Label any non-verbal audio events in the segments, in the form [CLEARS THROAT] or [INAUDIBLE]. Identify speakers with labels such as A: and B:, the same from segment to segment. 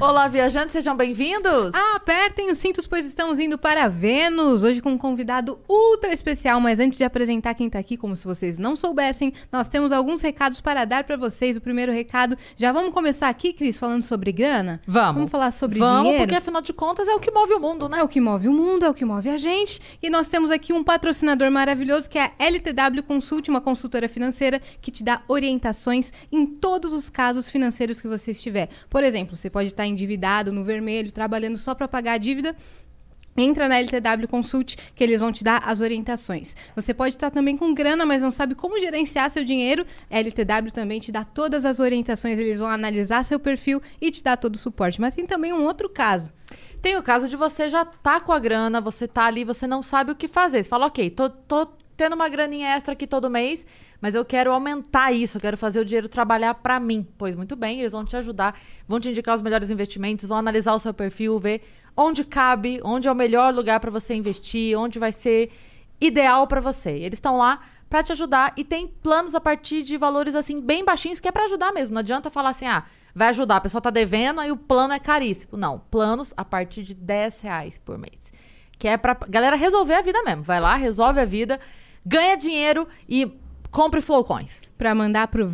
A: Olá, viajantes, sejam bem-vindos!
B: Ah, Apertem os cintos, pois estamos indo para Vênus, hoje com um convidado ultra especial. Mas antes de apresentar quem tá aqui, como se vocês não soubessem, nós temos alguns recados para dar para vocês. O primeiro recado, já vamos começar aqui, Cris, falando sobre grana?
A: Vamos.
B: Vamos falar sobre
A: Vamos,
B: dinheiro?
A: porque afinal de contas é o que move o mundo, né?
B: É o que move o mundo, é o que move a gente. E nós temos aqui um patrocinador maravilhoso que é a LTW Consult, uma consultora financeira que te dá orientações em todos os casos financeiros que você estiver. Por exemplo, você pode estar endividado, no vermelho, trabalhando só para pagar a dívida. Entra na LTW Consult que eles vão te dar as orientações. Você pode estar também com grana, mas não sabe como gerenciar seu dinheiro. A LTW também te dá todas as orientações, eles vão analisar seu perfil e te dar todo o suporte. Mas tem também um outro caso.
A: Tem o caso de você já tá com a grana, você tá ali, você não sabe o que fazer. Você fala, ok, tô, tô tendo uma graninha extra aqui todo mês, mas eu quero aumentar isso, eu quero fazer o dinheiro trabalhar pra mim. Pois muito bem, eles vão te ajudar, vão te indicar os melhores investimentos, vão analisar o seu perfil, ver onde cabe, onde é o melhor lugar pra você investir, onde vai ser ideal pra você. Eles estão lá pra te ajudar e tem planos a partir de valores assim bem baixinhos que é pra ajudar mesmo. Não adianta falar assim, ah, vai ajudar, a pessoa tá devendo, aí o plano é caríssimo. Não, planos a partir de 10 reais por mês. Que é pra galera resolver a vida mesmo. Vai lá, resolve a vida, ganha dinheiro e compre flowcoins.
B: para mandar para o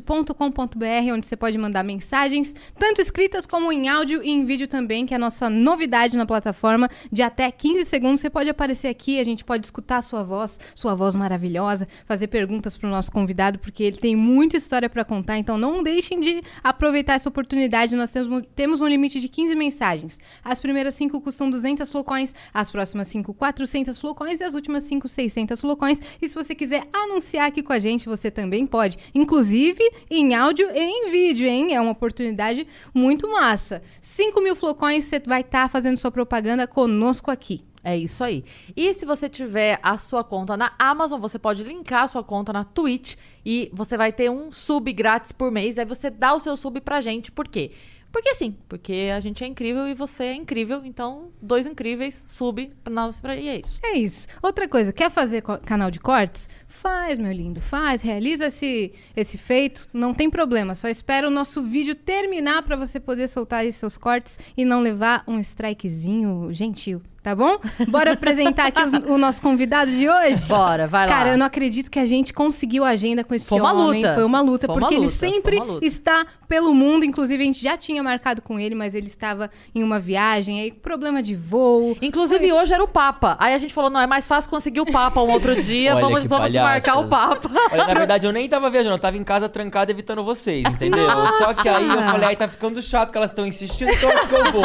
B: venuspodcast.com.br, onde você pode mandar mensagens, tanto escritas como em áudio e em vídeo também, que é a nossa novidade na plataforma. De até 15 segundos você pode aparecer aqui, a gente pode escutar a sua voz, sua voz maravilhosa, fazer perguntas para o nosso convidado, porque ele tem muita história para contar, então não deixem de aproveitar essa oportunidade. Nós temos, temos um limite de 15 mensagens. As primeiras 5 custam 200 flocões, as próximas 5, 400 flocões e as últimas 5, 600 flocões. E se você quiser anunciar aqui com a gente, você também pode. Inclusive em áudio e em vídeo, hein? É uma oportunidade muito massa. 5 mil flocões, você vai estar fazendo sua propaganda conosco aqui.
A: É isso aí. E se você tiver a sua conta na Amazon, você pode linkar a sua conta na Twitch e você vai ter um sub grátis por mês. Aí você dá o seu sub pra gente. Por quê? Porque sim, porque a gente é incrível e você é incrível. Então, dois incríveis, sub na pra- e é isso.
B: É isso. Outra coisa, quer fazer co- canal de cortes? Faz, meu lindo, faz, realiza esse, esse feito, não tem problema. Só espera o nosso vídeo terminar para você poder soltar aí seus cortes e não levar um strikezinho gentil, tá bom? Bora apresentar aqui os- o nosso convidado de hoje?
A: Bora, vai lá.
B: Cara, eu não acredito que a gente conseguiu a agenda com esse
A: Foi uma
B: homem.
A: luta.
B: Foi uma luta,
A: Foi uma
B: porque ele
A: luta,
B: sempre
A: foi uma luta.
B: está pelo mundo. Inclusive, a gente já tinha marcado com ele, mas ele estava em uma viagem, aí problema de voo.
A: Inclusive, hoje era o Papa. Aí a gente falou: não, é mais fácil conseguir o Papa um outro dia.
C: Olha
A: vamos
C: que
A: vamos desmarcar o
C: palhaços.
A: Papa.
C: Olha, na verdade, eu nem tava viajando, eu tava em casa trancada evitando vocês, entendeu? Só que aí eu falei, aí tá ficando chato que elas estão insistindo, então acho que eu vou.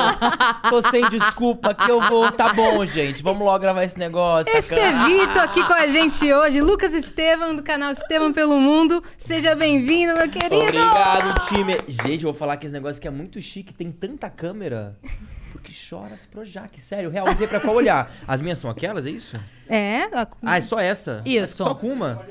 C: Tô sem desculpa, que eu vou. Tá bom, gente, vamos logo gravar esse negócio. sacana.
B: Estevito aqui com a gente hoje, Lucas Estevam, do canal Estevam pelo Mundo. Seja bem-vindo, meu querido!
C: Obrigado, time. Gente, eu vou falar que esse negócio aqui é muito chique, tem tanta câmera. Porque chora as Projac, sério, real, usei pra qual olhar? As minhas são aquelas, é isso?
B: É, ó,
C: Ah, é só essa?
A: Isso.
C: Só com uma?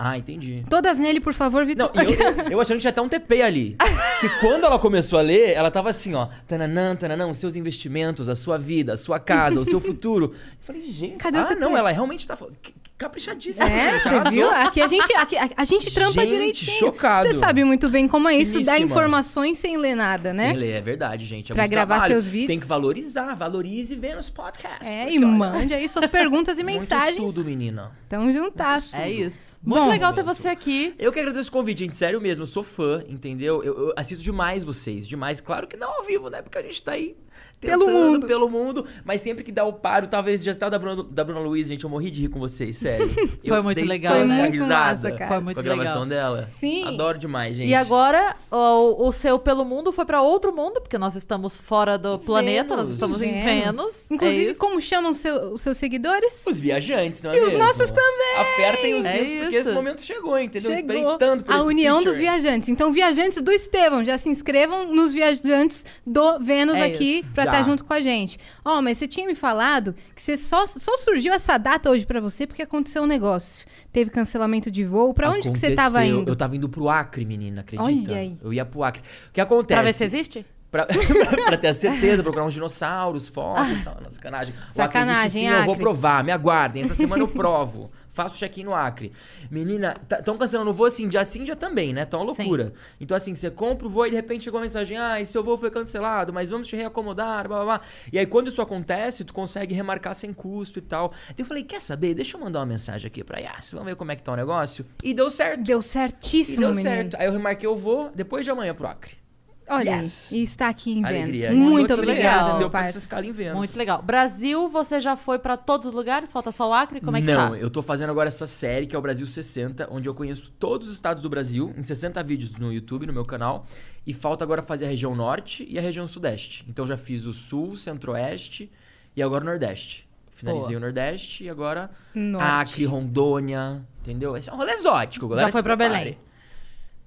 C: Ah, entendi.
B: todas nele, por favor,
C: Não,
B: Vitor.
C: e eu, eu achando que tinha até um TP ali.
B: [LAUGHS]
C: Que quando ela começou a ler, ela tava assim, ó. Tananã, tananã, os seus investimentos, a sua vida, a sua casa, o
B: [LAUGHS]
C: seu futuro. Eu falei, gente,
B: Cadê o
C: ah,
B: TP?
C: não, ela realmente tá fa- c- caprichadíssima.
B: [LAUGHS] É,
C: gente,
B: você
C: arrasou.
B: viu? Aqui a gente, aqui, a, a gente trampa
C: Gente,
B: direitinho.
C: chocado.
B: Você sabe muito bem como é isso, dar
C: Finíssima.
B: informações sem ler nada, né?
C: Sem ler, é verdade, gente. É
B: Pra
C: muito
B: gravar
C: trabalho.
B: seus vídeos.
C: Tem que valorizar, valorize Vênus Podcast.
B: É,
C: porque,
B: e
C: olha,
B: mande aí suas perguntas e
C: muito
B: mensagens.
C: estudo, menina.
B: Então juntasse.
A: É isso. Muito
B: Bom.
A: legal ter você aqui.
C: Eu que agradeço o convite, gente. Sério mesmo, eu sou fã, entendeu? Eu, eu assisto demais vocês, demais. Claro que não ao vivo, né? Porque a gente tá aí
B: Pelo
C: tentando
B: mundo.
C: pelo mundo, mas sempre que dá o paro, talvez já está da Bruna, da Bruna Luiz, gente, eu morri de rir com vocês,
B: [LAUGHS]
C: sério. Eu
A: Foi muito
C: dei
A: legal,
C: tanta
A: né? Foi
B: muito
C: risada
B: massa, cara.
A: Foi muito
C: com a gravação dela.
B: Sim.
C: Adoro demais, gente.
A: E agora, o, o seu pelo mundo foi pra outro mundo, porque nós estamos fora do planeta, nós estamos em Vênus.
B: Inclusive,
A: é isso.
B: como chamam seu- os seus seguidores?
C: Os viajantes, não é
B: E os
C: mesmo?
B: nossos
C: também! Apertem os
A: É
C: dedos, porque
A: isso.
C: esse momento chegou, entendeu? Eu
B: Chegou
C: Esperei tanto por
B: a
C: esse
B: união dos
C: feature.
B: viajantes. Então, viajantes do Estevão, já se inscrevam nos viajantes do Vênus
A: É
B: aqui
A: isso.
B: pra estar junto com a gente. Ó, mas você tinha me falado que você só, só surgiu essa data hoje pra você porque aconteceu um negócio. Teve cancelamento de voo. Pra onde que você tava
C: Aconteceu.
B: indo?
C: Eu tava indo pro Acre, menina, acredita?
B: Olha aí.
C: Eu ia pro Acre. O que acontece?
A: Pra ver se existe?
C: Pra, [LAUGHS] pra- pra ter a certeza, procurar uns dinossauros, fósseis e tal. Não, sacanagem. O Acre
B: Sacanagem,
C: existe sim, eu vou
B: Acre.
C: provar. Me aguardem. Essa semana eu provo. [LAUGHS] Faço check-in no Acre. Menina, estão cancelando o voo assim, dia sim, dia também, né? Tá uma
A: Sim.
C: loucura. Então, assim, você compra o voo e de repente chegou a mensagem: ah, esse seu voo foi cancelado, mas vamos te reacomodar, blá blá blá. E aí, quando isso acontece, tu consegue remarcar sem custo e tal. Então, eu falei: quer saber? Deixa eu mandar uma mensagem aqui pra Yas, vamos ver como é que tá o negócio. E deu certo.
B: Deu
C: E
B: certíssimo,
C: deu
B: menino.
C: certo. Aí eu remarquei o voo depois de amanhã pro Acre.
B: Olha, aí,
C: Yes.
B: e está aqui em Vênus.
C: Alegria.
B: Muito
C: Isso, tudo legal.
B: obrigada,
C: Deu
B: meu
C: pra
B: parça.
C: essa escala em Vênus.
A: Muito legal. Brasil, você já foi pra todos os lugares? Falta só o Acre? Como é que
C: Não,
A: tá?
C: eu tô fazendo agora essa série que é o Brasil 60, onde eu conheço todos os estados do Brasil, em 60 vídeos no YouTube, no meu canal. E falta agora fazer a região norte e a região sudeste. Então já fiz o sul, centro-oeste e agora o nordeste. Finalizei
A: Boa.
C: o nordeste e agora
B: Norte.
C: Acre, Rondônia, entendeu? Esse é um rolê exótico, galera.
A: Já foi
C: se
A: pra
C: prepare.
A: Belém?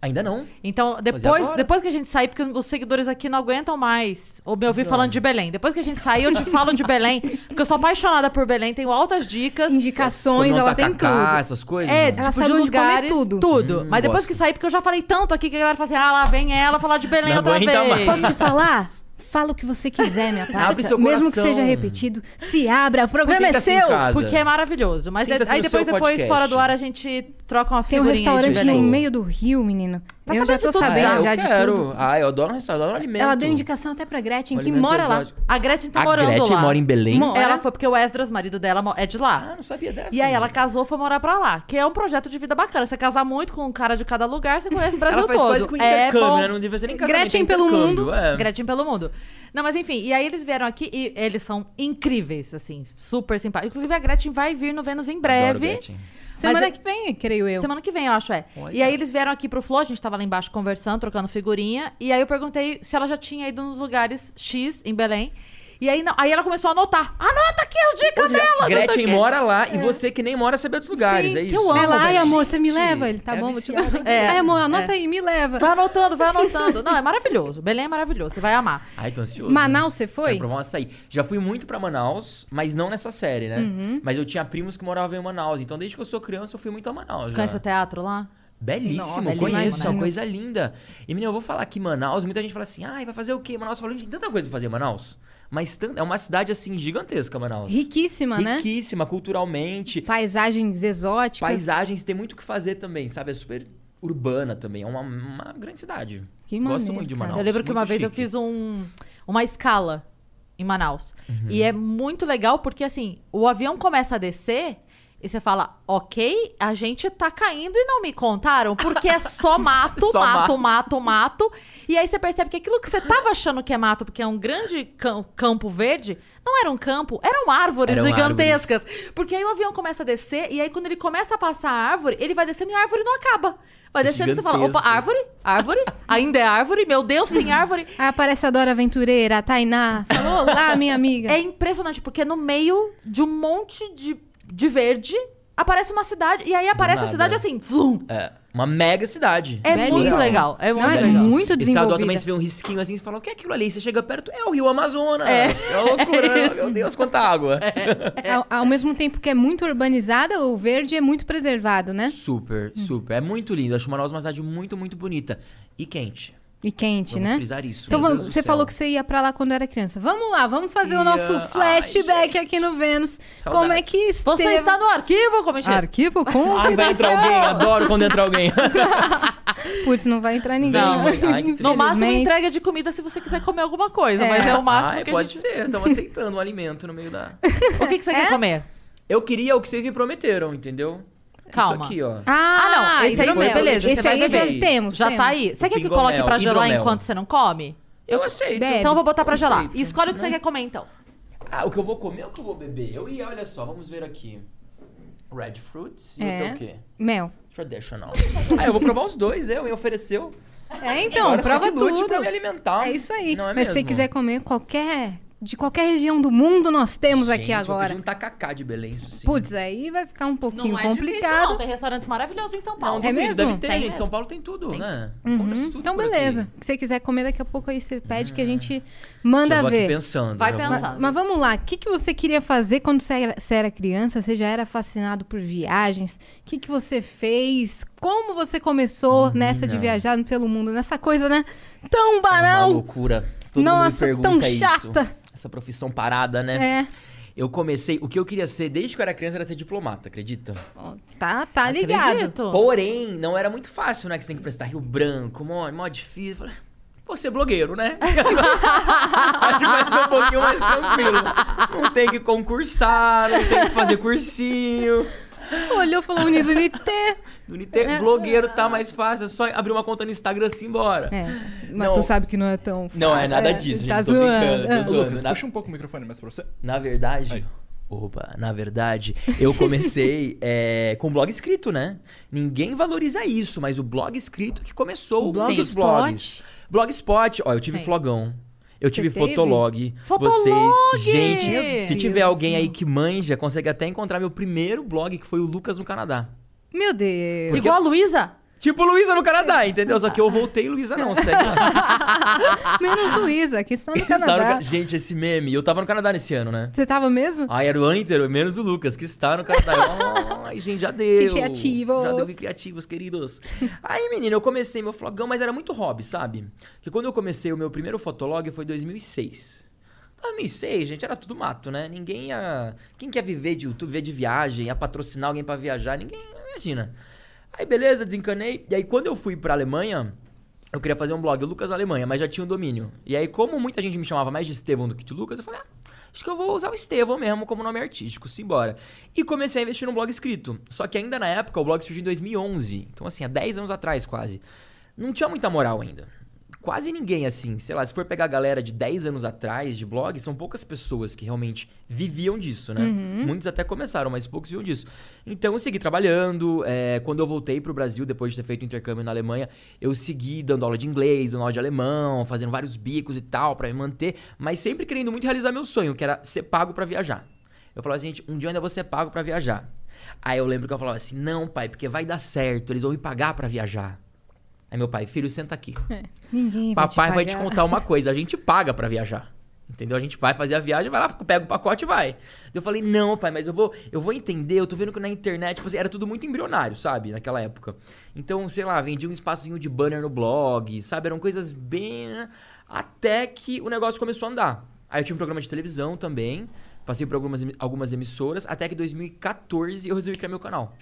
C: Ainda não.
A: Então, depois,
C: agora?
A: depois que a gente sair, porque os seguidores aqui não aguentam mais ou me ouvir falando de Belém. Depois que a gente sair, eu te falo de Belém, porque eu sou apaixonada por Belém, tenho altas dicas.
B: Indicações,
C: Comer um
B: ela tem
C: tacacá,
B: tudo.
C: essas coisas.
A: É,
C: não?
B: Ela
A: tipo,
B: sabe
A: de
B: onde comer
A: lugares,
B: tudo.
C: Hum,
A: Mas depois
C: gosto.
A: que sair, porque eu já falei tanto aqui que a galera fala assim: ah, lá vem ela falar de Belém
C: Não
A: outra
C: aguenta
A: vez.
C: mais.
B: Posso te falar? Fala o que você quiser, minha parça.
C: Abre seu
B: Mesmo que
C: coração.
B: seja repetido, se abra. O programa é
C: Sinta-se em
B: seu.
C: casa.
A: Porque é maravilhoso. Mas
C: Sinta-se
A: aí
C: no
A: depois,
C: seu
A: depois
C: podcast.
A: fora do ar, a gente troca uma
B: Tem um
A: figurinha de
B: restaurante
C: de
A: Belém.
B: no
C: Belém.
B: meio do Rio, menino.
A: Tá
B: eu
A: sabendo
B: já
A: de
B: tô
A: tudo,
C: Ah,
A: né?
B: sabendo
C: eu
B: já de
C: quero.
B: tudo.
C: Ah, eu adoro um restaurante, eu adoro alimento. Um
B: Ela deu indicação até pra Gretchen, que
C: Alimento
B: mora lá.
C: exótico.
A: A Gretchen tá
C: A
A: morando
C: Gretchen
A: lá.
C: mora em Belém?
B: Mo- Mora.
A: Ela foi porque o Esdras, marido dela, mo- é de lá.
C: Ah, não sabia dessa.
A: E aí ela
C: menina.
A: casou, foi morar pra lá. Que é um projeto de vida bacana. Você casar muito com um cara de cada lugar, você
C: [LAUGHS]
A: conhece o Brasil
C: Ela faz
A: todo.
C: quase com
A: é
C: intercâmbio,
A: bom.
C: né? Não devia ser nem casamento,
B: Gretchen
C: é
B: pelo
C: intercâmbio,
B: mundo,
C: é.
A: Gretchen pelo mundo. Não, mas enfim, e aí eles vieram aqui e eles são incríveis, assim, super simpáticos. Inclusive a Gretchen vai vir no Vênus em
C: Adoro
A: breve.
C: Gretchen.
B: Semana
A: Mas-
B: que vem, creio eu.
A: Semana que vem, eu acho, é.
C: Olha.
A: E aí eles vieram aqui pro Flow, a gente tava lá embaixo conversando, trocando figurinha. E aí eu perguntei se ela já tinha ido nos lugares X, em Belém. E aí, não, aí ela começou a anotar. Anota aqui as
C: Ou
A: dicas
C: seja,
A: dela! não sei o
C: é. Gretchen
A: quê.
C: mora lá e você que nem mora sabe outros lugares.
B: É. Sim,
C: é
A: que
C: isso.
A: eu amo,
B: Ela, ai,
C: Gente,
B: amor, você me leva? Ele, tá
C: é
B: bom, vou te
C: viciada.
B: dar.
A: É,
B: Ai, amor,
A: é.
B: anota aí, me leva.
A: Vai anotando, vai anotando. Não, é maravilhoso. Belém é maravilhoso, você vai amar.
C: Ai, tô ansioso.
B: Manaus, você
C: Quero
B: foi?
C: provar um açaí. Já fui muito pra Manaus, mas não nessa série, né?
B: Uhum.
C: Mas eu tinha primos que moravam em Manaus. Então, desde que eu sou criança, eu fui muito a Manaus. já.
A: Conhece o teatro lá?
C: Belíssimo,
B: Nossa,
C: conheço,
A: belíssimo,
C: é uma
B: né?
C: coisa linda. E, menina, eu vou falar que Manaus, muita gente fala assim, ai, vai fazer o quê? Manaus falou, gente, tem tanta coisa pra fazer em Manaus. Mas tan- é uma cidade, assim, gigantesca, Manaus.
B: Riquíssima, né?
C: Riquíssima, culturalmente.
B: Paisagens exóticas.
C: Paisagens, tem muito o que fazer também, sabe? É super urbana também, é uma, uma grande cidade.
B: Que maneiro,
C: Gosto muito de
B: cara.
C: Manaus.
A: eu lembro que
C: muito
A: uma vez eu
C: chique.
A: fiz um, uma escala em Manaus.
C: Uhum.
A: E é muito legal porque, assim, o avião começa a descer e você fala, ok, a gente tá caindo e não me contaram, porque é
C: [LAUGHS]
A: só mato,
C: Só
A: mato, mato, mato. E aí você percebe que aquilo que você tava achando que é mato, porque é um grande cam- campo verde, não era um campo, eram árvores
C: Eram
A: gigantescas. Porque aí o avião começa a descer e aí quando ele começa a passar a árvore, ele vai descendo e a árvore não acaba. Vai
C: É
A: Tá descendo e você fala, opa,
C: gigantesco.
A: árvore, árvore, ainda é árvore, meu Deus,
B: Uhum.
A: tem árvore.
B: Aí aparece a Dora Aventureira, a Tainá. Falou, olá, minha amiga.
A: É impressionante, porque no meio de um monte de, de verde aparece uma cidade. E aí aparece a
C: nada.
A: cidade assim, flum.
C: É, uma mega cidade.
A: É
B: Belíssimo.
A: muito legal. É muito
B: Não, é
A: legal.
B: muito
C: Estadual também
B: desenvolvida.
C: você vê um risquinho assim, você fala, o que é aquilo ali? Você chega perto, é o Rio Amazonas. É, uma loucura, né? meu Deus, quanta água.
B: Ao, ao mesmo tempo que é muito urbanizada, o verde é muito preservado, né?
C: Super, super. É muito lindo. Acho Manaus uma cidade muito, muito bonita. E quente.
B: E quente,
C: Vamos
B: né?
C: frisar isso.
B: Então
C: meu
B: vamos-
C: Deus do
B: você
C: céu.
B: falou que você ia pra lá quando era criança. Vamos lá, vamos fazer o nosso
C: Ia. Ai,
B: flashback
C: gente.
B: aqui no Vênus.
C: Saudades.
B: Como é que esteve...
A: Você está no arquivo, comitiva.
B: Arquivo com
C: Ai, Ah, vai entrar alguém, adoro quando entra alguém.
B: Putz, não vai entrar ninguém.
A: Não.
B: né?
C: Ai, que
A: No máximo,
B: Infelizmente.
A: entrega de comida se você quiser comer alguma coisa.
B: [LAUGHS] É.
A: Mas é o máximo
C: Ai,
A: que a
C: pode
A: gente...
B: [LAUGHS]
C: ser. Estamos aceitando o alimento no meio da...
A: O que, que
B: É?
A: você quer comer?
C: Eu queria o que vocês me prometeram, entendeu?
A: Calma.
C: Isso aqui, ó.
B: Ah,
A: Ah, não, esse aí
B: hidromel.
A: foi, beleza,
B: Esse
A: você
B: aí
A: vai
B: já
C: beber.
B: temos.
A: Já
B: temos.
A: tá aí. Você quer que eu
C: Hidromel,
A: coloque pra gelar
C: hidromel.
A: enquanto você não come?
C: Eu aceito.
B: Bebe.
A: Então eu vou botar pra
C: Eu
A: gelar.
C: aceito.
A: E escolhe o que
B: Uhum.
A: você quer comer, então.
B: Um
C: Ah, o que eu vou comer ou o que eu vou beber? Eu ia, olha só, vamos ver aqui. Red fruits e
B: É.
C: o que é o quê?
B: Mel.
C: Traditional. ah, eu vou provar os dois, eu, me ofereceu.
B: É, então,
C: Agora você
B: prova
C: que lute
B: tudo.
C: pra me alimentar.
B: É isso aí.
C: Não é
B: Mas se você
C: mesmo?
B: quiser comer qualquer de qualquer região do mundo nós temos aqui
C: Gente, Eu
B: agora.
C: pedi um tacacá de Belém, isso sim.
B: Putz, aí vai ficar um pouquinho
A: Não é difícil, não.
B: complicado.
A: Tem restaurantes maravilhosos em São
C: Não,
A: Paulo.
B: É
C: duvido,
B: mesmo?
C: Deve ter,
A: Tem
C: gente.
A: mesmo.
C: São Paulo tem tudo, né?
B: Uhum.
C: Compra-se tudo
B: Então,
C: por aqui.
B: beleza. Se você quiser comer daqui a pouco, aí você pede que a gente manda
C: É. Eu vou aqui
B: ver.
C: pensando.
A: Vai
C: né?
A: pensando.
B: Mas, mas vamos lá, o que, que você queria fazer quando você era, você era criança? Você já era fascinado por viagens? O que, que você fez? Como você começou
C: Hum,
B: nessa
C: é.
B: de viajar pelo mundo? Nessa coisa, né? Tão
C: Uma
B: banal!
C: loucura. Todo mundo me
B: Nossa,
C: pergunta
B: tão
C: isso.
B: chata!
C: Essa profissão parada, né?
B: É.
C: Eu comecei... O que eu queria ser desde que eu era criança era ser diplomata, acredita?
B: Ó, Tá, tá ligado.
A: Acredito.
C: Porém, não era muito fácil, né? Que você tem que prestar Rio Branco, mó, mó difícil. Eu Falei, vou ser blogueiro, né? [LAUGHS] Acho que vai ser um pouquinho mais tranquilo. Não tem que concursar, não tem que fazer cursinho.
B: Olhou, falou Unido Unite.
C: No
B: É.
C: Nite, blogueiro tá mais fácil, é só abrir uma conta no Instagram e ir embora.
B: É, mas
C: Não.
B: tu sabe que não é tão fácil.
C: Não, é nada
B: né?
C: disso,
B: Tá
C: gente. Tô
B: zoando.
C: brincando, tô
B: Ah.
C: zoando.
D: Ô, Lucas,
C: na-
D: puxa um pouco o microfone mais pra você.
C: Na verdade.
D: Aí.
C: Opa, na verdade,
B: [LAUGHS]
C: eu comecei é, com blog escrito, né? Ninguém valoriza isso, mas o blog escrito que começou
B: O
C: o mundo dos
B: Blogspot?
C: blogs. Blogspot, ó, eu tive
A: Sim.
C: flogão. Eu tive
B: teve?
C: Fotolog.
A: Fotolog!
C: Vocês, gente,
A: Meu
C: se
B: Deus
C: tiver
B: do
C: alguém
B: céu.
C: aí que manja, consegue até encontrar meu primeiro blog, que foi o Lucas no Canadá.
B: Meu Deus.
A: Igual a Luísa?
C: Tipo Luísa no
B: É.
C: Canadá, entendeu? Só que eu voltei Luísa não, segue
B: [LAUGHS]
C: lá.
B: Menos Luísa, que
C: [LAUGHS]
B: está no
C: Está tá no Ca-
B: Canadá.
C: Gente, esse meme, eu tava no Canadá nesse ano, né?
B: Você tava mesmo?
C: Ah, era o ano inteiro, menos o Lucas, que está no Canadá. Ai, gente, já deu.
B: Que criativos.
C: Já deu que criativos, queridos. Aí, menina, eu comecei meu flogão, mas era muito hobby, sabe? Porque quando eu comecei o meu primeiro fotolog foi em 2006. Então, 2006, gente, era tudo mato, né? Ninguém ia... Quem quer viver de YouTube, viver de viagem, ia patrocinar alguém pra viajar, ninguém imagina. Aí, beleza, desencanei. E aí, quando eu fui pra Alemanha... Eu queria fazer um blog, Lucas Alemanha, mas já tinha um domínio. E aí, como muita gente me chamava mais de Estevão do que de Lucas, eu falei, ah, acho que eu vou usar o Estevão mesmo como nome artístico, simbora. E comecei a investir num blog escrito. Só que ainda na época, o blog surgiu em 2011. Então, assim, há 10 anos atrás quase. Não tinha muita moral ainda. Quase ninguém, assim, sei lá, se for pegar a galera de 10 anos atrás de blog, são poucas pessoas que realmente viviam disso, né? Muitos até começaram, mas poucos viviam disso. Então eu segui trabalhando. é, quando eu voltei pro Brasil, depois de ter feito intercâmbio na Alemanha, eu segui dando aula de inglês, dando aula de alemão, fazendo vários bicos e tal, pra me manter, mas sempre querendo muito realizar meu sonho, que era ser pago pra viajar. Eu falava assim, gente, um dia eu ainda vou ser pago pra viajar. Aí eu lembro que eu falava assim, não, pai, porque vai dar certo, eles vão me pagar pra viajar. Aí meu pai, filho, senta aqui.
B: É. Ninguém vai
C: Papai
B: te
C: vai te
B: pagar.
C: contar uma coisa, a gente paga pra viajar. Entendeu? A gente vai fazer a viagem, vai lá, pega o pacote e vai. Eu falei, não, pai, mas eu vou, eu vou entender, eu tô vendo que na internet, tipo assim, era tudo muito embrionário, sabe? Naquela época. Então, sei lá, vendia um espacinho de banner no blog, sabe? Eram coisas bem. Até que o negócio começou a andar. Aí eu tinha um programa de televisão também, passei por algumas, em- algumas emissoras, até que em 2014 eu resolvi criar meu canal.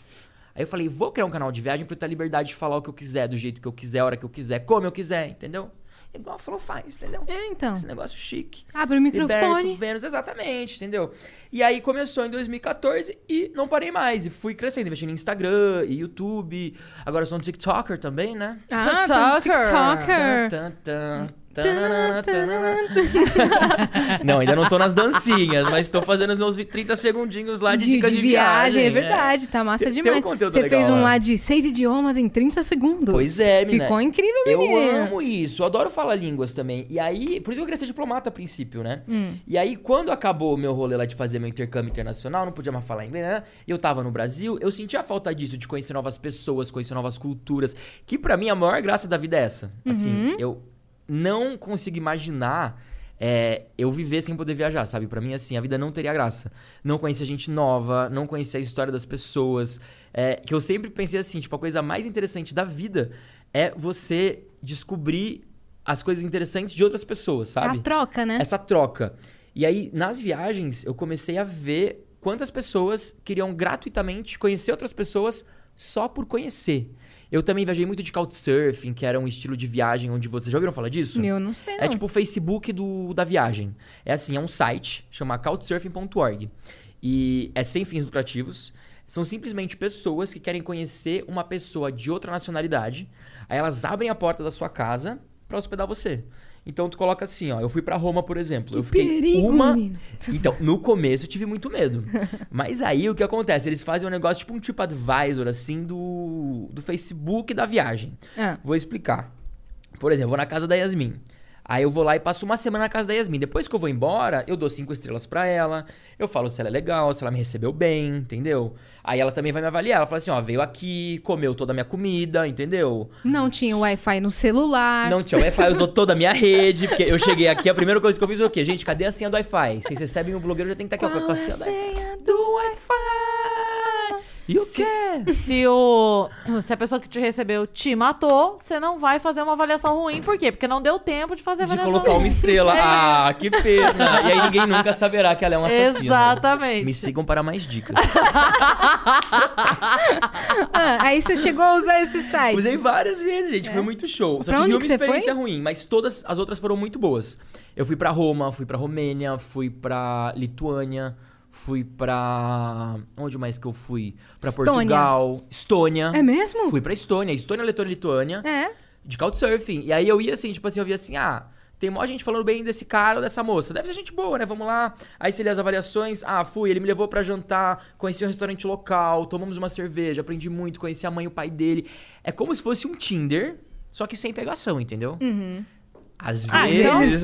C: Aí eu falei, vou criar um canal de viagem pra eu ter a liberdade de falar o que eu quiser, do jeito que eu quiser, a hora que eu quiser, como eu quiser, entendeu? Igual a Flow faz, entendeu?
B: É, [LAUGHS] então.
C: Esse negócio chique.
B: Abre o microfone.
C: Liberto, Vênus, exatamente, entendeu? E aí começou em 2014 e não parei mais. E fui crescendo, investindo em Instagram e YouTube. Agora eu sou um TikToker também, né?
B: Ah, tá um
A: TikToker.
B: TikToker.
C: Tan, tan, tananana, tananana. [LAUGHS] Não, ainda não tô nas dancinhas, mas tô fazendo os meus vi- 30 segundinhos lá de, dicas de viagem. né?
B: é verdade, tá massa
C: Tem- tem um
B: demais.
C: conteúdo
B: Você
C: legal
B: fez um
C: lá.
B: lá de seis idiomas em 30 segundos.
C: Pois é, menina.
B: Ficou incrível,
C: Eu
B: menina.
C: amo isso, eu adoro falar línguas também. E aí, por isso que eu queria ser diplomata a princípio, né?
B: Hum.
C: E aí, quando acabou o meu rolê lá de fazer meu intercâmbio internacional, não podia mais falar inglês, né? Eu tava no Brasil, eu sentia falta disso, de conhecer novas pessoas, conhecer novas culturas. Que pra mim a maior graça da vida é essa.
B: Uhum.
C: Assim, eu não consigo imaginar. é, eu viver sem poder viajar, sabe? Pra mim, assim, a vida não teria graça. Não conhecer gente nova, não conhecer a história das pessoas. é, que eu sempre pensei assim, tipo, a coisa mais interessante da vida é você descobrir as coisas interessantes de outras pessoas,
B: É
C: sabe?
B: A troca, né?
C: Essa troca. E aí, nas viagens, eu comecei a ver quantas pessoas queriam gratuitamente conhecer outras pessoas só por conhecer. Eu também viajei muito de couchsurfing, que era um estilo de viagem onde vocês já ouviram falar disso?
B: Meu, não sei não.
C: É tipo o Facebook do, da viagem. É assim, é um site, chama couchsurfing.org. E é sem fins lucrativos. São simplesmente pessoas que querem conhecer uma pessoa de outra nacionalidade. Aí elas abrem a porta da sua casa pra hospedar você. Então tu coloca assim, ó, eu fui pra Roma, por exemplo, eu fiquei
B: perigo,
C: uma
B: menino.
C: Então, no começo eu tive muito
B: [LAUGHS]
C: medo. Mas aí o que acontece? Eles fazem um negócio tipo um tipo advisor assim do do Facebook da viagem.
B: Ah,
C: Vou explicar. Por exemplo, vou na casa da Yasmin. Aí eu vou lá e passo uma semana na casa da Yasmin. Depois que eu vou embora, eu dou cinco estrelas pra ela. Eu falo se ela é legal, se ela me recebeu bem, entendeu? Aí ela também vai me avaliar. Ela fala assim, ó, veio aqui, comeu toda a minha comida, entendeu?
B: Não tinha Wi-Fi no celular.
C: Não tinha Wi-Fi, usou toda a minha rede. Porque eu cheguei aqui, a primeira coisa que eu fiz foi o quê? Gente, cadê a senha do Wi-Fi? Vocês recebem o blogueiro, já tem que estar aqui, ó, com a senha do Wi-Fi.
B: do Wi-Fi.
C: E o quê?
A: Se, o, se a pessoa que te recebeu te matou, você não vai fazer uma avaliação ruim. Por quê? Porque não deu tempo de fazer
C: De
A: avaliação
C: colocar
A: ruim.
C: uma estrela. Ah, que pena. E aí ninguém nunca saberá que ela é um assassino.
A: Exatamente.
C: Me sigam para mais dicas.
B: Ah, aí você chegou a usar esse site.
C: Usei várias vezes, gente. Foi muito show. Só
B: É. Pra onde
C: tive uma
B: que você
C: experiência ruim, mas todas as outras foram muito boas. Eu fui pra Roma, fui pra Romênia, fui pra Lituânia, fui pra. Onde mais que eu fui? Pra
B: Estônia.
C: Portugal, Estônia.
B: É mesmo?
C: Fui pra Estônia, Estônia, Letônia, e Lituânia,
B: É.
C: de couchsurfing. E aí eu ia assim, tipo assim, eu via assim, ah. Tem mó gente falando bem desse cara ou dessa moça. Deve ser gente boa, né? Vamos lá. Aí você lê as avaliações. Ah, fui, ele me levou pra jantar, conheci um restaurante local, tomamos uma cerveja, aprendi muito, conheci a mãe e o pai dele. É como se fosse um Tinder, só que sem pegação, entendeu? Às
B: Uhum. Ah, às
C: vezes.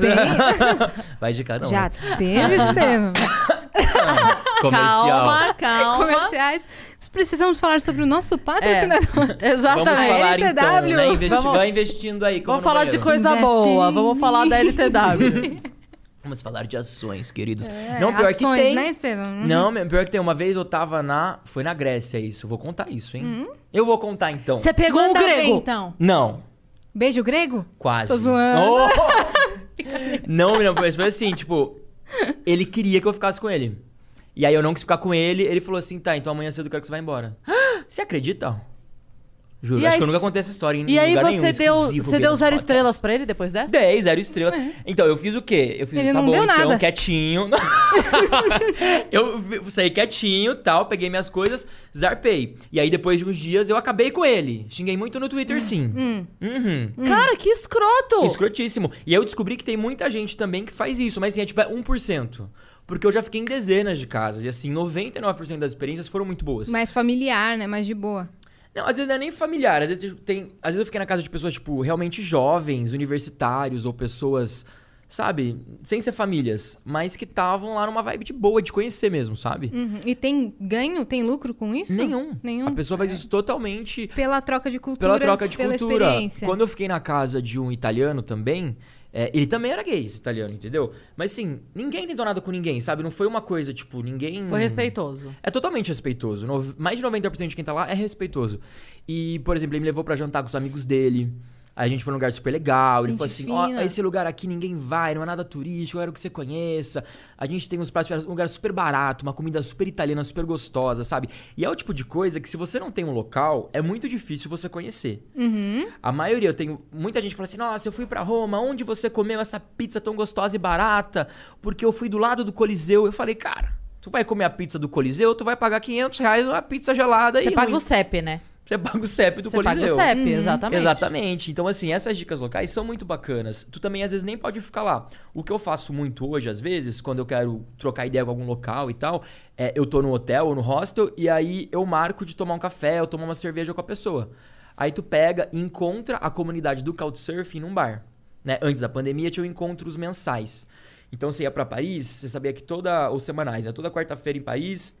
B: vezes
C: [LAUGHS] Vai de cada um.
B: Já tá.
C: né?
B: teve,
C: [LAUGHS]
B: Estevam.
C: Comercial.
A: Calma, calma.
B: Comerciais. Nós precisamos falar sobre o nosso patrocinador.
A: [LAUGHS]
C: Vamos
A: Exatamente.
C: falar então,
B: LTW.
C: né? Investi-
A: Vamos-
C: Vai investindo aí. como
A: Vamos
C: no
A: falar de
C: banheiro.
A: coisa
B: Investe
A: boa.
B: em
A: Vamos
B: mim.
A: falar da LTW.
C: Vamos falar de ações, queridos.
B: É,
C: não, pior
B: ações,
C: que tem.
B: né, Estevam? Uhum.
C: Não, meu, pior que tem. Uma vez eu tava na. Foi na Grécia isso. Eu Vou contar isso, hein?
A: Uhum.
C: Eu vou contar
A: [LAUGHS]
C: então.
A: Você pegou um
B: Manda ver,
A: grego.
B: então.
C: Não,
B: Beijo grego?
C: quase.
B: Tô
A: [LAUGHS]
B: zoando.
C: Oh! não, não, mas foi assim, tipo. Ele queria que eu ficasse com ele. E aí eu não quis ficar com ele. Ele falou assim: tá, então amanhã cedo eu quero que você vá embora. você acredita? Juro,
A: E
C: acho
A: aí-
C: que eu nunca contei essa história em
A: E aí
C: lugar Hum, nenhum.
A: você deu,
C: exclusivo
A: você deu
C: Beatles
A: zero
C: Podcast.
A: estrelas pra ele depois dessa?
C: 10, zero estrelas. Então, eu fiz o quê? Eu fiz,
B: É. Ele
C: tá
B: não
C: bom,
B: deu
C: então,
B: nada.
C: quietinho. [LAUGHS] eu vi- saí quietinho, tal, peguei minhas coisas, zarpei. E aí, depois de uns dias, eu acabei com ele. Xinguei muito no
B: Hum.
C: Twitter, sim. Uhum.
A: Hum. Cara, que escroto!
C: Escrotíssimo. E eu descobri que tem muita gente também que faz isso, mas assim, é tipo é 1%. Porque eu já fiquei em dezenas de casas. E assim, 99% das experiências foram muito boas.
B: Mais familiar, né? Mais de boa.
C: Não, às vezes não é nem familiar. Às vezes tem. Às vezes eu fiquei na casa de pessoas, tipo, realmente jovens, universitários ou pessoas, sabe, sem ser famílias, mas que estavam lá numa vibe de boa, de conhecer mesmo, sabe?
B: Uhum. E tem ganho, tem lucro com isso?
C: Nenhum.
B: Nenhum.
C: A pessoa faz isso totalmente
B: Pela troca de cultura,
C: pela troca de
B: pela
C: cultura.
B: experiência.
C: Quando eu fiquei na casa de um italiano também, é, ele também era gay, esse italiano, entendeu? Mas assim, ninguém tentou nada com ninguém, sabe? Não foi uma coisa, tipo, ninguém.
A: Foi respeitoso.
C: É totalmente respeitoso. No- mais de 90% de quem tá lá é respeitoso. E, por exemplo, ele me levou pra jantar com os amigos dele. Aí a gente foi num lugar super legal. ele
B: Gente
C: falou assim: ó,
B: fina.
C: esse lugar aqui ninguém vai, não é nada turístico, eu quero que você conheça. A gente tem uns pratos, um lugar super barato, uma comida super italiana, super gostosa, sabe? E é o tipo de coisa que se você não tem um local, é muito difícil você conhecer.
B: Uhum.
C: A maioria, eu tenho muita gente que fala assim: nossa, eu fui pra Roma, onde você comeu essa pizza tão gostosa e barata? Porque eu fui do lado do Coliseu. Eu falei, cara, tu vai comer a pizza do Coliseu, tu vai pagar 500 reais uma pizza gelada
A: Você
C: e.
A: paga
C: ruim.
A: o CEP, né?
C: Você paga o CEP do
A: Você paga
C: Coliseu.
A: o CEP, exatamente.
C: Exatamente. Então, assim, essas dicas locais são muito bacanas. Tu também, às vezes, nem pode ficar lá. O que eu faço muito hoje, às vezes, quando eu quero trocar ideia com algum local e tal, é eu tô no hotel ou no hostel e aí eu marco de tomar um café ou tomar uma cerveja com a pessoa. Aí tu pega e encontra a comunidade do Couchsurfing num bar. Né? Antes da pandemia, tinha encontros mensais. Então, você ia pra Paris, você sabia que toda... Ou semanais, né? Toda quarta-feira em Paris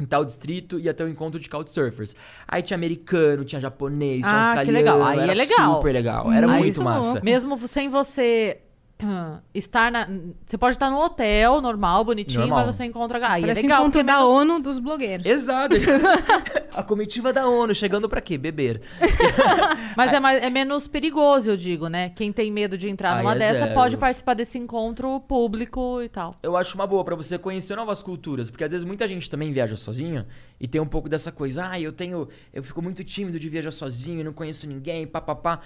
C: em tal distrito ia ter um encontro de couchsurfers. Aí tinha americano, tinha japonês, tinha
A: Ah, que
C: australiano.
A: legal. Aí
C: era
A: é legal.
C: super legal. Era
A: Aí é
C: muito
B: tá
C: massa.
A: Mesmo sem você ah, estar na. Você pode estar no hotel normal, bonitinho,
C: Normal.
A: mas você encontra. Aí é
B: Parece
A: legal.
B: encontro
A: porque
B: da
A: menos-
B: ONU dos blogueiros.
C: Exato. a comitiva da ONU chegando pra quê? Beber.
A: Mas é, mais, é menos perigoso, eu digo, né? Quem tem medo de entrar
C: Aí
A: numa
C: é
A: dessa
C: zero.
A: pode participar desse encontro público e tal.
C: Eu acho uma boa pra você conhecer novas culturas, porque às vezes muita gente também viaja sozinha e tem um pouco dessa coisa, ah, eu tenho, eu fico muito tímido de viajar sozinho, não conheço ninguém, papapá.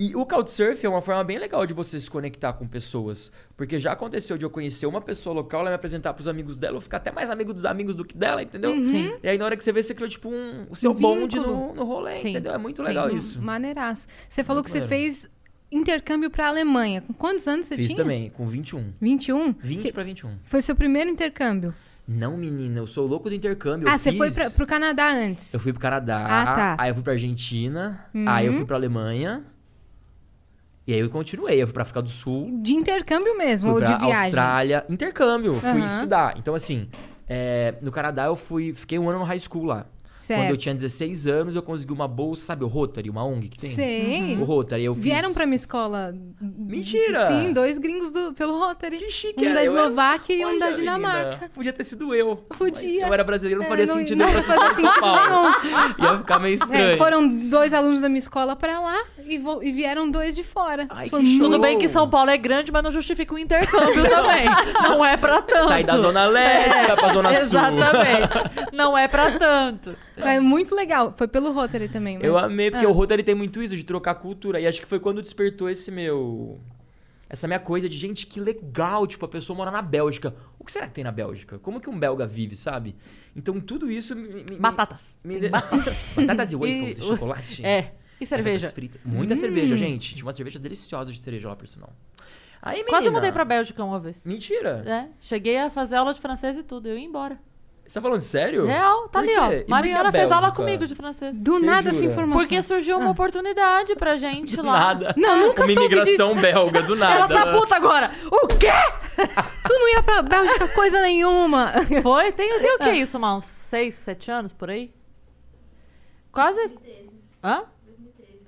C: E o Couchsurf é uma forma bem legal de você se conectar com pessoas, porque já aconteceu de eu conhecer uma pessoa local, ela me apresentar pros amigos dela, eu ficar até mais amigo dos amigos do que dela, entendeu?
A: Sim.
C: E aí na hora que você vê, você criou tipo um, o seu
B: Um
C: bonde
B: vínculo.
C: no, no rolê,
A: Sim.
C: entendeu? É muito
A: Sim.
C: legal
A: Hum,
C: isso.
B: Uhum. Maneiraço. Você falou
C: Muito
B: que você
C: maneiro.
B: fez intercâmbio pra Alemanha. Com quantos anos você
C: Fiz
B: tinha?
C: também, com 21.
B: 21?
C: 20
B: Que
C: pra 21.
B: Foi seu primeiro intercâmbio.
C: Não, menina, eu sou louco do intercâmbio.
B: ah,
C: eu
B: você foi
C: fiz-
B: pra, pro Canadá antes.
C: Eu fui pro Canadá,
B: Ah, tá. Uhum.
C: aí eu fui pra Argentina, aí eu fui pra Alemanha. E aí eu continuei, eu fui pra África do Sul,
B: De intercâmbio mesmo,
C: fui
B: ou de
C: pra
B: viagem.
C: Austrália, intercâmbio, fui
B: Aham.
C: estudar. Então, assim, é, no Canadá eu fui, fiquei um ano no high school lá. Quando eu
B: Certo.
C: tinha 16 anos, eu consegui uma bolsa, sabe, o Rotary, uma ONG que tem?
B: Sei.
A: Uhum.
C: O Rotary, Uhum. eu fiz...
B: Vieram pra minha escola.
C: Mentira!
B: Sim, dois gringos do, pelo Rotary.
C: Que chique,
B: um da
C: era, eu era-
B: Eslováquia e um
C: Olha,
B: da Dinamarca.
C: menina, podia ter sido eu.
B: Podia.
C: Mas eu era brasileiro, não
B: É,
C: faria
B: não- [LAUGHS]
C: sentido
B: não
C: eu
B: ia
C: fosse pra
B: fazer
C: São
B: sentido
C: Paulo. Ia ficar meio estranho.
B: É, foram dois alunos da minha escola pra lá e, vo- e vieram dois de fora.
C: Ai,
B: Isso
C: que
B: foi muito-
A: Tudo bem que
C: Uou.
A: São Paulo é grande, mas não justifica o intercâmbio [LAUGHS] também. Não é pra tanto.
C: Sai da Zona Leste, vai pra Zona Sul.
A: É, Exatamente. Não é pra
B: [LAUGHS]
A: tanto.
B: É muito legal. Foi pelo Rotary também. mas-
C: Eu amei, porque
A: É.
B: Ah.
C: o Rotary tem muito isso de trocar cultura. E acho que foi quando despertou esse meu. Essa minha coisa de, gente, que legal, tipo, a pessoa mora na Bélgica. O que será que tem na Bélgica? Como que um belga vive, sabe? Então tudo isso me. me- me-
A: Batatas.
C: me- batatas. [LAUGHS] batatas e waffles e,
A: E-
C: chocolate.
A: É. E
C: Batatas
A: cerveja. Hum.
C: fritas. Muita cerveja, gente. Tinha umas cervejas deliciosas de cereja lá, por sinal. Aí, menina,
A: Quase mudei pra Bélgica uma vez.
C: Mentira!
A: É, cheguei a fazer aula de francês e tudo, eu ia embora.
C: Você tá falando sério?
A: Real, tá ali,
C: Por quê? E por
A: ó.
C: que
A: Mariana
C: a
A: fez aula
C: Bélgica?
A: comigo de francês.
B: Do
C: Você
B: nada essa
C: jura?
B: informação.
A: Porque surgiu uma oportunidade pra gente
C: Do
A: lá.
C: Nada.
B: Não, nunca
C: Uma
B: soube
C: imigração
B: disso.
C: belga, do nada.
A: Ela tá puta agora! O quê?
B: Tu não ia pra Bélgica coisa nenhuma. [LAUGHS]
A: Foi? Tem, tem o que isso, mal? Uns 6, 7 anos por aí? Quase. Hã?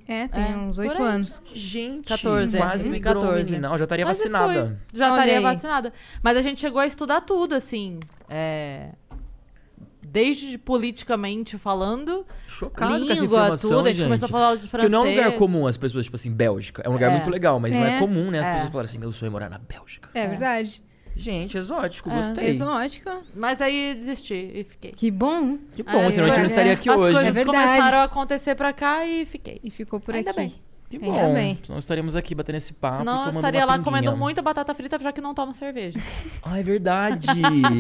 B: É, tem
A: É,
B: uns
A: por
B: oito
A: aí.
B: anos.
C: Gente,
A: 14, é,
C: quase me
A: 2014.
C: Não, já estaria
A: Mas e
C: vacinada.
A: foi. Já
B: Olha
A: estaria
B: aí.
A: vacinada. Mas a gente chegou a estudar tudo, assim. É... Desde politicamente falando,
C: Chocado com essa
A: língua,
C: informação,
A: tudo. A gente
C: gente.
A: começou a falar aula de
C: Porque
A: francês.
C: não é um lugar comum as pessoas, tipo assim, Bélgica. É um lugar
A: É.
C: muito legal, mas não
B: É.
C: é comum, né? As
A: É.
C: pessoas falarem assim, meu sonho é morar na Bélgica.
B: É verdade.
C: Gente, exótico,
A: É.
C: gostei.
B: Exótico.
A: Mas aí desisti e fiquei.
B: Que bom.
C: Que bom,
A: É,
C: senão a gente
B: é.
C: não estaria aqui
A: As
C: hoje.
B: É
A: coisas
B: verdade.
A: começaram a acontecer pra cá e fiquei.
B: E ficou por
A: Ainda
B: aqui.
A: bem.
C: Que
B: Ainda
C: bom.
B: bem.
C: Senão estaríamos aqui batendo esse papo. e
A: Senão eu
C: tomando
A: estaria
C: uma
A: lá
C: pinguinha.
A: comendo muita batata frita, já que não tomo cerveja.
C: Ah,
A: [LAUGHS]
C: é verdade.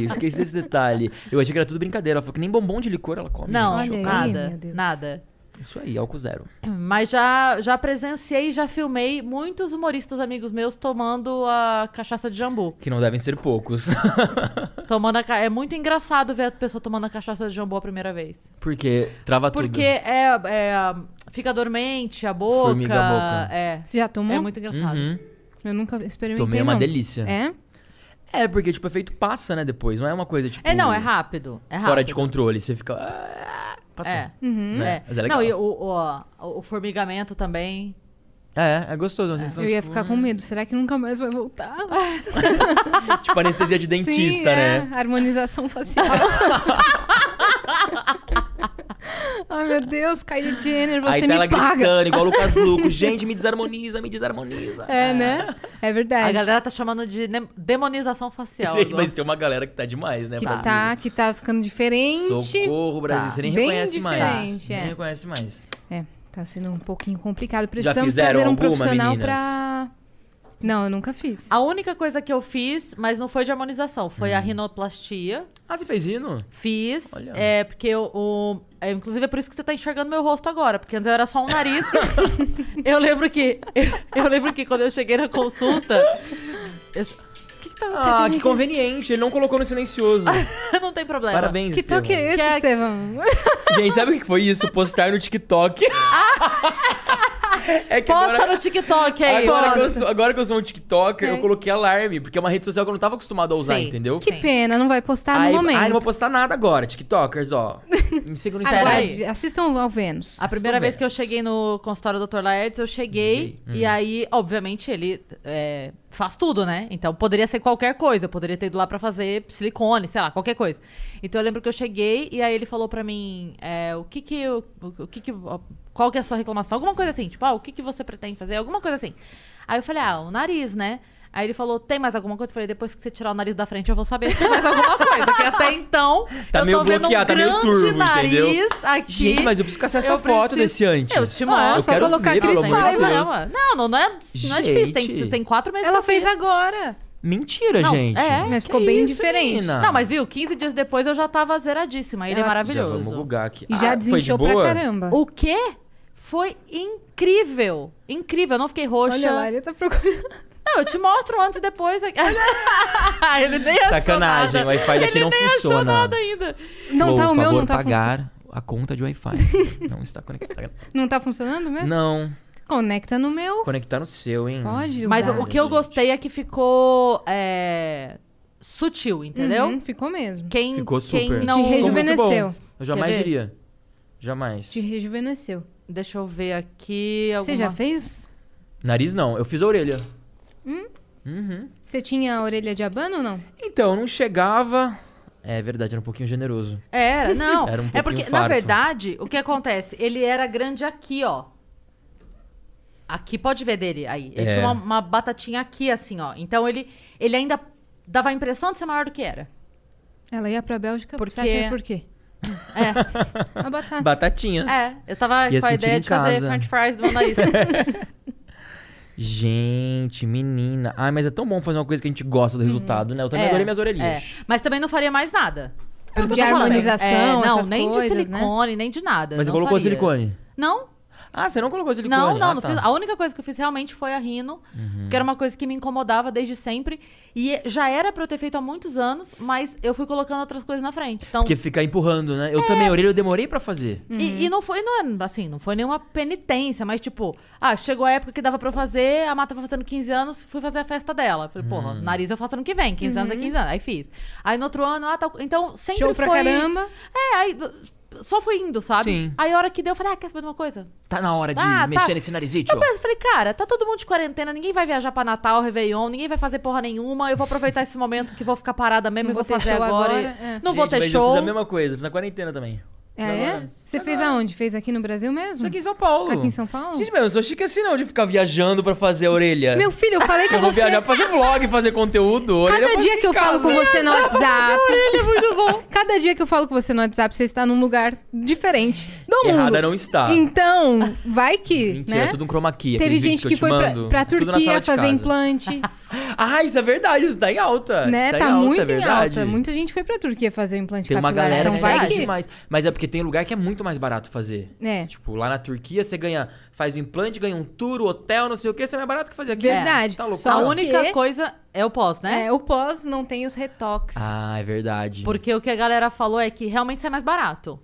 C: Esqueci desse detalhe. Eu achei que era tudo brincadeira. Ela falou que nem bombom de licor ela come.
A: Não,
B: Olha aí,
A: nada,
B: meu Deus.
A: nada.
C: Isso aí, álcool zero.
A: Mas já, já presenciei, já filmei muitos humoristas amigos meus tomando a cachaça de jambu.
C: Que não devem ser poucos. [LAUGHS]
A: Tomando a ca- É muito engraçado ver a pessoa tomando a cachaça de jambu a primeira vez.
C: Porque trava
A: Porque
C: tudo.
A: é, é- fica dormente a boca.
C: Formiga a boca.
A: É.
B: Você já tomou?
A: É muito engraçado.
C: Uhum.
B: Eu nunca experimentei.
C: Tomei uma
B: não.
C: delícia.
B: É?
C: É, porque, tipo, o efeito passa, né, depois. Não é uma coisa, tipo...
A: É, não, é rápido. É rápido.
C: Fora de controle. Você fica... "Ah, Passou.
A: É.
C: Né?
A: É.
C: Mas é legal.
A: Não, e o, o, o formigamento também.
C: É, é gostoso. uma sensação,
B: Eu ia
C: tipo,
B: ficar com medo. Será que nunca mais vai voltar?
C: Tipo anestesia de [LAUGHS] dentista,
B: [LAUGHS] Sim, é.
C: né?
B: Harmonização [LAUGHS] facial. Ai, meu Deus, Kylie Jenner, você
C: Aí tá
B: me
C: ela
B: paga.
C: gritando, igual o
B: [LAUGHS]
C: Lucas Luco. Gente, me desarmoniza, me desarmoniza.
B: É, né? É verdade.
A: A galera tá chamando de ne- demonização facial.
C: [LAUGHS] Gente,
A: agora.
C: Mas tem uma galera que tá demais, né?
B: que
C: Brasil?
B: tá, que tá ficando diferente.
C: Socorro, Brasil.
A: Tá.
C: Você nem
B: Bem
C: reconhece mais.
B: diferente, é.
C: Nem reconhece mais.
B: É, tá sendo um pouquinho complicado. Precisamos
C: fizeram
B: trazer um
C: alguma,
B: profissional
C: meninas?
B: pra. Não, eu nunca fiz.
A: A única coisa que eu fiz, mas não foi de harmonização, foi a rinoplastia.
C: Ah, você fez rino?
A: Fiz.
C: Hum. Olha.
A: É, porque eu. o- é, inclusive, é por isso que você tá enxergando meu rosto agora, porque antes eu era só um
C: [LAUGHS]
A: nariz. eu lembro que. Eu, eu lembro que quando eu cheguei na consulta. [LAUGHS] eu- o que, que tá
C: Ah, que conveniente. Ele não colocou no
B: [LAUGHS]
C: silencioso.
A: Não tem problema.
C: Parabéns,
B: Que
C: Estevam.
B: toque é esse,
A: Que é-
B: Estevam?
C: Gente, sabe o que foi isso? Postar no [LAUGHS] TikTok. é que
A: Posta
C: agora...
A: no TikTok aí,
C: Agora que, eu
A: posta.
C: sou, agora que eu sou um TikToker,
B: É.
C: eu coloquei alarme, porque é uma rede social que eu não tava acostumado a usar,
A: Sim.
C: entendeu?
B: [LAUGHS] Que
A: Sim.
B: pena, não vai postar
C: Ai,
B: no momento. é
C: ai, não vou postar nada agora,
B: [LAUGHS]
C: TikTokers, ó. Me sigam no
A: Agora-
C: Instagram.
A: Peraí.
B: Aguarde, assistam ao Vênus.
A: A primeira
C: Estou
A: vez
C: velho.
A: que eu cheguei no consultório do Dr. Laertes, eu cheguei
C: Desliguei.
A: e aí, obviamente, ele é, faz tudo, né? Então poderia ser qualquer coisa, eu poderia ter ido lá pra fazer silicone, sei lá, qualquer coisa. Então eu lembro que eu cheguei e aí ele falou pra mim, é, o que que eu, o, o que que ó, qual que é a sua reclamação? Alguma coisa assim, tipo, ah, o que que você pretende fazer? Alguma coisa assim. Aí eu falei, ah, o nariz, né? Aí ele falou, tem mais alguma coisa? Eu falei, depois que você tirar o nariz da frente, eu vou saber se tem mais alguma coisa. Porque até então,
C: Tá
A: eu
C: meio
A: tô vendo um
C: bloqueado, tá meio
A: grande
C: turvo, entendeu?
A: nariz aqui.
C: Gente, mas eu preciso caçar essa
A: Eu
C: foto
A: preciso-
C: desse antes.
A: Eu te
B: Ó, é
A: mostro.
B: só
C: quero
B: colocar
C: ver,
B: Cris
C: pelo amor de
B: Paiva.
C: Deus.
A: Não, não, não é, não é difícil. Tem,
C: Gente.
A: tem quatro meses
B: Ela
A: que eu
B: fez
A: fiz.
B: agora.
C: Mentira,
A: Não,
C: gente.
A: é.
B: Mas
C: Que
B: ficou bem
C: isso,
B: diferente.
C: menina?
A: Não, mas viu, 15 dias depois eu já tava zeradíssima. Ele
B: Ela-
A: é
C: Já vamos
A: maravilhoso.
C: bugar aqui.
B: E já
C: Ah, foi de
B: desinchou pra
C: boa?
B: caramba.
A: O quê? Foi incrível. Incrível, eu não fiquei roxa.
B: Olha lá, ele tá procurando.
A: Não, eu te mostro antes e depois. [LAUGHS] Ah, ele nem achou
C: Sacanagem,
A: nada.
C: o Wi-Fi daqui
A: Ele
C: não
A: nem
C: funciona.
A: achou nada ainda.
B: Não
C: Por
B: tá o meu,
C: favor,
B: não tá funcionando. [LAUGHS]
C: pagar a conta de Wi-Fi. não está conectada.
B: Não Hum. tá funcionando mesmo?
C: Não.
B: Conecta no meu.
C: Conectar no seu, hein?
B: Pode
A: Mas
B: usar.
A: o que eu gostei é que ficou é, sutil, entendeu?
B: Uhum, ficou mesmo.
A: Quem,
C: Ficou super.
A: Quem
C: Te
A: não...
B: Te rejuvenesceu.
C: Eu jamais
A: Quer ver?
C: diria. Jamais.
B: Te rejuvenesceu.
A: Deixa eu ver aqui alguma...
B: Você já fez?
C: Nariz não, eu fiz a orelha.
A: Hum?
C: Uhum.
B: Você tinha a orelha de abano ou não?
C: Então, não chegava. É verdade, era um pouquinho generoso.
A: Era, não.
C: Era um
A: é porque,
C: pouquinho
A: na
C: farto.
A: verdade, o que acontece? Ele era grande aqui, ó. Aqui, pode ver dele aí. Ele
C: É.
A: tinha uma, uma batatinha aqui, assim, ó. Então ele, ele ainda dava a impressão de ser maior do que era.
B: Ela ia pra Bélgica
A: Porque-
B: Você acha por [LAUGHS] quê?
A: É,
B: A batata.
C: Batatinhas.
A: é. Eu tava
C: Ia
A: com a
C: sentir
A: ideia
C: em
A: de fazer
C: casa.
A: french fries do
C: [LAUGHS]
A: meu nariz.
C: Gente, menina. Ai, mas é tão bom fazer uma coisa que a gente gosta do resultado, né? Eu também
A: É,
C: adorei minhas
A: É,
C: orelhinhas.
A: mas também não faria mais nada. Pelo que
B: De
A: eu tô falando.
B: harmonização,
A: É, não,
B: essas
A: nem
B: coisas,
A: de
B: né?
A: silicone, nem de nada.
C: Mas você
A: não
C: colocou
A: faria.
C: silicone?
A: Não,
C: Ah, você não colocou silicone?
A: Não, não,
C: Ah,
A: não
C: tá. Uhum.
A: fiz. A única coisa que eu fiz realmente foi a rino, que era uma coisa que me incomodava desde sempre. E já era pra eu ter feito há muitos anos, mas eu fui colocando outras coisas na frente. Então,
C: Porque fica empurrando, né? Eu
A: É.
C: também, a orelha eu demorei pra fazer.
B: Uhum.
A: e, e não foi, não, é, assim, não foi nenhuma penitência, mas tipo, ah, chegou a época que dava pra eu fazer, a Mata tava fazendo 15 anos, fui fazer a festa dela. Falei,
C: Hum.
A: porra, nariz eu faço ano que vem, 15 anos é 15 anos. Aí fiz. Aí no outro ano, ah, tal. Então, sempre
B: Uhum. Show pra
A: foi.
B: caramba.
A: É, aí. Só fui indo, sabe?
C: Sim.
A: Aí a hora que deu, eu falei, ah, quer saber de uma coisa?
C: Tá na hora de
A: Ah, tá.
C: mexer nesse narizinho.
A: Eu penso, falei, cara, tá todo mundo de quarentena, ninguém vai viajar pra Natal, Réveillon, ninguém vai fazer porra nenhuma. Eu vou aproveitar esse momento que vou ficar parada mesmo
B: Não
A: e
B: vou
A: vou,
B: ter
A: fazer
B: show
A: agora. e-
B: agora, é.
A: Não vou ter
C: mas
A: show.
C: Eu fiz a mesma coisa, fiz na quarentena também.
B: É, é?
C: Agora.
B: Você fez aonde? Fez aqui no Brasil mesmo?
C: Isso aqui em São Paulo.
B: Tá Aqui em São Paulo?
C: Gente, mas eu não sou chique assim não de ficar viajando pra fazer a orelha.
B: Meu filho, eu falei com
C: eu vou
B: você. tá
C: viajar pra fazer vlog, fazer conteúdo. a orelha
B: Cada
C: eu
B: dia
C: faço
B: que eu
C: em casa.
B: falo com você no WhatsApp.
C: é
A: muito bom.
B: [LAUGHS] Cada dia que eu falo com você no WhatsApp, você está num lugar diferente do
C: Errada
B: mundo.
C: não está.
B: Então, vai que,
C: Mentira,
B: né?
C: é tudo um chroma key.
B: Teve
C: aqueles
B: gente
C: vídeos
B: que,
C: eu te
B: foi pra,
C: mando.
B: pra
C: É tudo na
B: Turquia
C: sala de
B: fazer
C: casa.
B: implante,
C: Ah, [LAUGHS] isso é verdade, isso tá em alta.
B: né?
C: Isso tá,
B: Tá
C: em alta,
B: muito
C: é
B: em
C: verdade.
B: alta. Muita gente foi pra Turquia fazer implante
C: Tem uma
B: capilar.
C: galera
B: então
C: que
B: vai
C: faz
B: que...
C: demais. Mas é porque tem lugar que é muito mais barato fazer.
B: É,
C: Tipo, lá na Turquia você ganha, faz o implante, ganha um tour, hotel, não sei o que, isso é mais barato que fazer aqui.
B: Verdade.
C: Tá louco.
B: Só
A: A
B: Porque-
A: única coisa é o pós, né?
B: é, o pós não tem os retoques.
C: Ah, é verdade.
A: Porque o que a galera falou é que realmente sai mais barato.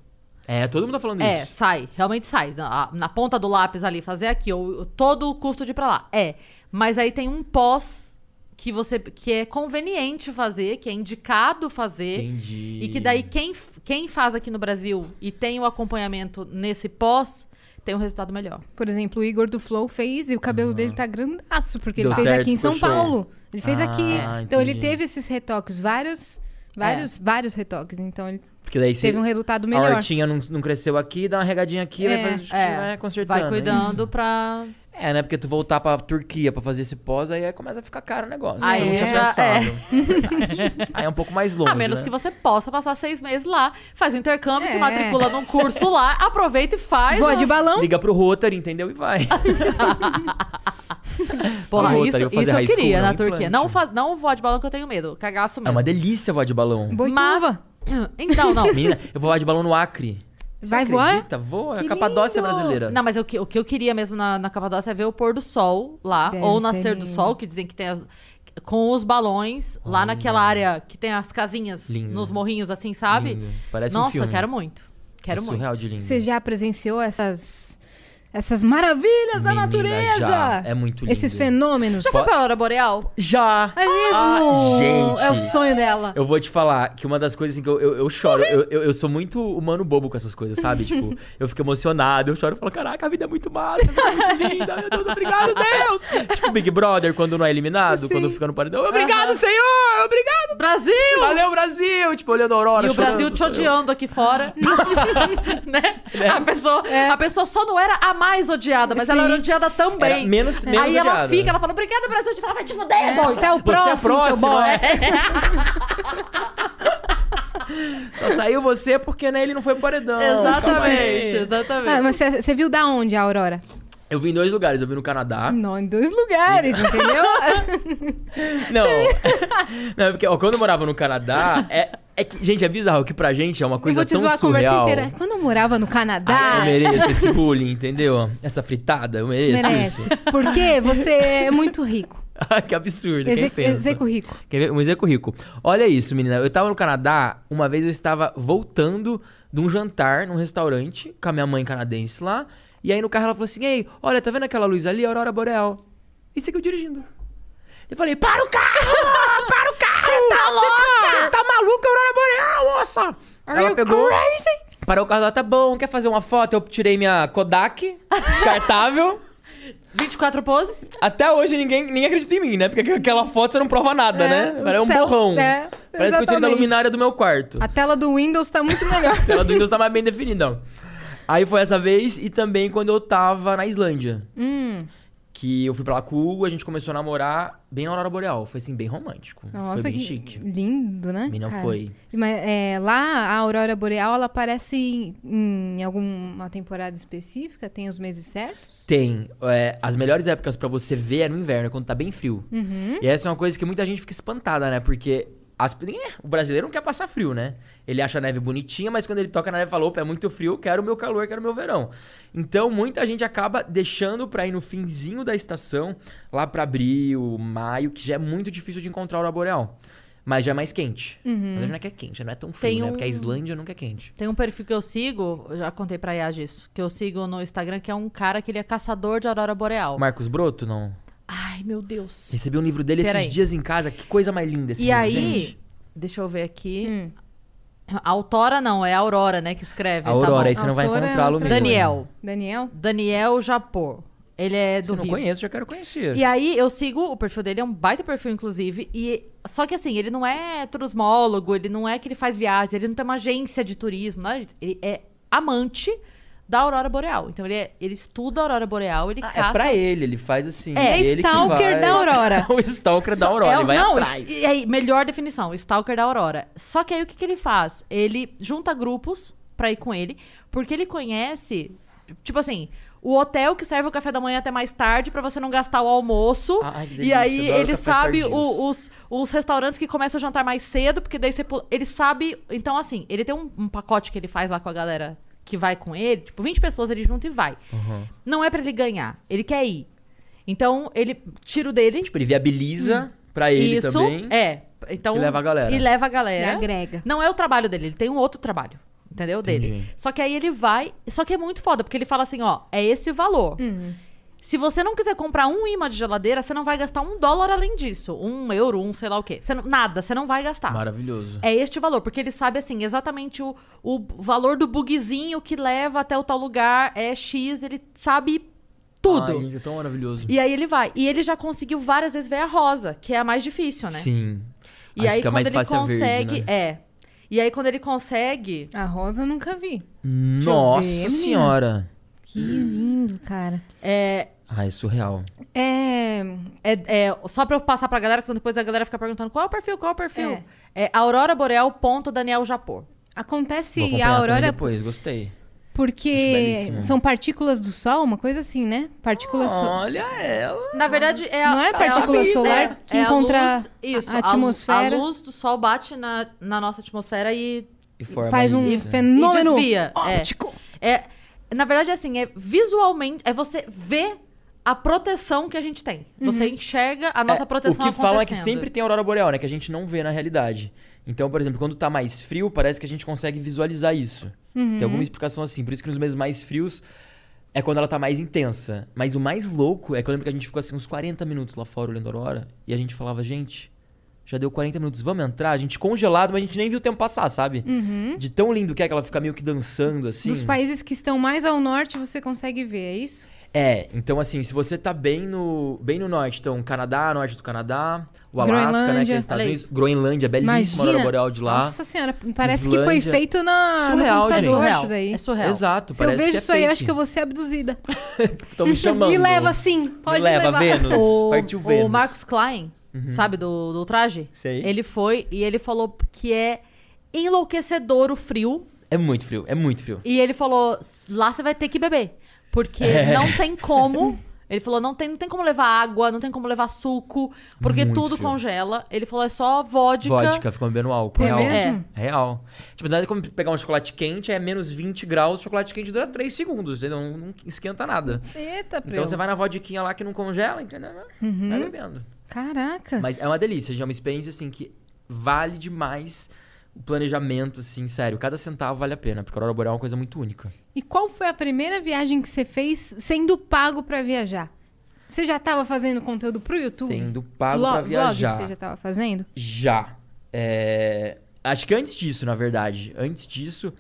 C: É, todo mundo tá falando
A: É,
C: isso.
A: sai, realmente sai. Na, a- na ponta do lápis ali, fazer aqui, ou todo o custo de ir pra lá. É. Mas aí tem um pós que você que é conveniente fazer, que é indicado fazer.
C: Entendi.
A: E que daí quem, f- quem faz aqui no Brasil e tem o acompanhamento nesse pós, tem um resultado melhor.
B: Por exemplo, o Igor do Flow fez e o cabelo dele tá grandaço, porque
C: Deu
B: ele fez
C: certo,
B: aqui em São
C: ficou show.
B: Paulo. Ele fez
C: Ah,
B: aqui. Então ele
C: entendi.
B: teve esses retoques, vários, vários, vários retoques. Então ele
C: Porque daí você-
B: teve um resultado
C: A
B: melhor.
C: hortinha não, não cresceu aqui, dá uma regadinha aqui,
B: É,
C: vai fazer xixi,
A: é.
C: vai consertando.
A: Vai
C: é isso.
A: cuidando pra.
C: É, né? Porque tu voltar pra Turquia pra fazer esse pós, aí, aí começa a ficar caro o negócio.
A: Aí
C: eu não tinha
A: já-
C: pensado.
A: é.
C: Verdade. aí é um pouco mais longe,
A: a menos
C: né?
A: que você possa passar seis meses lá, faz o intercâmbio,
B: É.
A: se matricula num curso
B: [LAUGHS]
A: lá, aproveita e faz.
B: Voa de balão.
C: Liga pro Rotary, entendeu? E vai.
A: Porra,
C: Vou, tá,
A: isso,
C: eu vou
A: isso
C: fazer
A: eu
C: high school,
A: queria
C: não
A: na
C: implante.
A: Turquia. Não, faz, não voa de balão que eu tenho medo. Cagaço
C: É
A: mesmo.
C: uma delícia voar de balão.
B: Boituva.
A: Então,
C: [LAUGHS]
A: não.
C: Menina, eu vou voar de balão no Acre. Você
B: Vai voar?
C: acredita? Voa, é
B: Que
C: a Capadócia
B: lindo!
C: brasileira.
A: Não, mas eu que- o que eu queria mesmo na, na Capadócia é ver o pôr do sol lá,
B: Deve
A: ou o
B: ser
A: nascer do
B: lindo.
A: sol, que dizem que tem as, com os balões lá naquela área que tem as casinhas
C: Lindo.
A: nos morrinhos assim, sabe?
C: Lindo. Parece um
A: Nossa,
C: filme.
A: quero muito. Quero
C: é
A: muito.
C: surreal de lindo.
B: Você já presenciou essas, essas maravilhas é da
C: Menina,
B: natureza?
C: já. É muito lindo.
B: Esses fenômenos.
A: Já foi pra Aurora é Boreal?
C: Já!
B: É mesmo?
C: Ah, gente.
B: É o sonho dela.
C: Eu vou te falar que uma das coisas assim, que eu, eu, eu choro, eu, eu, eu sou muito humano bobo com essas coisas, sabe?
A: [LAUGHS]
C: Tipo, eu fico emocionado, eu choro e falo, caraca, a vida é muito massa, a vida é muito linda, meu Deus, obrigado, Deus! Tipo Big Brother, quando não é eliminado, quando fica no paredão, obrigado, Senhor, obrigado,
A: Brasil!
C: valeu, Brasil! Tipo, olhando a Aurora,
A: E o
C: chorando,
A: Brasil te
C: chorando. é
A: odiando aqui
C: [LAUGHS]
A: fora. [LAUGHS] né? A, pessoa, a pessoa só não era a mais odiada, mas ela
B: É. Sim.
A: era odiada também.
C: Era É, menos- menos
A: Aí ela
C: odiada. né?
A: fica, ela fala, obrigada, Brasil, te fala, vai te fuder,
B: É,
A: doido."
B: você é o
C: Você é a
B: próximo, seu
C: próxima,
B: boy.
C: [LAUGHS] Só saiu você porque, né, ele não foi pro paredão. calma aí.
A: Exatamente, exatamente.
B: Ah, [LAUGHS] mas você você viu da onde a Aurora?
C: Eu vi em dois lugares, eu vi no Canadá.
B: Não, em dois
C: [LAUGHS]
B: lugares, entendeu?
C: Não. [LAUGHS] não, é porque ó, quando eu morava no Canadá, é, é que, gente, é bizarro que pra gente é uma
B: Eu
C: coisa
B: vou te
C: tão
B: zoar a conversa
C: surreal. Ah,
B: inteira. Quando eu morava no Canadá,
C: Eu mereço esse bullying, entendeu? Essa fritada, eu mereço
B: merece.
C: isso. [LAUGHS]
B: Porque você é muito rico.
C: Ai, que absurdo, quem
B: Exe-
C: pensa?
B: Execo rico.
C: Quer ver? Um Ezeco rico. Olha isso, menina. Eu tava no Canadá, uma vez eu estava voltando de um jantar num restaurante com a minha mãe canadense lá. E aí no carro ela falou assim: Ei, olha, tá vendo aquela luz ali? Aurora Boreal. E seguiu dirigindo. Eu falei: Para o carro! [LAUGHS] Para o carro! Você tá louca! Tá maluca, Aurora Boreal, moça! Ela pegou. Parou o carro ela, tá bom, quer fazer uma foto? Eu tirei minha Kodak, [LAUGHS] descartável.
A: 24 poses?
C: Até hoje ninguém, ninguém acredita em mim, né? Porque aquela foto você não prova nada,
B: É,
C: né?
B: o
C: Parece um
B: céu-
C: borrão.
B: é,
C: Parece que eu tirei da
B: exatamente.
C: luminária do meu quarto.
B: A tela do Windows tá muito melhor.
C: [LAUGHS] A tela do Windows tá mais bem definida. Aí foi essa vez e também quando eu tava na Islândia.
B: Hum,
C: Que eu fui pra lá com o Hugo, a gente começou a namorar bem na Aurora Boreal. Foi assim, bem romântico.
B: nossa,
C: foi bem
B: que
C: chique.
B: lindo, né?
C: Menina
B: cara?
C: foi.
B: Mas é, lá a aurora boreal ela aparece em, em alguma temporada específica? Tem os meses certos?
C: Tem. é, as melhores épocas pra você ver é no inverno, é quando tá bem frio.
A: Uhum.
C: E essa é uma coisa que muita gente fica espantada, né? Porque as- ninguém- o brasileiro não quer passar frio, né? Ele acha a neve bonitinha, mas quando ele toca na neve, fala: opa, é muito frio, quero o meu calor, quero o meu verão. Então muita gente acaba deixando pra ir no finzinho da estação, lá pra abril, maio, que já é muito difícil de encontrar a aurora boreal. Mas já é mais quente. Na verdade, não é que é quente, já não é tão frio,
A: Uhum. Tem
C: né? Porque a
A: um-
C: Islândia nunca é quente.
A: Tem um perfil que eu sigo, eu já contei pra Yas isso, que eu sigo no Instagram, que é um cara que ele é caçador de aurora boreal.
C: Marcos Broto, não.
A: Ai, meu Deus.
C: Recebi um livro dele
A: Peraí.
C: esses dias em casa. Que coisa mais linda esse
A: E
C: livro,
A: aí,
C: gente.
A: deixa eu ver aqui.
B: Hum.
A: Autora não, é a Aurora, né, que escreve.
C: A Aurora, aí
A: tá
C: você não vai
B: Autora é
C: encontrá-lo
B: outra
A: bom.
C: mesmo.
A: Daniel.
B: Daniel?
A: Daniel Japor. Ele é
C: Se
A: do
C: eu não
A: Rio.
C: conheço, já quero conhecer.
A: E aí eu sigo o perfil dele, é um baita perfil, inclusive. E só que assim, ele não é turismólogo, ele não é que ele faz viagens, ele não tem uma agência de turismo, nada disso. Ele é amante da Aurora Boreal. Então ele, é- ele estuda a Aurora Boreal, ele
C: Ah,
A: caça.
C: é pra ele, ele faz assim.
A: É,
C: ele que
B: stalker
C: [LAUGHS] vai-
B: da Aurora.
C: o stalker da Aurora,
A: É,
C: ele vai
A: não,
C: atrás.
A: e aí, melhor definição, o Stalker da Aurora. Só que aí o que, que ele faz? Ele junta grupos pra ir com ele, porque ele conhece, tipo assim, o hotel que serve o café da manhã até mais tarde pra você não gastar o almoço.
C: Ai, que
A: e
C: delícia,
A: aí
C: adoro
A: ele
C: cafés
A: sabe
C: tardios.
A: o- os, os restaurantes que começam a jantar mais cedo, porque daí você. pu- Ele sabe. Então, assim, ele tem um, um pacote que ele faz lá com a galera que vai com ele, tipo, 20 pessoas ele junta e vai.
C: Uhum.
A: Não é pra ele ganhar, ele quer ir. Então, ele tira o dele,
C: Tipo, ele viabiliza pra ele
A: Hum. isso
C: também.
A: é. Então,
C: E leva a galera.
A: E leva a
B: E
A: galera.
B: agrega.
A: Não é o trabalho dele, ele tem um outro trabalho. Entendeu? Dele.
C: Entendi.
A: Só que aí ele vai. Só que é muito foda, porque ele fala assim: ó, é esse o valor.
B: Uhum.
A: Se você não quiser comprar um imã de geladeira, você não vai gastar um dólar além disso. Um euro, um sei lá o quê. Você não- nada, você não vai gastar.
C: Ah. Maravilhoso.
A: É este o valor, porque ele sabe, assim, exatamente o, o valor do bugzinho que leva até o tal lugar é X, ele sabe tudo.
C: Ai, é tão maravilhoso.
A: E aí ele vai. E ele já conseguiu várias vezes ver a rosa, que é a mais difícil, né?
C: Sim.
A: E
C: Acho
A: aí
C: que é
A: quando
C: mais
A: ele
C: fácil a verde,
A: consegue,
C: né?
A: é. E aí quando ele consegue,
B: A rosa eu nunca vi.
A: é-
B: eu
C: Nossa
B: ver, menina.
C: senhora.
B: Que lindo, cara.
A: é,
C: Ai, surreal.
B: É.
A: é, é- só pra eu passar pra galera, que senão depois a galera fica perguntando qual é o perfil, qual é o perfil.
B: É.
A: É, Aurora Boreal ponto Daniel Japor.
C: Vou
B: Acontece
C: acompanhar
B: a
C: também
A: é
B: aurora
C: depois, gostei. Acho
B: porque
C: belíssimo. Ah,
B: são partículas do sol, uma coisa assim, né? Partículas so-
C: Olha ela.
A: Na verdade é a,
B: Não é
A: a
B: partícula
A: luz,
B: solar
A: é-
B: que
A: é
B: encontra
A: a, luz, isso,
B: a
A: a lu-
B: atmosfera?
A: A luz do sol bate na, na nossa atmosfera e,
C: E forma
B: Faz um
C: isso.
A: e
B: fenômeno
A: desvia. É.
B: óptico.
A: É, na verdade, é assim, é visualmente, é você ver a proteção que a gente tem. Você
B: Uhum.
A: enxerga a nossa
C: É,
A: proteção
C: O que falam é que
A: acontecendo.
C: sempre tem aurora boreal, né? Que a gente não vê na realidade. Então, por exemplo, quando tá mais frio, parece que a gente consegue visualizar isso.
A: Uhum.
C: Tem alguma explicação assim. Por isso que nos meses mais frios é quando ela tá mais intensa. Mas o mais louco é que eu lembro que a gente ficou assim uns 40 minutos lá fora olhando a aurora e a gente falava, gente. Já deu 40 minutos, vamos entrar? A gente congelado, mas a gente nem viu o tempo passar, sabe?
A: Uhum.
C: De tão lindo que é que ela fica meio que dançando, assim.
B: Uhum. Dos países que estão mais ao norte, você consegue ver, é isso?
C: É, então assim, se você tá bem no, bem no norte, então Canadá, norte do Canadá, o Alasca, né, que
B: Groenlândia.
C: é os Estados
A: Olha
C: Unidos, Groenlândia, belíssima aurora boreal de lá.
B: Nossa é senhora, parece que foi
C: Islândia.
B: feito na,
C: Surreal,
B: no
A: é
B: computador
A: surreal.
B: isso daí.
A: É surreal.
C: Exato,
B: Se eu
C: parece
B: vejo
C: que é
B: isso aí, eu
C: fake.
B: acho que eu vou ser abduzida.
C: [LAUGHS] Tão me
B: [LAUGHS]
C: chamando.
B: Me leva assim, pode
C: Me leva,
B: levar.
C: Vênus.
A: O,
C: Partiu
A: o
C: Vênus. Uhum.
A: Marcos Klein, sabe, do, do traje?
C: Sei.
A: Ele foi e ele falou que é enlouquecedor o frio.
C: É muito frio, é muito frio.
A: E ele falou: lá você vai ter que beber. Porque
C: É.
A: não tem como.
C: [LAUGHS]
A: Ele falou: não tem, não tem como levar água, não tem como levar suco, porque
C: Muito
A: tudo
C: frio.
A: congela. Ele falou: é só vodka.
C: Vodka, ficam bebendo álcool.
B: É
C: real.
B: mesmo?
C: É real. Tipo, na verdade, como pegar um chocolate quente, é menos 20 graus, o chocolate quente dura 3 segundos, entendeu? Não, não esquenta nada.
B: [LAUGHS] Eita, preu.
C: Então você vai na vodquinha lá que não congela, entendeu?
B: Uhum.
C: Vai bebendo.
B: Caraca.
C: É Mas é uma delícia, gente. É uma experiência assim que vale demais planejamento, assim, sério. Cada centavo vale a pena, porque a Aurora Boreal é uma coisa muito única.
B: E qual foi a primeira viagem que você fez sendo pago pra viajar? Você já tava fazendo conteúdo pro YouTube?
C: Sendo pago
B: Vlo-
C: pra viajar.
B: Vlogs você já tava fazendo?
C: Já. É, Acho que antes disso, na verdade. Antes disso,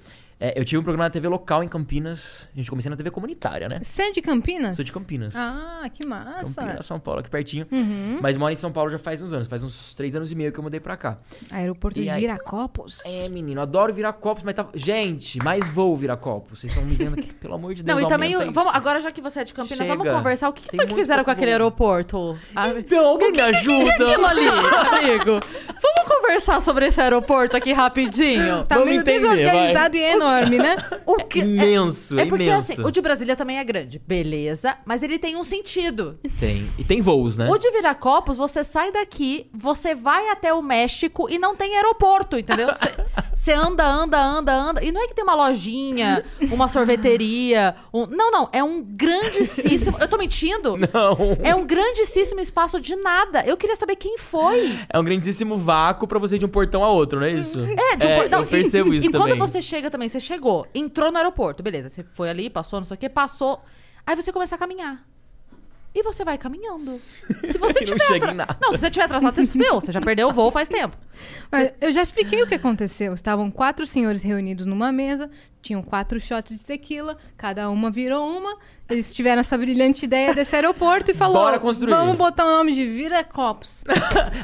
C: é, eu tive um programa na TV local em Campinas. A gente comecei na TV comunitária, né?
B: Você é de Campinas?
C: Sou de Campinas.
B: Ah, que massa.
C: Campinas, São Paulo, aqui pertinho.
B: Uhum.
C: Mas moro em São Paulo já faz uns anos. Faz uns três anos e meio que eu mudei pra cá.
B: Aeroporto
C: E
B: de
C: aí-
B: Viracopos?
C: É, menino, adoro virar copos, mas tava... Gente, mais vou virar copos. Vocês estão me vendo aqui, pelo amor de Deus.
A: Não, e também,
C: aumenta isso.
A: vamos, agora já que você é de Campinas, vamos
C: Chega.
A: conversar. O que, que
C: Tem
A: foi que
C: muito
A: fizeram com
C: pouco
A: aquele
C: voo.
A: aeroporto? Ah,
C: Então, alguém me
A: Aquilo
C: ajuda.
A: ali, amigo. Vamos conversar sobre esse aeroporto aqui rapidinho.
B: Tá
C: Vamos
B: meio
C: entender,
B: desorganizado e enorme,
C: [LAUGHS]
B: né?
A: [LAUGHS] O que... É,
C: imenso,
A: é porque
C: imenso.
A: assim, o de Brasília também é grande, beleza, mas ele tem um sentido.
C: Tem. E tem voos, né?
A: O de Viracopos, você sai daqui, você vai até o México e não tem aeroporto, entendeu? Você- Você anda, anda, anda, anda. E não é que tem uma lojinha, uma sorveteria. um- Não, não. É um grandíssimo. Eu tô mentindo?
C: [LAUGHS] Não.
A: É um grandíssimo espaço de nada. Eu queria saber quem foi.
C: É um grandíssimo vácuo pra você ir de um portão a outro, não é isso?
A: É, tipo, não,
C: eu
A: [LAUGHS]
C: percebo
A: e,
C: isso
A: e
C: também.
A: quando você chega também, você chegou, entrou no aeroporto, beleza, você foi ali, passou, não sei o que, passou. Aí você começa a caminhar. E você vai caminhando. Se
C: [LAUGHS]
A: você
C: E não
A: tiver
C: chega em nada.
A: Não, se você tiver atrasado, você fudeu, você já perdeu o voo faz tempo.
B: Mas eu já expliquei o que aconteceu. Estavam quatro senhores reunidos numa mesa, tinham quatro shots de tequila, cada uma virou uma. Eles tiveram essa brilhante ideia desse aeroporto e falou:
C: Bora construir.
B: Vamos botar o nome de
C: [LAUGHS]
B: Viracopos.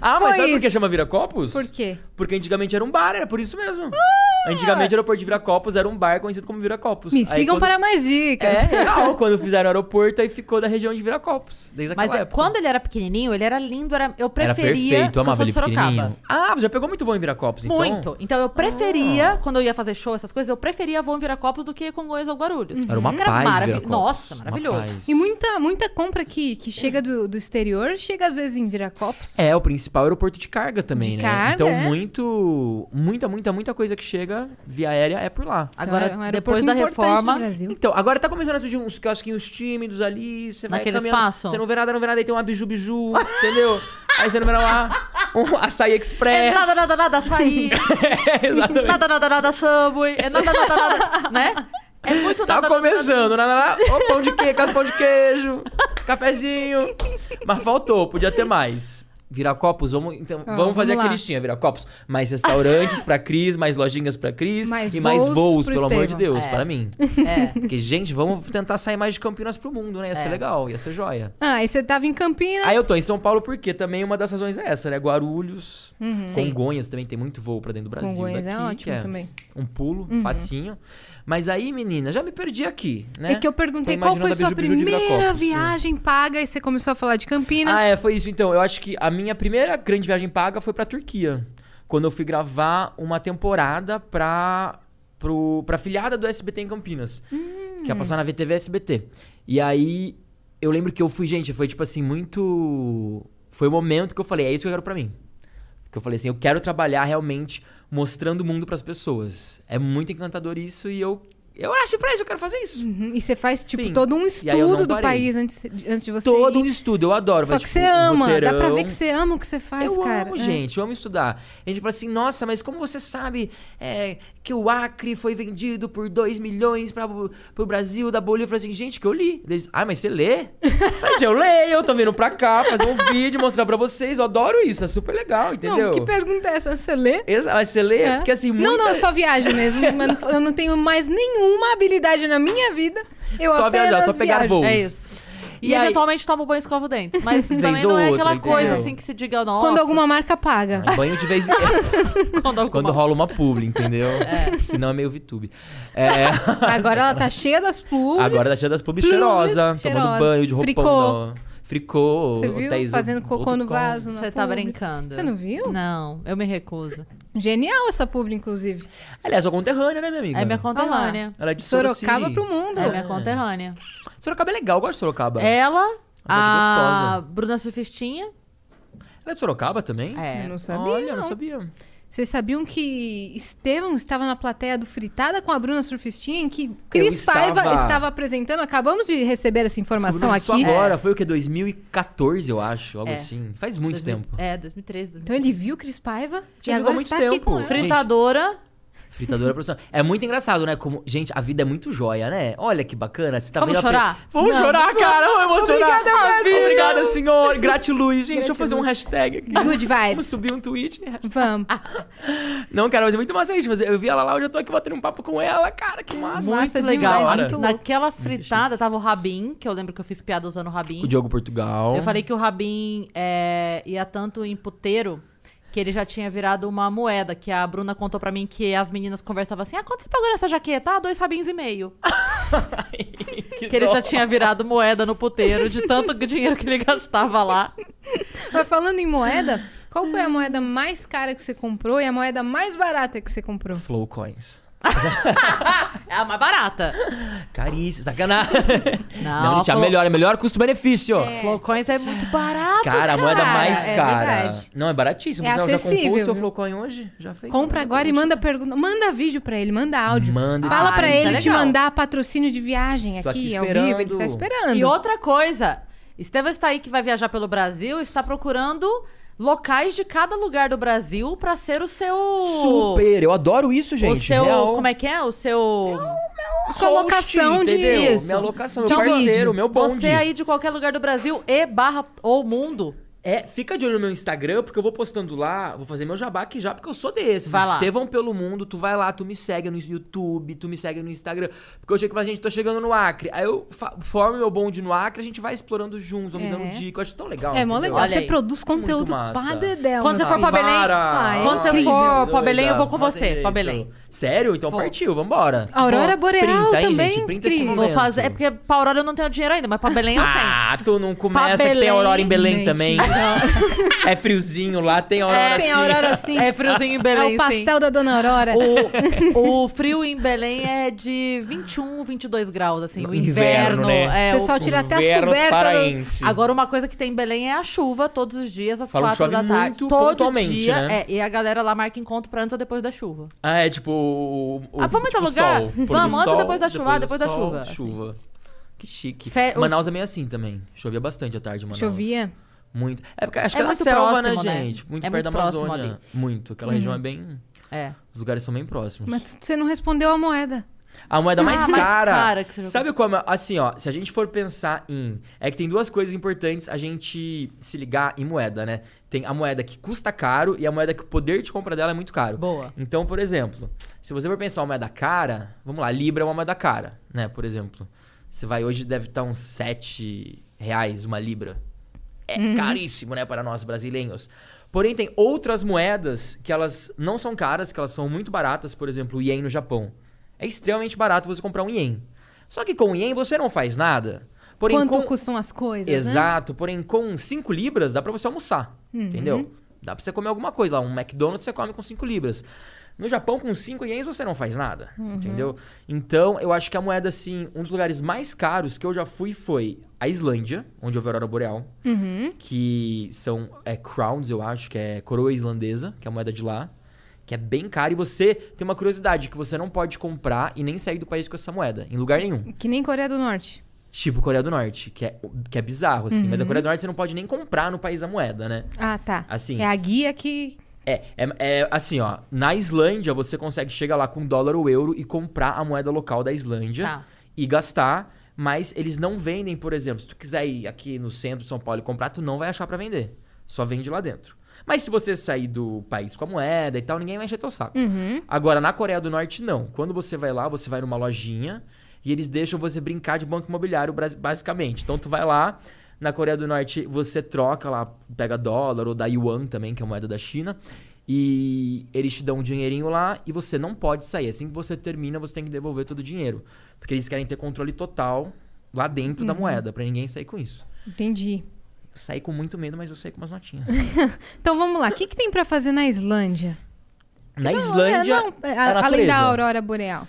C: Ah,
B: Foi
C: mas sabe por que
B: isso.
C: chama Viracopos?
B: Por quê?
C: Porque antigamente era um bar, era por isso mesmo.
A: Ah!
C: Antigamente o aeroporto de Viracopos era um bar conhecido como Viracopos.
B: Me
C: Aí
B: sigam
C: quando...
B: para mais dicas.
C: É, legal. quando fizeram o aeroporto, aí ficou da região de Viracopos. Desde aquela
A: Mas é,
C: época.
A: quando ele era pequenininho, ele era lindo, era, eu
C: Era
A: preferia.
C: perfeito, eu amava
A: eu
C: ele
A: sou de Sorocaba.
C: pequenininho. Ah, você já pegou muito voo em Viracopos, então? Ah.
A: Muito. Então eu preferia, quando eu ia fazer show, essas coisas, eu preferia voo em Viracopos do que Congonhas ou Guarulhos.
C: Era uma
A: Porque
C: paz
A: Uhum. maravi-
C: Viracopos.
A: Nossa,
C: uma
A: maravilhoso.
C: paz.
B: E muita, muita compra que, que chega do, do exterior chega às vezes em Viracopos.
C: É, o principal aeroporto de carga também,
B: De
C: né?
B: carga,
C: então,
B: é.
C: muito, muita, muita, muita coisa que chega via aérea é por lá.
A: Agora,
B: Então, é um aeroporto
A: depois da
B: importante né, no
A: reforma,
B: Brasil.
C: Então, agora tá começando a surgir uns casquinhos tímidos ali, você vai
A: Naquele
C: caminhando,
A: espaço?
C: Você não vê nada, não vê nada, aí tem uma biju-biju, [LAUGHS] entendeu? Aí você não vê lá
A: [LAUGHS]
C: um açaí
A: É
C: express.
A: nada, nada, nada, açaí.
C: [LAUGHS] É, exatamente.
A: nada, nada, nada, Subway. É nada, nada, nada, né? É muito
B: [LAUGHS]
C: Tá
A: nada,
C: começando, nada, nada. né, Ô, pão de queijo, pão de queijo, cafezinho. Mas faltou, podia ter mais. Viracopos, vamos, então,
B: Ah,
C: vamos fazer
B: vamos lá.
C: a que listinha, Viracopos. Mais restaurantes pra Cris, mais lojinhas pra Cris
B: Mais
C: e mais
B: voos
C: voos,
B: pro
C: pelo amor de
B: Estevão.
C: Deus,
A: É.
C: para mim. [LAUGHS]
A: É.
C: Porque, gente, vamos tentar sair mais de Campinas pro mundo, né? Ia ser
A: É.
C: legal, ia ser joia.
B: Ah, e você tava em Campinas.
C: Aí eu tô em São Paulo porque também uma das razões é essa, né? Guarulhos,
A: Hum. Sim.
C: Congonhas também tem muito voo pra dentro do Brasil.
B: Congonhas Uhum. é
C: daqui, que
B: ótimo também. Uhum.
C: Um pulo, facinho. Mas aí, menina, já me perdi aqui, né?
B: É que eu perguntei
C: Tô
B: qual foi
C: imaginando a
B: sua
C: Biju Biju de
B: primeira
C: Viracopos, né?
B: viagem paga e você começou a falar de Campinas.
C: Ah, é, foi isso então. Eu acho que a minha primeira grande viagem paga foi pra Turquia. Quando eu fui gravar uma temporada pra, pro, pra filiada do SBT em Campinas.
B: Hum.
C: Que ia passar na VTV SBT. E aí, eu lembro que eu fui, gente, foi tipo assim, muito. Foi o momento que eu falei, é isso que eu quero pra mim. Porque eu falei assim, eu quero trabalhar realmente mostrando o mundo pras pessoas. É muito encantador isso e eu. Eu acho pra isso, eu quero fazer isso.
B: Uhum, E você faz, tipo,
C: Sim.
B: todo um
C: E aí eu não
B: estudo do
C: parei.
B: país antes, antes de você
C: Todo
B: ir.
C: um estudo, eu adoro.
B: Só
C: mas,
B: que
C: tipo,
B: você
C: um
B: ama, dá pra ver
C: roteirão.
B: que você ama o que você faz,
C: eu
B: cara.
C: amo,
B: É.
C: gente, eu amo estudar. A gente fala assim, nossa, mas como você sabe é, que o Acre foi vendido por 2 milhões para pro Brasil da Bolívia? Eu falo assim, gente, que eu li. Eles, ah, mas você lê? Eu falei, eu leio, eu tô vindo pra cá fazer um vídeo, mostrar pra vocês. Eu adoro isso, é super legal, entendeu?
B: Não, que pergunta é essa? Você lê?
C: Exa- mas você lê?
B: É.
C: Porque assim, muita...
B: Não, não, eu só viajo
C: [LAUGHS]
B: mesmo. mas não- eu não tenho mais nenhuma habilidade na minha vida. Eu
C: Só
B: apenas
C: viajar, só pegar
B: viajo.
C: voo.
A: É isso. E,
C: E aí-
A: eventualmente toma um banho e escova o dente. Mas também
C: Vez
A: não
C: ou
A: é
C: outra,
A: aquela coisa
C: entendeu?
A: assim que se diga, não.
B: Quando alguma marca paga.
C: Um Banho de vez em...
A: [LAUGHS] Quando alguma.
B: [LAUGHS]
C: Quando rola uma publi, entendeu? Senão é meio VTube. É,
B: [LAUGHS] Agora ela tá cheia das plumas.
C: agora tá cheia das publi
B: Plumes,
C: cheirosa,
B: cheirosa.
C: tomando banho de roupão.
B: Fricô.
C: no- Fricô.
B: Você viu?
C: hotéis-
B: Fazendo cocô
C: outro
B: no
C: com-
B: vaso. na
A: Você tá
B: publi.
A: brincando.
B: Você não viu?
A: Não, eu me recuso.
B: Genial essa publi, inclusive.
C: Aliás, sua conterrânea, né, minha amiga?
A: É minha conterrânea.
C: Ela é de
B: Sorocaba
C: Sorocaba
B: pro mundo.
A: É minha conterrânea.
C: Sorocaba é legal, eu gosto de Sorocaba.
A: Ela,
C: Ela é
A: a Bruna Surfistinha.
C: Ela é de Sorocaba também?
A: É.
B: Eu não sabia.
C: Olha, eu não
B: não.
C: sabia.
B: Vocês sabiam que Estevão estava na plateia do Fritada com a Bruna Surfistinha, em que
C: Eu
B: Cris
C: estava.
B: Paiva estava apresentando? Acabamos de receber essa informação
C: Descobri isso
B: aqui. É.
C: agora, foi o que? 2014, eu acho, algo
A: É.
C: assim. Faz muito
A: 2000
C: tempo.
A: É, 2013. 2013.
B: Então ele viu Cris Paiva e
C: Tinha vindo há
B: agora
C: muito
B: está aqui
C: tempo.
B: com ela.
C: Fri-
A: Fritadora.
C: Fritadora profissional. É muito engraçado, né? Como, gente, a vida é muito joia, né? Olha que bacana. Você tá
A: Vamos
C: vendo a pe-
A: chorar?
C: Vamos
B: Não.
C: chorar, cara. Vamos emocionar.
B: Obrigada, Brasil.
C: Obrigada, senhor. Gratiluz. Gente, deixa eu fazer um
B: Gratiluz.
C: hashtag aqui. [LAUGHS]
B: Good
C: Vamos
B: vibes.
C: subir um tweet.
B: Vamos.
C: Não, cara, mas é muito massa isso. Mas eu vi ela lá, eu já tô aqui batendo um papo com ela. Cara, que massa.
B: é Muito
A: Massa
B: legal.
A: demais,
C: Cara.
A: muito louco. Naquela fritada tava o Rabin, que eu lembro que eu fiz piada usando o Rabin.
C: O Diogo Portugal.
A: Eu falei que o Rabin é, ia tanto em puteiro que ele já tinha virado uma moeda, que a Bruna contou pra mim que as meninas conversavam assim, ah, quanto você pagou nessa jaqueta? Ah, dois rabins e meio.
C: que,
A: Que ele
C: dó.
A: já tinha virado moeda no puteiro, de tanto [LAUGHS] dinheiro que ele gastava lá.
B: Mas falando em moeda, qual foi a moeda mais cara que você comprou e a moeda mais barata que você comprou?
C: Flow Coins.
A: É a mais barata.
C: Caríssimo, [LAUGHS] sacanagem.
A: Não,
C: Não, gente, é a
A: falou-
C: melhor, é a melhor custo-benefício.
A: Flowcoins é muito barato,
C: Cara, a moeda
B: cara,
C: mais
B: é
C: cara.
B: verdade.
C: não, é baratíssimo.
B: É
C: Você já
B: acessível,
C: comprou o seu
B: viu?
C: Flowcoin hoje? Já fez?
A: é
B: Compra agora e manda pergunta. Manda vídeo pra ele, manda áudio.
C: Manda
B: Fala
A: Ah,
B: pra
A: isso é
B: ele te
A: legal.
B: mandar patrocínio de viagem
C: Tô
B: aqui,
C: aqui
B: ao vivo. Ele
C: esperando.
B: tá esperando.
A: E outra coisa, Estevão está aí que vai viajar pelo Brasil, está procurando locais de cada lugar do Brasil pra ser o seu...
C: Super, eu adoro isso, gente.
A: o seu...
C: real.
A: Como é que é? O seu...
B: Sua
C: Host,
B: locação de
C: entendeu?
A: isso.
C: Minha locação, meu
A: Então,
C: parceiro, meu bonde.
A: Você aí de qualquer lugar do Brasil e barra ou mundo.
C: É, fica de olho no meu Instagram, porque eu vou postando lá, vou fazer meu jabá aqui já, porque eu sou desses.
A: Vai lá.
C: Estevão pelo mundo, tu vai lá, tu me segue no YouTube, tu me segue no Instagram. Porque eu chego pra gente, tô chegando no Acre. Aí eu fa- formo meu bonde no Acre, a gente vai explorando juntos, vamos
B: É.
C: dando dica. Eu acho tão legal.
B: É mó
C: entendeu?
B: legal.
A: Olha
B: você
A: aí.
B: produz conteúdo
C: massa.
B: pra dedéu.
A: Quando
B: meu
A: você for
B: filho.
A: pra Belém- Ah, é
C: Para!
B: Quando você
C: Incrível,
A: for pra Belém, eu vou com
C: doida,
A: você,
C: não tem
A: pra
C: jeito.
A: Belém.
C: Sério? Então
A: Vou.
C: partiu, vambora.
B: Aurora
A: Bom,
B: Boreal
C: printa aí,
B: também.
C: gente, printa esse
B: incrível.
C: momento.
A: Vou fazer. É porque pra Aurora eu não tenho dinheiro ainda, mas pra Belém eu tenho.
C: Ah, tu não começa que tem
A: Belém,
C: aurora em Belém
B: Mentira.
C: também. [LAUGHS] É friozinho lá, tem aurora
A: É,
B: Tem
C: assim.
B: Aurora assim.
A: É friozinho em Belém,
B: É o pastel da Dona Aurora.
A: sim. O, o frio em Belém é de 21, 22 graus, assim. O inverno.
C: Inverno, né?
A: é,
B: o pessoal
A: o-
B: tira até as
C: Inverno
B: cobertas.
C: paraense.
A: Agora, uma coisa que tem em Belém é a chuva todos os dias, às
C: Falam que
A: 4 da
C: chove
A: tarde.
C: muito
A: Todo
C: pontualmente,
A: dia.
C: né?
A: É, e a galera lá marca encontro pra antes ou depois da chuva.
C: Ah, é tipo. O, o-
A: Ah, vamos em tal
C: tipo
A: lugar?
C: sol. Pôr do
A: Vamos, antes ou
C: sol,
A: depois da chuva?
C: depois
A: Depois
C: do
A: da
C: sol,
A: chuva, assim.
C: Chuva. Que chique.
A: Fe- os-
C: Manaus é meio assim também. Chovia bastante à tarde, em Manaus.
B: Chovia.
C: Muito. É porque
A: É
C: acho que é na
A: muito
C: selva,
A: próximo,
C: né,
A: né?
C: gente? Muito
A: É
C: perto da
A: muito próximo
C: Amazônia.
A: ali.
C: Muito. Aquela região é bem.
A: É.
C: Os lugares são bem próximos.
B: Mas você não respondeu a moeda.
C: A moeda mais
A: Ah, mais
C: cara.
A: cara que você jogou.
C: Sabe como? Assim, ó, se a gente for pensar em. É que tem duas coisas importantes a gente se ligar em moeda, né? Tem a moeda que custa caro e a moeda que o poder de compra dela é muito caro.
A: Boa.
C: Então, por exemplo, se você for pensar uma moeda cara, vamos lá, Libra é uma moeda cara, né? Por exemplo. Você vai hoje, deve estar uns 7 reais uma Libra. É caríssimo, né, para nós brasileiros. Porém, tem outras moedas que elas não são caras, que elas são muito baratas. Por exemplo, o ien no Japão. É extremamente barato você comprar um ien. Só que com o ien você não faz nada. Porém,
B: Quanto
C: com...
B: custam as coisas, né?
C: Exato, porém com 5 libras dá pra você almoçar, entendeu? Dá pra você comer alguma coisa lá, um McDonald's você come com 5 libras. No Japão, com 5 ienes você não faz nada, entendeu? Então, eu acho que a moeda, assim, um dos lugares mais caros que eu já fui foi a Islândia, onde houve a aurora boreal,
B: Uhum.
C: que são é, crowns, eu acho, que é coroa islandesa, que é a moeda de lá, que é bem cara. E você tem uma curiosidade, que você não pode comprar e nem sair do país com essa moeda, em lugar nenhum.
B: Que nem Coreia do Norte.
C: Tipo Coreia do Norte, que é, que é bizarro, assim. Mas a Coreia do Norte você não pode nem comprar no país da moeda, né?
B: Ah, tá.
C: Assim.
B: É a guia que.
C: É, é, é assim, ó. Na Islândia você consegue chegar lá com dólar ou euro e comprar a moeda local da Islândia
A: Tá.
C: e gastar. Mas eles não vendem, por exemplo, se tu quiser ir aqui no centro de São Paulo e comprar, tu não vai achar pra vender. Só vende lá dentro. Mas se você sair do país com a moeda e tal, ninguém vai encher teu saco.
B: Uhum.
C: Agora, na Coreia do Norte, não. Quando você vai lá, você vai numa lojinha e eles deixam você brincar de banco imobiliário, bras- basicamente. Então, tu vai lá, na Coreia do Norte, você troca lá, pega dólar ou da yuan também, que é a moeda da China, e eles te dão um dinheirinho lá e você não pode sair. Assim que você termina, você tem que devolver todo o dinheiro. Porque eles querem ter controle total lá dentro da moeda, pra ninguém sair com isso.
B: Entendi.
C: Eu saí com muito medo, mas eu saí com umas notinhas.
B: Então vamos lá. O que, que tem pra fazer na Islândia?
C: na
B: Não, é,
C: Islândia.
B: não, é,
C: é
B: a- além
C: natureza.
B: da aurora boreal.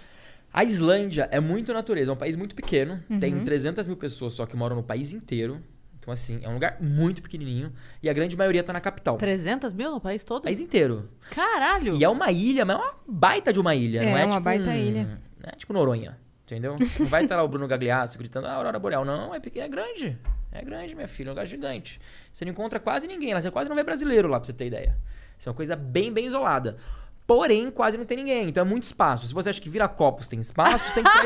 C: A Islândia é muito natureza, é um país muito pequeno, tem 300 mil pessoas só que moram no país inteiro. Então Então, assim, é um lugar muito pequenininho e a grande maioria tá na capital.
A: 300 mil no país todo?
C: País inteiro.
A: Caralho!
C: E é uma ilha, mas é uma baita de uma ilha.
B: É,
C: não é
B: uma
C: tipo
B: baita
C: um-
B: ilha.
C: Não é tipo Noronha, entendeu? Não vai estar lá o Bruno Gagliasso gritando, ah, Aurora Boreal. Não, é porque é grande. É grande, minha filha, é um lugar gigante. Você não encontra quase ninguém lá, você quase não vê brasileiro lá, pra você ter ideia. Isso é uma coisa bem, bem isolada. Porém, quase não tem ninguém, então é muito espaço. Se você acha que vira copos tem espaço, tem que ir pra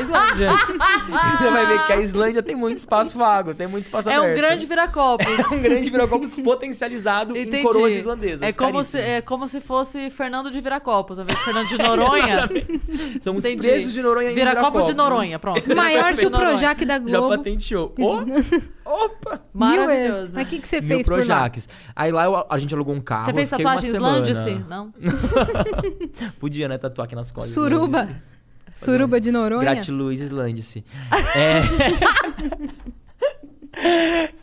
A: [LAUGHS]
C: Islândia. você vai ver que a Islândia tem muito espaço vago, tem muito espaço
A: é um
C: aberto.
A: grande viracopo.
C: [LAUGHS] É um grande viracopos potencializado em
A: Entendi.
C: coroas islandesas.
A: É como, se,
C: caríssimo.
A: é como se fosse Fernando de Viracopos, ao invés de
C: [LAUGHS]
A: Fernando de Noronha.
C: São os
A: Entendi.
C: presos de Noronha em
A: Viracopo de
C: Viracopos.
A: Noronha, pronto.
B: Maior
A: Viracopo
B: que o
A: de Noronha.
B: Projac da
C: é. Já
B: Globo.
C: patenteou. O-
A: [LAUGHS]
C: Opa!
B: Mil vezes.
A: Maravilhoso.
B: Mas o que, que você
C: Meu
B: fez por lá?
C: Projacs. Aí lá eu- a gente alugou um carro.
A: Você
C: eu
A: fez
C: fiquei uma
A: tatuagem
C: semana.
A: Islândice? Não.
C: Podia, né? Tatuar aqui nas costas.
B: Suruba.
C: Islândice.
B: Suruba de Noronha?
C: Gratiluz Islândice. É.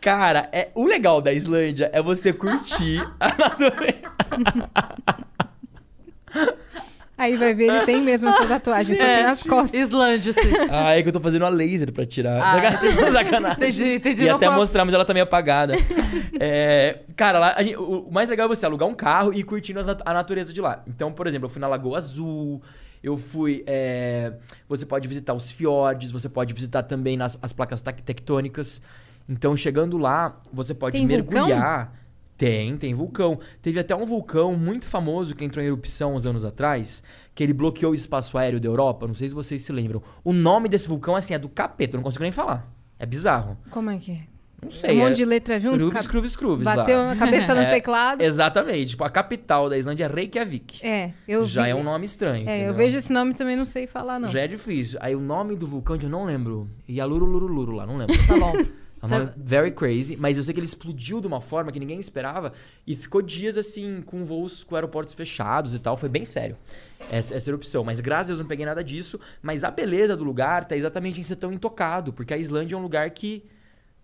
C: [LAUGHS] Cara, é, o legal da Islândia é você curtir a
A: [LAUGHS]
C: natureza.
B: Aí vai ver, ele tem mesmo
C: [LAUGHS]
B: essa tatuagem, só tem nas costas.
A: Islândice.
C: Ah, é que eu tô fazendo a laser pra tirar.
A: Ah,
C: Sacanagem. [LAUGHS] Sacanagem.
A: Entendi, entendi.
C: Ia
A: não
C: até
A: foi-
C: mostrar, mas ela tá meio apagada. É, cara, lá, a gente- o, o mais legal é você alugar um carro e ir curtindo as nat- a natureza de lá. Então, por exemplo, eu fui na Lagoa Azul, eu fui. é, você pode visitar os fiordes, você pode visitar também nas- as placas tac- tectônicas. Então, chegando lá, você pode
B: Tem vulcão?
C: mergulhar. Tem, tem vulcão. Teve até um vulcão muito famoso que entrou em erupção uns anos atrás, que ele bloqueou o espaço aéreo da Europa. Não sei se vocês se lembram. O nome desse vulcão, assim, é do capeta, eu não consigo nem falar. É bizarro.
B: Como é que é?
C: Não
B: um
C: sei.
B: monte
C: é...
B: de letra junto?
C: Scrooge,
B: ca-
C: Scrooge, Scrooge lá.
B: Bateu a cabeça no
C: É,
B: teclado.
C: Exatamente. Tipo, a capital da Islândia é Reykjavik.
B: É, eu
C: Já
B: vi-
C: é um nome estranho.
B: É, eu
C: entendeu?
B: vejo esse nome e também não sei falar, não.
C: Já é difícil. Aí o nome do vulcão, eu não lembro. Yaluruluruluru lá, não lembro.
A: Tá bom.
C: É um nome very crazy, mas eu sei que ele explodiu de uma forma que ninguém esperava e ficou dias assim, com voos com aeroportos fechados e tal. Foi bem sério essa, essa erupção. Mas graças a Deus não peguei nada disso. Mas a beleza do lugar tá exatamente em ser tão intocado, porque a Islândia é um lugar que,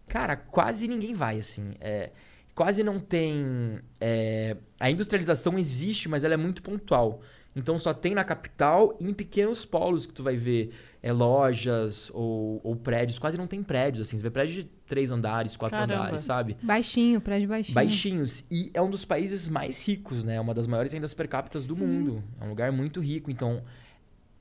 C: cara, quase ninguém vai assim. É, quase não tem. é, a industrialização existe, mas ela é muito pontual. Então só tem na capital e em pequenos polos que tu vai ver é, lojas ou, ou prédios. Quase não tem prédios, assim. Você vê prédio de três andares, quatro
A: Caramba.
C: andares, sabe?
B: Baixinho, prédio baixinho.
C: Baixinhos. E é um dos países mais ricos, né? É Uma das maiores rendas per capita do mundo. É um lugar muito rico. Então,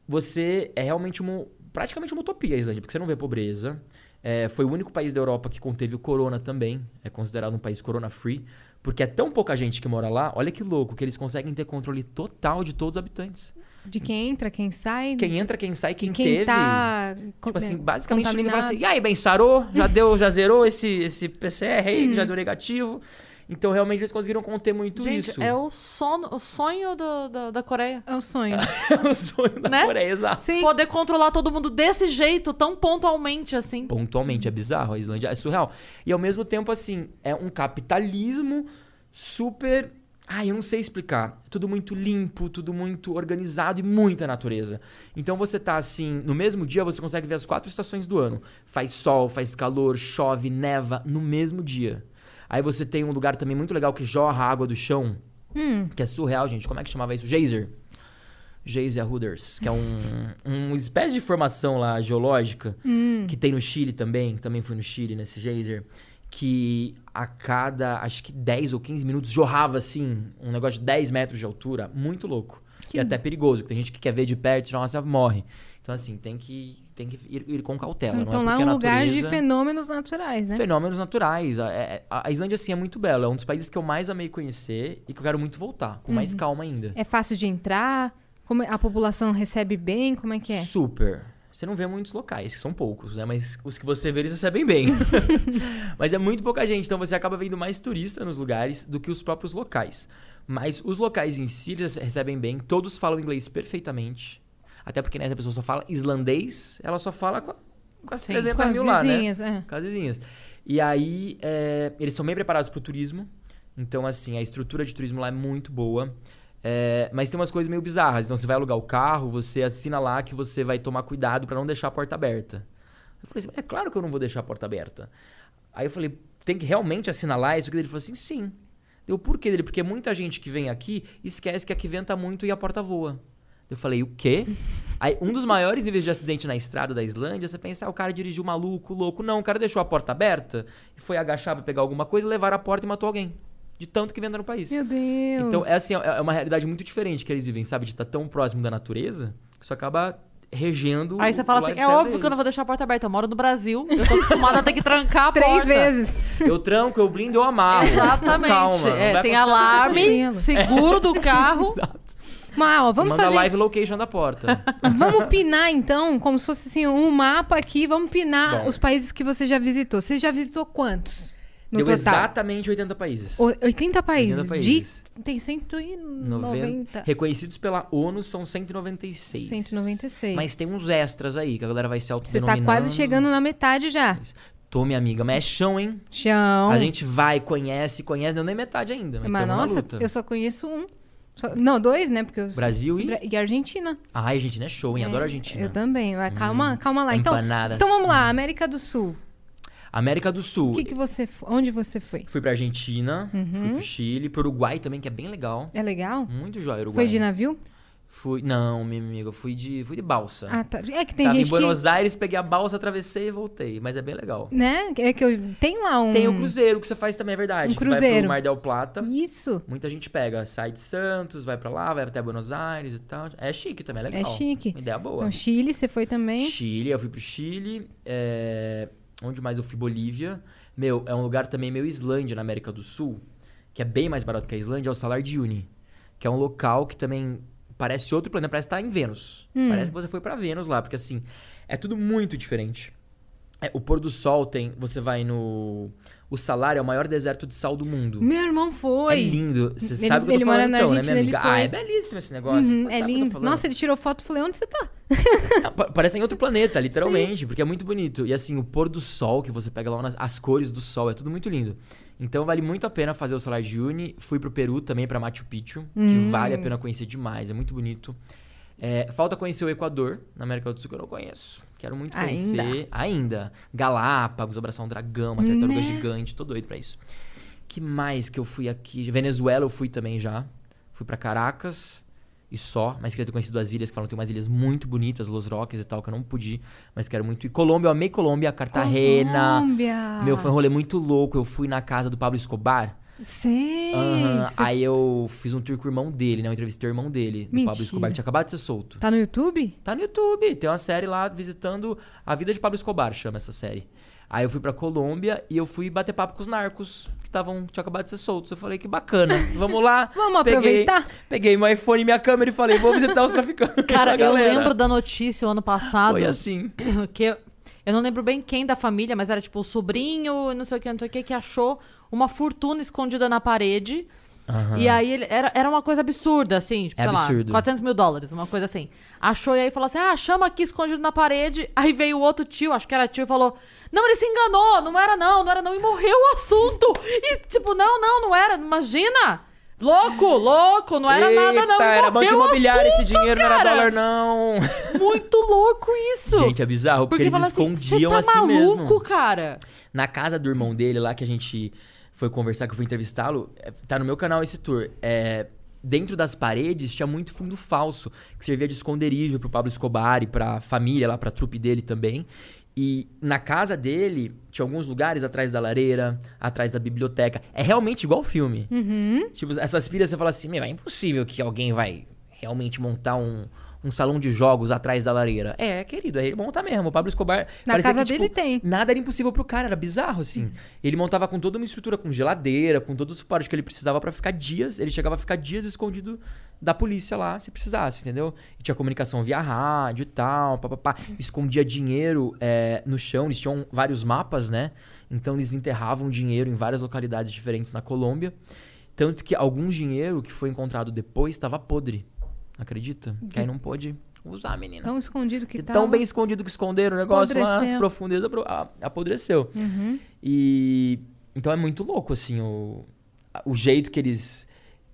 C: você é realmente uma, praticamente uma utopia, a Islândia, porque você não vê pobreza. É, foi o único país da Europa que conteve o corona também. É considerado um país corona-free. Porque é tão pouca gente que mora lá, olha que louco, que eles conseguem ter controle total de todos os habitantes.
B: De quem entra, quem sai,
C: Quem entra, quem sai, quem,
B: de quem
C: teve.
B: tá... co-
C: Tipo assim,
B: né,
C: basicamente ele fala
B: contaminado.
C: assim, e aí, bem, sarou?
A: [LAUGHS]
C: Já deu, já zerou esse, esse PCR aí,
A: Uhum.
C: já deu negativo. Então, realmente, eles conseguiram conter muito
A: Gente,
C: isso. [LAUGHS]
A: é o, sono, o sonho do- do- da Coreia.
B: É o
C: [LAUGHS]
B: sonho.
C: o um sonho da
A: Né?
C: Coreia, exato.
B: Sim.
A: Poder controlar todo mundo desse jeito, tão pontualmente assim.
C: Pontualmente, é bizarro. A Islândia é surreal. E, ao mesmo tempo, assim, é um capitalismo super... Ai, eu não sei explicar. Tudo muito limpo, tudo muito organizado e muita natureza. Então, você tá, assim... No mesmo dia, você consegue ver as quatro estações do ano. Faz sol, faz calor, chove, neva, no mesmo dia. Aí você tem um lugar também muito legal que jorra água do chão,
B: Hum.
C: que é surreal, gente. Como é que chamava isso? Geyser. Geyser Hooders, que é um, uma espécie de formação lá geológica
B: Hum.
C: que tem no Chile também. Também fui no Chile nesse geyser. Que a cada, acho que 10 ou 15 minutos jorrava assim, um negócio de 10 metros de altura. Muito louco. E até perigoso, porque tem gente que quer ver de perto, tirar uma selfie, morre. Então, assim, tem que, tem que ir, ir com cautela. não
B: Então
C: é
B: lá é
C: porque
B: um
C: a
B: lugar de
C: natureza-
B: fenômenos naturais, né?
C: Fenômenos naturais. A, é- a- a Islândia, assim, é muito bela. É um dos países que eu mais amei conhecer e que eu quero muito voltar, com mais calma ainda.
B: É fácil de entrar? Como a população recebe bem? Como é que é?
C: Super. Você não vê muitos locais, que são poucos, né? Mas os que você vê, eles
B: [LAUGHS]
C: recebem bem. Mas é muito pouca gente, então você acaba vendo mais turista nos lugares do que os próprios locais. Mas os locais em si, eles recebem bem, todos falam inglês perfeitamente. Até porque, né, se a pessoa só fala islandês, ela só fala com, a- com as
A: Sim,
C: 300
B: Com as
C: mil lá, né?
B: vizinhas, é.
C: com as vizinhas. E aí, é, eles são bem preparados pro turismo. Então, assim, a estrutura de turismo lá é muito boa. É, mas tem umas coisas meio bizarras. Então, você vai alugar o carro, você assina lá que você vai tomar cuidado pra não deixar a porta aberta. Eu falei assim, é claro que eu não vou deixar a porta aberta. Aí eu falei, tem que realmente assinalar isso aqui? Ele falou assim, sim. Deu por quê dele? Porque muita gente que vem aqui esquece que aqui venta muito e a porta voa. Eu falei, o quê? Aí, um dos maiores níveis de acidente na estrada da Islândia, você pensa, ah, o cara dirigiu maluco, louco. Não, o cara deixou a porta aberta e foi agachar pra pegar alguma coisa, levaram a porta e matou alguém. De tanto que venda no país.
B: Meu Deus.
C: Então, é assim, é é uma realidade muito diferente que eles vivem, sabe? De estar tão próximo da natureza, que isso acaba regendo.
A: Aí você fala
C: o
A: assim, é
C: lifestyle
A: óbvio que eu não
C: deles.
A: vou deixar a porta aberta. Eu moro no Brasil, eu tô acostumada a ter que trancar a porta.
B: Três vezes.
C: Eu tranco, eu blindo,
A: [LAUGHS]
C: eu amarro.
A: Exatamente.
C: Calma, não
A: É,
C: vai
A: tem
C: acontecer
A: alarme,
B: tranquilo.
A: seguro
C: [LAUGHS]
A: do carro.
B: Mas, ó, vamos
C: Manda
B: fazer.
C: live location da porta.
B: Vamos pinar, então, como se fosse assim, um mapa aqui. Vamos pinar
C: Bom.
B: os países que você já visitou. Você já visitou quantos? No
C: Deu
B: total?
C: exatamente 80 países.
B: O- 80 países.
C: 80 países.
B: De... Tem 190.
C: Noven- Reconhecidos pela ONU são 196.
B: 196.
C: Mas tem uns extras aí que a galera vai se
B: Você
C: autodenominando.
B: tá quase chegando na metade já.
C: Tô, minha amiga, mas é chão, hein?
B: Chão.
C: A gente vai, conhece, conhece, não deu nem metade ainda. Mas,
B: Mas
C: tamo na
B: nossa,
C: luta.
B: eu só conheço um. Só- Não, dois, né? Porque eu...
C: Brasil e.
B: Bra- E Argentina.
C: Ai, Argentina é show, hein? Adoro Argentina. Hum,
B: Eu também. Mas calma, calma lá. Então,
C: empanadas.
B: então vamos lá, América do Sul.
C: América do Sul.
B: O que, Uhum. que você. fo- Onde você foi?
C: Fui pra Argentina, fui pro Chile, pro Uruguai também, que é bem legal.
B: É legal?
C: Muito jóia, Hum, Uruguai.
B: Foi de navio?
C: Fui. Não, minha amiga, eu fui de, fui de balsa.
B: Ah, tá. É que tem
C: Tava em
B: gente
C: Buenos Aires, peguei a balsa, atravessei e voltei. Mas é bem legal.
B: que. Né? É que eu... Tem lá um.
C: Tem o cruzeiro que você faz também, é verdade.
B: Um
C: que Vai
B: cruzeiro.
C: pro Mar del Plata.
B: Isso.
C: Muita gente pega, sai de Santos, vai pra lá, vai até Buenos Aires e tal. É chique também, é legal.
B: É chique.
C: Uma ideia boa.
B: Então, Chile, você foi também.
C: Chile, eu fui pro Chile. é, Onde mais eu fui? Bolívia. Meu, é um lugar também meio Islândia, na América do Sul, que é bem mais barato que a Islândia, é o Salar de Uni. Que é um local que também parece outro planeta, parece estar em Vênus.
B: Hum.
C: Parece que você foi pra Vênus lá, porque assim, é tudo muito diferente. É, o pôr do sol tem. Você vai no. O Salar é o maior deserto de sal do mundo.
B: Meu irmão foi.
C: É lindo. Você
B: Hum, Ele-
C: sabe o que eu
B: ele
C: tô
B: mora
C: falando
B: na
C: então, né,
B: Argentina,
C: minha
B: ele
C: amiga?
B: foi.
C: Ah, é belíssimo esse negócio.
B: Uhum,
C: Pô,
B: é
C: sabe o que eu tô
B: lindo.
C: falando.
B: Nossa, ele tirou foto e falei, onde você tá?
C: Ah, [LAUGHS] pa- Parece em outro planeta, literalmente, porque é muito bonito. E assim, o pôr do sol que você pega lá, nas- as cores do sol, é tudo muito lindo. Então vale muito a pena fazer o Salar de Uyuni. Fui pro Peru também, pra Machu Picchu,
B: Hum.
C: que vale a pena conhecer demais, é muito bonito. É, falta conhecer o Equador, na América do Sul, que eu não conheço. Quero muito
B: Ainda.
C: conhecer. Ainda. Galápagos, abraçar um dragão, uma tartaruga
B: Né?
C: gigante, tô doido pra isso. Que mais que eu fui aqui? Venezuela eu fui também já. Fui pra Caracas e só, mas queria ter conhecido as ilhas, que falam que tem umas ilhas muito bonitas, Los Roques e tal, que eu não pude, mas quero muito. E Colômbia, eu amei Colômbia, Cartagena.
B: Colômbia.
C: Tá Meu, foi um rolê muito louco. Eu fui na casa do Pablo Escobar.
B: Sei.
C: Aham,
B: Você
C: Aí eu fiz um tour com o irmão dele, né? Eu entrevistei o irmão dele, do
B: Mentira.
C: Pablo Escobar, que tinha acabado de ser solto.
B: Tá no YouTube?
C: Tá no YouTube, tem uma série lá visitando a vida de Pablo Escobar, chama essa série. Aí eu fui pra Colômbia e eu fui bater papo com os narcos que estavam tinha acabado de ser soltos. Eu falei que bacana,
A: [LAUGHS]
C: vamos lá.
B: Vamos aproveitar?
C: Peguei meu iPhone e minha câmera e falei, vou visitar os traficantes.
A: Cara,
C: [LAUGHS] A
A: eu
C: galera.
A: lembro da notícia o ano passado.
C: Foi assim.
A: [CLEARS THROAT] que eu, eu não lembro bem quem da família, mas era tipo o sobrinho, não sei o que, não sei o que, que achou uma fortuna escondida na parede. E aí ele, era, era uma coisa absurda, assim, tipo,
C: É
A: sei
C: absurdo.
A: lá, 400 mil dólares, uma coisa assim. Achou e aí falou assim: ah, chama aqui escondido na parede. [LAUGHS] Aí veio o outro tio, acho que era tio, e falou: não, ele se enganou, não era não, não era não, e morreu o assunto. E tipo, não, não, não era, imagina. Louco, louco, não era nada não.
C: Eita,
A: e
C: era banco
A: morreu o
C: imobiliário esse
A: assunto,
C: dinheiro, não
A: cara.
C: era
A: [LAUGHS]
C: dólar, não.
A: Muito louco isso.
C: Gente, é bizarro, porque, eles
A: fala
C: escondiam
A: assim, "Cê tá
C: assim
A: maluco,
C: mesmo.
A: cara.
C: Na casa do irmão dele lá que a gente foi conversar, que eu fui entrevistá-lo, é, tá no meu canal esse tour. É, dentro das paredes tinha muito fundo falso, que servia de esconderijo pro Pablo Escobar e pra família lá, pra trupe dele também. E na casa dele tinha alguns lugares atrás da lareira, atrás da biblioteca. É realmente igual o filme.
B: Uhum.
C: Tipo, essas pilhas você fala assim, meu, é impossível que alguém vai realmente montar um, um salão de jogos atrás da lareira. É, querido, aí ele monta mesmo. O Pablo Escobar.
B: Na
C: parecia
B: casa
C: que, tipo,
B: dele tem. Hum.
C: Nada era impossível pro cara, era bizarro, assim. Ele montava com toda uma estrutura, com geladeira, com todo o suporte que ele precisava pra ficar dias. Ele chegava a ficar dias escondido da polícia lá, se precisasse, entendeu? E tinha comunicação via rádio e tal, papapá.
B: Hum.
C: Escondia dinheiro é, no chão, eles tinham vários mapas, né? Então eles enterravam dinheiro em várias localidades diferentes na Colômbia. Tanto que algum dinheiro que foi encontrado depois estava podre. Acredita? Que aí não pôde usar, menina.
B: Tão escondido que
C: E
B: tá.
C: tão bem escondido que esconderam o negócio lá, as
B: Apodreceu. Uhum.
C: profundezas apro- a- apodreceu. E então é muito louco, assim, o, a- o jeito que eles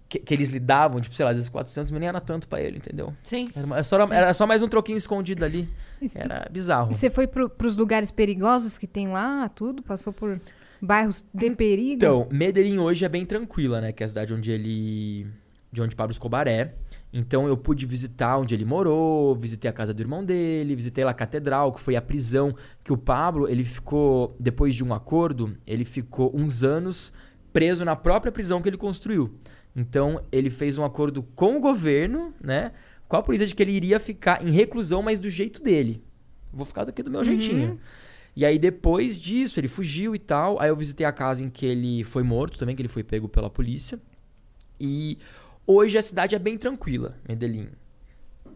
C: que, que eles lidavam, tipo, sei lá, às vezes 400 mil nem era tanto pra ele, entendeu?
A: Sim.
C: Era, uma- era só, era só mais um troquinho escondido ali. Era bizarro.
B: Você foi pro, pros lugares perigosos que tem lá, tudo? Passou por bairros de perigo?
C: Então, Medellín hoje é bem tranquila, né? Que é a cidade onde ele. De onde Pablo Escobar é. Então eu pude visitar onde ele morou, visitei a casa do irmão dele, visitei lá a catedral, que foi a prisão que o Pablo, ele ficou depois de um acordo, ele ficou uns anos preso na própria prisão que ele construiu. Então ele fez um acordo com o governo, né, com a polícia de que ele iria ficar em reclusão, mas do jeito dele. Vou ficar daqui do meu jeitinho. E aí depois disso, ele fugiu e tal. Aí eu visitei a casa em que ele foi morto também, que ele foi pego pela polícia. E hoje a cidade é bem tranquila, Medellín.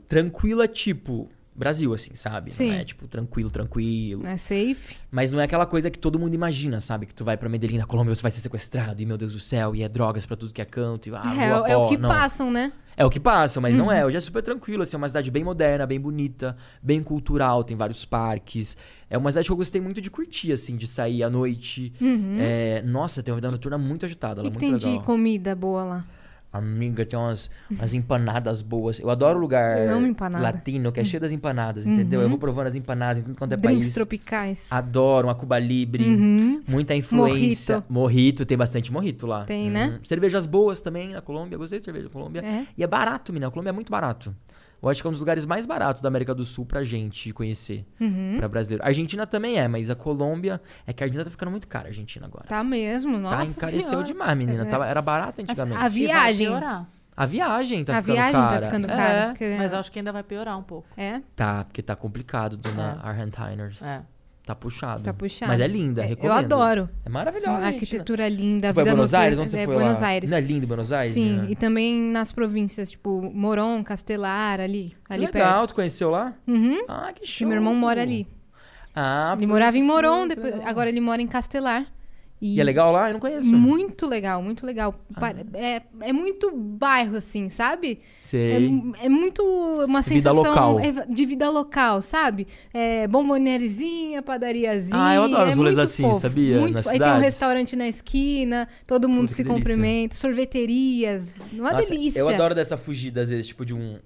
C: Tranquila, tipo, Brasil, assim, sabe?
B: Sim.
C: Não é tipo tranquilo, tranquilo.
B: É safe.
C: Mas não é aquela coisa que todo mundo imagina, sabe? Que tu vai pra Medellín, na Colômbia, você vai ser sequestrado, e meu Deus do céu, e é drogas pra tudo que é canto, e ah,
B: é,
C: rua,
B: é o
C: pó.
B: que
C: não.
B: passam, né?
C: É o que passa, mas não
B: Uhum.
C: é. Hoje é super tranquilo, assim, é uma cidade bem moderna, bem bonita, bem cultural, tem vários parques. É uma cidade que eu gostei muito de curtir, assim, de sair à noite. É, nossa, tem uma vida noturna muito agitada,
B: O Uhum.
C: ela
B: que,
C: é
B: que
C: muito
B: tem
C: legal.
B: de comida boa lá?
C: Amiga, tem umas, umas empanadas boas. Eu adoro lugar
B: Eu amo empanada. Uhum.
C: latino, que é cheio das empanadas, entendeu? Eu vou provando as empanadas em tudo quanto é
B: Drinks
C: país.
B: tropicais.
C: Adoro um uma Cuba Libre.
B: Uhum.
C: Muita influência.
B: Morrito.
C: Morrito, tem bastante morrito lá. Uhum.
B: Tem, né?
C: Cervejas boas também na Colômbia. Gostei de cerveja da Colômbia.
B: É.
C: E é barato, menina. A Colômbia é muito barato. Eu acho que é um dos lugares mais baratos da América do Sul pra gente conhecer.
B: Uhum.
C: Pra brasileiro. A Argentina também é, mas a Colômbia. É que a Argentina tá ficando muito cara, a Argentina agora.
B: Tá mesmo, nossa
C: tá, encareceu
B: senhora.
C: demais, menina. Tava- era barata
B: Mas
C: antigamente.
B: A viagem.
A: piorar.
C: A viagem tá
B: a
C: ficando
B: viagem
C: cara.
B: tá ficando
C: É,
B: cara. porque-
A: Mas eu acho que ainda vai piorar um pouco.
B: É.
C: Tá, porque tá complicado, dona Argentiners.
A: É.
C: Tá puxado.
B: Tá puxado.
C: Mas é linda,
B: É, eu
C: recomendo.
B: adoro.
C: É maravilhosa,
B: A
C: a Argentina.
B: arquitetura linda. a
C: Tu foi a
B: vida
C: Buenos
B: noturna-
C: Aires? Onde você
B: é,
C: foi
B: Buenos
C: lá?
B: Aires.
C: Não é lindo Buenos Aires? né?
B: Sim,
C: menina?
B: e também nas províncias, tipo Moron, Castelar, ali, tá ali
C: Legal,
B: perto.
C: tu conheceu lá?
B: Uhum.
C: Ah, que
B: Que
C: show.
B: meu irmão mora ali.
C: Ah,
B: Ele morava em
C: que
B: Moron,
C: legal.
B: depois, agora ele mora em Castelar.
C: E é legal Ah. lá? Eu não conheço.
B: Muito legal, muito legal. Pa- É, é muito bairro, assim, sabe? É,
C: Sei.
B: mu- é muito uma
C: Vida
B: sensação
C: local.
B: é, de vida local, sabe? É, bombonierizinha, padariazinha.
C: Ah, eu adoro
B: é
C: os rolês
B: muito
C: assim,
B: fofo,
C: sabia?
B: Muito,
C: Nas
B: aí tem um
C: cidades.
B: restaurante na esquina, todo mundo
C: Puta,
B: se
C: que delícia.
B: cumprimenta, sorveterias. Uma
C: Nossa,
B: delícia.
C: Eu adoro dessa fugida, às vezes, tipo de um...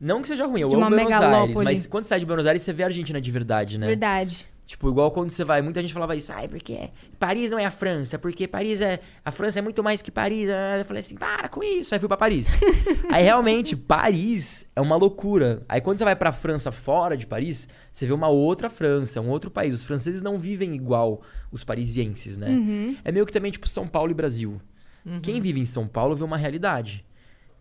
C: Não que seja ruim, eu
B: De
C: amo
B: uma
C: Buenos Aires,
B: megalópole.
C: mas quando você sai de Buenos Aires, você vê a Argentina de verdade, né?
B: Verdade.
C: Tipo, igual quando você vai, muita gente falava isso, ai, porque Paris não é a França, porque Paris é. A França é muito mais que Paris. ah, Eu falei assim, para com isso. Aí fui pra
A: [LAUGHS]
C: Paris. aí realmente, Paris é uma loucura. Aí quando você vai pra França fora de Paris, você vê uma outra França, um outro país. Os franceses não vivem igual os parisienses, né?
A: Uhum.
B: Uhum,
C: É meio que também, tipo, São Paulo e Brasil. Quem vive em São Paulo vê uma realidade.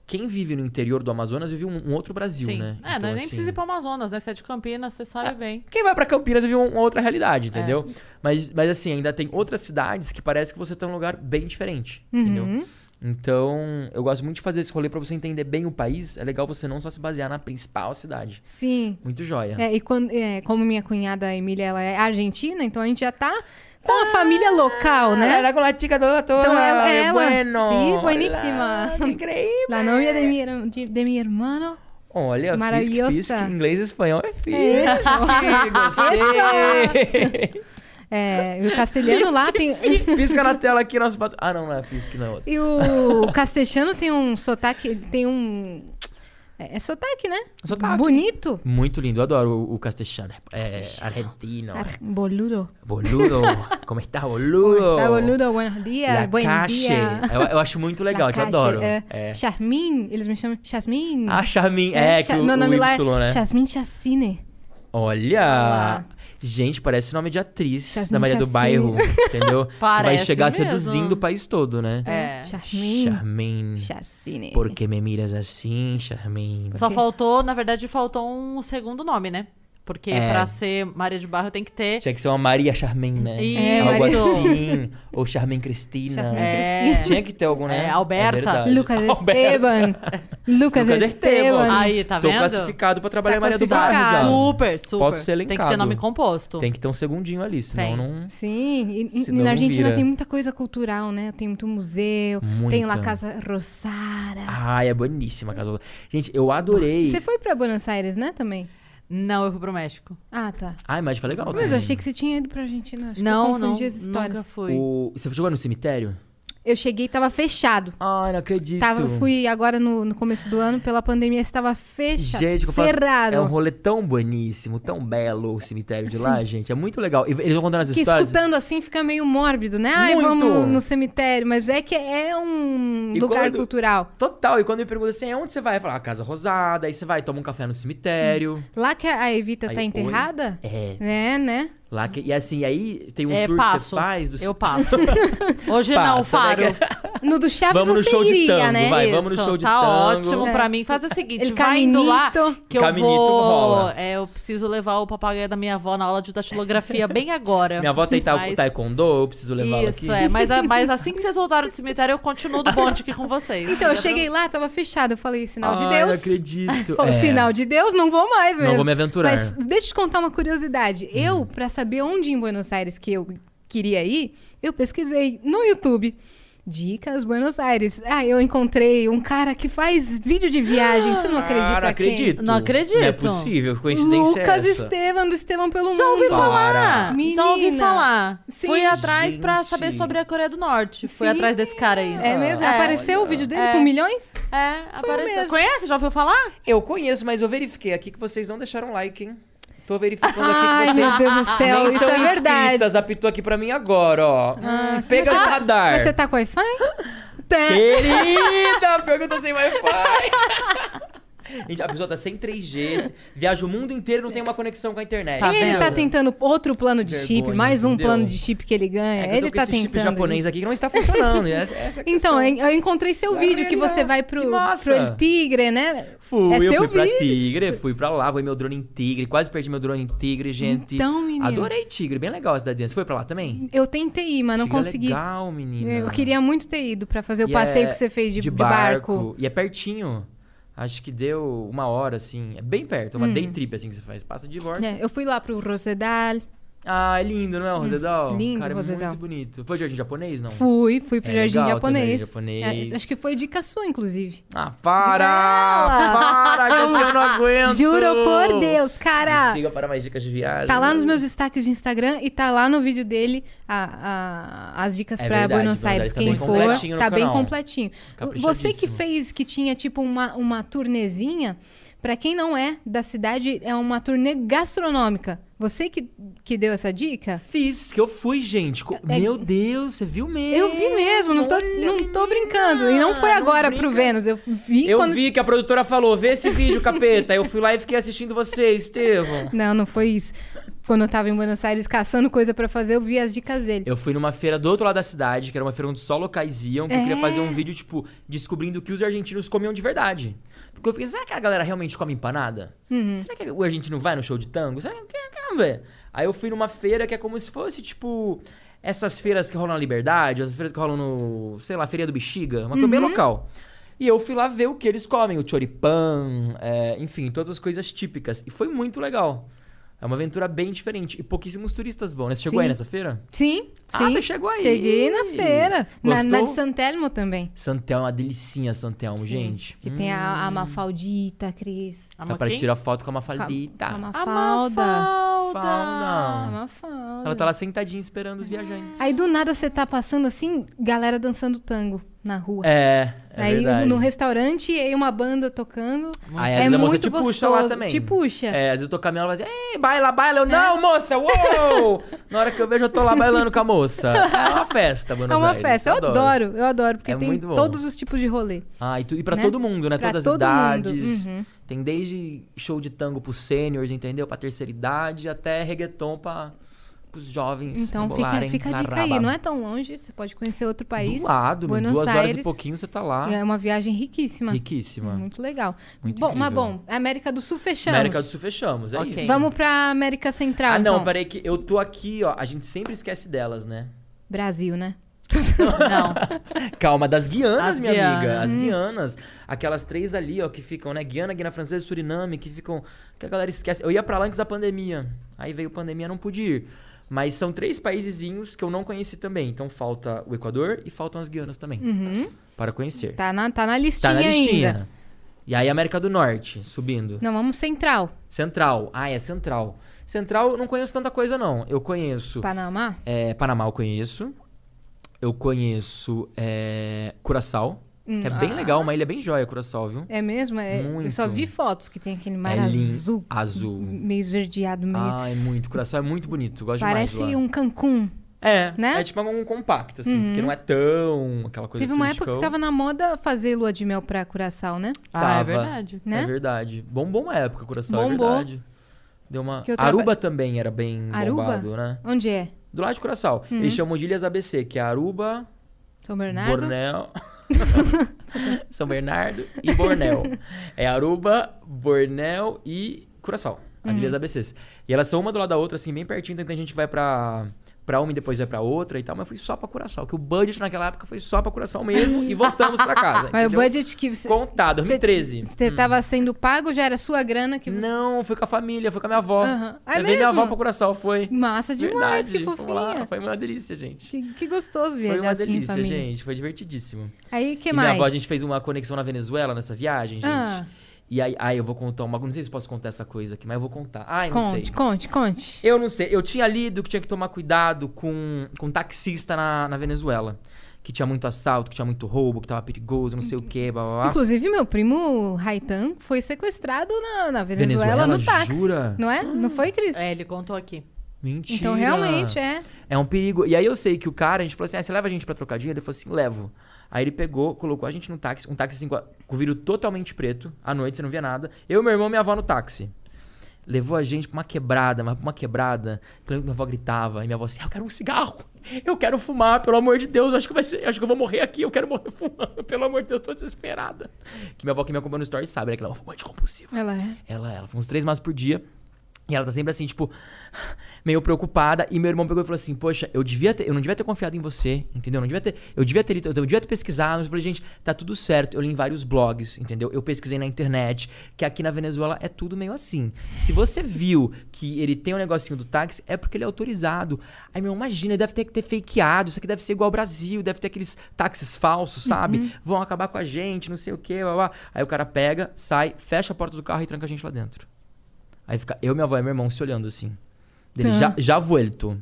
C: Quem vive no interior do Amazonas vive um, um outro Brasil,
A: Sim.
C: né?
A: É, não-
C: Então,
A: nem
C: assim,
A: precisa ir pro Amazonas, né? Você é de Campinas, você sabe bem.
C: quem vai pra Campinas vive um, uma outra
B: É.
C: realidade, entendeu? Mas, mas assim, ainda tem outras cidades que parece que você tá num lugar bem diferente,
B: Uhum.
C: entendeu? Então, eu gosto muito de fazer esse rolê pra você entender bem o país. É legal você não só se basear na principal cidade.
B: Sim.
C: Muito joia.
B: É, e quando, é, como minha cunhada Emília ela é argentina, então a gente já tá com a família
C: Ah,
B: local, né?
C: Ela é com a chica do doutor.
B: Então, ela-
C: é
B: ela.
C: Bueno.
B: Sí, buenísima.
C: Hola, que increíble.
B: La novia de mi, her- de, de mi hermano. Maravilhosa.
C: Olha, Maravilhosa. Fisk, inglês e espanhol é Fisk.
B: Isso.
C: Gostei.
B: É, e o castelhano lá tem.
C: Pisca na tela aqui, nosso pato. Ah, não, não é Fisk, não é outro.
B: E o castelhano tem um sotaque. Tem um. É, é sotaque, né?
C: Sotaque.
B: Bonito.
C: tá Muito lindo, eu adoro o, o castelhano. É, argentino.
B: Ar- Boludo.
A: [LAUGHS]
C: Boludo. Como está, boludo?
B: Tá, boludo, buenos
C: La
B: dias. Buen
C: calle.
B: dia.
C: Eu, eu acho muito legal,
B: La
C: eu te
B: calle,
C: adoro.
A: eh,
B: É.
C: É.
B: Jasmine, eles me chamam Jasmine.
C: A Charmin, é, que
B: Cha-
C: o,
B: meu
C: o
B: nome
C: Y,
B: lá
C: né?
B: é Jasmine Chacine.
C: Olha!
B: lá.
C: Gente, parece nome de atriz
B: Jasmine
C: da Maria do
B: Chacine.
C: Bairro, entendeu? Vai
A: [LAUGHS] Parece
C: chegar
A: mesmo.
C: seduzindo o país todo, né?
A: É.
B: Jasmine
C: Charmin,
B: Chacine.
C: por que me miras assim, Charmin?
A: Só faltou, na verdade, faltou um segundo nome, né? Porque
C: É.
A: pra ser Maria de Barro tem que ter.
C: Tinha que ser uma Maria Charmin, né?
A: Isso.
C: Algo
A: Maria.
C: assim. Ou Charmin Cristina.
B: Jasmine
A: É.
C: Tinha que ter algum, né?
A: É, Alberta.
C: verdade.
B: Lucas
C: [LAUGHS] Alberta.
B: Esteban. Lucas,
C: Lucas
B: Esteban.
C: Esteban. Ah,
A: Aí, tá
C: Tô
A: vendo?
C: classificado pra trabalhar
B: Tá
C: em Maria do
B: classificado.
C: Bairro já.
A: Super, super.
C: Posso ser
A: tem que ter
C: elencado.
A: nome composto.
C: Tem que ter um segundinho ali, senão
A: Tem.
C: não...
B: Sim, e- e,
C: Senão
B: na
C: não
B: Argentina
C: vira.
B: tem muita coisa cultural, né? Tem muito museu, tem lá
C: Muita.
B: Casa Rosara.
C: Ai, é boníssima a casa. Gente, eu adorei.
B: Você foi pra Buenos Aires, né, também?
A: Não, eu fui pro México.
B: Ah, tá.
C: Ai, mágica legal
B: Mas
C: também.
B: eu achei que você tinha ido pra Argentina. Acho que eu
A: não, não.
B: confundi as histórias.
A: Nunca fui.
C: O... Você jogou no cemitério?
B: Eu cheguei e tava fechado.
C: Ai, não acredito.
B: Tava, fui agora no, no começo do ano, pela pandemia, estava fechado.
C: Gente, que eu faço-
B: cerrado.
C: é um rolê tão boníssimo, tão belo o cemitério de lá, gente. É muito legal. E eles vão contando as
B: que
C: histórias.
B: escutando assim fica meio mórbido, né? Ai,
C: Muito.
B: vamos no cemitério. Mas é que é um
C: E
B: lugar
C: quando-
B: cultural.
C: Total. E quando me perguntam assim, onde você vai? Eu falo, ah, Casa Rosada. Aí você vai, toma um café no cemitério.
A: Hum.
B: Lá que a Evita
C: Aí,
B: tá
C: oi.
B: enterrada?
C: É.
B: É, né?
C: Lá que, e assim, aí tem um
A: é,
C: tour
A: passo.
C: que você faz. Do
A: Eu
C: [LAUGHS]
A: passo. Hoje não,
C: Passa,
A: Faro.
C: né?
B: No do Chaves
C: Vamos no
B: você
C: show de
B: iria,
C: tango,
B: né?
C: vai, vamos no
A: Isso,
C: show de
A: tá
C: tango.
A: ótimo pra mim. Faz o seguinte,
B: Ele
A: vai indo lá
B: É. caminito.
A: que eu
C: Caminito
A: vou...
C: rola.
A: É, eu preciso levar o papagaio da minha avó na aula de datilografia bem agora.
C: Minha avó tem ta-
A: Mas-
C: taekwondo, eu preciso levá-la aqui.
A: Isso, é. Mas, a- mas assim que vocês voltaram do cemitério, eu continuo do bonde aqui com vocês.
B: Então, eu cheguei lá, tava fechado. Eu falei, sinal de
C: Ai, não
B: Deus. [LAUGHS]
C: acredito.
B: Pô,
C: É.
B: Sinal de Deus, não vou mais
C: Não
B: mesmo.
C: vou me aventurar.
B: Mas deixa eu te contar uma curiosidade.
C: Uhum.
B: Eu, pra saber onde em Buenos Aires que eu queria ir, eu pesquisei no YouTube. Dicas Buenos Aires. Ah, eu encontrei um cara que faz vídeo de viagem. Você não acredita
C: Ah, Cara,
B: quem?
C: acredito.
A: Não acredito.
C: Não é possível, coincidência
B: Lucas
C: é essa.
B: Estevam, do Estevam pelo
A: Já
B: Mundo.
A: ouvi falar!
B: Para.
A: Já ouvi
B: Menina.
A: falar.
B: Sim.
A: Fui atrás pra
C: Gente.
A: saber sobre a Coreia do Norte. Fui
B: Sim.
A: atrás desse cara aí.
B: É mesmo?
A: É.
B: Apareceu o vídeo dele
A: É.
B: com milhões?
A: É, apareceu.
B: mesmo.
A: Conhece? Já ouviu falar?
C: Eu conheço, mas eu verifiquei aqui que vocês não deixaram like, hein? Tô verificando
B: Ai,
C: aqui que
B: meu
C: vocês
B: Deus do céu,
C: nem
B: isso
C: são
B: é verdade.
C: inscritas. Apitou aqui pra mim agora, ó.
B: Ah,
C: Pega
B: mas
C: no
B: você-
C: radar.
B: Mas você tá com Wi-Fi? Tá.
C: Querida, [LAUGHS] pergunta sem Wi-Fi. Gente, a pessoa tá sem 3G, viaja o mundo inteiro e não tem uma conexão com a internet.
A: Tá
B: ele
A: vendo?
B: tá tentando outro plano de chip,
C: Vergonha,
B: mais um
C: entendeu?
B: plano de chip que ele ganha.
C: É que eu
B: ele
C: tô com
B: tá
C: esse
B: tentando.
C: chip japonês
B: isso.
C: aqui que não está
B: [LAUGHS]
C: funcionando. Essa, essa é a
B: Então,
C: questão.
B: eu eu encontrei seu
C: Ah,
B: vídeo que você vai pro,
C: que massa.
B: pro El Tigre, né?
C: Fui,
B: é
C: eu
B: seu
C: fui pra
B: vídeo.
C: Tigre, fui pra lá, voei meu drone em Tigre, quase perdi meu drone em Tigre, gente.
B: Então, menino.
C: Adorei Tigre, bem legal a cidadezinha. Você foi pra lá também?
B: Eu tentei ir, mas não
C: Tigre é
B: consegui.
C: legal, menina.
B: Eu queria muito ter ido pra fazer o
C: E
B: passeio
C: é
B: que você fez de, de barco.
C: barco. E é pertinho. Acho que deu uma hora, assim. É bem perto,
B: Hum.
C: uma day trip, assim, que você faz. Passa de volta.
B: É, eu fui lá pro Rosedal,
C: Ah, é lindo, não é, o Rosedal?
B: Hum. lindo,
C: Cara, é
B: Rosedal.
C: muito bonito. Foi jardim japonês, não?
B: fui, fui pro
C: É
B: Jardim
C: legal também,
B: Japonês.
C: japonês.
B: É, acho que foi dica sua, inclusive.
C: Ah, para! Para, que
B: [LAUGHS]
C: assim eu não aguento!
B: Juro por Deus, cara!
C: Me siga para mais dicas de viagem.
B: Tá lá nos meus destaques de Instagram e tá lá no vídeo dele a- a- as dicas
C: É
B: pra
C: verdade,
B: Buenos
C: Buenos
B: Aires,
C: Aires tá
B: quem
C: bem
B: for.
C: completinho no
B: Tá bem
C: canal.
B: completinho. Você que
C: Caprichadíssimo.
B: fez, que tinha tipo uma, uma turnezinha, pra quem não é da cidade, é uma turnê gastronômica. Você que, que deu essa dica?
C: Fiz, que eu fui, gente. Co-
B: É-
C: Meu Deus, você viu mesmo?
B: Eu vi mesmo, não tô,
C: Olha,
B: não tô
C: menina,
B: brincando. E não foi agora pro
C: brinca.
B: Vênus, eu vi
C: Eu
B: quando.
C: vi que a produtora falou, vê esse vídeo, capeta. Eu fui lá e fiquei assistindo você, Estevão.
B: Não, não foi isso. Quando eu tava em Buenos Aires caçando coisa pra fazer, eu vi as dicas dele.
C: Eu fui numa feira do outro lado da cidade, que era uma feira onde só locais iam, que eu queria
B: É.
C: fazer um vídeo, tipo, descobrindo o que os argentinos comiam de verdade. Porque eu fiquei, será que a galera realmente come empanada?
B: Uhum.
C: Será que o argentino vai no show de tango? Será que tem a ver? Aí eu fui numa feira que é como se fosse, tipo, essas feiras que rolam na Liberdade, essas feiras que rolam no, sei lá, Feira do Bexiga, uma coisa bem
B: Uhum.
C: local. E eu fui lá ver o que eles comem, o choripan, é, enfim, todas as coisas típicas. E foi muito legal. É uma aventura bem diferente. E pouquíssimos turistas vão, né? Você chegou
B: Sim.
C: aí nessa feira?
B: Sim,
C: Ah,
B: sim.
C: tu chegou aí.
B: Cheguei na feira. Na, na
C: Gostou?
B: de Santelmo também.
C: Santelmo, é uma delicinha, Santelmo,
B: Sim,
C: gente. Hum.
B: Que tem a, a Mafaldita, a Cris.
C: Dá pra tirar foto com a Mafaldita.
B: A
A: A
B: Mafalda.
A: Mafalda.
C: Falda.
B: A Mafalda.
C: Ela tá lá sentadinha esperando os viajantes.
B: Aí do nada você tá passando assim, galera dançando tango na rua.
C: É, é
B: Aí
C: verdade.
B: no restaurante, aí uma banda tocando.
C: Aí, às
B: é
C: vezes, a moça
B: muito
C: te
B: gostoso.
C: puxa lá também.
B: Te puxa.
C: É, às vezes eu tô caminhando, ela fala assim, Ei, baila, baila. Eu,
B: É.
C: não, moça, uou! Na hora que eu vejo, eu tô lá bailando com a moça. É uma festa, Buenos
B: É uma
C: Aires,
B: festa, eu adoro, eu adoro, porque
C: É
B: tem
C: muito bom.
B: todos os tipos de rolê.
C: Ah, e, tu, e pra
B: Né?
C: todo mundo, né?
B: Pra
C: Todas as
B: todo mundo,
C: idades.
B: uhum.
C: Tem desde show de tango pros sêniores, entendeu? Pra terceira idade, até reggaeton pra, pros jovens
B: Então fica,
C: embolarem
B: fica a
C: na
B: dica
C: raba.
B: aí, não é tão longe, você pode conhecer outro país.
C: Do lado,
B: Buenos
C: Buenos duas horas
B: Aires.
C: e pouquinho você tá lá.
B: E É uma viagem riquíssima.
C: Riquíssima.
B: Muito legal.
C: Muito
B: bom, mas
C: incrível.
B: bom, América do Sul fechamos.
C: América do Sul fechamos, é
A: Ok.
C: isso.
B: Vamos pra América Central,
C: Ah, não,
B: então.
C: peraí que eu tô aqui, ó. A gente sempre esquece delas, né?
B: Brasil, né?
C: [LAUGHS]
A: Não. Ah,
C: Calma, das Guianas,
A: As
C: minha amiga.
B: Hum.
A: Guianas.
C: As Guianas. Aquelas três ali, ó, que ficam, né? Guiana, Guiana Francesa e Suriname, que ficam. Que a galera esquece. Eu ia pra lá antes da pandemia. Aí veio pandemia, não pude ir. Mas são três paísezinhos que eu não conheci também. Então falta o Equador e faltam as Guianas também. Para conhecer.
B: Uhum. Tá na, tá na listinha
C: Tá na listinha.
B: ainda.
C: E aí América do Norte, subindo.
B: Não, vamos Central.
C: Central. Ah, é Central. Central eu não conheço tanta coisa, não. Eu conheço.
B: Panamá?
C: é, Panamá eu conheço. Eu conheço é, Curaçao, que é
B: Uhum. Ah.
C: bem legal, uma ilha bem joia, Curaçao, viu?
B: Hum, É mesmo? É- Eu
C: Muito.
B: só vi fotos que tem aquele mar
C: É lindo,
B: azul,
C: Azul.
B: meio esverdeado, meio...
C: Ah, é muito. Curaçao é muito bonito. Gosto
B: Parece
C: demais de lá.
B: um Cancún.
C: É,
B: né? Uhum.
C: é tipo um compacto, assim, porque não é tão aquela coisa
B: Teve uma época
C: turisticão.
B: que tava na moda fazer lua de mel pra Curaçao, né?
A: Ah, é
C: Tava.
A: verdade.
B: né?
C: É verdade. Bombom é época, Curaçao, é
B: Bombou.
C: verdade. Deu uma...
B: Que eu traba-
C: Aruba também era bem
B: Aruba? Uhum.
C: bombado, né?
B: Onde é?
C: Do lado de Curaçao. Eles chamam de Ilhas ABC, que é Aruba,
B: São Bernardo?
C: Bornel... [LAUGHS] São Bernardo e Bornel. É Aruba, Bornel e Curaçao. As
B: Hum.
C: Ilhas ABCs. E elas são uma do lado da outra, assim, bem pertinho. Então tem gente que vai pra... Pra uma e depois vai pra outra e tal, mas foi só pra Curaçao. Que o budget naquela época foi só pra Curaçao mesmo e voltamos pra casa.
B: Mas o
C: entendeu?
B: budget que você...
C: Contado,
B: cê-
C: 2013.
B: Você tava sendo pago, já era sua grana que você...
C: Não, fui com a família, fui com a minha avó.
B: Aham. É
C: Levei minha avó
B: mesmo?
C: pra Curaçao, foi.
B: Massa demais, que
C: Verdade, fomos lá,
B: fofinha.
C: foi uma delícia, gente.
B: Que, que gostoso
C: Foi
B: viajar
C: uma
B: assim em
C: delícia,
B: família.
C: gente. Foi divertidíssimo.
B: Aí, que
C: e
B: mais?
C: minha avó, a gente fez uma conexão na Venezuela nessa viagem, gente.
B: Ah.
C: E aí, aí eu vou contar uma. Não sei se posso contar essa coisa aqui, mas eu vou contar. Ai, não
B: Conte,
C: sei.
B: conte, conte.
C: Eu não sei. Eu tinha lido que tinha que tomar cuidado com, com taxista na, na Venezuela. Que tinha muito assalto, que tinha muito roubo, que tava perigoso, não sei o quê, blá blá blá.
B: Inclusive, meu primo Raitan foi sequestrado na, na Venezuela,
C: Venezuela,
B: no táxi.
C: jura?
B: Não é? Não foi, Cris?
A: É, ele contou aqui.
C: Mentira.
B: Então, realmente, é.
C: É um perigo. E aí eu sei que o cara, a gente falou assim: ah, você leva a gente pra trocar dinheiro? Ele falou assim: levo. Aí ele pegou, colocou a gente no táxi, um táxi assim, com a- com o vidro totalmente preto, à noite você não via nada. Eu, meu irmão e minha avó no táxi. Levou a gente pra uma quebrada, mas pra uma quebrada. que eu lembro que Minha avó gritava, e minha avó assim: ah, eu quero um cigarro, eu quero fumar, pelo amor de Deus, eu acho que vai ser, eu acho que eu vou morrer aqui, eu quero morrer [LAUGHS] fumando, pelo amor de Deus, eu tô desesperada. Que minha avó que me acompanha no story sabe, né? Que ela é uma fumante compulsiva.
B: Ela é.
C: Ela, ela foi uns três maços por dia. E ela tá sempre assim, tipo, meio preocupada. E meu irmão pegou e falou assim: Poxa, eu devia ter, eu não devia ter confiado em você, entendeu? Eu não devia ter, eu devia ter, ido- eu devia ter pesquisado. Eu falei, gente, tá tudo certo. Eu li em vários blogs, entendeu? Eu pesquisei na internet, que aqui na Venezuela é tudo meio assim. Se você viu que ele tem um negocinho do táxi, é porque ele é autorizado. Aí, meu, imagina, deve ter que ter fakeado. Isso aqui deve ser igual ao Brasil, deve ter aqueles táxis falsos, sabe? Vão acabar com a gente, não sei o quê, blá, blá. Aí o cara pega, sai, fecha a porta do carro e tranca a gente lá dentro. Aí fica eu, minha avó e meu irmão se olhando assim. Dele,
B: Tá.
C: já, já vuelto.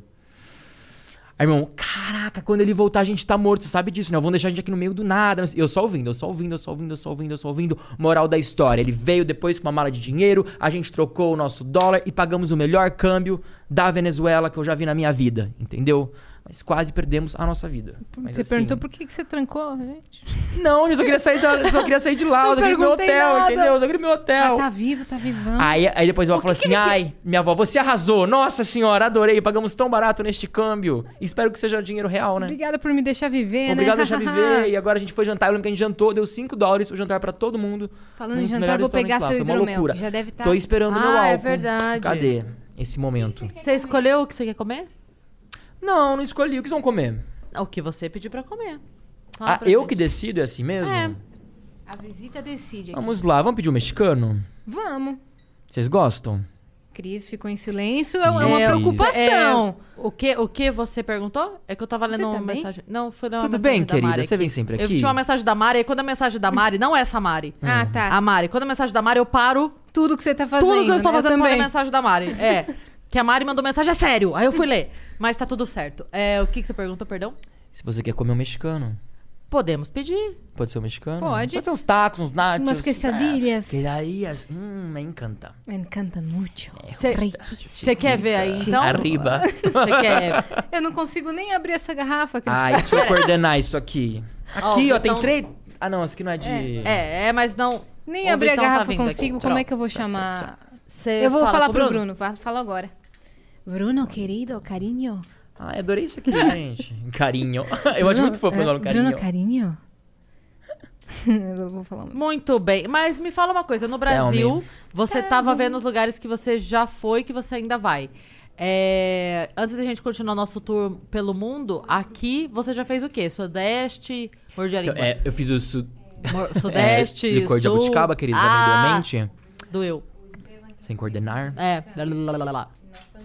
C: Aí, meu irmão, caraca, quando ele voltar a gente tá morto, você sabe disso, né? Vão deixar a gente aqui no meio do nada. não sei- Eu só ouvindo, eu só ouvindo, eu só ouvindo, eu só ouvindo, eu só ouvindo. Moral da história. Ele veio depois com uma mala de dinheiro, a gente trocou o nosso dólar e pagamos o melhor câmbio da Venezuela que eu já vi na minha vida, entendeu? Mas quase perdemos a nossa vida. Mas,
B: você
C: assim,
B: perguntou por que, que você trancou, a gente?
C: Não, eu só queria sair, da- eu só queria sair de lá,
B: [LAUGHS] Não
C: eu só queria ir pro meu
B: perguntei
C: hotel,
B: nada.
C: entendeu? Eu só queria ir pro meu hotel.
B: Ah, tá vivo, tá vivão.
C: Aí, aí depois minha avó
B: O
C: falou
B: que que
C: assim: ai, minha avó, você arrasou. Nossa senhora, adorei. Pagamos tão barato neste câmbio. Espero que seja dinheiro real, né?
B: Obrigada por me deixar viver,
C: Obrigado,
B: né?
A: [LAUGHS]
C: deixa viver. E agora a gente foi jantar. Eu lembro que a gente jantou, deu 5 dólares o jantar pra todo mundo.
B: [LAUGHS] Falando em
C: Num dos
B: jantar,
C: melhores
B: vou pegar
C: restaurantes
B: seu
C: lá. Foi uma
B: hidromel,
C: loucura.
B: que já deve tá estar...
C: Tô esperando
A: Ah,
C: meu álcool.
A: é verdade.
C: Cadê esse momento?
A: Você escolheu o que você quer comer?
C: Não, não escolhi. O que vocês vão comer?
A: O que você pediu pra comer. Fala
C: Ah,
A: pra
C: eu
A: gente.
C: que decido, é assim mesmo?
A: É.
B: A visita decide aqui.
C: Vamos lá, vamos pedir um mexicano?
B: Vamos.
C: Vocês gostam?
B: Cris ficou em silêncio, é uma
C: Ih,
B: é uma
C: Cris.
B: preocupação.
A: É, O que, o que você perguntou? É que eu tava lendo uma
B: também?
A: mensagem. Não, foi uma
C: Tudo
A: mensagem
C: bem,
A: da
C: querida?
A: Mari
C: Você vem sempre
A: Eu
C: aqui? Hum.
A: tinha uma mensagem da Mari, aí quando a mensagem da Mari, não é essa Mari.
B: Ah,
A: A
B: tá.
A: Mari. Quando a mensagem da Mari, eu paro
B: Tudo que você tá fazendo,
A: tudo que eu estou
B: né?
A: fazendo com a
B: também.
A: mensagem da Mari. É. que a Mari mandou mensagem, é sério. Aí eu fui ler. Mas tá tudo certo. É, o que, que você perguntou, perdão?
C: Se você quer comer um mexicano,
A: Podemos pedir.
C: pode ser um mexicano?
B: Pode.
C: Pode ser uns tacos, uns nachos.
B: Umas quesadillas.
C: É, quesadillas. Hum, me encanta.
B: Me encanta muito.
A: É, Você quer ver aí, então?
C: Tá.
A: [LAUGHS]
C: Arriba.
A: Você quer...
B: Eu não consigo nem abrir essa garrafa, Cris.
C: Ai, deixa eu coordenar isso aqui.
A: Ó,
C: Aqui, ó, tem
A: então-
C: três. Ah, não, esse aqui não é de.
A: É, é, mas não...
B: [LAUGHS] Nem
A: O
B: abrir a
A: Vitão tá
B: garrafa
A: vindo aqui.
B: consigo, como é que eu vou chamar?
A: Você
B: Eu vou
A: fala
B: falar
A: com o
B: pro Bruno, Fa- fala agora. Bruno, querido, carinho.
C: Ai, adorei isso
A: [LAUGHS]
C: aqui, gente. Carinho. [LAUGHS] Eu acho muito fofo
B: é,
C: o nome carinho.
B: Bruno, carinho? [LAUGHS] eu vou falar um...
A: Muito bem. Mas me fala uma coisa. No Brasil,
C: Tell me.
A: você tava vendo os lugares que você já foi e que você ainda vai. É, Antes da gente continuar nosso tour pelo mundo, aqui você já fez o quê? Sudeste, Mordi a
C: Então,
A: Língua.
C: é, eu fiz o su...
A: Mor-
C: [LAUGHS] é,
A: Sudeste,
C: licor de
A: Sul.
C: abuticaba, querido,
A: Ah,
C: da mente.
A: Doeu.
C: Sem coordenar.
A: É. lalalala.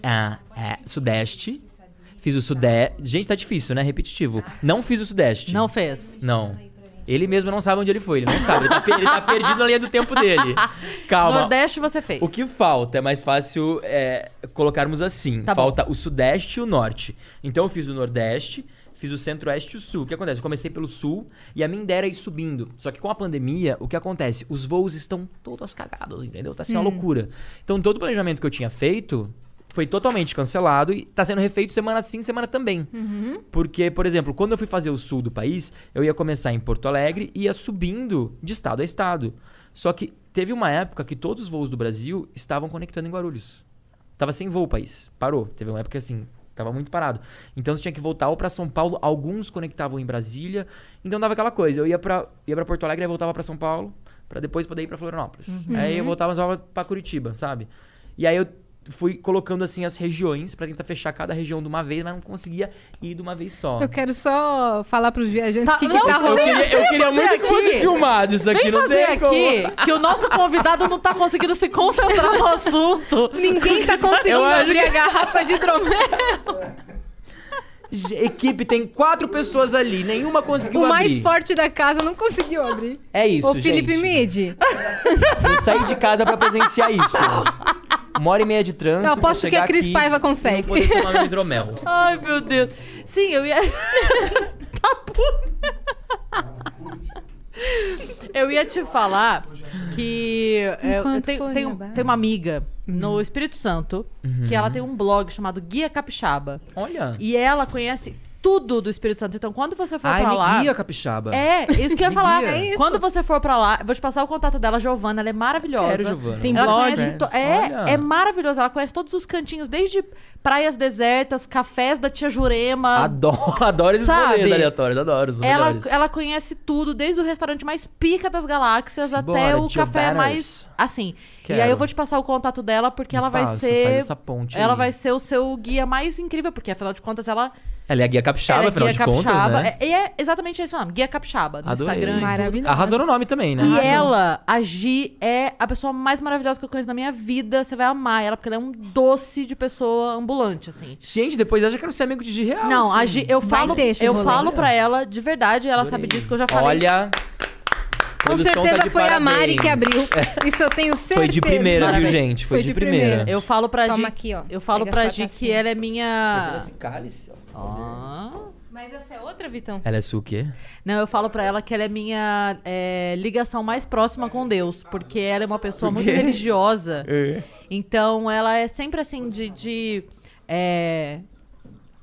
C: Ah, é. Sudeste. Fiz o Sudeste. Gente, tá difícil, né? Repetitivo. Não fiz o Sudeste.
A: Não fez.
C: Não. Ele mesmo não sabe onde ele foi, ele não sabe. Ele tá, pe- ele tá perdido na linha do tempo dele. Calma.
A: Nordeste você fez.
C: O que falta é mais fácil é, colocarmos assim.
A: Tá bom.
C: falta o Sudeste e o Norte. Então eu fiz o Nordeste, Fiz o centro-oeste e o sul. O que acontece? Eu comecei pelo sul e a minha ideia era ir subindo. Só que com a pandemia, o que acontece? Os voos estão todos cagados, entendeu? Tá sendo
A: Hum.
C: uma loucura. Então todo o planejamento que eu tinha feito foi totalmente cancelado e tá sendo refeito semana sim, semana também.
A: Uhum.
C: Porque, por exemplo, quando eu fui fazer o sul do país, eu ia começar em Porto Alegre e ia subindo de estado a estado. Só que teve uma época que todos os voos do Brasil estavam conectando em Guarulhos. Tava sem voo o país. Parou. Teve uma época assim, tava muito parado. Então você tinha que voltar ou pra São Paulo, alguns conectavam em Brasília. Então dava aquela coisa, eu ia pra ia para Porto Alegre e voltava pra São Paulo, pra depois poder ir pra Florianópolis.
A: Uhum.
C: Aí eu voltava só pra Curitiba, sabe? E aí eu fui colocando assim as regiões pra tentar fechar cada região de uma vez, mas não conseguia ir de uma vez só.
B: Eu quero só falar pros viajantes o
A: Tá-
B: que, que
A: não,
B: tá
A: eu-
C: Eu
B: rolando.
C: queria, eu queria
A: fazer
C: muito que
A: aqui.
C: fosse filmado isso aqui,
A: Vem
C: não
A: fazer
C: tem como.
A: aqui que o nosso convidado não tá conseguindo se concentrar no assunto.
B: Ninguém tá conseguindo
C: Eu acho
B: abrir a garrafa
A: [LAUGHS]
B: de hidromel.
C: Ge- Equipe tem quatro pessoas ali, nenhuma conseguiu
B: O mais
C: abrir.
B: forte da casa não conseguiu abrir.
C: É isso,
B: Ô, Felipe
C: gente.
B: Midi,
C: Eu saí de casa pra presenciar isso. Uma hora e meia de trânsito.
B: Eu aposto
C: vou
B: que a
C: chegar
B: Cris
C: aqui
B: Paiva
C: e não
B: consegue.
C: poder tomar meu hidromel.
A: Ai, meu Deus. Sim, eu ia. [LAUGHS] tá puta. eu ia te falar que é, eu
B: Enquanto
A: tenho,
B: for
A: tenho-
B: gravar.
A: tenho uma amiga no Espírito Santo
C: Uhum.
A: que ela tem um blog chamado Guia Capixaba.
C: Olha.
A: E ela conhece tudo do Espírito Santo. Então, quando você for
C: Ai,
A: pra
C: me
A: lá.
C: guia, capixaba.
A: É, isso que eu ia
C: Me
A: falar.
C: guia. É
B: isso.
A: Quando você for pra lá, eu vou te passar o contato dela, Giovana. Ela é maravilhosa.
C: Quero, Giovana.
B: Tem
A: Ela
B: blog.
A: conhece to-
C: Olha.
A: É, é maravilhoso. Ela conhece todos os cantinhos, desde praias desertas, cafés da tia Jurema.
C: [LAUGHS] Adoro, adoro esses
A: Sabe?
C: rolês aleatórios, adoro, são
A: Ela,
C: melhores.
A: ela conhece tudo, desde o restaurante mais pica das galáxias até
C: Simbora,
A: o
C: tio
A: café
C: Banners.
A: mais. Assim. E
C: Quero.
A: aí eu vou te passar o contato dela, porque ela vai
C: Passa,
A: ser.
C: faz essa ponte
A: ela
C: aí.
A: vai ser o seu guia mais incrível, porque afinal de contas ela.
C: Ela é a guia é capixaba,
A: ela é
C: afinal
A: guia
C: de
A: capixaba.
C: contas, né?
A: É- E é exatamente esse o nome, Guia Capixaba, no
C: Adorei.
A: Instagram. e tudo.
B: Maravilhoso.
C: Arrasou no nome também, né?
A: E
C: Arrasou.
A: ela, a Gi, é a pessoa mais maravilhosa que eu conheço na minha vida. Você vai amar ela, porque ela é um doce de pessoa ambulante, assim.
C: Gente, depois eu já quero ser amigo de G real.
A: Não, a
C: assim.
A: Gi, eu
B: Vai
A: falo,
B: ter esse
A: eu
B: rolê.
A: falo pra ela de verdade, ela sabe
C: Adorei.
A: disso que eu já falei.
C: Olha.
B: com
C: produção tá
B: certeza
C: de
B: foi a Mari
C: parabéns. É.
B: que abriu. Isso eu tenho certeza.
C: Foi de primeira,
A: Parabéns.
C: viu, gente? Foi,
B: Foi
C: de,
B: de
C: primeira.
B: primeira.
A: Eu falo pra
B: Toma
A: Gi,
B: aqui, ó.
A: eu falo
B: Pega
A: pra
B: sua
A: Gi que
B: tacinha.
A: ela é
B: Ah.
A: minha
C: assim. cálice.
A: Ó.
B: Mas essa é outra, Vitão?
C: Ela é sua o quê?
A: Não, eu falo pra ela que ela é minha é, ligação mais próxima com Deus, porque ela é uma pessoa muito religiosa. Então ela é sempre assim de. de, é,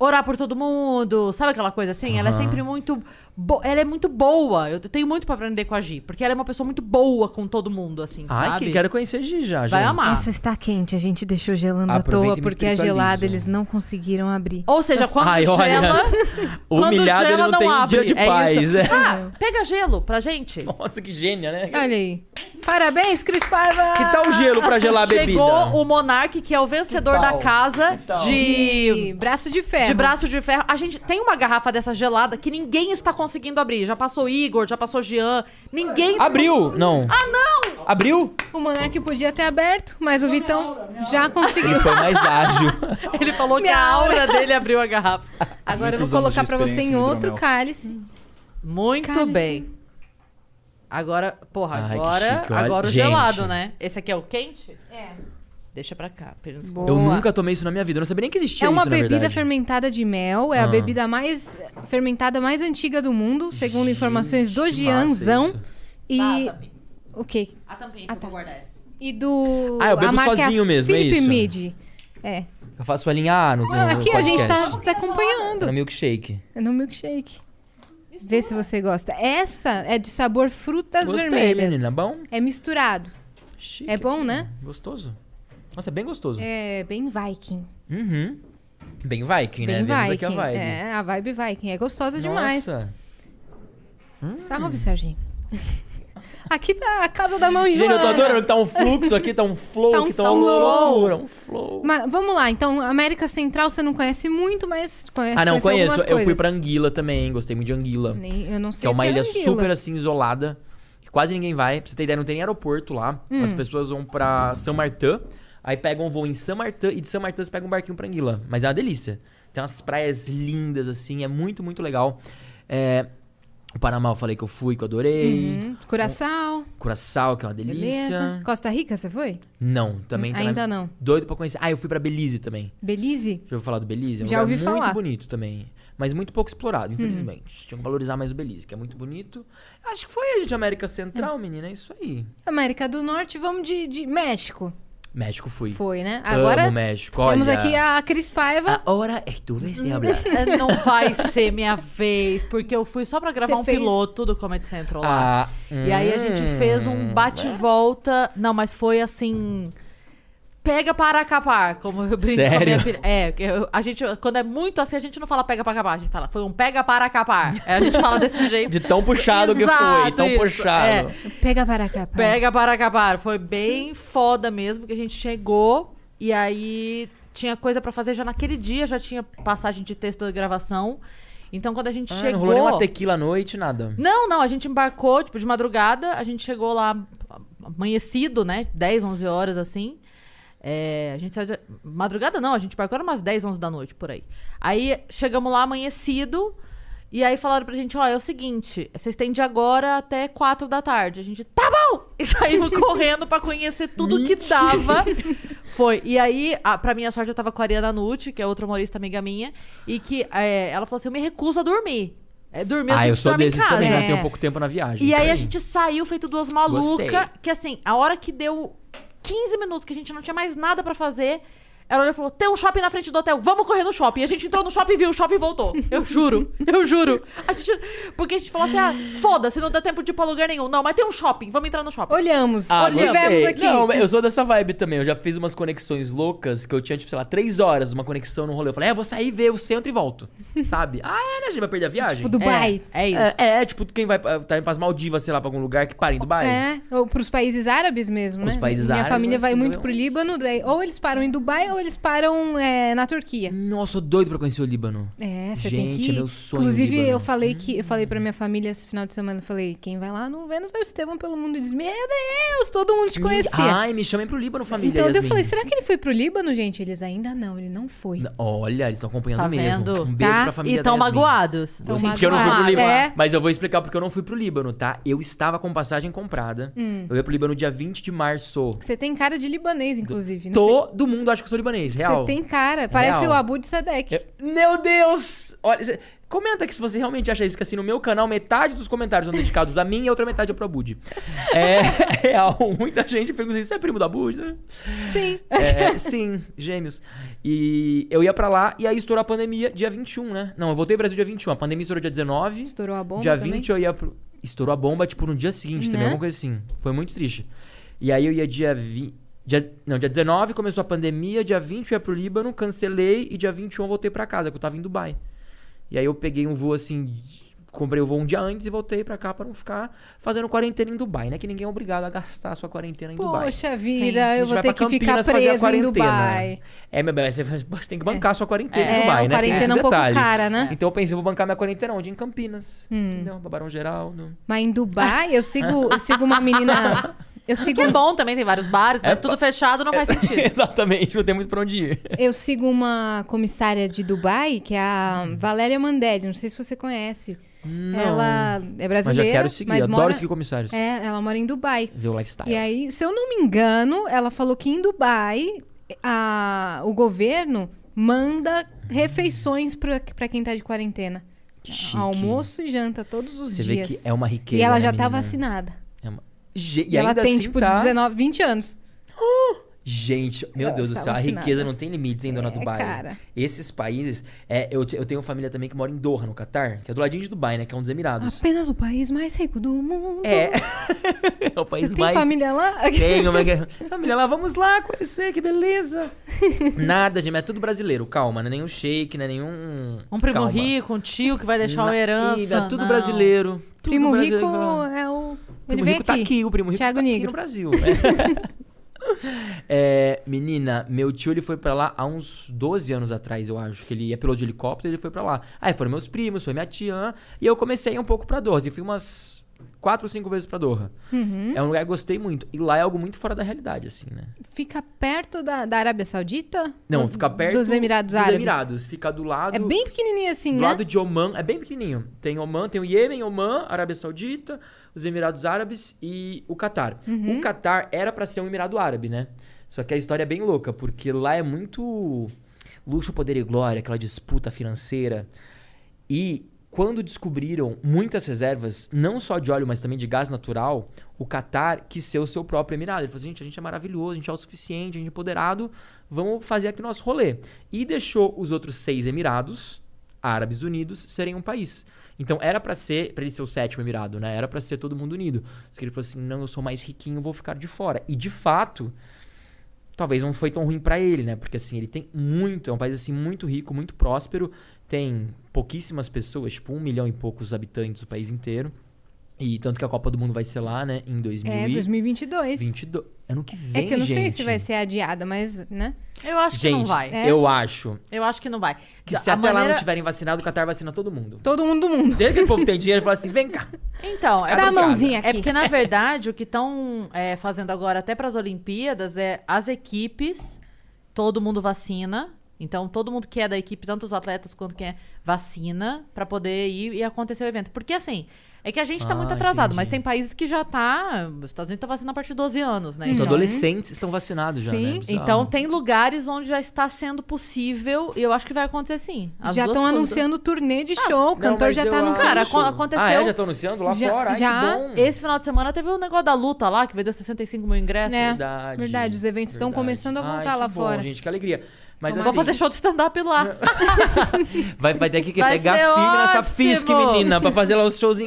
A: orar por todo mundo, sabe aquela coisa assim? Ela é
C: Aham.
A: sempre muito. bo- Ela é muito boa. Eu tenho muito pra aprender com a Gi, porque ela é uma pessoa muito boa com todo mundo, assim,
C: Ai,
A: sabe?
C: que quero conhecer a Gi já, gente.
A: Vai amar.
B: Essa está quente, a gente deixou gelando à
C: Aproveita
B: toa,
C: e me
B: porque a
C: espiritualiza.
B: gelada eles não conseguiram abrir.
A: Ou seja, quando
C: Ai, olha.
A: gela.
C: [LAUGHS]
A: quando
C: Humilhado ele
A: gela,
C: não, tem um
A: abre.
C: dia de
A: é
C: paz.
A: isso.
C: é.
A: Ah, pega gelo pra gente.
C: [LAUGHS] Nossa, que gênia, né?
B: Olha aí. Parabéns, Cris Paiva!
C: Que tal o gelo pra gelar a bebida? Então.
A: Chegou o Monark, que é o vencedor
C: Que tal?
A: da casa
C: Que tal?
B: de
A: de.
B: braço de ferro.
A: De braço de ferro. A gente tem uma garrafa dessa gelada que ninguém está conseguindo abrir. Já passou Igor, já passou Jean. Ninguém.
C: Abriu! Não.
A: Ah, não!
C: Abriu?
B: O Monark podia ter aberto, mas o Vitão já conseguiu.
C: [LAUGHS] Ele foi mais
B: [LAUGHS]
C: ágil.
A: Ele falou que
B: Minha
A: a aura dele abriu a garrafa.
B: Agora eu vou
D: Muitos anos
B: colocar
D: de
B: pra você em
D: experiência no
B: outro
D: hidromel.
B: cálice.
A: Muito
B: Cálice.
A: bem. Agora, porra,
C: Ai, que
A: agora,
C: chique, olha.
A: agora o
C: Gente.
A: gelado, né? Esse aqui é o quente?
B: É.
A: Deixa pra cá. pra ele não se
B: Boa.
C: Eu nunca tomei isso na minha vida. Eu não sabia nem que existia
B: É uma
C: isso, na
B: bebida
C: verdade.
B: fermentada de mel, é a
C: Ah.
B: bebida mais fermentada mais antiga do mundo, segundo informações do
C: que massa
B: Gianzão.
C: isso.
B: E
A: Tá, a tampinha.
B: o quê?
A: A tampinha que
B: Ah,
A: eu
B: tá.
A: vou guardar essa.
B: E do
C: Ah, eu bebo
B: a marca
C: sozinho
B: é a
C: mesmo, é
B: Philip
C: isso?
B: Midi. É.
C: Eu faço alinhar nos.
B: Ah, aqui a gente tá,
C: está
B: tá acompanhando.
C: No milkshake.
B: É no milkshake. Vê se você gosta. Essa é de sabor frutas
C: Gostei,
B: vermelhas.
C: menina. Bom?
B: É misturado.
C: Chique.
B: É bom, né?
C: Gostoso. Nossa, é bem gostoso.
B: É bem viking.
C: Uhum. Bem Viking, né?
B: Bem
C: Vemos aqui
B: viking.
C: a vibe.
B: É, a vibe viking. É gostosa demais.
C: Nossa.
B: Salve, Serginho. [LAUGHS] Aqui tá a casa da mão
C: Gente, eu tô
B: Joana.
C: adorando que tá um fluxo aqui, tá um flow,
B: Tá um
C: que tá uma
B: flow.
C: loucura, um flow.
B: Mas vamos lá, então, América Central você não conhece muito, mas conhece
C: Ah, não,
B: conhece
C: conheço.
B: algumas
C: Eu fui
B: coisas.
C: pra Anguila também, gostei muito de Anguila.
B: Nem- eu não sei
C: que é
B: o
C: uma ilha
B: anguila.
C: super assim isolada, que quase ninguém vai. Pra você ter ideia, não tem nem aeroporto lá.
B: Hum.
C: As pessoas vão pra São Martin, aí pegam um voo em São Martin e de São Martin você pega um barquinho pra Anguila. Mas é uma delícia. Tem umas praias lindas assim, é muito, muito legal. É, O Panamá eu falei que eu fui, que eu adorei.
B: Uhum. Curaçao,
C: Curaçao, que é uma né? delícia.
B: beleza. Costa Rica você foi?
C: Não, também tá na-
B: Ainda não.
C: Doido pra conhecer. Ah, eu fui pra Belize também.
B: Belize?
C: Já ouvi falar do Belize? É um
B: Já
C: lugar
B: ouvi
C: muito
B: falar.
C: bonito também. mas muito pouco
A: Hum.
C: explorado, infelizmente. Tinha que valorizar mais o Belize, que é muito bonito. Acho que foi a gente, América Central, menina, é isso aí.
B: América do Norte, vamos de, de México.
C: México fui.
B: Foi, né?
C: Amo
B: Agora
C: México, olha.
B: temos aqui a Cris Paiva.
C: Agora é tu vez de hablar.
A: É, Não vai ser minha vez, porque eu fui só pra gravar
B: Você
A: um
B: fez?
A: piloto do Comedy Central lá.
C: Ah,
A: E aí a gente fez um
C: hum.
A: bate-volta. Não, mas foi assim. Pega para capar, como eu brinco com a minha
C: Sério?
A: filha. É, que eu- a gente, quando é muito assim, a gente não fala pega para capar, a gente fala, foi um pega para capar. É, a gente fala
C: [LAUGHS]
A: desse jeito.
C: De tão puxado que foi,
A: Exato,
C: tão
A: isso, É,
C: puxado.
B: Pega para cá. pai.
A: Pega para acabar. Foi bem foda mesmo, que a gente chegou e aí tinha coisa pra fazer já naquele dia, já tinha passagem de texto da gravação. Então quando a gente
C: Ah,
A: chegou.
C: Não rolou nem uma tequila à noite, nada.
A: Não, não, a gente embarcou, tipo, de madrugada, a gente chegou lá amanhecido, né? 10, 11 horas, assim. É, a gente saiu de... Madrugada não, a gente embarcou era umas 10, 11 da noite, por aí. Aí chegamos lá amanhecido, e aí falaram pra gente, ó, é o seguinte, vocês têm de agora até 4 da tarde. A gente, tá bom! E saímos correndo pra conhecer tudo que dava. Foi. E aí, a, pra minha sorte, eu tava com a Ariana Nucci, que é outra humorista amiga minha, e que é, ela falou assim, eu me recuso a dormir. É, dormir
C: ah,
A: tenho
C: eu
A: que
C: sou
A: dormir em
C: desses
A: casa.
C: também,
B: É.
C: né? Tenho pouco tempo na viagem.
A: E
C: isso
A: aí a gente saiu feito duas
C: Gostei.
A: malucas, que assim, a hora que deu 15 minutos que a gente não tinha mais nada pra fazer, ela olhou e falou: "Tem um shopping na frente do hotel, vamos correr no shopping". E a gente entrou no shopping, viu o shopping e voltou. Eu juro, eu juro. A gente porque a gente falou assim: "Ah, foda-se, não dá tempo de ir pra lugar nenhum". Não, mas tem um shopping, vamos entrar no shopping.
B: Olhamos.
C: Ah,
A: Hoje
C: gostei.
B: Estivemos aqui.
C: Não, eu é. sou dessa vibe também. Eu já fiz umas conexões loucas que eu tinha, tipo, sei lá, três horas, uma conexão no rolê. Eu falei, é, vou sair, ver o
B: [LAUGHS]
C: centro e volto. Sabe? Ah, é, né? A gente vai perder a viagem.
B: Tipo, Dubai.
A: É, é isso.
C: É, é, tipo, quem vai pra- tá indo pras Maldivas, sei lá, pra algum lugar que para em Dubai.
B: É, ou pros países árabes mesmo,
C: Os
B: né?
C: países
B: Minha
C: árabes,
B: família
C: mas
B: vai
C: sim,
B: muito
C: também.
B: pro Líbano, daí ou eles param em Dubai ou eles param é, na Turquia.
C: Nossa, eu doido pra conhecer o Líbano.
B: É, você tem
C: Gente,
B: que. ir.
C: é meu sonho,
B: Inclusive,
C: Líbano.
B: eu falei que eu falei pra minha família esse final de semana, eu falei, quem vai lá não vê, não sei o Estevão pelo mundo. Eles, meu Deus, todo mundo te conhecia.
C: Ai, me chamem pro Líbano, família.
B: então daí eu
C: Ah, Yasmin.
B: falei, será que ele foi pro Líbano, gente? Eles ainda não, ele não foi.
C: N- Olha, eles estão acompanhando
A: Tá
C: mesmo.
A: vendo?
C: Um beijo
B: Tá.
C: pra família
A: E tão
C: da Yasmin.
A: magoados.
B: Tão
C: Sim, porque eu não fui pro
B: magoados.
C: Líbano.
B: É.
C: Mas eu vou explicar porque eu não fui pro Líbano, tá? Eu estava com passagem comprada.
B: Hum.
C: Eu ia pro Líbano dia 20 de março.
B: Você tem cara de libanês, inclusive. não sei.
C: Todo mundo acha que eu sou libanês, real.
B: Você tem cara, parece
C: Real.
B: o Abu de Sadek.
C: Eu- Meu Deus! Olha, cê- comenta aqui se você realmente acha isso, porque assim, no meu canal, metade dos comentários são dedicados a mim e a outra metade é pro Abud. É [LAUGHS] real, muita gente pergunta assim, você é primo do Abud? né?"
B: Sim.
C: É, sim, gêmeos. E eu ia pra lá e aí estourou a pandemia dia 21, né? Não, eu voltei pro Brasil dia 21. A pandemia estourou dia 19.
B: Estourou a bomba
C: Dia
B: também.
C: 20 eu ia pro. Estourou a bomba, tipo, no dia seguinte também,
B: Né?
C: alguma coisa assim. Foi muito triste. E aí eu ia dia 20. Dia, não, dia 19 começou a pandemia, dia 20 eu ia pro Líbano, cancelei e dia 21 eu voltei pra casa, que eu tava em Dubai. E aí eu peguei um voo assim. de- Comprei o voo um dia antes e voltei pra cá pra não ficar fazendo quarentena em Dubai, né? Que ninguém é obrigado a gastar a sua quarentena em Dubai.
B: Poxa
C: A
B: vida,
C: gente
B: eu vou
C: vai
B: ter que
C: pra
B: ficar
C: Campinas fazer a
B: preso em
C: quarentena.
B: Dubai.
C: É, meu bem, você [LAUGHS] você tem que bancar a sua quarentena
B: É,
C: em Dubai,
B: uma
C: né? Tem esse
B: quarentena um pouco
C: detalhe.
B: cara, né? Hum.
C: Então eu pensei, vou bancar minha quarentena onde? Em Campinas. Entendeu? Babarão geral.
B: [LAUGHS]
C: Não.
B: Mas em Dubai, eu sigo, eu sigo uma menina.
C: [LAUGHS]
B: Eu sigo,
A: Que é bom também, tem vários bares, mas
C: É,
A: tudo fechado não faz
C: [LAUGHS]
A: sentido.
C: Exatamente, não tem muito pra onde ir.
B: eu sigo uma comissária de Dubai, que é a
C: Hum.
B: Valéria Mandelli. Não sei se você conhece. Ela é
C: Mas já
B: brasileira,
C: quero seguir,
B: mas
C: adoro
B: mora...
C: seguir comissários.
B: É, ela mora em Dubai.
C: Ver o lifestyle.
B: E aí, se eu não me engano, ela falou que em Dubai a- o governo manda refeições pra pra quem tá de quarentena.
C: Que chique.
B: Almoço e janta todos os
C: Você vê
B: dias.
C: que é uma riqueza.
B: e ela
C: né,
B: já tá
C: menina?
B: vacinada.
C: É uma- Ge-
B: E,
C: e
B: ela
C: ainda
B: tem,
C: assim
B: tipo,
C: tá...
B: 19, 20 anos.
C: Gente, meu
B: Ela
C: Deus do
B: está
C: céu, a
B: vacinada.
C: riqueza não tem limites, hein, dona
B: É,
C: Dubai?
B: cara.
C: Esses países. É, eu, te- eu tenho família também que mora em Doha, no Catar, que é do ladinho de Dubai, né? Que é um dos Emirados.
B: Apenas o país mais rico do mundo.
C: É. [LAUGHS] é o país
B: Você tem
C: mais.
B: família lá?
C: [LAUGHS] Tenho, mas... é?
B: [LAUGHS]
C: Família lá, vamos lá conhecer, que beleza. Nada, gente, mas é tudo brasileiro, calma, né? Nenhum shake, né? Nenhum.
A: Um primo
C: calma.
A: rico, um tio que vai deixar uma
C: Na-
A: herança.
C: Ih, é tudo
A: não.
C: brasileiro. Tudo
B: Primo
C: brasileiro.
B: Rico
C: O
B: é o... Ele
C: primo
B: vem
C: rico tá aqui, o primo rico
B: Thiago
C: tá aqui
B: Nigro. [LAUGHS]
C: no Brasil. [LAUGHS] É, menina, meu tio ele foi pra lá há uns 12 anos atrás, eu acho. Que ele é piloto de helicóptero, ele foi pra lá. Aí foram meus primos, foi minha tia. E eu comecei a ir um pouco pra Doha. E fui umas 4 ou 5 vezes pra Doha.
B: Uhum. Hum?
C: É um lugar que eu gostei muito. E lá é algo muito fora da realidade, assim, né?
B: Fica perto da, da Arábia Saudita?
C: Não,
B: Do-
C: fica perto
B: Dos Emirados
C: dos
B: Árabes.
C: Emirados, fica do lado.
B: É bem pequenininho assim,
C: Do
B: né?
C: lado de Oman, é bem pequenininho. Tem Oman, tem o Iêmen, Oman, Arábia Saudita, os Emirados Árabes e o Catar.
B: Uhum.
C: O Catar era pra ser um Emirado Árabe, né? Só que a história é bem louca, porque lá é muito luxo, poder e glória, aquela disputa financeira. E quando descobriram muitas reservas, não só de óleo, mas também de gás natural, o Catar quis ser o seu próprio emirado. Ele falou assim, gente, a gente é maravilhoso, a gente é autossuficiente, a gente é empoderado, vamos fazer aqui nosso rolê. E deixou os outros seis emirados, árabes unidos, serem um país. Então era pra ser, pra ele ser o sétimo emirado, né? Era pra ser todo mundo unido. Só que ele falou assim, não, eu sou mais riquinho, vou ficar de fora. E de fato, talvez não foi tão ruim pra ele, né? Porque assim, ele tem muito, é um país assim muito rico, muito próspero, tem pouquíssimas pessoas, tipo um milhão e poucos habitantes do país inteiro. E tanto que a Copa do Mundo vai ser lá, né? Em 2022.
B: É, 2022.
C: 22. Ano que vem,
B: É que eu não sei se
C: gente.
B: vai ser adiada, mas, né?
A: Eu acho que não
C: Gente,
A: vai.
B: É.
C: eu acho
A: Eu acho que não vai.
C: que se
A: A
C: até lá
A: maneira-
C: não tiverem vacinado, o Qatar vacina todo mundo.
B: Todo mundo do mundo.
C: Desde que o povo tem dinheiro, ele fala assim, vem cá.
A: Então, é
B: Dá a
A: porque-
B: mãozinha aqui.
A: É
B: [LAUGHS]
A: porque, na verdade, o que estão fazendo agora até para as Olimpíadas é as equipes, todo mundo vacina. Então, todo mundo que é da equipe, tanto os atletas quanto quem é, vacina para poder ir e acontecer o evento. Porque, assim, é que a gente tá
C: Ah,
A: muito atrasado,
C: entendi.
A: mas tem países que já tá... Os Estados Unidos tá vacinando a partir de 12 anos, né?
C: Os
A: Então-
C: adolescentes estão vacinados já,
B: Sim.
C: né? Bizarro.
A: Então, tem lugares onde já está sendo possível e eu acho que vai acontecer sim. As
B: já
A: duas
B: estão
A: coisas.
B: anunciando turnê de show, o
C: Ah, Não,
B: cantor
C: mas
B: já
C: eu
B: tá anunciando.
A: Cara,
C: acho-
A: acon- aconteceu-
C: Ah, é? Já estão anunciando lá
B: Já-
C: fora? Ai,
B: já.
C: que bom.
A: Esse final de semana teve o negócio da luta lá, que vendeu 65 mil ingressos.
B: É.
C: Verdade.
B: Verdade, os eventos estão começando a
C: Ai,
B: voltar
C: que
B: lá
C: bom,
B: fora.
C: gente, que alegria. Mas
A: Vou
C: assim,
A: fazer show de stand-up lá.
C: vai, vai ter que
A: Vai
C: pegar
A: ser
C: firme nessa
A: ótimo.
C: FISC, menina, pra fazer lá os shows em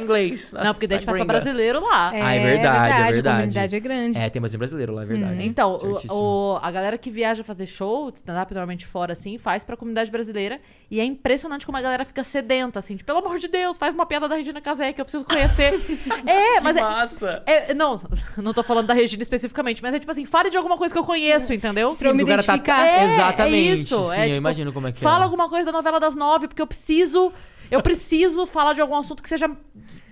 A: [LAUGHS]
C: inglês.
A: Não, porque daí a gente faz pra
C: Gringa.
A: brasileiro lá.
C: Ah, é verdade, é
B: A
C: verdade.
B: comunidade é grande.
C: É, tem bastante brasileiro lá, é verdade.
A: Então, o-
C: Certíssimo.
A: o- a galera que viaja fazer show, stand-up normalmente fora, assim, faz pra comunidade brasileira. E é impressionante como a galera fica sedenta, assim, de, pelo amor de Deus, faz uma piada da Regina Casé que eu preciso
C: [LAUGHS]
A: conhecer. é, mas
C: que
A: é,
C: massa!
A: é- Não, [LAUGHS] não tô falando da Regina especificamente, mas é tipo assim, fale de alguma coisa que eu
C: É.
A: conheço, entendeu?
B: Pra eu me
C: o cara tá-
B: identificar.
A: É,
C: Exatamente.
A: é isso.
C: Sim,
A: é,
C: eu
A: tipo,
C: imagino como é que é.
A: Fala alguma coisa da novela das nove, porque eu preciso. Eu preciso falar de algum assunto que seja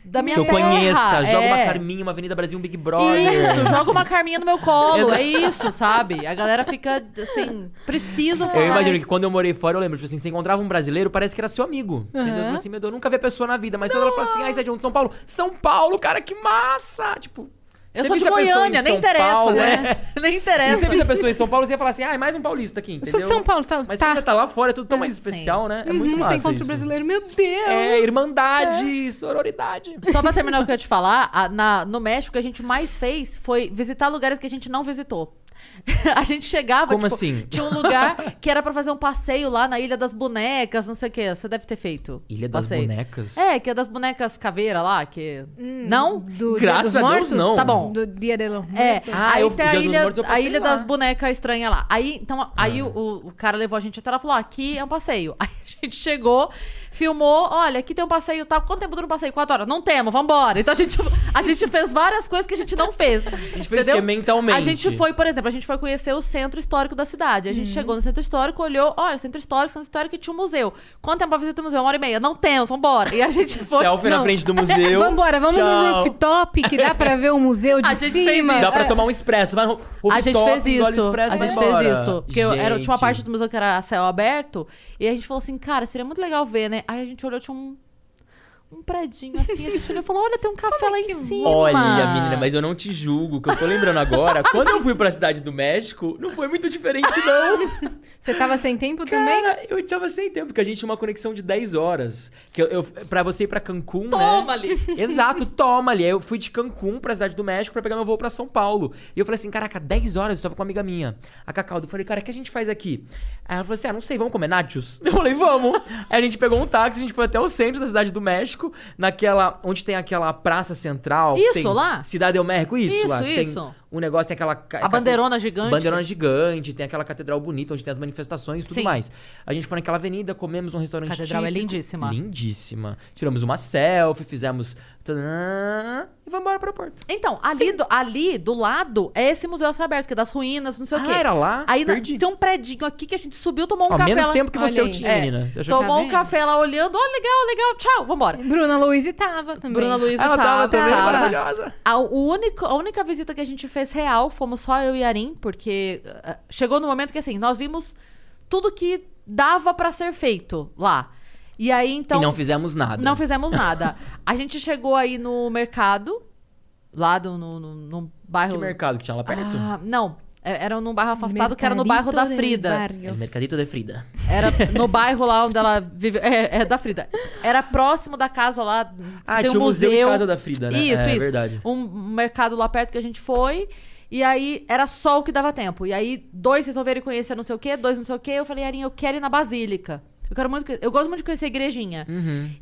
A: da minha
C: Que eu
A: terra.
C: conheça. Joga uma
A: é.
C: Carminha, uma Avenida Brasil, um Big Brother.
A: Isso, joga uma carminha no meu colo.
C: Exato.
A: é isso, sabe? A galera fica assim, preciso falar.
C: Eu imagino que quando eu morei fora, eu lembro, tipo assim, você encontrava um brasileiro, parece que era seu amigo. Entendeu? Você fala assim, meu Deus, eu nunca vi a pessoa na vida. Mas quando ela fala assim, ai, você é de onde? São Paulo? São Paulo, cara, que massa! Tipo,
A: Eu
C: você
A: sou de
C: visse a pessoa em
A: Goiânia, nem
C: São
A: interessa,
C: Paulo, é.
A: né? [LAUGHS] Nem
C: E
A: interessa.
C: você visse a pessoa em São Paulo, você ia falar assim, ah, é mais um paulista aqui,
B: Eu
C: entendeu?
B: sou de São Paulo, tá?
C: Mas
B: tá.
C: quando você tá lá fora, é tudo tão mais
A: Sim.
C: especial, né? É
B: Uhum,
C: muito massa
B: Você encontra o
C: isso.
B: brasileiro, meu Deus!
C: É, irmandade,
A: É.
C: sororidade.
A: Só pra terminar o que eu ia te falar, a- na- no México, o que a gente mais fez foi visitar lugares que a gente não visitou. [LAUGHS] a gente chegava.
C: Como
A: tipo,
C: assim?
A: Tinha um lugar que era pra fazer um passeio lá na Ilha das Bonecas, não sei o quê. Você deve ter feito.
C: Ilha das
A: passeio.
C: Bonecas?
A: É, que é das bonecas caveira lá, que. não?
B: Do
C: Graças
B: Dia
C: a
B: dos
C: Deus,
B: Mortos?
C: não.
A: Tá bom.
B: Do Dia de los
A: É,
B: Muertos.
C: Ah,
A: aí
C: eu-
A: tem a
C: Dia dos
A: Ilha,
C: Mortos eu
A: a
C: passei
A: ilha
C: lá. É.
A: das Bonecas Estranha lá. Aí, então, aí o, o cara levou a gente até lá e falou: "Ó, aqui é um passeio. [LAUGHS] Aí a gente chegou, filmou, olha, aqui tem um passeio tal. Quanto tempo dura um passeio? Quatro horas. Não temos, vambora. Então a gente, [LAUGHS] a gente fez várias coisas que a gente não fez. A gente
C: fez o quê? Mentalmente.
A: A gente foi, por exemplo, a gente foi conhecer o centro histórico da cidade. A gente
C: Uhum.
A: chegou no centro histórico, olhou, olha, centro histórico, centro histórico e tinha um museu. Quanto tempo pra visitar o museu? Uma hora e meia. Não temos, vambora. E a gente foi.
C: Selfie na
B: Não.
C: frente
A: [LAUGHS]
C: do
B: [LAUGHS]
C: museu.
B: Vambora, vamos no
C: Tchau.
B: rooftop que dá pra ver o museu
A: [LAUGHS]
B: de
A: A gente fez
B: cima.
A: isso.
C: Dá pra
B: É.
C: tomar um expresso. Vai no rooftop,
A: A gente fez
C: engole o
A: isso.
C: expresso,
A: A gente
C: vai embora.
A: fez isso. Porque eu- era, tinha uma
C: Gente.
A: parte do museu que era a céu aberto. E a gente falou assim, cara, seria muito legal ver, né? Aí a gente olhou, tinha um. Um predinho assim, a gente olhou e falou: Olha, tem um café lá em cima.
C: Olha, menina, mas eu não te julgo, que eu tô lembrando agora. quando eu fui pra Cidade do México, não foi muito diferente, não.
B: Você tava sem tempo também?
C: Cara, eu tava sem tempo, porque a gente tinha uma conexão de 10 horas. Que eu, eu, pra você ir pra Cancún,
A: Toma
C: né?
A: ali!
C: [LAUGHS] Exato, toma ali. Aí eu fui de Cancún pra Cidade do México pra pegar meu voo pra São Paulo. E eu falei assim, caraca, 10 horas eu tava com uma amiga minha, a Cacau. Eu falei, cara, o que a gente faz aqui? Aí ela falou assim, ah, não sei, vamos comer nachos? [LAUGHS] Eu falei, vamos. Aí a gente pegou um táxi, a gente foi até o centro da Cidade do México, naquela, onde tem aquela praça central.
A: Isso,
C: tem
A: lá?
C: Cidade do México, isso,
A: Isso,
C: lá. que tem
A: isso.
C: um negócio, tem aquela... ca-
A: A bandeirona gigante. né?
C: Bandeirona gigante, tem aquela catedral bonita onde tem as manifestações e tudo
A: Sim.
C: mais. A gente foi naquela avenida, comemos um restaurante
A: Catedral é
C: típico.
A: lindíssima.
C: Lindíssima. Tiramos uma selfie, fizemos. tanã, E vamos embora pro aeroporto.
A: Então, ali do, ali do lado é esse museu a céu aberto, que é das ruínas, não sei o
C: Ah,
A: quê.
C: era lá?
A: Aí na-
C: Perdi.
A: tem um predinho aqui que a gente subiu, tomou um
C: Ó,
A: café
C: menos
A: lá.
C: tempo que
B: Olha
C: você eu
B: aí.
C: tinha,
A: É,
C: menina. Você achou que-
A: tomou um
B: vendo?
A: café lá olhando, ó, legal, legal, tchau, vambora.
B: Bruna Luiz e tava também.
A: Bruna Luiz
C: Ah, Ela tava também
B: tava.
C: maravilhosa.
A: A, o único, a única visita que a gente fez real fomos só eu e a Arim, porque ah, chegou no momento que assim, nós vimos tudo que dava pra ser feito lá. E aí então.
C: e não fizemos nada.
A: não fizemos nada. a gente chegou aí no mercado, lá do, no, no, num bairro.
C: Que mercado que tinha lá perto?
A: Ah, não, É, Era num bairro afastado que era no bairro da
B: Mercadito del
A: Frida. né?
B: Barrio.
C: É Mercadito de Frida.
A: Era no bairro lá onde ela vive. É, é da Frida. Era próximo da casa lá.
C: Ah,
A: tem
C: tinha
A: um
C: um museu
A: museu.
C: em casa da Frida, né?
A: Isso,
C: é,
A: isso.
C: verdade.
A: Um mercado lá perto que a gente foi. E aí era só o que dava tempo. E aí dois resolveram conhecer não sei o quê, dois não sei o quê. Eu falei, Arinha, eu quero ir na Basílica. Eu, quero muito, que- eu gosto muito de conhecer a igrejinha.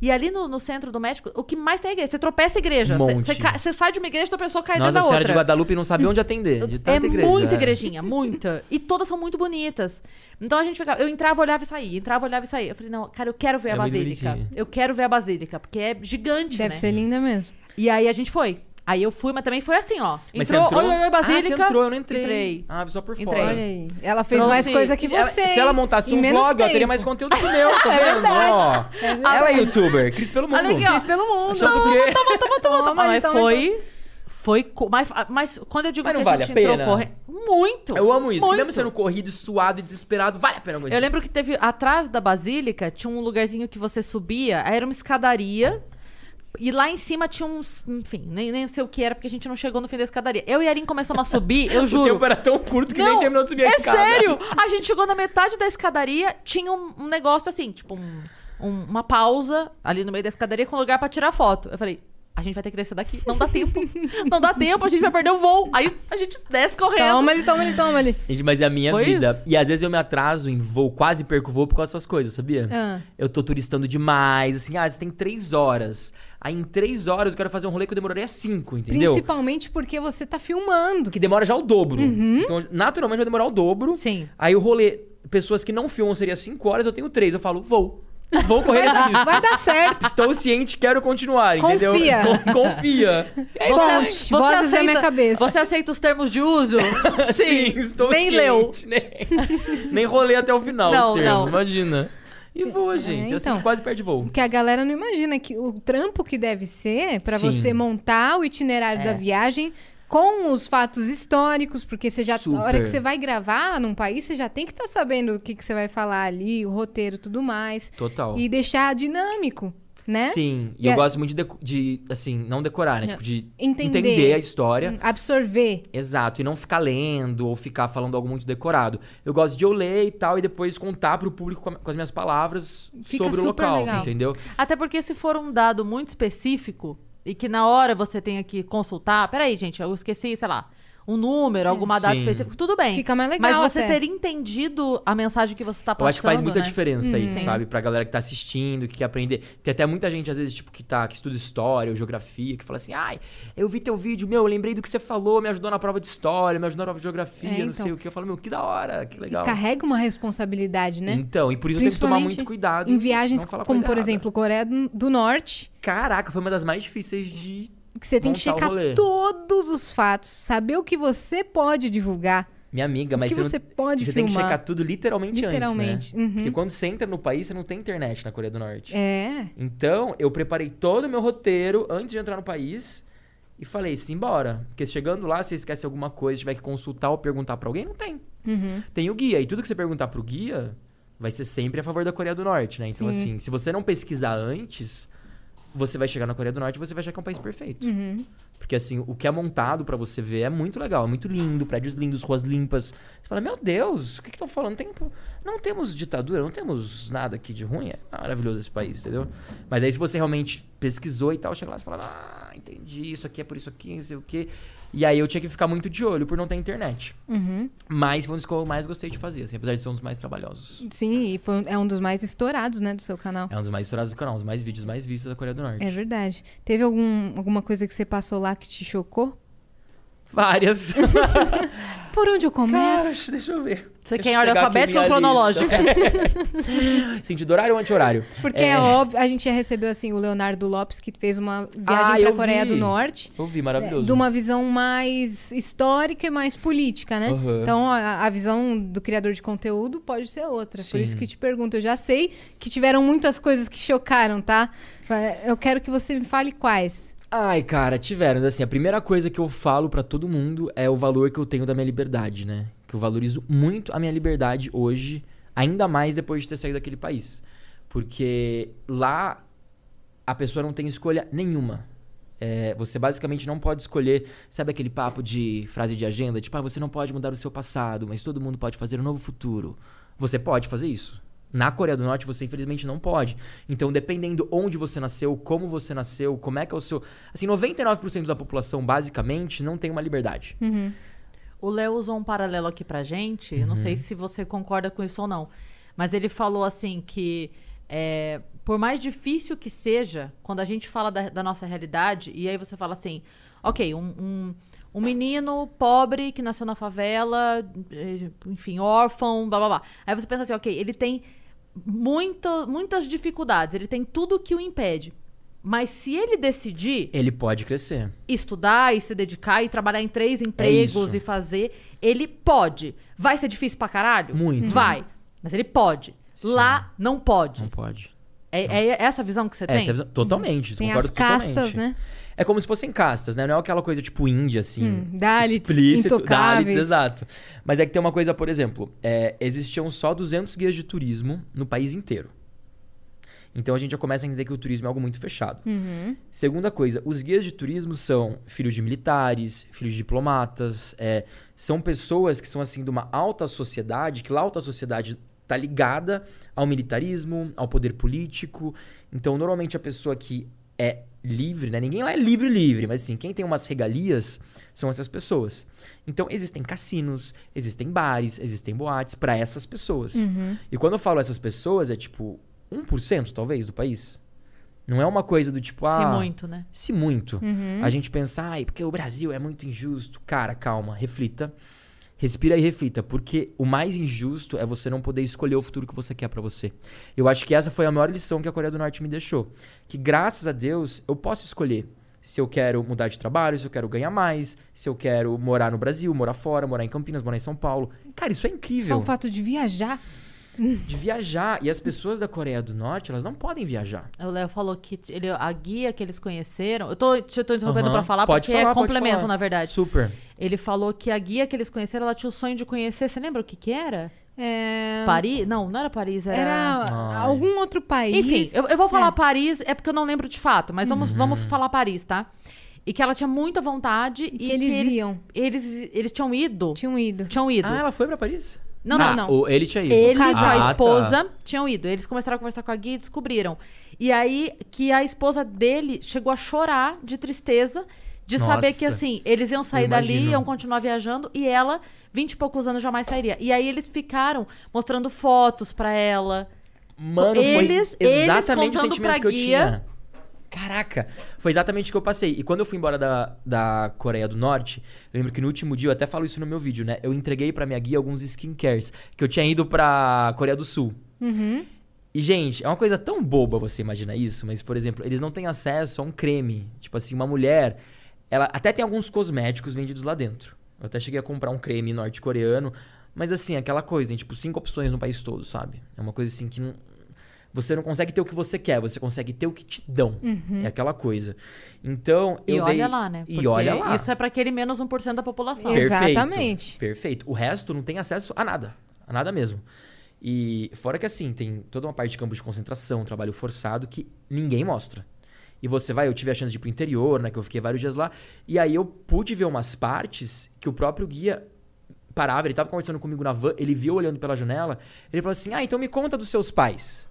A: E ali no, no centro do México, o que mais tem é igreja. Você tropeça a igreja.
C: Uhum. Um
A: Você-
C: monte.
A: Você ca- você sai de uma igreja e outra pessoa cai
C: Nossa
A: dentro da
C: Senhora
A: outra.
C: de Guadalupe não sabia onde atender. De
A: É
C: tanta igreja.
A: muito
C: é.
A: igrejinha, muita. E todas são muito bonitas. Então a gente ficava. Eu entrava, olhava e saía. Entrava, olhava e saía. Eu falei, não, cara, eu quero ver a
C: É muito
A: Basílica.
C: bonitinho.
A: Eu quero ver a Basílica, porque é gigante,
B: Deve
A: né?
B: ser linda mesmo.
A: E aí a gente foi. Aí eu fui, mas também foi assim, ó.
C: Mas
A: entrou,
C: você entrou?
A: oi, oi, oi, Basílica.
C: Ah, você entrou, eu não entrei.
A: Entrei.
C: Ah, só por
A: Entrei.
C: fora.
B: Olha aí. Ela
A: É.
B: fez
A: Trouxe-
B: mais coisa que
A: Ela-
B: você.
C: Se ela montasse
B: em
C: um
B: menos
C: vlog, ela teria
B: tempo.
C: mais conteúdo que o
A: [LAUGHS]
C: meu, tá
B: É
C: vendo?
B: verdade.
C: Ó, Ela é youtuber, Cris pelo mundo.
A: Olha aqui, ó.
B: Fiz pelo mundo.
C: Achando que eu queria- então,
A: Ah, mas
B: toma,
A: foi. Foi. co- Mas, mas quando eu digo
C: Mas
A: que
C: não
A: a
C: vale
A: gente
C: a
A: entrou
C: pena?
A: correndo. Muito!
C: Eu amo isso.
A: Muito.
C: Mesmo sendo corrido, suado e desesperado, vale a pena conhecer.
A: Eu lembro que teve atrás da basílica tinha um lugarzinho que você subia, aí era uma escadaria. E lá em cima tinha uns. Enfim, nem, nem sei o que era, porque a gente não chegou no fim da escadaria. Eu e a Arin começamos a
C: [LAUGHS]
A: subir, eu
C: O
A: juro.
C: tempo era tão curto que nem
A: Não,
C: terminou de subir a
A: é
C: escada.
A: sério! A gente chegou na metade da escadaria, tinha um, um negócio assim, tipo um- um- uma pausa ali no meio da escadaria com um lugar pra tirar foto. Eu falei, a gente vai ter que descer daqui. Não dá tempo. Não dá tempo, a gente vai perder o voo. Aí a gente desce correndo.
B: Toma ele, toma ele, toma ele.
C: Gente, mas é a minha
A: Foi
C: vida.
A: isso?
C: E às vezes eu me atraso em voo, quase perco o voo por causa dessas coisas, sabia?
B: Ah.
C: Eu tô turistando demais, assim, ah, você tem três horas. Aí em três horas eu quero fazer um rolê que eu demoraria cinco, entendeu?
B: Principalmente porque você tá filmando.
C: Que demora já o dobro.
A: Uhum.
C: Então, naturalmente vai demorar o dobro.
A: Sim.
C: Aí o rolê, pessoas que não filmam seria cinco horas, eu tenho três. Eu falo, vou. Vou correr esse
B: [LAUGHS]
C: risco.
B: Vai dar certo.
C: Estou ciente, quero continuar, entendeu?
B: Confia.
C: Con- Confia. É isso.
B: Fonte, vozes da minha cabeça.
A: Você aceita os termos de uso?
C: [LAUGHS]
B: [LAUGHS]
C: Sim, É assim, estou
A: Nem
C: ciente.
A: leu.
C: Nem, [LAUGHS] nem rolei até o final
A: Não,
C: os termos,
A: não.
C: imagina. E voa, gente.
B: então.
C: Assim, quase perde voo.
B: Porque a galera não imagina que o trampo que deve ser pra
C: Sim.
B: você montar o itinerário
A: É.
B: da viagem com os fatos históricos, porque você já a hora
C: Super.
B: que você vai gravar num país, você já tem que estar sabendo o que, que você vai falar ali, o roteiro, e tudo mais,
C: Total.
B: e deixar dinâmico, né?
C: Sim, e
B: E
C: eu
B: a-
C: gosto muito de, deco- de, assim, não decorar, né? Tipo, de
B: Entender.
C: a história.
B: Absorver.
C: Exato, e não ficar lendo ou ficar falando algo muito decorado. Eu gosto de eu ler e tal, e depois contar pro público com, a- com as minhas palavras
B: Fica
C: sobre o
B: super
C: local,
B: legal.
C: entendeu?
A: Até porque se for um dado muito específico e que na hora você tenha que consultar, peraí, gente, eu esqueci, sei lá, um número, alguma data
C: Sim.
A: específica, tudo bem.
B: É. Fica mais legal
A: Mas você
B: até.
A: ter entendido a mensagem que você tá passando,
C: Eu acho que faz muita
A: né?
C: diferença
B: Hum,
C: isso,
A: Sim.
C: sabe? Pra galera que tá assistindo, que quer aprender. Tem até muita gente, às vezes, tipo, que, tá, que estuda história ou geografia, que fala assim, ai, eu vi teu vídeo, meu, eu lembrei do que você falou, me ajudou na prova de história, me ajudou na prova de geografia,
B: É,
C: não
B: então.
C: sei o que. Eu falo, meu, que da hora, que legal.
B: E carrega uma responsabilidade, né?
C: Então, e por isso eu tenho que tomar
B: Principalmente
C: muito cuidado.
B: Em viagens
C: não falar
B: como,
C: coisa
B: por
C: errada.
B: exemplo, Coreia do do Norte,
C: Caraca, foi uma das mais difíceis de.
B: que você tem que
C: montar o
B: checar
C: rolê.
B: todos os fatos, saber o que você pode divulgar,
C: Minha amiga,
B: o
C: mas
B: que
C: você, não-
B: você pode
C: um você tem que
B: filmar.
C: checar tudo literalmente, antes.
B: Literalmente,
C: Né?
B: uhum.
C: Porque quando você entra no país, você não tem internet na Coreia do Norte.
B: É.
C: Então, eu preparei todo o meu roteiro antes de entrar no país e falei, simbora. Porque chegando lá, se você esquece alguma coisa, tiver que consultar ou perguntar pra alguém, não tem.
B: Uhum.
C: Tem o guia. E tudo que você perguntar pro guia vai ser sempre a favor da Coreia do Norte, né? Então,
B: Sim.
C: assim, se você não pesquisar antes, você vai chegar na Coreia do Norte e você vai achar que é um país perfeito.
B: Uhum.
C: Porque, assim, o que é montado pra você ver é muito legal, é muito lindo, prédios lindos, ruas limpas. Você fala, meu Deus, o que estão falando? Tem- não temos ditadura, não temos nada aqui de ruim. É maravilhoso esse país, entendeu? Mas aí, se você realmente pesquisou e tal, chega lá e fala, ah, entendi, isso aqui é por isso aqui, não sei o quê. E aí eu tinha que ficar muito de olho por não ter internet.
B: Uhum.
C: Mas foi um dos que eu mais gostei de fazer, assim, apesar de ser um dos mais trabalhosos.
B: Sim, e foi, é um dos mais estourados, né, do seu canal.
C: É um dos mais estourados do canal, um dos mais vídeos mais vistos da Coreia do Norte.
B: É verdade. Teve algum, alguma coisa que você passou lá que te chocou?
C: Várias.
B: Por onde eu
C: Cara,
B: começo?
C: deixa eu ver.
A: Você
C: Deixa
A: quer em
C: eu
A: ordem
C: pegar aqui
A: alfabética ou
C: minha
A: cronológica?
C: lista. [LAUGHS] Sentido horário ou anti-horário?
B: Porque é. óbvio, a gente já recebeu assim o Leonardo Lopes que fez uma viagem
C: Ah,
B: pra
C: eu
B: Coreia
C: vi.
B: do Norte.
C: É, Eu vi, maravilhoso.
B: de uma visão mais histórica e mais política, né?
C: Aham.
B: Então a, a visão do criador de conteúdo pode ser outra. Por
C: Sim.
B: isso que te pergunto, eu já sei que tiveram muitas coisas que chocaram, tá? Eu quero que você me fale quais.
C: Ai, cara, tiveram. Assim, a primeira coisa que eu falo pra todo mundo é o valor que eu tenho da minha liberdade, né? Que eu valorizo muito a minha liberdade hoje, ainda mais depois de ter saído daquele país. Porque lá a pessoa não tem escolha nenhuma. É, você basicamente não pode escolher, sabe aquele papo de frase de agenda? Tipo, ah, você não pode mudar o seu passado, mas todo mundo pode fazer um novo futuro. Você pode fazer isso. Na Coreia do Norte, você infelizmente não pode. Então, dependendo onde você nasceu, como você nasceu, como é que é o seu. Assim, 99% da população, basicamente, não tem uma liberdade.
B: Hum.
A: O Léo usou um paralelo aqui pra gente. Eu não sei se você concorda com isso ou não. Mas ele falou assim que é, por mais difícil que seja, quando a gente fala da, da nossa realidade, e aí você fala assim, ok, um, um, um menino pobre que nasceu na favela, eh, enfim, órfão, blá blá blá. Aí você pensa assim, ok, ele tem muito, muitas dificuldades, ele tem tudo que o impede. Mas se ele decidir
C: Ele pode crescer.
A: estudar e se dedicar e trabalhar em três empregos
C: É isso.
A: e fazer, ele pode. Vai ser difícil pra caralho?
C: Muito.
A: Vai. Mas ele pode. Lá não pode.
C: Não pode.
A: É, é essa a visão que você
C: É,
A: tem?
C: essa visão- totalmente.
B: Tem
C: concordo
B: as castas,
C: totalmente.
B: né?
C: É como se fossem castas, né? Não é aquela coisa tipo índia, assim.
B: Hum, Dalits, intocáveis.
C: Dalits, exato. Mas é que tem uma coisa, por exemplo, é, existiam só 200 guias de turismo no país inteiro. Então a gente já começa a entender que o turismo é algo muito fechado.
B: Uhum.
C: Segunda coisa, os guias de turismo são filhos de militares, filhos de diplomatas, é, são pessoas que são assim de uma alta sociedade, que lá a alta sociedade tá ligada ao militarismo, ao poder político. Então, normalmente a pessoa que é livre, né? Ninguém lá é livre livre, mas assim, quem tem umas regalias são essas pessoas. Então, existem cassinos, existem bares, existem boates para essas pessoas. E quando eu falo essas pessoas, é tipo 1% talvez do país. Não é uma coisa do tipo,
A: Se
C: ah,
A: muito, né?
C: se muito.
A: Uhum.
C: A gente pensar, ai, porque o Brasil é muito injusto. Cara, calma, reflita. Respira e reflita, porque o mais injusto é você não poder escolher o futuro que você quer pra você. Eu acho que essa foi a maior lição que a Coreia do Norte me deixou, que graças a Deus eu posso escolher se eu quero mudar de trabalho, se eu quero ganhar mais, se eu quero morar no Brasil, morar fora, morar em Campinas, morar em São Paulo. Cara, isso é
B: Só
C: incrível
B: o fato de viajar.
C: de viajar. E as pessoas da Coreia do Norte, elas não podem viajar.
A: O Léo falou que t- ele, a guia que eles conheceram. Eu tô te eu tô interrompendo
C: Aham.
A: pra falar,
C: Pode
A: porque
C: falar,
A: é
C: pode
A: complemento,
C: falar.
A: na verdade.
C: Super.
A: Ele falou que a guia que eles conheceram, ela tinha o sonho de conhecer. Você lembra o que que era?
B: É,
A: Paris? Não, não era Paris, era.
B: Era
C: Ai.
B: algum outro país.
A: Enfim, eu, eu vou falar
B: É.
A: Paris, é porque eu não lembro de fato, mas
C: Uhum.
A: vamos, vamos falar Paris, tá? E que ela tinha muita vontade e,
B: que eles iam.
A: Eles, eles tinham ido.
B: Tinham ido.
A: Tinham ido.
C: Ah, ela foi pra Paris?
A: não, não,
C: Ah,
A: não.
C: O, ele tinha ido.
A: Eles,
C: Ah,
A: a
C: tá.
A: esposa, tinham ido. Eles começaram a conversar com a Gui e descobriram. E aí que a esposa dele chegou a chorar de tristeza de
C: Nossa.
A: saber que, assim, eles iam sair
C: Eu
A: dali,
C: imagino.
A: iam continuar viajando e ela, vinte e poucos anos, jamais sairia. E aí eles ficaram mostrando fotos pra ela.
C: Mano,
A: Eles-
C: foi
A: eles
C: exatamente o
A: contando pra
C: sentimento que eu
A: guia.
C: tinha. Caraca, foi exatamente o que eu passei. E quando eu fui embora da, da Coreia do Norte, eu lembro que no último dia, eu até falo isso no meu vídeo, né? Eu entreguei pra minha guia alguns skincares que eu tinha ido pra Coreia do Sul.
B: Uhum.
C: E, gente, é uma coisa tão boba você imaginar isso, mas, por exemplo, eles não têm acesso a um creme. Tipo assim, uma mulher. Ela até tem alguns cosméticos vendidos lá dentro. Eu até cheguei a comprar um creme norte-coreano. Mas assim, aquela coisa, tem tipo cinco opções no país todo, sabe? É uma coisa assim que não, você não consegue ter o que você quer, você consegue ter o que te dão. É aquela coisa. Então,
A: Uhum. E
C: eu
A: olha
C: dei-
A: lá, né?
C: E olha lá.
A: Isso é pra aquele menos 1% da população.
B: Ex-
C: Perfeito,
B: Exatamente.
C: Perfeito. O resto não tem acesso a nada. A nada mesmo. E fora que assim, tem toda uma parte de campo de concentração, trabalho forçado que ninguém mostra. E você vai, eu tive a chance de ir pro interior, né? Que eu fiquei vários dias lá. E aí eu pude ver umas partes que o próprio guia parava, ele tava conversando comigo na van, ele viu eu olhando pela janela, ele falou assim: Ah, então me conta dos seus pais.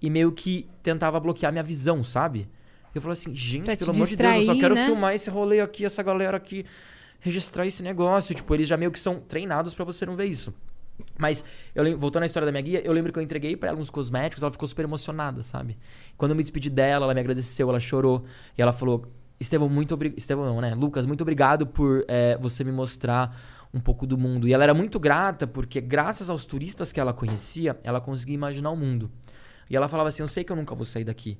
C: E meio que tentava bloquear minha visão, sabe? Eu falo assim, gente,
B: Pra te
C: pelo amor de Deus, eu só
B: distrair,
C: quero
B: né?
C: filmar esse rolê aqui, essa galera aqui, registrar esse negócio. Tipo, eles já meio que são treinados pra você não ver isso. Mas, eu lem- voltando à história da minha guia, eu lembro que eu entreguei pra ela uns cosméticos, ela ficou super emocionada, sabe? Quando eu me despedi dela, ela me agradeceu, ela chorou. E ela falou: Estevão, muito obrigado. Estevão, não, né? Lucas, muito obrigado por eh, você me mostrar um pouco do mundo. E ela era muito grata, porque graças aos turistas que ela conhecia, ela conseguia imaginar o mundo. E ela falava assim: Eu sei que eu nunca vou sair daqui,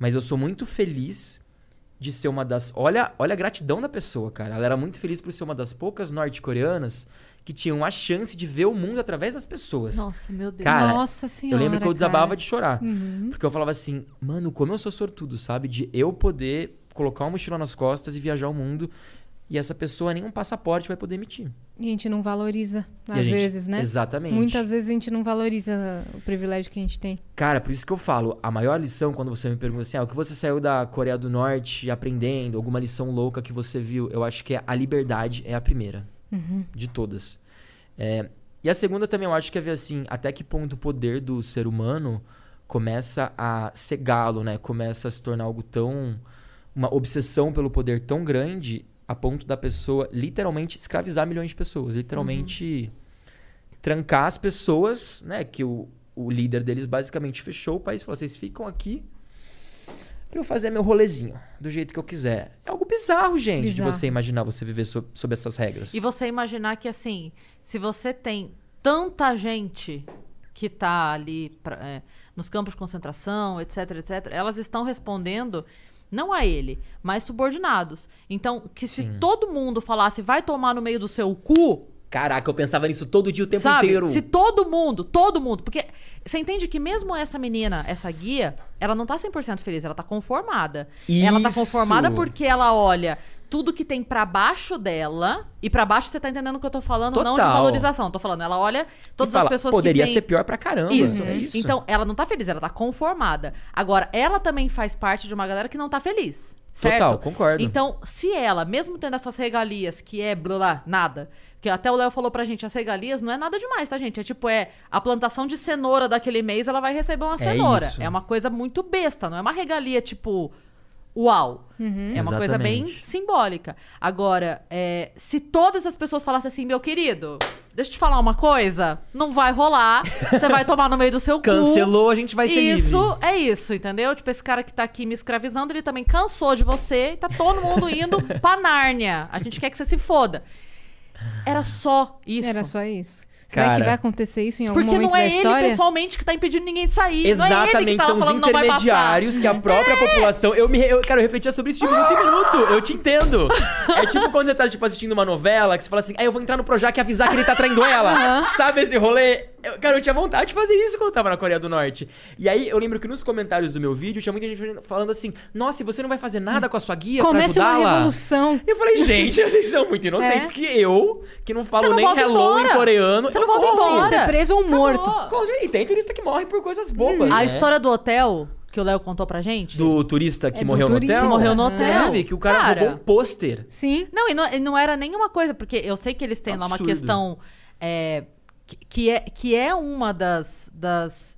C: mas eu sou muito feliz de ser uma das. Olha, olha a gratidão da pessoa, cara. Ela era muito feliz por ser uma das poucas norte-coreanas que tinham a chance de ver o mundo através das pessoas.
A: Nossa, meu Deus.
C: Cara,
B: Nossa senhora.
C: eu lembro que eu desabava
B: cara. Uhum.
C: de chorar. Porque eu falava assim, mano, como eu sou sortudo, sabe? De eu poder colocar uma mochila nas costas e viajar o mundo. E essa pessoa nenhum passaporte vai poder emitir.
B: E a gente não valoriza,
C: E
B: às
C: a gente-
B: vezes, né?
C: Exatamente.
B: Muitas vezes a gente não valoriza o privilégio que a gente tem.
C: Cara, por isso que eu falo, a maior lição quando você me pergunta assim, ah, o que você saiu da Coreia do Norte aprendendo, alguma lição louca que você viu, eu acho que é a liberdade é a primeira de todas. É, e a segunda também eu acho que é ver assim, até que ponto o poder do ser humano começa a cegá-lo, né? Começa a se tornar algo tão uma obsessão pelo poder tão grande a ponto da pessoa literalmente escravizar milhões de pessoas, literalmente trancar as pessoas, né? Que o, o líder deles basicamente fechou o país e falou: vocês ficam aqui pra eu fazer meu rolezinho do jeito que eu quiser. É algo bizarro, gente,
B: Bizarro.
C: de você imaginar você viver so- sob essas regras.
A: E você imaginar que, assim, se você tem tanta gente que tá ali pra- é, nos campos de concentração, etc, etc, elas estão respondendo não a ele, mas subordinados. Então, que se todo mundo falasse vai tomar no meio do seu cu,
C: Caraca, eu pensava nisso todo dia o tempo
A: sabe?
C: inteiro.
A: Se todo mundo, todo mundo, porque você entende que mesmo essa menina, essa guia, ela não tá 100% feliz, ela tá conformada. Ela tá
C: Isso.
A: conformada porque ela olha tudo que tem pra baixo dela, e pra baixo você tá entendendo o que eu tô falando, não de
C: Total.
A: valorização, tô falando, ela olha todas
C: E fala,
A: as pessoas
C: Poderia
A: que
C: ser
A: têm
C: pior pra caramba.
A: isso.
C: É isso.
A: Então, ela não tá feliz, ela tá conformada. Agora, ela também faz parte de uma galera que não tá feliz. Certo?
C: Total, concordo.
A: Então, se ela, mesmo tendo essas regalias, que é blá, blá nada, que até o Léo falou pra gente, as regalias não é nada demais, tá, gente? É tipo, é a plantação de cenoura daquele mês, ela vai receber uma cenoura.
C: isso.
A: É uma coisa muito besta, não é uma regalia tipo, uau. É uma coisa bem
C: Exatamente.
A: simbólica. Agora, é, se todas as pessoas falassem assim, meu querido, deixa eu te falar uma coisa, não vai rolar, você vai tomar no meio do
C: [LAUGHS]
A: seu cu.
C: Cancelou, a gente vai ser
A: Isso
C: livre.
A: é isso, entendeu? Tipo, esse cara que tá aqui me escravizando, ele também cansou de você e tá todo mundo
C: [LAUGHS]
A: indo pra Nárnia. A gente quer que você se foda. Era só isso.
B: Era só isso. Será
C: Cara.
B: que vai acontecer isso em algum
A: Porque
B: momento
A: não é
B: da
A: ele
B: história?
A: pessoalmente que tá impedindo ninguém de sair. não é ele que
C: Exatamente,
A: tava
C: são os
A: falando não vai passar. É.
C: intermediários que a própria população. Eu me, eu, cara, eu refletia sobre isso de minuto em minuto. Eu te entendo. É tipo quando você tá tipo, assistindo uma novela que você fala assim: ah, eu vou entrar no Projac e avisar que ele tá traindo ela. Sabe esse rolê? Eu, cara, eu tinha vontade de fazer isso quando eu tava na Coreia do Norte. E aí eu lembro que nos comentários do meu vídeo tinha muita gente falando assim: nossa, e você não vai fazer
A: Hum.
C: nada com a sua guia
B: Começa
C: pra
B: uma
C: ajudá-la?
B: revolução.
C: Eu falei, gente, [LAUGHS] vocês são muito inocentes
B: É.
C: que eu, que não
A: Você
C: falo
A: não
C: nem
A: volta
C: hello
A: embora.
C: em coreano.
A: Você
C: eu
A: não volta
C: posso.
A: embora.
B: Ser preso ou morto.
A: Acabou.
C: Como, gente, E tem turista que morre por coisas bobas.
A: Hum. A
C: né?
A: história do hotel que o Léo contou pra gente.
C: Do turista que
B: É, do
C: morreu no
B: turista.
C: hotel?
A: Morreu no hotel.
C: Teve, que o cara,
A: Cara.
C: roubou um pôster.
B: Sim.
A: Não, e não, e não era nenhuma coisa, porque eu sei que eles têm lá uma
C: Absurdo.
A: questão é, que, que é, que é uma das, das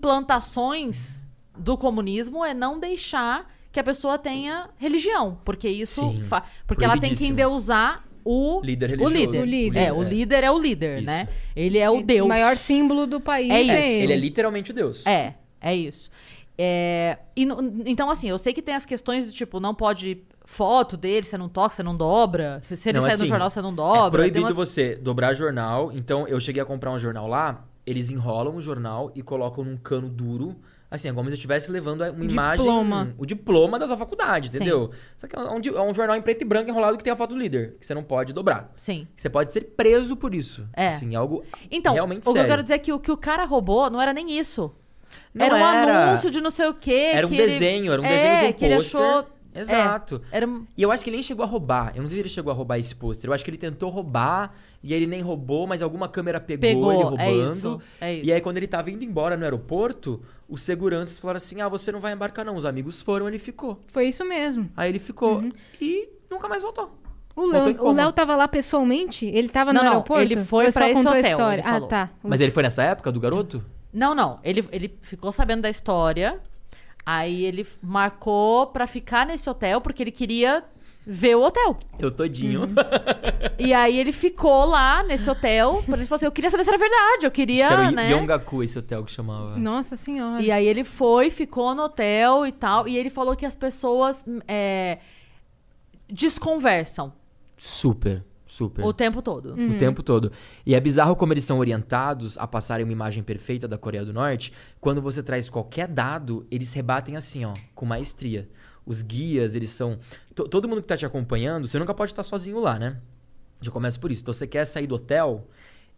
A: implantações do comunismo é não deixar que a pessoa tenha religião, porque isso
C: Sim.
A: fa- porque ela tem que
C: Proibidíssimo.
A: endeusar o
C: Líder
A: o
C: religioso.
A: líder.
B: O líder.
A: É, o líder é o líder,
C: Isso.
A: né? Ele é o deus.
B: O maior símbolo do país
A: É
B: é,
A: isso.
B: ele.
C: Ele é literalmente o Deus.
A: É, é isso. É, e no- então, assim, eu sei que tem as questões do tipo, não pode foto dele, você não toca, você não dobra. Se, se ele
C: Não,
A: sair
C: assim,
A: no jornal, você não dobra.
C: É proibido
A: tem umas-
C: você dobrar jornal. Então, eu cheguei a comprar um jornal lá, eles enrolam o jornal e colocam num cano duro. Assim, é como se eu estivesse levando uma imagem.
B: Diploma.
C: O diploma da sua faculdade, entendeu? Só que é um, di- é um jornal em preto e branco enrolado que tem a foto do líder, que você não pode dobrar.
A: Sim.
C: Você pode ser preso por isso.
A: É.
C: Assim, algo
A: Então,
C: realmente
A: o que eu
C: sério.
A: quero dizer é que o que o cara roubou não era nem isso.
C: Não
A: era um
C: era.
A: anúncio de não sei o quê.
C: Era um
A: que ele-
C: desenho, era um
A: É,
C: desenho
A: que
C: de um
A: ele
C: pôster.
A: achou- É.
C: Exato.
A: Era um-
C: E eu acho que ele nem chegou a roubar. Eu não sei se ele chegou a roubar esse pôster. Eu acho que ele tentou roubar e ele nem roubou, mas alguma câmera pegou,
A: Pegou,
C: ele
A: é
C: roubando.
A: isso, é isso.
C: E aí, quando ele tava indo embora no aeroporto, os seguranças falaram assim: ah, você não vai embarcar, não. Os amigos foram, ele ficou.
B: Foi isso mesmo.
C: Aí ele ficou
A: Uhum.
C: e nunca mais voltou.
B: O
C: Não tem
B: Léo, o
C: como.
B: Léo tava lá pessoalmente? Ele tava
A: Não,
B: no
A: não,
B: aeroporto?
A: ele foi
B: Ou só
A: pra esse
B: contou a
A: hotel,
B: história.
A: ele
B: ah,
A: falou.
B: tá.
C: Mas ele foi nessa época do garoto?
A: Não, não. Ele, ele ficou sabendo da história. Aí ele marcou pra ficar nesse hotel porque ele queria ver o hotel.
C: Eu todinho.
A: Uhum. E
C: [LAUGHS]
A: aí ele ficou lá nesse hotel. Por ele falou assim, eu queria saber se era verdade, eu queria,
C: Acho que era o
A: né?
C: Yongaku, esse hotel que chamava.
B: Nossa senhora.
A: E aí ele foi, ficou no hotel e tal. E ele falou que as pessoas é, desconversam
C: Super, super.
A: o tempo todo.
B: Uhum.
C: O tempo todo. E é bizarro como eles são orientados a passarem uma imagem perfeita da Coreia do Norte. Quando você traz qualquer dado, eles rebatem assim, ó, com maestria. Os guias, eles são. to- Todo mundo que tá te acompanhando, você nunca pode estar sozinho lá, né? Já começa por isso. Então você quer sair do hotel,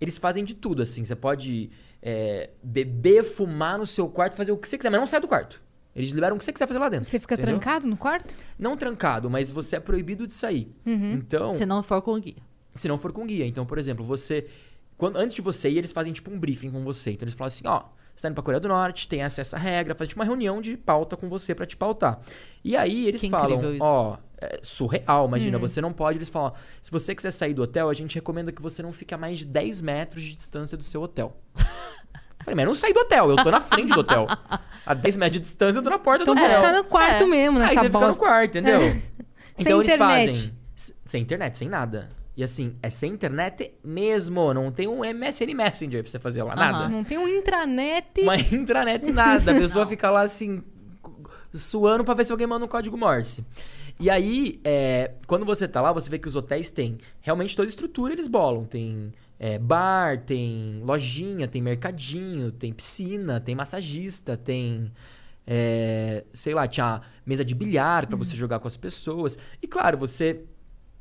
C: eles fazem de tudo, assim. Você pode é, beber, fumar no seu quarto, fazer o que você quiser, mas não sai do quarto. Eles liberam o que você quiser fazer lá dentro.
B: Você fica
C: entendeu?
B: trancado no quarto?
C: Não trancado, mas você é proibido de sair.
B: Uhum.
C: Então,
A: Se não for com o guia.
C: se não for com guia. Então, por exemplo, você. quando- antes de você ir, eles fazem tipo um briefing com você. Então eles falam assim, ó, você tá indo pra Coreia do Norte, tem essa, essa regra, faz tipo uma reunião de pauta com você pra te pautar. E aí eles
A: Que
C: falam,
A: incrível isso.
C: ó, é surreal, imagina, você não pode, eles falam, ó, se você quiser sair do hotel, a gente recomenda que você não fique a mais de 10 metros de distância do seu hotel. Eu Falei, mas eu não saí do hotel, eu tô na frente do hotel. A 10 metros de distância eu tô na porta
B: Então
C: do
B: vou
C: hotel.
B: ficar no quarto
A: É.
B: mesmo,
C: Aí
B: nessa
C: Ah, você fica no
B: bosta. É.
C: quarto, entendeu? então eles
B: internet.
C: fazem. s- Sem internet, sem nada. E assim, é sem internet mesmo. Não tem um MSN Messenger pra você fazer lá, nada.
B: Não tem um intranet.
C: Uma intranet, nada. A pessoa fica lá assim, cu- suando pra ver se alguém manda um código Morse. E aí, é, quando você tá lá, você vê que os hotéis têm realmente toda a estrutura, eles bolam. Tem é, bar, tem lojinha, tem mercadinho, tem piscina, tem massagista, tem. é, sei lá, tinha mesa de bilhar pra você jogar com as pessoas. E claro, você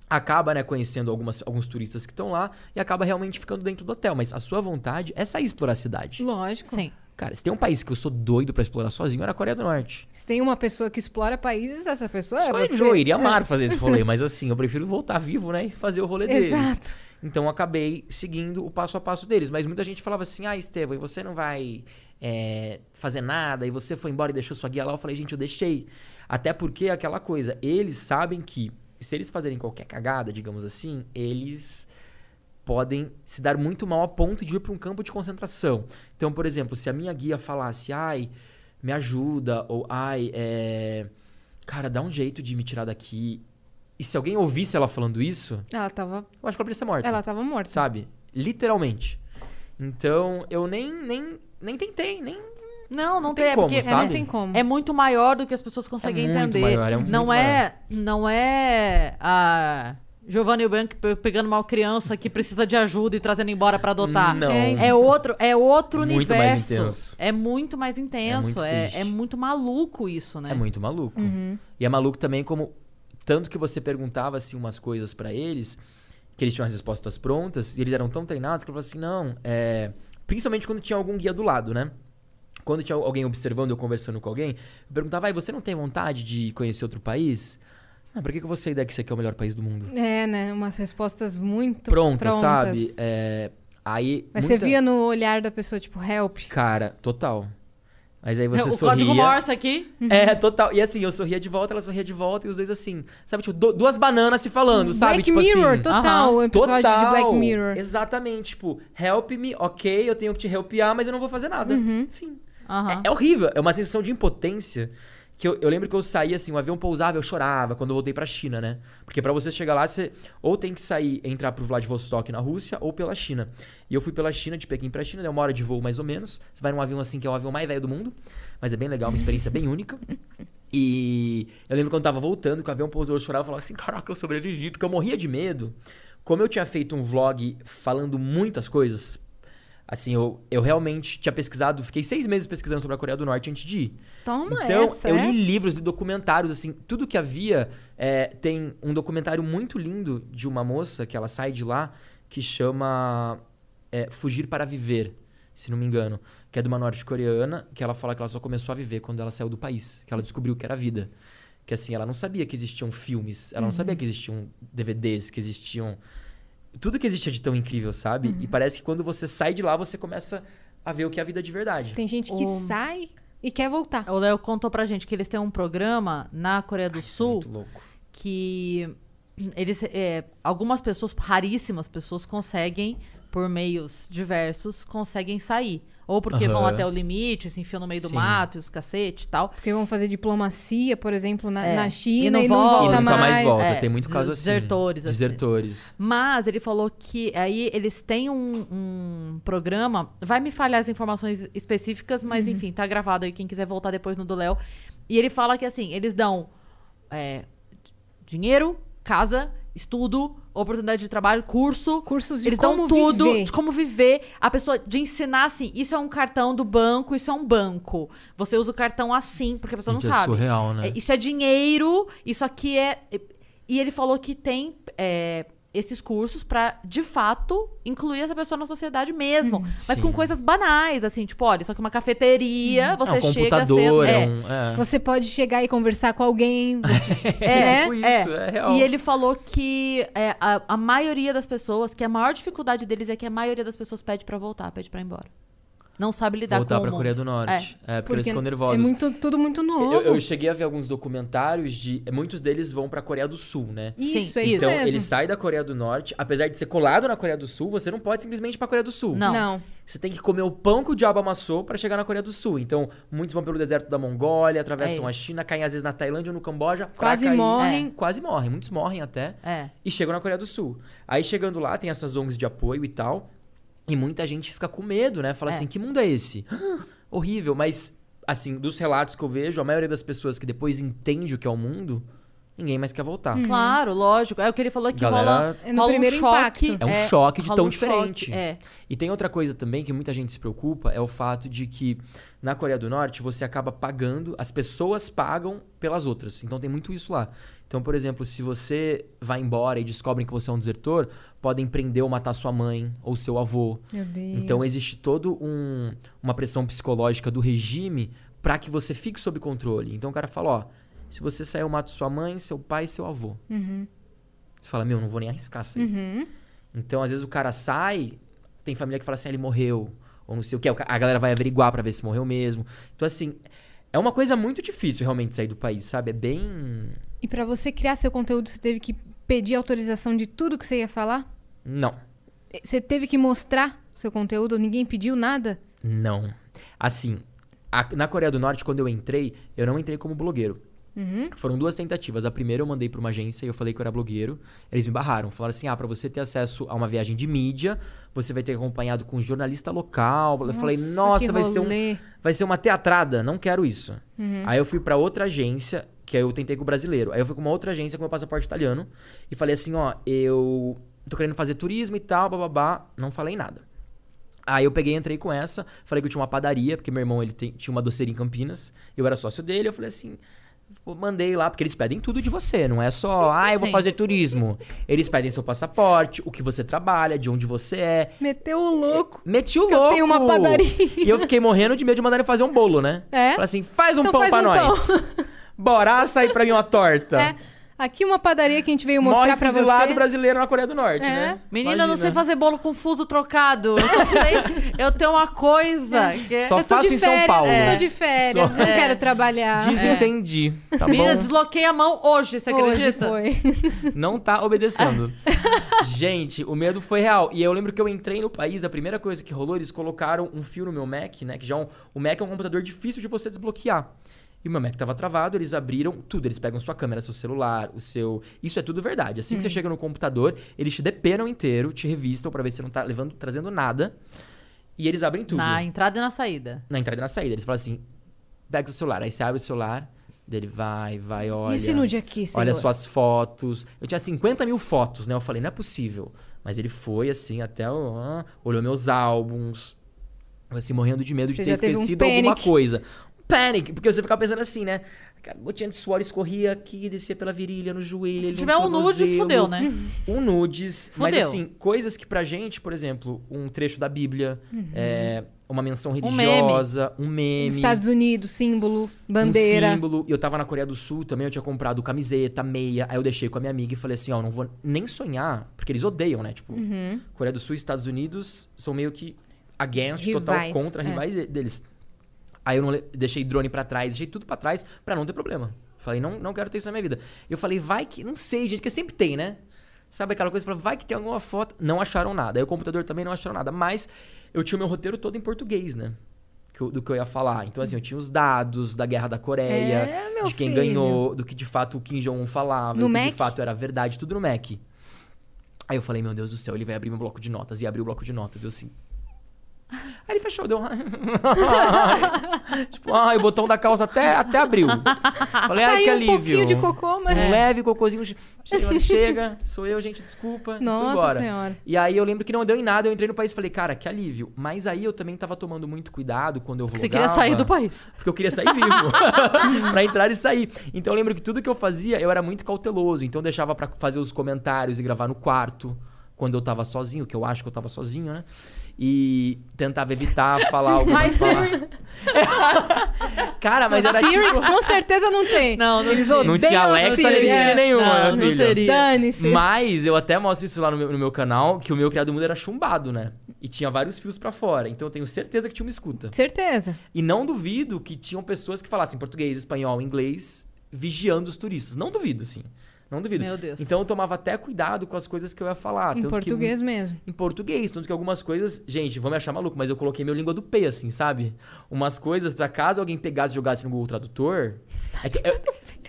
C: acaba né, conhecendo algumas, alguns turistas que estão lá e acaba realmente ficando dentro do hotel. Mas a sua vontade é sair e explorar a cidade.
B: Lógico.
A: Sim.
C: Cara, se tem um país que eu sou doido pra explorar sozinho, era a Coreia do Norte.
B: Se tem uma pessoa que explora países, essa pessoa é
C: Só
B: você.
C: eu, eu
B: [LAUGHS]
C: iria amar fazer esse rolê, mas assim, eu prefiro voltar vivo, né? E fazer o rolê deles.
B: É. Exato.
C: Então eu acabei seguindo o passo a passo deles. Mas muita gente falava assim, ah, Estevam, e você não vai é, fazer nada, e você foi embora e deixou sua guia lá. Eu falei, gente, eu deixei. Até porque é aquela coisa, eles sabem que se eles fazerem qualquer cagada, digamos assim, eles podem se dar muito mal a ponto de ir para um campo de concentração. Então, por exemplo, se a minha guia falasse, ai, me ajuda, ou ai, é, cara, dá um jeito de me tirar daqui. E se alguém ouvisse ela falando isso,
B: Ela tava,
C: eu acho que ela podia ser morta
B: ela tava morta.
C: sabe? Literalmente. Então, eu nem, nem, nem tentei, nem...
A: Não, não,
C: tem
A: tem, é
C: como,
A: porque
B: É,
C: sabe?
B: não tem como.
A: É muito maior do que as pessoas conseguem
C: É muito
A: entender.
C: maior, é muito
A: não é, não é a Giovanni Bank pegando uma criança que precisa de ajuda e trazendo embora pra adotar.
C: Não.
B: É,
A: É outro, é outro
C: Muito mais
A: universo.
C: intenso.
A: É muito mais intenso.
C: muito
A: É é muito,
C: triste.
A: maluco isso, né?
C: É muito maluco.
B: Uhum.
C: E é maluco também como... Tanto que você perguntava, assim, umas coisas pra eles, que eles tinham as respostas prontas, e eles eram tão treinados que eu falava assim, não, é... Principalmente quando tinha algum guia do lado, né? Quando tinha alguém observando, eu conversando com alguém, eu perguntava, ai, você não tem vontade de conhecer outro país? Ah, pra que, que eu vou sair daqui se aqui é o melhor país do mundo?
B: É, né? Umas respostas muito
C: Pronta,
B: prontas.
C: sabe? É... Aí...
B: Mas você
C: muita-
B: via no olhar da pessoa, tipo, help.
C: Cara, total. Mas aí
B: É,
C: você
A: É, o
C: sorria.
A: código Morse aqui.
B: Uhum.
C: É, total. E assim, eu sorria de volta, ela sorria de volta, e os dois assim, sabe, tipo, do- duas bananas se falando, sabe?
B: Hum, Black
C: tipo
B: Mirror,
C: assim.
B: total. O episódio de
C: total.
B: Black Mirror.
C: Exatamente, tipo, help me, ok, eu tenho que te helpear, mas eu não vou fazer nada.
B: Uhum.
C: Enfim.
A: Aham.
C: É, é horrível, é uma sensação de impotência. Que eu, eu lembro que eu saí assim, o avião pousava, eu chorava quando eu voltei pra China, né? Porque pra você chegar lá, você ou tem que sair, entrar pro Vladivostok na Rússia ou pela China. E eu fui pela China, de Pequim pra China, deu uma hora de voo mais ou menos. Você vai num avião assim, que é o avião mais velho do mundo, mas é bem legal, uma experiência bem única. E eu lembro quando eu tava voltando, que o avião pousou, eu chorava, eu falava assim, caraca, eu sobrevivi, porque eu morria de medo. Como eu tinha feito um vlog falando muitas coisas, assim, eu, eu realmente tinha pesquisado, fiquei seis meses pesquisando sobre a Coreia do Norte antes de ir.
B: Toma
C: então,
B: essa,
C: eu
B: é?
C: li livros, li documentários, assim, tudo que havia. é, tem um documentário muito lindo de uma moça que ela sai de lá, que chama é, Fugir para Viver, se não me engano, que é de uma norte-coreana, que ela fala que ela só começou a viver quando ela saiu do país, que ela descobriu que era vida. Que assim, ela não sabia que existiam filmes,
B: Uhum.
C: ela não sabia que existiam DVDs, que existiam. Tudo que existia de tão incrível, sabe?
B: Uhum.
C: E parece que quando você sai de lá, você começa a ver o que é a vida de verdade.
B: Tem gente que
A: O-
B: sai e quer voltar.
A: O Léo contou pra gente que eles têm um programa na Coreia do
C: Isso é
A: Sul
C: muito louco.
A: que eles é, algumas pessoas raríssimas pessoas conseguem por meios diversos conseguem sair ou porque vão
C: Aham.
A: até o limite se enfiam no meio do
C: Sim.
A: mato e os cacete e tal
B: Porque vão fazer diplomacia, por exemplo, na,
A: É.
B: na China
A: E não
B: e não
A: volta.
B: volta,
C: E nunca mais,
B: mais.
C: volta.
A: É,
C: Tem muito caso assim.
A: desertores, assim.
C: Desertores.
A: mas ele falou que aí eles têm um, um programa vai me falhar as informações específicas mas
B: Uhum.
A: enfim tá gravado aí quem quiser voltar depois no do Léo e ele fala que assim eles dão é, dinheiro casa estudo oportunidade de trabalho curso
B: Cursos de
A: Eles dão
B: como
A: tudo
B: viver.
A: de como viver. A pessoa de ensinar assim, isso é um cartão do banco, isso é um banco. Você usa o cartão assim, porque a pessoa
C: Gente,
A: não sabe.
C: É surreal, né?
A: É, Isso é dinheiro, isso aqui é. E ele falou que tem é, esses cursos pra, de fato, incluir essa pessoa na sociedade mesmo. mas
C: Hum, Sim.
A: com coisas banais, assim, tipo, olha, só que uma cafeteria, você
C: é um
A: chega
C: computador,
A: cedo.
C: é
A: É,
C: um... É,
B: Você pode chegar e conversar com alguém. Você... [LAUGHS]
C: é,
B: é,
C: tipo isso, é, real.
A: E ele falou que é, a, a maioria das pessoas, que a maior dificuldade deles é que a maioria das pessoas pede pra voltar, pede pra ir embora. Não sabe lidar
C: Voltar
A: com
C: pra
A: o
C: Coreia
A: mundo.
C: do Norte. É, porque, eles ficam
B: É
C: nervosos.
B: muito, tudo muito novo.
C: Eu, eu cheguei a ver alguns documentários de. Muitos deles vão pra Coreia do Sul, né?
B: Isso,
A: Sim,
B: é isso
C: então,
B: mesmo.
C: ele sai da Coreia do Norte, apesar de ser colado na Coreia do Sul, você não pode simplesmente ir pra Coreia do Sul.
A: Não.
B: Não.
C: Você tem que comer o pão que o diabo amassou pra chegar na Coreia do Sul. Então, muitos vão pelo deserto da Mongólia, atravessam
A: É
C: a China, caem às vezes na Tailândia ou no Camboja. pra
B: Quase
C: cair-
B: morrem.
C: É, Quase morrem, muitos morrem até.
A: É.
C: E chegam na Coreia do Sul. Aí chegando lá, tem essas ONGs de apoio e tal. E muita gente fica com medo, né? Fala
A: É.
C: assim, que mundo é esse? [GASPS] Horrível, mas assim, dos relatos que eu vejo, a maioria das pessoas que depois entende o que é o mundo, ninguém mais quer voltar.
A: Uhum. Claro, lógico. É o que ele falou que
C: Galera-
A: rola,
B: Uhum. É no
A: rola
B: primeiro
A: um choque.
B: impacto.
C: É um choque de
A: rola
C: tão
A: um choque,
C: diferente.
A: É.
C: E tem outra coisa também que muita gente se preocupa, é o fato de que na Coreia do Norte você acaba pagando, as pessoas pagam pelas outras. Então tem muito isso lá. Então, por exemplo, se você vai embora e descobrem que você é um desertor, podem prender ou matar sua mãe ou seu avô.
A: É.
B: Meu Deus.
C: Então existe todo um uma pressão psicológica do regime pra que você fique sob controle. Então o cara fala, ó, se você sair eu mato sua mãe, seu pai e seu avô. Você fala, meu, não vou nem arriscar sair.
B: Uhum.
C: Então, às vezes o cara sai, tem família que fala assim, ah, ele morreu, ou não sei o que, a galera vai averiguar pra ver se morreu mesmo. Então, assim, é uma coisa muito difícil realmente sair do país, sabe? É bem.
B: E pra você criar seu conteúdo, você teve que pedir autorização de tudo que você ia falar?
C: Não,
B: Você teve que mostrar seu conteúdo? Ninguém pediu nada?
C: não. Assim, a- na Coreia do Norte, quando eu entrei, eu não entrei como blogueiro.
B: Uhum.
C: Foram duas tentativas. A primeira eu mandei pra uma agência e eu falei que eu era blogueiro. Eles me barraram. Falaram assim: ah, pra você ter acesso a uma viagem de mídia, você vai ter acompanhado com um jornalista local. eu falei: nossa,
B: que
C: vai ser um
B: rolê.
C: vai ser uma teatrada, não quero isso. Aí eu fui pra outra agência, que aí eu tentei com o brasileiro. Aí eu fui com uma outra agência com meu passaporte italiano e falei assim, ó, eu tô querendo fazer turismo e tal, bababá, não falei nada. Aí eu peguei, entrei com essa, falei que eu tinha uma padaria, porque meu irmão ele tem- tinha uma doceria em Campinas, eu era sócio dele, eu falei assim, pô, mandei lá, porque eles pedem tudo de você, não é só, ah, eu vou
A: Sim.
C: fazer turismo. Eles pedem seu passaporte, o que você trabalha, de onde você é,
B: Meteu o louco.
C: Meti o
B: Que eu
C: louco.
B: tenho uma padaria.
C: E eu fiquei morrendo de medo de mandar ele fazer um bolo, né?
B: É?
C: Falei assim, faz um
B: Então
C: pão
B: faz
C: pra
B: um
C: nós. [LAUGHS] Bora sair pra mim uma torta.
B: É. Aqui uma padaria que a gente veio
C: Morre
B: mostrar pra você.
C: fuzilado brasileiro na Coreia do Norte,
B: É.
C: né?
A: Menina,
C: Imagina.
A: eu não sei fazer bolo com fuso trocado. Eu só
B: [LAUGHS]
A: sei. eu tenho uma coisa. Que...
C: Só
B: Eu tô
C: faço
B: de
C: em São
B: férias,
C: Paulo.
B: Eu
C: É.
B: tô de férias,
C: Só-
B: não
A: É.
B: quero trabalhar.
C: Desentendi. Tá
A: Menina,
C: bom?
A: desloquei a mão hoje, você
B: Hoje
A: acredita?
B: foi.
C: Não tá
B: [LAUGHS]
C: obedecendo.
B: Ah.
C: Gente, o medo foi real. E eu lembro que eu entrei no país, a primeira coisa que rolou, eles colocaram um fio no meu Mac, né? Que já é um, o Mac é um computador difícil de você desbloquear. E o meu Mac tava travado, eles abriram tudo. Eles pegam sua câmera, seu celular, o seu. Isso é tudo verdade. Assim
B: Uhum.
C: que você chega no computador, eles te depenam inteiro, te revistam pra ver se você não tá levando, trazendo nada. E eles abrem tudo.
A: Na entrada e na saída.
C: Na entrada e na saída. Eles falam assim: pega o celular. Aí você abre o celular, dele vai, vai, olha.
B: E esse nude aqui, senhor?
C: Olha suas fotos. Eu tinha 50 mil fotos, né? Eu falei, não é possível. Mas ele foi assim, até. o- ah, olhou meus álbuns. Assim, morrendo de medo
B: Você
C: de ter
B: já teve um
C: esquecido alguma
B: panic.
C: coisa. Um panic, porque você ficava pensando assim, né? A gotinha de suor escorria aqui, descia pela virilha, no joelho.
A: Se
C: no
A: tiver um nudes,
C: tornozelo.
A: fudeu, né?
B: Uhum.
C: Um nudes. Mas
A: Fudeu.
C: assim, coisas que pra gente, por exemplo, um trecho da Bíblia, é, uma menção
A: Uhum. meme.
C: religiosa, um meme.
B: Estados Unidos, símbolo, bandeira.
C: Um símbolo. E eu tava na Coreia do Sul também, eu tinha comprado camiseta, meia. Aí eu deixei com a minha amiga e falei assim, ó, não vou nem sonhar, porque eles odeiam, né? Tipo,
B: Uhum.
C: Coreia do Sul e Estados Unidos são meio que against,
B: Rivais,
C: total contra,
B: é.
C: rivais de- deles. Aí eu não le- deixei drone pra trás, deixei tudo pra trás pra não ter problema. Falei, não, não quero ter isso na minha vida. Eu falei, vai que. Não sei, gente, porque sempre tem, né? Sabe aquela coisa? Falei, vai que tem alguma foto. Não acharam nada. Aí o computador também não acharam nada. Mas eu tinha o meu roteiro todo em português, né? Que eu- do que eu ia falar. Então, assim, eu tinha os dados da Guerra da Coreia,
B: É, meu
C: de quem
B: filho.
C: ganhou, do que de fato o Kim Jong-un falava,
B: No
C: do que
B: Mac?
C: de fato era verdade, tudo no Mac. Aí eu falei, meu Deus do céu, ele vai abrir meu bloco de notas. E abriu o bloco de notas. Eu assim. Aí ele fechou, deu. um [LAUGHS] tipo, ai, o botão da calça até, até abriu. Falei, ai, que
B: Saiu um
C: alívio.
B: pouquinho de cocô, mas... é.
C: Um leve cocôzinho. Chega, chega, sou eu, gente, desculpa. e
B: Nossa
C: fui embora.
B: Senhora.
C: E aí eu lembro que não deu em nada, eu entrei no país e falei, cara, que alívio. Mas aí eu também tava tomando muito cuidado quando eu vlogava.
A: Você queria sair do país.
C: Porque eu queria sair vivo. [LAUGHS] pra entrar e sair. Então eu lembro que tudo que eu fazia, eu era muito cauteloso. Então eu deixava pra fazer os comentários e gravar no quarto. Quando eu tava sozinho, que eu acho que eu tava sozinho, né? E tentava evitar
A: [LAUGHS]
C: falar
A: Mas-
C: algumas palavras. [LAUGHS] Cara, mas era
B: Siri
C: tipo...
B: com certeza não tem.
A: Não, não
B: Eles
A: tinha.
B: odeiam
C: Não tinha
B: a
C: Alexa
B: Siri.
C: nem
B: É.
C: Siri nenhuma,
A: assim, né? Não,
C: meu
A: não
C: filho.
A: teria.
B: Dane-se.
C: Mas eu até mostro isso lá no meu, no meu canal, que o meu criado mudo era chumbado, né? E tinha vários fios pra fora. Então eu tenho certeza que tinha uma escuta.
B: Certeza.
C: E não duvido que tinham pessoas que falassem português, espanhol, inglês, vigiando os turistas. Não duvido, assim. Não duvido.
A: Meu Deus.
C: Então eu tomava até cuidado com as coisas que eu ia falar.
B: em
C: Ah, tanto que-
B: português mesmo.
C: em português, tanto que algumas coisas, gente, vão me achar maluco, mas eu coloquei meu língua do P, assim, sabe? Umas coisas, pra caso alguém pegasse e jogasse no Google Tradutor. é que
B: [LAUGHS]
C: eu-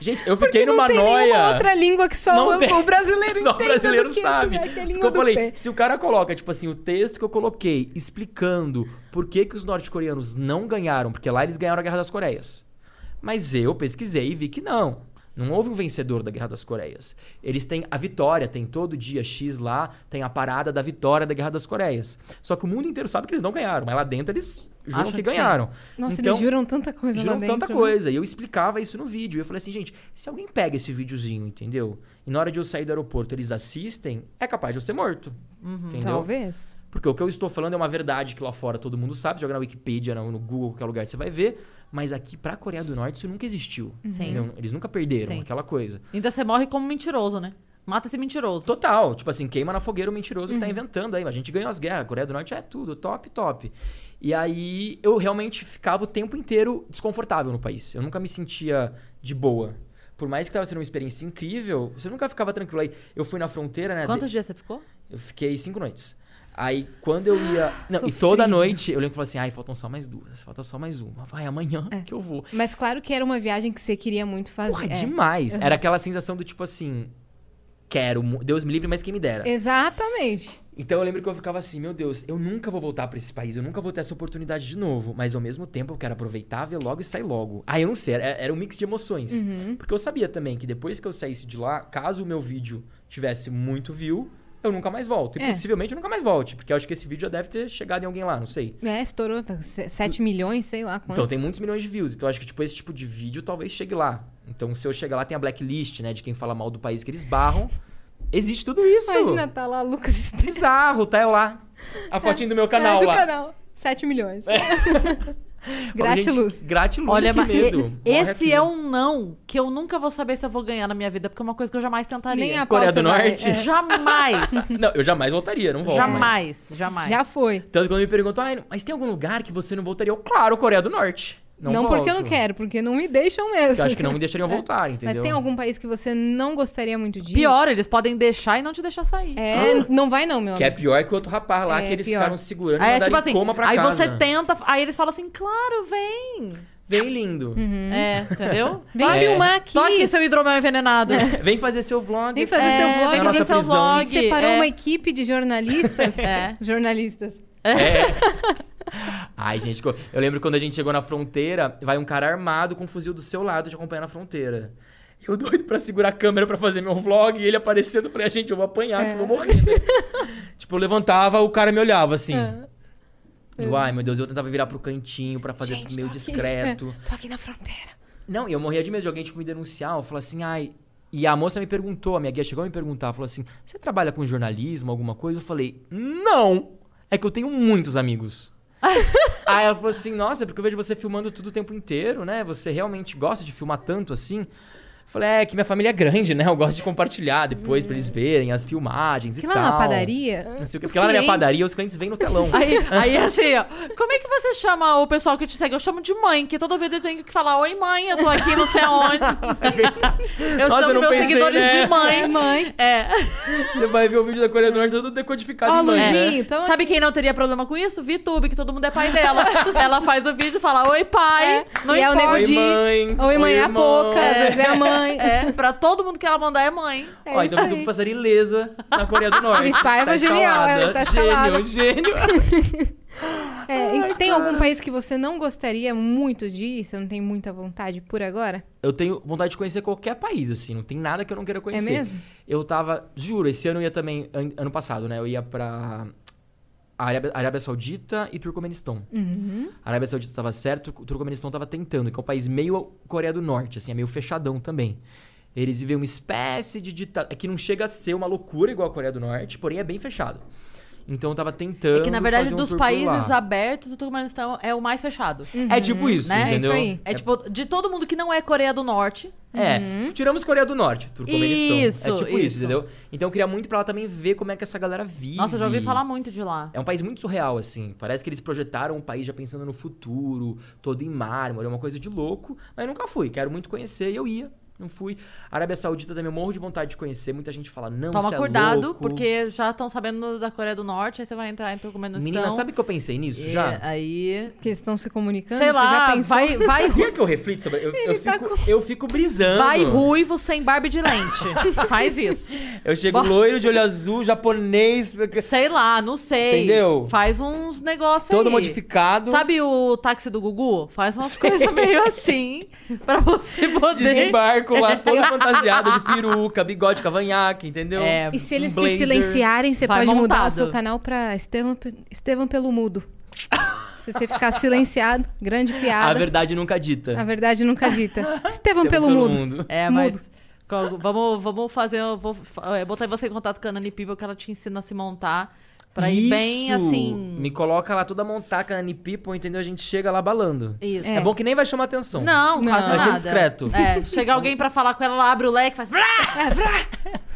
C: gente, eu fiquei
B: Porque não
C: numa
B: tem nenhuma
C: noia.
B: outra língua que só
C: Não
B: o,
C: tem.
B: o brasileiro
C: [LAUGHS] Só o
B: entenda
C: brasileiro
B: do que,
C: sabe.
B: É, que é a
C: Porque
B: língua
C: eu
B: do
C: falei,
B: pé.
C: se o cara coloca, tipo assim, o texto que eu coloquei explicando por que, que os norte-coreanos não ganharam, porque lá eles ganharam a Guerra das Coreias. Mas eu pesquisei e vi que não. Não houve um vencedor da Guerra das Coreias. Eles têm a vitória, tem todo dia X lá, tem a parada da vitória da Guerra das Coreias. Só que o mundo inteiro sabe que eles não ganharam, mas lá dentro eles juram
A: Acham
C: que
A: que sim.
C: ganharam.
B: Nossa,
C: Então-
B: eles juram tanta coisa lá
C: Juram
B: dentro.
C: tanta
B: né?
C: coisa. E eu explicava isso no vídeo. Eu falei assim, gente, se alguém pega esse videozinho, entendeu? E na hora de eu sair do aeroporto eles assistem, é capaz de eu ser morto. Entendeu?
B: Uhum, Talvez.
C: Porque o que eu estou falando é uma verdade que lá fora todo mundo sabe. Joga na Wikipedia, no no Google, qualquer lugar você vai ver. Mas aqui, pra Coreia do Norte, isso nunca existiu.
B: Uhum.
A: Sim.
C: entendeu? Eles nunca perderam
A: Sim.
C: aquela coisa.
A: Ainda Então você morre como mentiroso, né? Mata esse mentiroso.
C: Total. Tipo assim, queima na fogueira o mentiroso que
B: Uhum.
C: tá inventando aí. mas A gente ganhou as guerras. A Coreia do Norte é tudo. Top, top. E aí eu realmente ficava o tempo inteiro desconfortável no país. Eu nunca me sentia de boa. Por mais que tava sendo uma experiência incrível, você nunca ficava tranquilo. Aí eu fui na fronteira, né?
A: Quantos dias você ficou?
C: Eu fiquei cinco noites. Aí quando eu ia. Não, e
B: Sofrido.
C: toda noite eu lembro que eu falava assim: ai, faltam só mais duas, falta só mais uma. Vai amanhã
B: É.
C: que eu vou.
B: Mas claro que era uma viagem que você queria muito fazer.
C: Porra,
B: é.
C: demais. Era aquela sensação do tipo assim: quero, mu- Deus me livre, mas quem me dera.
B: Exatamente.
C: Então eu lembro que eu ficava assim, meu Deus, eu nunca vou voltar pra esse país, eu nunca vou ter essa oportunidade de novo. Mas ao mesmo tempo eu quero aproveitar, ver logo e sair logo. Ah, eu não sei, era, era um mix de emoções.
B: Uhum.
C: Porque eu sabia também que depois que eu saísse de lá, caso o meu vídeo tivesse muito view, eu nunca mais volto. E
B: É.
C: possivelmente eu nunca mais volte, porque eu acho que esse vídeo já deve ter chegado em alguém lá, não sei.
B: É, estourou tá, se- 7 milhões, sei lá quantos.
C: Então tem muitos milhões de views, então eu acho que tipo esse tipo de vídeo talvez chegue lá. Então se eu chegar lá tem a blacklist, né, de quem fala mal do país que eles barram. Existe tudo isso.
B: Imagina, tá lá Lucas [LAUGHS] Esteves.
C: Bizarro, tá eu lá.
B: [LAUGHS]
C: A fotinho do meu canal
B: é, do
C: lá.
B: canal. 7 milhões.
C: É.
B: [LAUGHS]
C: Fala, gente,
B: Gratiluz.
C: Gratiluz,
A: Olha,
C: que
A: mas
C: medo.
A: e- [LAUGHS]
C: Morre assim.
A: esse
C: aqui.
A: é um não que eu nunca vou saber se eu vou ganhar na minha vida, porque é uma coisa que eu jamais tentaria.
B: Nem a
C: Coreia do
B: pausa vai-
C: Norte?
B: é.
A: Jamais.
B: [LAUGHS]
C: Não, eu jamais voltaria, não volto mais.
A: jamais, jamais.
B: Já foi.
C: Tanto que quando me perguntam, "Ai, mas tem algum lugar que você não voltaria? Eu, claro, Coreia do Norte. Não,
B: Não, porque eu não
C: volto.
B: quero, porque não me deixam mesmo.
C: Eu acho que não me deixariam voltar, entendeu?
B: Mas tem algum país que você não gostaria muito de ir?
A: Pior, eles podem deixar e não te deixar sair.
B: É, não vai não, meu
C: Que é
B: amigo.
C: pior que o outro rapaz lá,
B: É,
C: que eles
B: pior.
C: ficaram segurando e
A: Aí é
C: mandaram
A: tipo
C: em
A: assim,
C: coma pra
A: aí
C: casa.
A: você tenta, aí eles falam assim, claro, vem.
C: Vem lindo.
A: É, entendeu?
B: Hum. [LAUGHS] Vem
C: Ah,
A: Tô-
B: filmar aqui. É.
A: Tô aqui, seu hidromel
B: [LAUGHS]
A: envenenado.
C: Vem fazer seu vlog.
B: Vem fazer
A: É,
B: seu
A: vem
B: vlog.
C: fazer
B: você
C: seu
B: A
A: vlog,
B: gente separou
A: é.
B: uma equipe de jornalistas.
A: [LAUGHS] É.
B: Jornalistas.
C: [LAUGHS] Ai, gente, co- eu lembro quando a gente chegou na fronteira, vai um cara armado com um fuzil do seu lado te acompanhando na fronteira. Eu doido pra segurar a câmera pra fazer meu vlog e ele aparecendo, eu falei, "Ah, gente, eu vou apanhar, que eu vou morrer. né?" tipo, eu levantava, o cara me olhava assim.
B: É.
C: Eu, ai, meu Deus, eu tentava virar pro cantinho pra fazer
B: Gente,
C: meio
B: tô aqui." É,
C: discreto.
B: Tô aqui na fronteira.
C: Não, e eu morria de medo de alguém tipo, me denunciar, eu falar assim, ai. E a moça me perguntou, a minha guia chegou a me perguntar, falou assim: você trabalha com jornalismo, alguma coisa? Eu falei, não! É que eu tenho
B: [LAUGHS]
C: muitos amigos. Aí ela falou assim, nossa, é porque eu vejo você filmando tudo o tempo inteiro, né? Você realmente gosta de filmar tanto assim? Eu falei, é que minha família é grande, né? Eu gosto de compartilhar depois pra eles verem as filmagens
B: Uhum. Que
C: e
B: lá
C: tal.
B: na padaria...
C: Não sei o que,
B: os
C: porque lá na minha
B: clientes-
C: padaria os clientes vêm no
B: [LAUGHS]
C: telão.
A: Aí, aí assim, ó, como é que você chama o pessoal que te segue? Eu chamo de mãe, que todo vídeo eu tenho que falar, oi mãe, eu tô aqui não sei
B: [LAUGHS]
A: aonde. Eu
C: Nossa, eu
A: chamo
C: não
A: meus
C: pensei né?
A: seguidores de
C: nessa.
B: É
A: mãe.
B: mãe.
A: É.
C: Você vai ver o vídeo da Coreia do Norte todo decodificado
B: Ó,
C: em inglês, né?
B: Luzinho, tamo
A: Sabe quem não teria problema com isso? VTube, que todo mundo é pai
B: [LAUGHS]
A: dela. Ela faz o vídeo e fala, oi pai,
B: É.
A: não
B: E é o
A: importa.
B: nego
C: Oi,
B: de-
C: mãe.
B: Oi, mãe, é a
C: irmão.
B: boca. Às vezes é a mãe.
A: [LAUGHS] É, pra todo mundo que ela mandar é mãe.
B: É
C: Ó,
B: isso
C: então
B: aí.
C: tu
B: [LAUGHS]
C: passaria ilesa na Coreia do Norte. Tá
B: Cris Paiva, um genial,
C: escalada.
B: ela tá escalada.
C: Gênio, gênio.
B: É, e tem algum país que você não gostaria muito de ir? Você não tem muita vontade por agora?
C: Eu tenho vontade de conhecer qualquer país, assim. Não tem nada que eu não queira conhecer.
A: É
B: mesmo?
C: Eu tava... Juro, esse ano eu ia também... an- Ano passado, né? Eu ia pra... Arábia, Arábia Saudita e Turcomenistão.
A: Uhum.
C: A Arábia Saudita tava certo, o Turcomenistão tava tentando, que é um país meio Coreia do Norte, assim, é meio fechadão também. Eles vivem uma espécie de ditadura. É que não chega a ser uma loucura igual a Coreia do Norte, porém é bem fechado. Então eu tava tentando.
A: É que, na verdade,
C: fazer um
A: dos
C: tour por
A: países
C: lá.
A: abertos, o Turcomenistão é o mais fechado.
C: É tipo isso,
A: né? É isso
C: entendeu?
B: aí.
A: É tipo, de todo mundo que não é Coreia do Norte.
C: É, tiramos Coreia do Norte, Turcomenistão.
A: Uhum. Isso,
C: é tipo isso.
A: isso.
C: entendeu? Então eu queria muito pra lá também ver como é que essa galera vive.
A: Nossa, eu já ouvi falar muito de lá.
C: É um país muito surreal, assim. Parece que eles projetaram um país já pensando no futuro, todo em mármore, é uma coisa de louco. Mas eu nunca fui, quero muito conhecer e eu ia. Não fui. Arábia Saudita também eu morro de vontade de conhecer. Muita gente fala, não,
A: Toma
C: cê é
A: cuidado,
C: louco.
A: porque já estão sabendo da Coreia do Norte, aí você vai entrar em Turcomenistão.
C: Menina, sabe que eu pensei nisso
A: E
C: já?
A: Aí.
B: Que eles estão se comunicando?
A: Sei
B: Você já
A: lá,
B: pensou?
A: vai,
C: [LAUGHS]
A: vai,
C: Quer que eu reflito sobre. Eu, eu
B: tá
C: fico, eu fico brisando.
A: vai ruivo sem barba e de
B: [LAUGHS]
A: lente. Faz isso.
C: Eu chego loiro, de olho azul, japonês,
A: Sei lá, não sei.
C: Entendeu?
A: Faz uns negócios
C: todo
A: aí.
C: modificado.
A: Sabe o táxi do Gugu? Faz umas coisas meio
C: [LAUGHS]
A: assim pra você poder.
C: Desembarco lá, todo
A: [LAUGHS]
C: fantasiado de peruca, bigode, cavanhaque, entendeu?
A: É,
B: E se eles
C: um blazer.
B: te silenciarem, você
A: Vai
B: pode mudar o
A: montado.
B: seu canal pra Estevam, Estevam Pelo Mudo. se você
C: [LAUGHS]
B: ficar silenciado, grande
C: A
B: piada.
C: verdade nunca dita.
B: A verdade nunca
C: [LAUGHS]
B: dita. Estevam
C: Estevam
B: Pelo, Mudo.
A: É,
B: Mudo.
A: mas. co- Vamos, vamos fazer. Eu vou fa- eu botar você em contato com a Nani Piba, que ela te ensina a se montar. Pra ir bem
C: Isso.
A: assim.
C: Me coloca lá toda montaca na People, entendeu? A gente chega lá balando.
A: Isso.
C: É. bom que nem vai chamar atenção.
A: Não,
B: Não.
A: quase
C: Vai ser
A: nada.
C: discreto.
A: É, chega alguém pra falar com ela, ela abre o leque e faz. "Vrá!"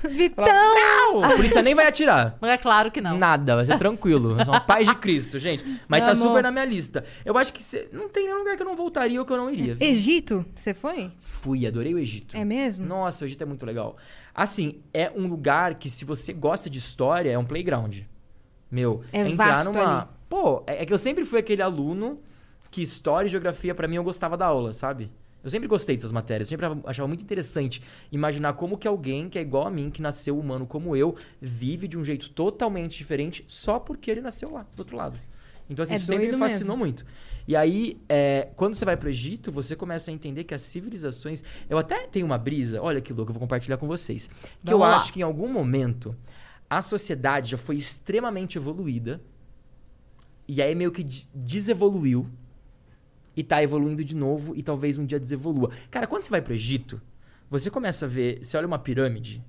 B: Vitão!
C: Não! A polícia nem vai atirar.
A: Mas é claro que não.
C: Nada, vai ser tranquilo. É só uma paz de Cristo, gente. Mas
B: Meu
C: tá
B: amor.
C: super na minha lista. Eu acho que cê- não tem nenhum lugar que eu não voltaria ou que eu não iria.
B: Egito? Você foi?
C: Fui, adorei o Egito.
B: É mesmo?
C: Nossa, o Egito é muito legal. Assim, é um lugar que se você gosta de história, é um playground. Meu,
B: É
C: entrar
B: vasto
C: numa.
B: ali.
C: Pô, é, é que eu sempre fui aquele aluno que história e geografia, pra mim, eu gostava da aula, sabe? Eu sempre gostei dessas matérias, eu sempre achava muito interessante imaginar como que alguém que é igual a mim, que nasceu humano como eu, vive de um jeito totalmente diferente só porque ele nasceu lá, do outro lado. Então, assim,
B: É
C: isso sempre me
B: doido mesmo.
C: fascinou funcionou muito. E aí, é, quando você vai pro Egito, você começa a entender que as civilizações. Eu até tenho uma brisa, olha que louco, eu vou compartilhar com vocês. Que eu
A: Vamos lá.
C: acho que em algum momento a sociedade já foi extremamente evoluída. E aí meio que de- desevoluiu. E tá evoluindo de novo e talvez um dia desevolua. Cara, quando você vai pro Egito, você começa a ver. Você olha uma pirâmide.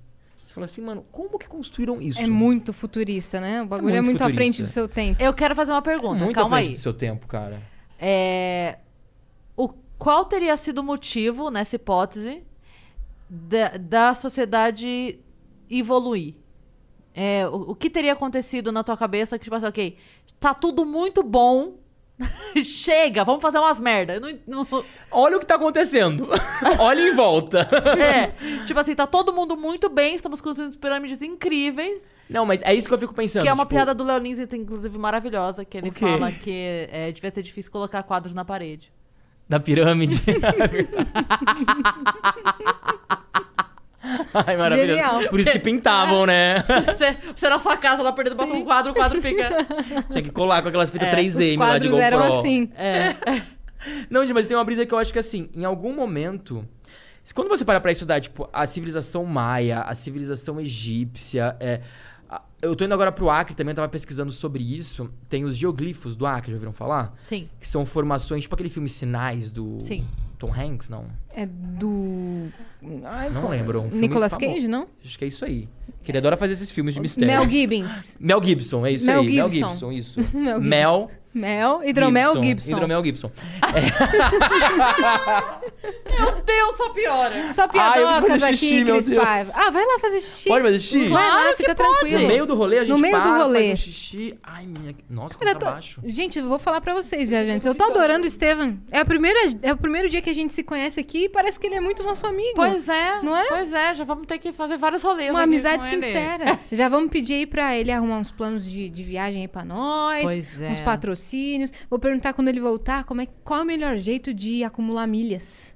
C: Você fala assim, mano, como que construíram isso?
B: É muito futurista, né? O bagulho é
C: muito
B: muito, à
C: futurista. É
B: frente do seu tempo.
A: Eu quero fazer uma pergunta,
C: muito à
A: calma
C: frente
A: aí.
C: do seu tempo, cara.
A: É, o, qual teria sido o motivo, nessa hipótese, da, da sociedade evoluir? É, o, o que teria acontecido na tua cabeça que, tipo assim, ok, tá tudo muito bom, [LAUGHS] chega, vamos fazer umas merda. Eu não- não-
C: [LAUGHS] Olha o que tá acontecendo. [LAUGHS] Olha em volta.
A: é, tipo assim, tá todo mundo muito bem, estamos construindo pirâmides incríveis,
C: Não, mas é isso que eu fico pensando.
A: que é uma
C: tipo,
A: piada do Léo Lins, inclusive maravilhosa, que ele
C: O quê?
A: fala que é, devia ser difícil colocar quadros na parede. [LAUGHS]
C: Da pirâmide. [LAUGHS] É Ai, maravilhoso.
B: Genial.
C: Por isso que pintavam, né?
A: Você, você na sua casa lá perdendo, bota um quadro, o quadro fica.
C: Tinha que colar com aquelas fitas
A: É,
C: 3M
B: Os
C: lá de
B: quadros
C: GoPro.
B: eram assim.
A: É.
C: Não, gente, mas tem uma brisa que eu acho que assim, em algum momento. Quando você para pra estudar, tipo, a civilização maia, a civilização egípcia, é. a- Eu tô indo agora pro Acre também, eu tava pesquisando sobre isso. Tem os geoglifos do Acre, já ouviram falar?
A: Sim.
C: Que são formações, tipo aquele filme Sinais do
A: Sim.
C: Tom Hanks, não?
B: É do. Ai,
C: Não
B: como-
C: lembro, um filme
B: Nicolas
C: famoso.
B: Cage, não?
C: Acho que é isso aí. Que ele adora fazer esses filmes de mistério.
B: Mel Gibbons.
C: Mel Gibson, é isso
B: Mel
C: aí. Mel
B: Gibson.
C: Gibson, isso.
B: [LAUGHS] Mel Gibson.
C: Mel
B: Mel. Hidromel Gibson.
C: Hidromel Gibson.
A: Meu Deus, só piora.
B: Só
C: Ah, eu vou
B: piadocas
C: fazer
B: aqui,
C: xixi, meu
B: Cris
C: Deus.
B: Paiva. Ah, vai lá fazer xixi.
C: Pode fazer xixi?
B: Vai lá,
A: Claro
B: fica
A: que pode.
B: tranquilo.
C: No meio do rolê, a gente
B: No meio do
C: para,
B: rolê.
C: faz um xixi. Ai, minha... Nossa, como
B: Cara,
C: tá
B: eu tô-
C: baixo.
B: Gente, eu vou falar pra vocês já, gente. Eu tô adorando o Estevam. É, a primeira... é o primeiro dia que a gente se conhece aqui e parece que ele é muito nosso amigo.
A: Pois é.
B: Não é?
A: Pois é, já vamos ter que fazer vários rolês. né,
B: Uma
A: aqui
B: amizade
A: com ele. [LAUGHS]
B: sincera. é Já vamos pedir aí pra ele arrumar uns planos de, de viagem aí pra nós.
A: Pois é.
B: Uns patrocínios. Vou perguntar quando ele voltar como é, qual é o melhor jeito de acumular milhas.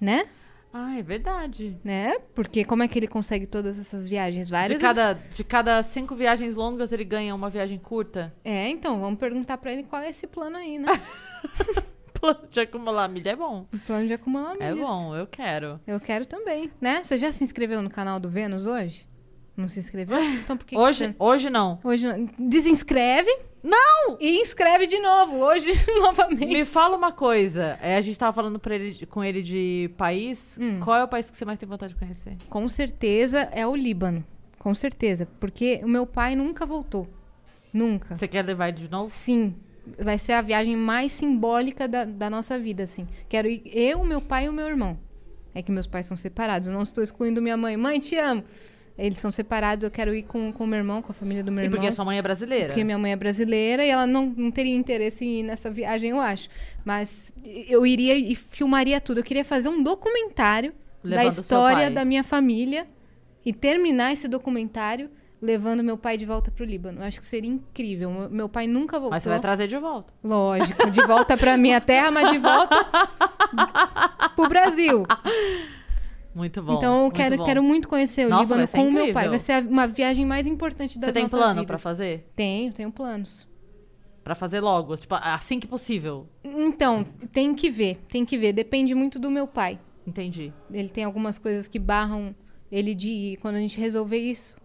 B: Né?
A: Ah, é verdade.
B: né? Porque como é que ele consegue todas essas viagens
A: De
B: várias?
A: cada, de cada cinco viagens longas, ele ganha uma viagem [LAUGHS] curta?
B: É, então, vamos perguntar pra ele qual é esse plano
A: [LAUGHS]
B: aí, né?
A: Plano de acumular milha é bom.
B: o plano de acumular
A: É
B: milhas.
A: bom, eu quero.
B: Eu quero também, né? Você já se inscreveu no canal do Vênus hoje? Não se inscreveu? Então por que que
A: hoje,
B: você-
A: hoje
B: [LAUGHS]
A: não.
B: Hoje não- desinscreve.
A: Não!
B: E inscreve de novo, hoje [LAUGHS] novamente.
A: Me fala uma coisa. É, a gente tava falando pra ele, com ele de país.
B: Hum.
A: Qual é o país que você mais tem vontade de conhecer?
B: Com certeza é o Líbano. Com certeza. Porque o meu pai nunca voltou. Nunca.
A: Você quer levar ele de novo?
B: Sim. Vai ser a viagem mais simbólica da, da nossa vida, assim. Quero ir eu, meu pai e o meu irmão. É que meus pais são separados. Eu não estou excluindo minha mãe. Mãe, te amo. Eles são separados. Eu quero ir com o meu irmão, com a família do meu
A: E
B: irmão.
A: porque sua mãe é brasileira.
B: Porque minha mãe é brasileira e ela não, não teria interesse em ir nessa viagem, eu acho. Mas eu iria e filmaria tudo. Eu queria fazer um documentário
A: Levando
B: da
A: seu
B: história
A: pai.
B: da minha família e terminar esse documentário levando meu pai de volta pro Líbano. Eu acho que seria incrível. Meu- Meu pai nunca voltou.
A: Mas você vai trazer de volta.
B: Lógico, de volta pra minha terra, mas de volta [LAUGHS] pro Brasil.
A: Muito bom.
B: então eu
A: muito
B: quero,
A: bom.
B: quero muito conhecer o
A: Nossa,
B: Líbano
A: vai ser
B: com o meu
A: incrível.
B: pai. Vai ser a- uma viagem mais importante das
A: Você tem
B: nossas
A: plano pra
B: vidas.
A: fazer?
B: Tenho, tenho planos.
A: Pra fazer logo, tipo, assim que possível.
B: Então, tem que ver, tem que ver. Depende muito do meu pai.
A: Entendi.
B: Ele tem algumas coisas que barram ele de ir. Quando a gente resolver isso.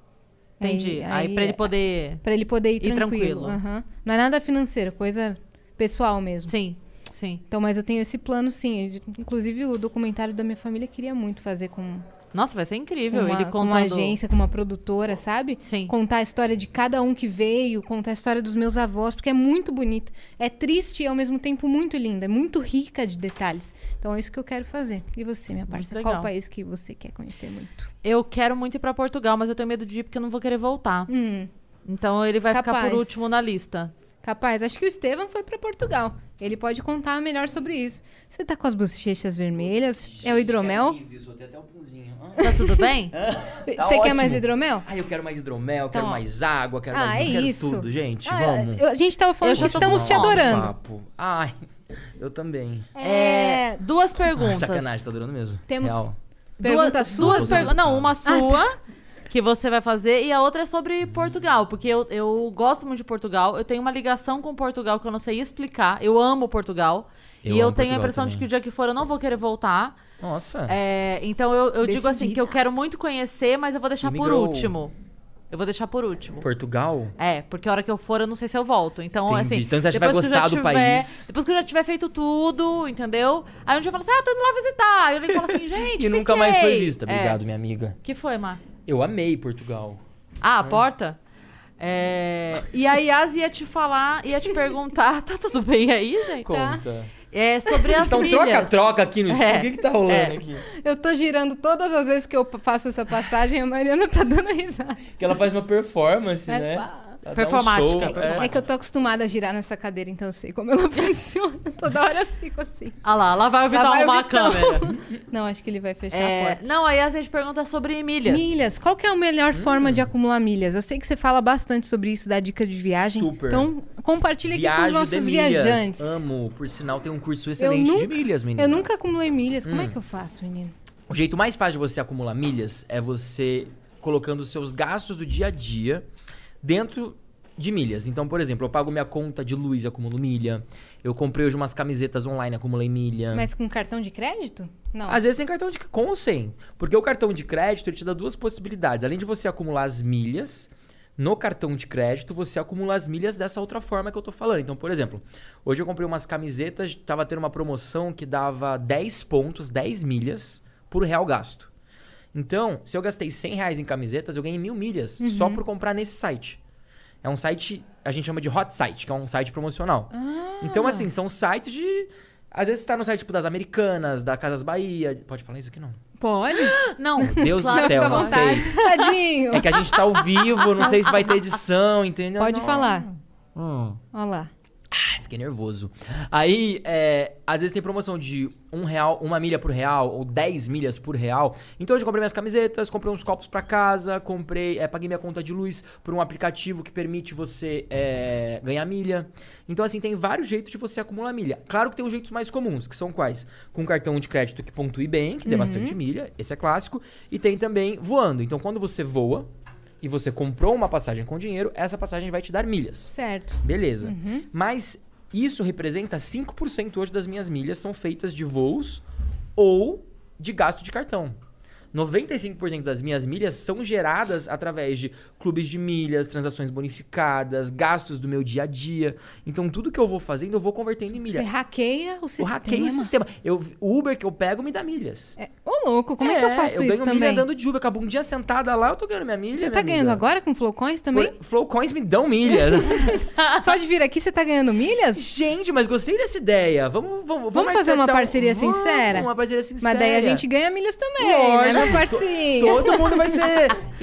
B: é,
A: Entendi. Aí, pra ele poder.
B: pra ele poder ir
A: ir
B: tranquilo.
A: tranquilo.
B: aham. Não é nada financeiro, coisa pessoal mesmo.
A: Sim, sim.
B: Então, mas eu tenho esse plano, sim. De- Inclusive, o documentário da minha família eu queria muito fazer com,
A: Nossa, vai ser
B: com,
A: incrível.
B: uma,
A: ele
B: com uma
A: contando.
B: agência, com uma produtora, sabe?
A: Sim.
B: Contar a história de cada um que veio, contar a história dos meus avós, porque é muito bonita. É triste e ao mesmo tempo muito linda, é muito rica de detalhes. Então é isso que eu quero fazer. E você, minha parça, qual
A: legal.
B: país que você quer conhecer muito?
A: Eu quero muito ir pra Portugal, mas eu tenho medo de ir porque eu não vou querer voltar.
B: Hum,
A: Então ele vai ficar
B: Capaz.
A: por último na lista.
B: capaz, acho que o Estevam foi para Portugal. Ele pode contar melhor sobre isso. Você tá com as bochechas vermelhas? É o hidromel?
C: Soltei até um punzinho.
A: Tá tudo
B: [LAUGHS]
A: bem?
B: Você
C: Tá
B: quer mais
C: ótimo.
B: hidromel?
C: Ah, eu quero mais hidromel,
B: Então,
C: quero
B: ó.
C: mais água, quero
B: Ah,
C: mais
B: é
C: quero
B: isso.
C: tudo, gente.
B: Ah,
C: vamos.
B: eu- a gente tava falando
A: Eu
B: que
A: já tô com
B: estamos te
A: fome.
B: adorando.
C: Papo. Ai, eu também.
A: É, duas
C: Ah,
A: perguntas.
C: sacanagem, tá durando mesmo.
B: Temos-
C: Real.
B: Pergunta
A: duas,
B: sua? Ah, tá.
A: duas perguntas. Não, uma sua. Que você vai fazer, e a outra é sobre Portugal, porque eu, eu gosto muito de Portugal, eu tenho uma ligação com Portugal que eu não sei explicar, eu amo Portugal,
C: Eu
A: e eu
C: amo
A: tenho a
C: Portugal
A: impressão de
C: também.
A: que o dia que for eu não vou querer voltar.
C: Nossa.
A: É, então eu, eu digo assim,
B: Decidida.
A: que eu quero muito conhecer, mas eu vou deixar por
C: Imigrou.
A: último. Eu vou deixar por último.
C: Portugal?
A: É, porque a hora que eu for, eu não sei se eu volto. Então,
C: Entendi.
A: assim.
C: Então você acha que vai
A: depois eu já
C: gostar do país?
A: Depois que eu já tiver feito tudo, entendeu? Aí um dia eu falo assim, ah, tô indo lá visitar. Aí eu venho e falo assim, gente.
C: [LAUGHS] E nunca mais foi
A: fiquei.
C: vista.
A: É.
C: Obrigado, minha amiga.
A: Que foi, Mar?
C: Eu amei Portugal.
B: Tá.
A: Ah, a porta? É, E a Yas ia te falar, ia te perguntar, tá tudo bem aí, gente?
C: Conta.
A: É, sobre as
C: Então
A: milhas.
C: troca-troca aqui no estúdio.
A: É.
C: O que, que tá rolando
A: É.
C: aqui?
B: Eu tô girando todas as vezes que eu faço essa passagem, a Mariana tá dando risada.
C: Que ela faz uma performance,
B: É,
C: né?
B: pá.
C: Ela dá um
A: Performática,
C: show,
A: performática.
B: É que eu tô acostumada a girar nessa cadeira, então eu sei como ela [LAUGHS] funciona. Toda hora eu fico assim.
A: Ah lá, lá vai o Vital
B: vai o
A: arrumar a
B: Vitão.
C: [LAUGHS]
A: câmera.
B: Não, acho que ele vai fechar a
A: É,
B: porta.
A: não, aí a gente pergunta sobre milhas.
B: Milhas, qual que é a melhor
C: Hum.
B: forma de acumular milhas? Eu sei que você fala bastante sobre isso, da dica de viagem.
C: Super.
B: Então, compartilha aqui com os
C: Viagem
B: nossos
C: de milhas.
B: viajantes.
C: Amo. Por sinal, tem um curso excelente
B: nunca-
C: de milhas, Hum. menina.
B: Eu nunca acumulei milhas. Como é que eu faço, menino?
C: O jeito mais fácil de você acumular milhas é você colocando os seus gastos do dia a dia dentro de milhas. Então, por exemplo, eu pago minha conta de luz e acumulo milha. Eu comprei hoje umas camisetas online, acumulei milha.
B: Mas com cartão de crédito? Não.
C: Às vezes tem cartão de com ou sem. Porque o cartão de crédito ele te dá duas possibilidades. Além de você acumular as milhas no cartão de crédito, você acumula as milhas dessa outra forma que eu tô falando. Então, por exemplo, hoje eu comprei umas camisetas, tava tendo uma promoção que dava 10 pontos, 10 milhas por real gasto. Então, se eu gastei 100 reais em camisetas, eu ganhei mil milhas só por comprar nesse site. É um site, a gente chama de hot site, que é um site promocional. Então, assim, são sites de. Às vezes você tá no site tipo, das Americanas, da Casas Bahia. Pode falar isso aqui não?
B: Pode?
A: Não,
C: Deus
A: claro.
C: do céu,
B: Fica à
C: não
B: vontade.
C: sei. [LAUGHS]
B: Tadinho.
C: É que a gente tá ao vivo, não sei se vai ter edição, entendeu?
B: Pode
C: Não.
B: falar.
C: Hum.
B: Olha lá.
C: Ah, fiquei nervoso. Aí, é, às vezes tem promoção de um real, uma milha por real, ou 10 milhas por real. Então hoje eu comprei minhas camisetas, comprei uns copos pra casa, comprei, é, paguei minha conta de luz por um aplicativo que permite você é, ganhar milha. Então, assim, tem vários jeitos de você acumular milha. Claro que tem os jeitos mais comuns, que são quais? Com cartão de crédito que pontue bem, que dê bastante milha, esse é clássico. E tem também voando. Então, quando você voa e você comprou uma passagem com dinheiro, essa passagem vai te dar milhas.
B: Certo.
C: Beleza.
B: Uhum.
C: Mas isso representa 5% hoje das minhas milhas são feitas de voos ou de gasto de cartão. 95% das minhas milhas são geradas através de clubes de milhas, transações bonificadas, gastos do meu dia a dia. Então tudo que eu vou fazendo, eu vou convertendo em
B: Você
C: milhas.
B: hackeia o
C: Eu
B: sistema.
C: hackeio o sistema. Eu, o Uber que eu pego me dá milhas.
B: É, Ô, louco, como é, que eu faço
C: eu
B: isso
C: ganho
B: também?
C: milha dando de Uber. Com a bundinha sentada lá, eu tô ganhando minha milha.
B: Você
C: minha
B: tá ganhando
C: amiga.
B: agora com flowcoins também?
C: Por- Flowcoins me
B: [LAUGHS]
C: dão milhas.
B: Só de vir aqui você tá ganhando milhas?
C: Gente, mas gostei dessa ideia. Vamos, vamos,
B: Vamos fazer
C: marcar,
B: uma
C: então.
B: parceria
C: Vamos,
B: sincera?
C: Uma parceria sincera.
B: Mas daí a gente ganha milhas também,
C: Lógico.
B: né, meu parceiro?
C: Todo mundo
B: [LAUGHS]
C: vai ser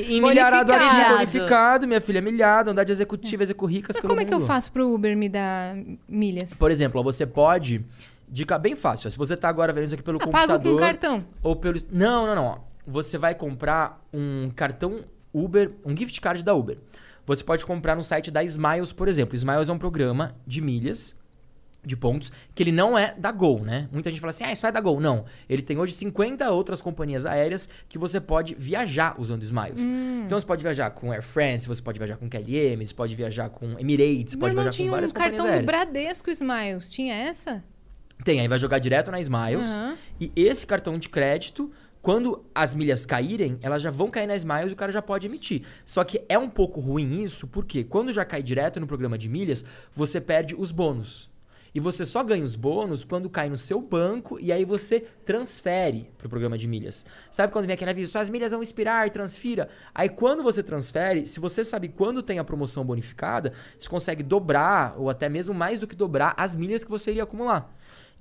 C: emilharado aqui,
B: Bonificado.
C: bonificado. Minha filha é milhada, andar de executiva, execurricas.
B: Mas como é que eu faço pro Uber me dar milhas?
C: Por exemplo, ó, você pode... Dica bem fácil. ó, Se você tá agora vendo isso aqui pelo
B: Ah, pago com
C: computador...
B: cartão.
C: Ou pelo... Não, não, não. ó. Você vai comprar um cartão Uber, um gift card da Uber. Você pode comprar no site da Smiles, por exemplo. Smiles é um programa de milhas, de pontos, que ele não é da Gol, né? Muita gente fala assim, ah, isso é da Gol. Não. Ele tem hoje 50 outras companhias aéreas que você pode viajar usando Smiles.
B: Hum.
C: Então você pode viajar com Air France, você pode viajar com KLM, você pode viajar com Emirates,
B: Meu
C: pode
B: irmão
C: viajar com
B: tinha um
C: várias companhias
B: cartão do
C: aéreas.
B: Bradesco, Smiles. Tinha essa?
C: Tem, aí vai jogar direto na Smiles.
B: Aham.
C: E esse cartão de crédito, quando as milhas caírem, elas já vão cair na Smiles e o cara já pode emitir. Só que é um pouco ruim isso, porque quando já cai direto no programa de milhas, você perde os bônus. E você só ganha os bônus quando cai no seu banco e aí você transfere pro programa de milhas. Sabe quando vem aquele aviso, suas milhas vão expirar, transfira. Aí quando você transfere, se você sabe quando tem a promoção bonificada, você consegue dobrar ou até mesmo mais do que dobrar as milhas que você iria acumular.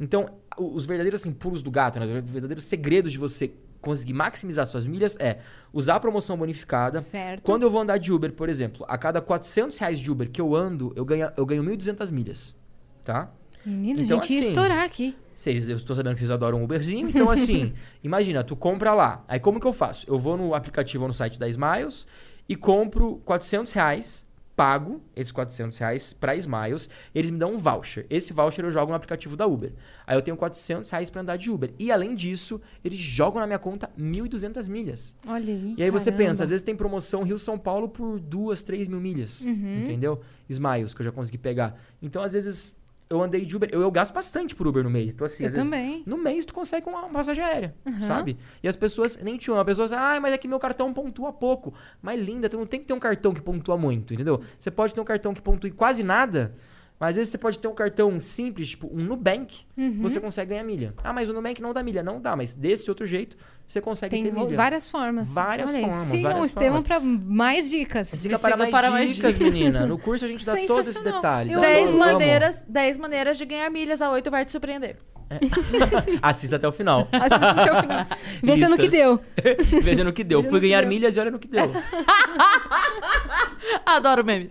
C: Então, o- os verdadeiros assim, pulos do gato, né? Os verdadeiros segredos de você conseguir maximizar suas milhas é usar a promoção bonificada.
B: Certo.
C: Quando Então, eu vou andar de Uber, por exemplo, a cada 400 reais de Uber que eu ando, eu ganho, eu ganho 1.200 milhas, tá?
B: Menino,
C: Então,
B: a gente ia
C: assim,
B: estourar aqui.
C: Vocês, eu estou sabendo que vocês adoram Uberzinho, então assim, imagina, tu compra lá. Aí como que eu faço? Eu vou no aplicativo ou no site da Smiles e compro 400 reais, pago esses 400 reais pra Smiles, eles me dão um voucher. Esse voucher eu jogo no aplicativo da Uber. Aí eu tenho 400 reais pra andar de Uber. E além disso, eles jogam na minha conta 1.200 milhas.
B: Olha aí,
C: E aí você
B: caramba.
C: pensa, às vezes tem promoção Rio-São Paulo por duas, três mil milhas,
B: Uhum.
C: entendeu? Smiles, que eu já consegui pegar. Então, às vezes, eu andei de Uber, eu, eu gasto bastante por Uber no mês. Então, assim,
B: Eu
C: às vezes,
B: também.
C: no mês tu consegue uma uma passagem aérea, sabe? E as pessoas nem te amam. As pessoas, ah, mas é que meu cartão pontua pouco. Mas linda, tu não tem que ter um cartão que pontua muito, entendeu? Você pode ter um cartão que pontue quase nada, mas às vezes você pode ter um cartão simples, tipo um Nubank,
B: Uhum.
C: você consegue ganhar milha. Ah, mas o Nubank não dá milha. Não dá, mas desse outro jeito, você consegue
B: Tem
C: ter milha.
B: várias formas.
C: Várias
B: Olha aí,
C: formas,
B: Sigam
C: várias
B: o Estevam
C: formas. Assim,
B: para mais dicas.
C: Siga
A: Siga
C: para mais,
A: para mais
C: dicas,
A: dicas.
C: menina. No curso a gente dá todos esses
B: Sensacional.
C: detalhes.
B: Eu
C: Adoro,
A: 10
C: amo.
A: maneiras, 10 maneiras de ganhar milhas a 8 vai te surpreender.
C: Assista até o final.
B: [LAUGHS] Assista até o final. Veja no que
C: Listas.
B: deu.
C: Veja no que deu.
B: Veja
C: Fui
B: no que
C: ganhar
B: deu.
C: milhas e olha no
B: [LAUGHS]
C: que deu.
A: Adoro memes.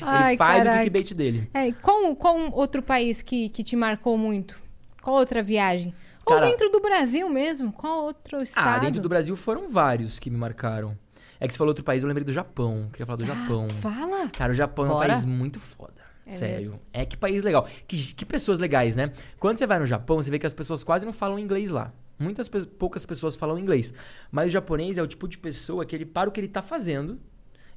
B: Ai,
C: Ele faz o
B: caraca.
C: clickbait dele.
B: É, e qual, qual um outro país que, que te marcou muito? Qual outra viagem? Ou
C: Cara-
B: dentro do Brasil mesmo? Qual outro estado?
C: Ah, dentro do Brasil foram vários que me marcaram. É que você falou outro país, eu lembrei do Japão. Queria falar do
B: Ah,
C: Japão.
B: Fala.
C: Cara, o Japão é um
A: Bora?
C: país muito foda.
B: É
C: Sério.
B: mesmo?
C: É que país legal. Que, que pessoas legais, né? Quando você vai no Japão, você vê que as pessoas quase não falam inglês lá. Muitas pe- poucas pessoas falam inglês. Mas o japonês é o tipo de pessoa que ele para o que ele tá fazendo,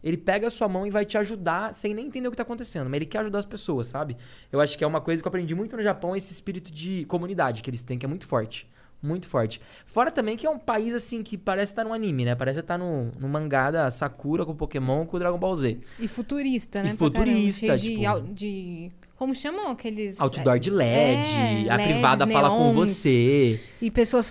C: ele pega a sua mão e vai te ajudar sem nem entender o que tá acontecendo. Mas ele quer ajudar as pessoas, sabe? Eu acho que é uma coisa que eu aprendi muito no Japão, esse espírito de comunidade que eles têm, que é muito forte. Muito forte. Fora também que é um país, assim, que parece estar tá num anime, né? Parece estar tá no, no mangá da Sakura com Pokémon com o Dragon Ball Z.
B: E futurista, né?
C: E
B: pra caramba,
C: futurista,
B: cheio de
C: tipo-
B: au- de, Como chamam aqueles.
C: Outdoor de LED,
B: É,
C: a
B: LEDs,
C: privada fala com
B: neons,
C: você.
B: E pessoas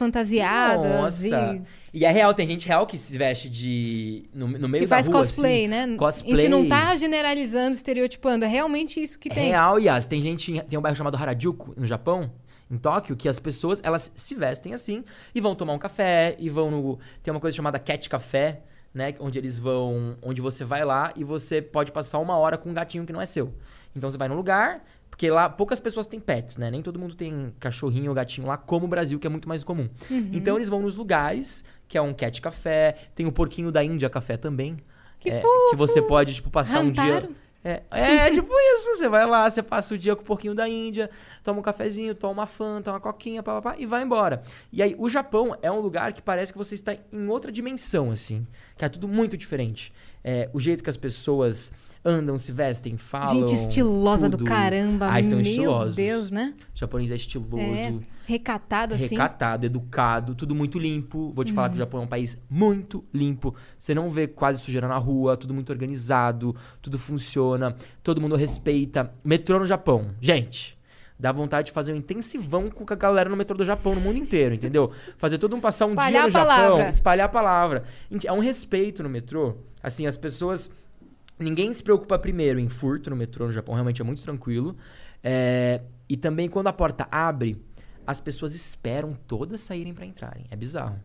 B: fantasiadas.
C: Nossa.
B: E,
C: E é real, tem gente real que se veste de. no, no meio
B: e
C: da
B: faz
C: rua,
B: cosplay,
C: assim.
B: né? A gente
C: Cosplay.
B: não tá generalizando, estereotipando. É realmente isso que
C: É
B: tem.
C: real, Yas. Tem gente. em- Tem um bairro chamado Harajuku, no Japão. Em Tóquio, que as pessoas elas se vestem assim e vão tomar um café e vão no. Tem uma coisa chamada cat café, né? Onde eles vão. Onde você vai lá e você pode passar uma hora com um gatinho que não é seu. Então você vai num lugar, Porque lá poucas pessoas têm pets, né? Nem todo mundo tem cachorrinho ou gatinho lá, como o Brasil, que é muito mais comum.
B: Uhum.
C: Então eles vão nos lugares, que é um cat café, tem o porquinho da Índia café também.
B: Que
C: é,
B: fofo!
C: Que você pode, tipo, passar um dia.
B: Rantaro?
C: É, é tipo isso, você vai lá, você passa o dia com o porquinho da Índia, toma um cafezinho, toma uma fanta, uma coquinha, papapá, e vai embora. E aí, o Japão é um lugar que parece que você está em outra dimensão, assim, que é tudo muito diferente. É, o jeito que as pessoas andam, se vestem, falam.
B: Gente estilosa do
C: tudo.
B: caramba.
C: Ai, são
B: Meu
C: estilosos.
B: Deus, né?
C: O japonês é estiloso,
B: É, recatado assim. Uhum.
C: recatado, educado, tudo muito limpo. Vou te falar que o Japão é um país muito limpo. Você não vê quase sujeira na rua, tudo muito organizado, tudo funciona, todo mundo respeita. Metrô no Japão, gente. Dá vontade de fazer um intensivão com a galera no metrô do Japão, no mundo inteiro, entendeu? Fazer todo um passar um dia
B: Espalhar
C: no
B: a palavra.
C: Japão, espalhar a palavra. Gente, É um respeito no metrô. Assim, as pessoas Ninguém se preocupa primeiro em furto no metrô no Japão, realmente é muito tranquilo. É, e também quando a porta abre, as pessoas esperam todas saírem pra entrarem. É bizarro.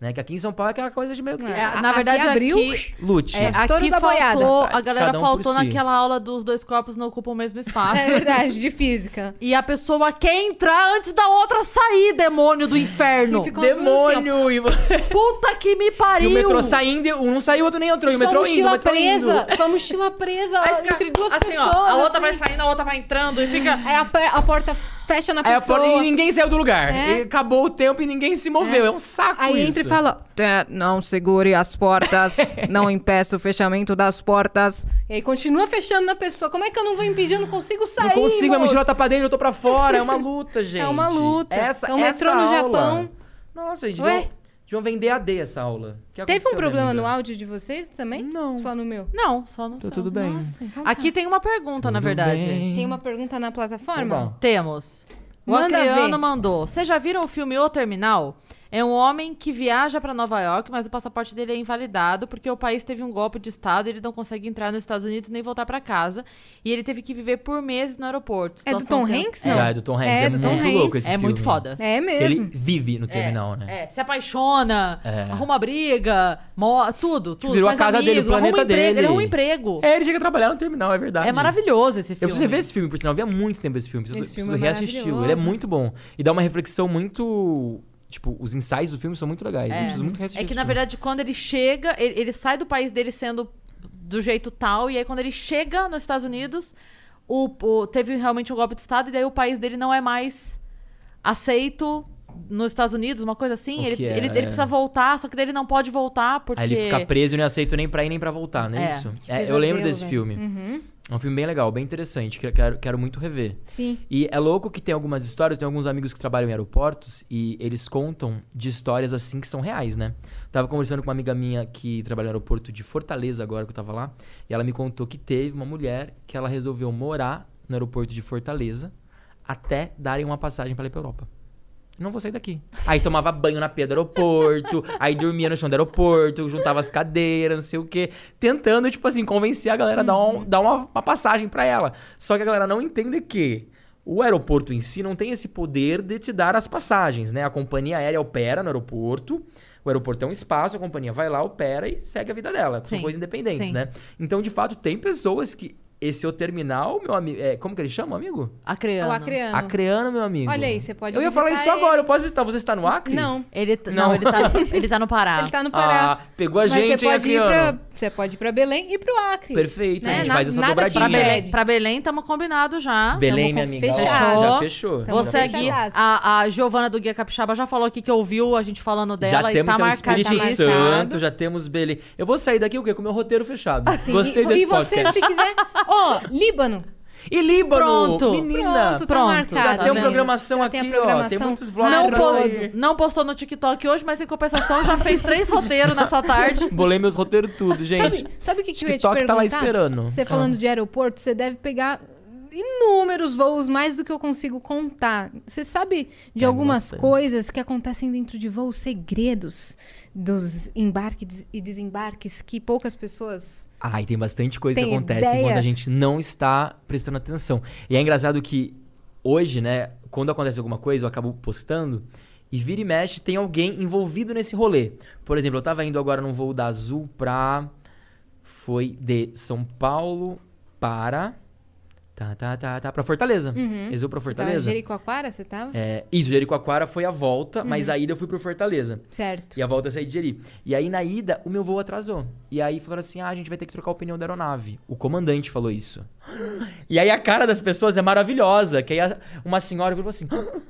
C: Né? Que aqui em São Paulo é aquela coisa de meio que.
A: É,
B: A-
A: na
B: aqui
A: verdade, [LAUGHS]
B: abriu.
A: aqui,
C: Lute.
A: é,
B: Estouro
A: aqui
B: da boiada.
A: faltou, a
C: Cada
A: galera
C: um por
A: faltou
C: si.
A: naquela aula dos dois corpos não ocupam o mesmo espaço.
B: É verdade, de física.
A: E a pessoa quer entrar antes da outra sair, demônio do inferno.
B: E ficou as duas assim,
C: Demônio! E, vo-
A: Puta que me
C: e
A: pariu.
C: o metrô saindo, e um não saiu, o outro nem entrou. E o
B: Só
C: metrô indo, o
B: mochila
C: metrô
B: presa.
C: indo.
B: Só mochila presa
A: Aí fica
B: Ah, entre duas
A: assim,
B: pessoas.
A: Ó, a outra vai
B: assim. É.
A: saindo, a outra vai entrando e fica.
B: Aí a, per- a porta fecha na
C: Aí a
B: pessoa.
C: porta, e ninguém saiu do lugar.
B: É.
C: E acabou o tempo e ninguém se moveu. É, um saco
B: Aí
C: isso.
B: entra e fala: "Tê, Não segure as
C: [LAUGHS]
B: portas, não impeça o fechamento das portas. E aí continua fechando na pessoa. Como é que eu não vou impedir? Eu não consigo sair.
C: Não consigo, minha
B: moço."
C: mochila tá pra dentro, eu tô pra fora. É uma
B: [LAUGHS]
C: luta, gente.
B: uma luta.
C: Essa,
B: Então,
C: essa
B: metrô no
C: aula-
B: Japão.
C: Nossa, gente,
B: Ué?
C: deviam, deviam vender AD essa aula. O
B: Teve
C: que
B: um
C: aconteceu,
B: problema
C: minha
B: no
C: amiga?
B: áudio de vocês também?
C: Não.
B: Só no meu.
A: Não, só não
C: Tá
A: sei.
C: tudo bem.
B: Nossa, então tá.
A: Aqui tem uma pergunta, na
C: Tudo
A: verdade.
C: bem.
B: tem uma pergunta na
C: Tá
B: plataforma?
C: bom.
A: Temos. O
B: Manda ver.
A: Adriano mandou. Vocês já viram o filme O Terminal? É um homem que viaja pra Nova York, mas o passaporte dele é invalidado porque o país teve um golpe de estado e ele não consegue entrar nos Estados Unidos nem voltar pra casa. E ele teve que viver por meses no aeroporto.
B: É do
A: Situação
B: Tom
A: tensa.
B: Hanks? Não.
C: Já, é do Tom Hanks.
B: É
C: É,
B: do Tom
C: muito
B: Hanks.
C: louco esse
A: É
C: filme.
A: muito foda.
B: É
C: Que
B: mesmo.
C: ele vive no terminal, né?
A: É, se apaixona,
C: É.
A: arruma briga, mo- tudo, tudo.
C: Virou a
A: faz
C: casa dele, o
A: amigos,
C: planeta
A: arruma emprego,
C: dele.
A: Ele arruma um emprego.
C: É, ele chega a trabalhar no terminal, é verdade.
A: É, maravilhoso esse
C: Eu
A: filme.
C: preciso ver esse filme, por sinal. Eu vi há muito tempo esse filme. Preciso,
B: Esse filme
C: preciso
B: é
C: reassisti-lo.
B: maravilhoso.
C: Ele é muito bom. E dá uma reflexão muito... Tipo, os ensaios do filme são muito legais. Eu preciso muito reassistir
A: É que,
C: esse
A: na
C: filme.
A: verdade, quando ele chega, ele, ele sai do país dele sendo do jeito tal, e aí quando ele chega nos Estados Unidos, o, o- teve realmente um golpe de Estado, e daí o país dele não é mais aceito nos Estados Unidos, uma coisa assim.
C: O
A: Ele,
C: que é,
A: ele, ele
C: é.
A: precisa voltar, só que daí ele não pode voltar, porque...
C: Aí ele fica preso e não é aceito nem pra ir nem pra voltar, não é,
A: É,
C: isso?
B: que
C: É, eu
B: pesadelo,
C: lembro desse
B: velho. Uhum.
C: filme. É um filme bem legal, bem interessante, que eu quero, quero muito rever.
B: Sim.
C: E é louco que tem algumas histórias, tem alguns amigos que trabalham em aeroportos e eles contam de histórias assim que são reais, né? Tava conversando com uma amiga minha que trabalha no aeroporto de Fortaleza agora que eu tava lá, e ela me contou que teve uma mulher que ela resolveu morar no aeroporto de Fortaleza até darem uma passagem pra ir pra Europa. Não vou sair daqui. Aí tomava banho na pia do aeroporto, aí dormia no chão do aeroporto, juntava as cadeiras, não sei o quê. Tentando, tipo assim, convencer a galera a dar, um- dar uma, uma passagem pra ela. Só que a galera não entende que o aeroporto em si não tem esse poder de te dar as passagens, né? A companhia aérea opera no aeroporto, o aeroporto é um espaço, a companhia vai lá, opera e segue a vida dela. São
A: Sim.
C: coisas independentes,
A: Sim.
C: né? Então, de fato, tem pessoas que... Esse o terminal, meu amigo... É, como que ele chama, amigo?
A: Acreano.
B: É O Acreano.
C: Acreano, meu amigo.
B: Olha aí, você pode
C: Eu ia falar
B: visitar
C: isso agora,
B: ele.
C: eu posso visitar. Você está no Acre?
B: Não.
A: Ele, t- não,
C: Não.
A: ele, tá, ele tá no Pará.
B: Ele tá no Pará.
C: Ah, pegou a
B: Mas
C: gente,
B: você
C: hein,
B: pode, ir
C: Acreano?
B: pra, você pode ir pra Belém e pro Acre.
C: Perfeito,
B: Né?
C: a gente
B: Na-
C: faz essa
B: nada te
A: Pra
C: dobradinha.
A: Belém,
B: impede.
A: pra Belém, tamo combinado já.
C: Belém,
B: Tamo
C: minha
B: com-
C: amiga.
B: fechado.
C: ó, Já fechou.
B: Tamo
A: Você aqui,
B: fechadaço.
A: a, a Giovana do Guia Capixaba já falou aqui que ouviu a gente falando
C: já
A: dela e
C: temos
A: tá
C: então
A: marcada
C: Espírito
B: marcado.
C: Santo, já temos Belém. Eu vou sair daqui o quê? Com meu roteiro fechado.
B: Sim,
C: Gostei
B: Assim, e,
C: desse
B: e você,
C: podcast.
B: se quiser. Ó, Líbano.
C: E Líbano,
A: Pronto.
C: menina.
A: pronto.
B: Pronto, tá marcado.
C: Ah, Já tem uma
B: né?
C: programação
B: Já
C: aqui,
B: tem a
C: ó,
B: programação.
C: tem muitos vlogs
B: Não
C: pra
B: pode.
C: sair.
A: Não postou no TikTok hoje, mas em compensação já fez três roteiros nessa tarde.
C: Bolei meus roteiros tudo, gente.
B: Sabe, sabe o que, que eu ia te
C: TikTok
B: perguntar?
C: tá lá esperando. Ah.
B: Você falando de aeroporto, você deve pegar inúmeros voos, mais do que eu consigo contar. Você sabe de
C: Pego
B: algumas
C: bastante.
B: coisas que acontecem dentro de voos, segredos dos embarques e desembarques que poucas pessoas...
C: Ah, e tem bastante coisa que
B: Tem
C: acontece
B: ideia?
C: quando a gente não está prestando atenção. E é engraçado que hoje, né, quando acontece alguma coisa, eu acabo postando e vira e mexe, tem alguém envolvido nesse rolê. Por exemplo, eu tava indo agora num voo da Azul pra. Foi de São Paulo para. Tá, tá, tá, tá. Pra Fortaleza.
B: Uhum.
C: Eles iam
B: Você tava em
C: pra Fortaleza.
B: Jericoacoara, você tava?
C: É, isso, Jericoacoara foi a volta, mas
B: Uhum.
C: a ida eu fui pro Fortaleza.
B: Certo.
C: E a volta eu saí de Jeri. E aí, na ida, o meu voo atrasou. E aí falaram assim: ah, a gente vai ter que trocar o pneu da aeronave. O comandante falou isso. [GASPS] E aí a cara das pessoas é maravilhosa. Que aí a- uma senhora falou assim: "Ah,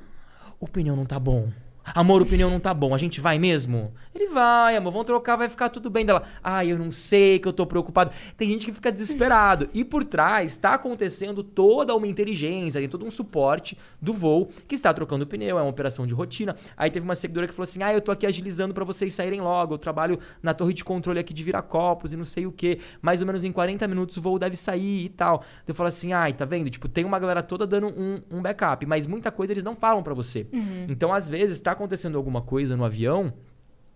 C: o pneu não tá bom. Amor, o pneu não tá bom. A gente vai mesmo? Ele vai, amor. Vão trocar, vai ficar tudo bem dela. Ah, eu não sei, que eu tô preocupado. Tem gente que fica desesperado. E por trás tá acontecendo toda uma inteligência, tem todo um suporte do voo que está trocando o pneu, é uma operação de rotina. Aí teve uma seguidora que falou assim: "Ah, eu tô aqui agilizando pra vocês saírem logo. Eu trabalho na torre de controle aqui de Viracopos e não sei o quê. Mais ou menos em 40 minutos o voo deve sair e tal". Eu falo assim: "Ai, tá vendo? Tipo, tem uma galera toda dando um, um backup, mas muita coisa eles não falam pra você". Então, às vezes tá acontecendo alguma coisa no avião,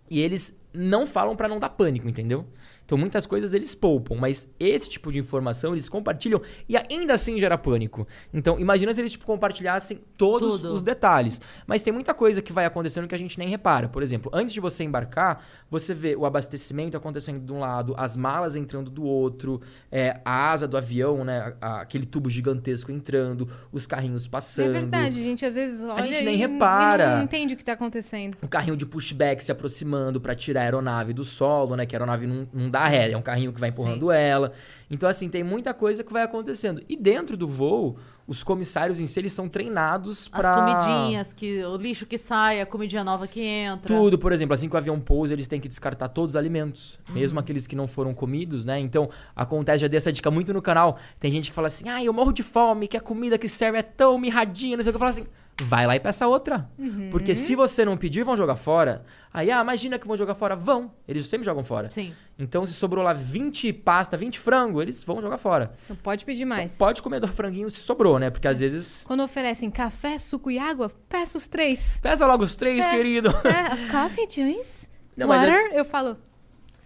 C: e eles não falam pra não dar pânico, entendeu? Então muitas coisas eles poupam, mas esse tipo de informação eles compartilham e ainda assim gera pânico. Então imagina se eles tipo, compartilhassem todos
A: Tudo.
C: os detalhes. Mas tem muita coisa que vai acontecendo que a gente nem repara. Por exemplo, antes de você embarcar, você vê o abastecimento acontecendo de um lado, as malas entrando do outro, é, a asa do avião, né, a- a- aquele tubo gigantesco entrando, os carrinhos passando.
B: É verdade, gente. Às vezes olha
C: gente
B: e
C: nem
B: n- e
C: repara.
B: não entende o que tá acontecendo.
C: um carrinho de pushback se aproximando pra tirar a aeronave do solo, né? Que a aeronave não, não dá ré, é um carrinho que vai empurrando ela. Então, assim, tem muita coisa que vai acontecendo. E dentro do voo, os comissários em si, eles são treinados
A: As
C: pra...
A: comidinhas, que, o lixo que sai, a comidinha nova que entra.
C: Tudo, por exemplo, assim que o avião pousa, eles têm que descartar todos os alimentos,
A: Hum.
C: mesmo aqueles que não foram comidos, né? Então, acontece, já dei essa dica muito no canal. Tem gente que fala assim: ah, eu morro de fome, que a comida que serve é tão mirradinha, não sei o que. Eu falo assim: vai lá e peça outra.
A: Uhum.
C: Porque se você não pedir, vão jogar fora. Aí, ah, imagina que vão jogar fora. Vão. Eles sempre jogam fora.
A: Sim.
C: Então, se sobrou lá 20 pasta, 20 frango, eles vão jogar fora.
B: Não pode pedir mais.
C: Então Pode comer do franguinho se sobrou, né?
A: É.
C: Porque às vezes.
B: Quando oferecem café, suco e água, peça os
C: [LAUGHS]
B: três.
C: Peça logo os três,
B: É.
A: [LAUGHS]
C: querido.
B: é, coffee, juice,
C: Não, mas é-
B: water, eu falo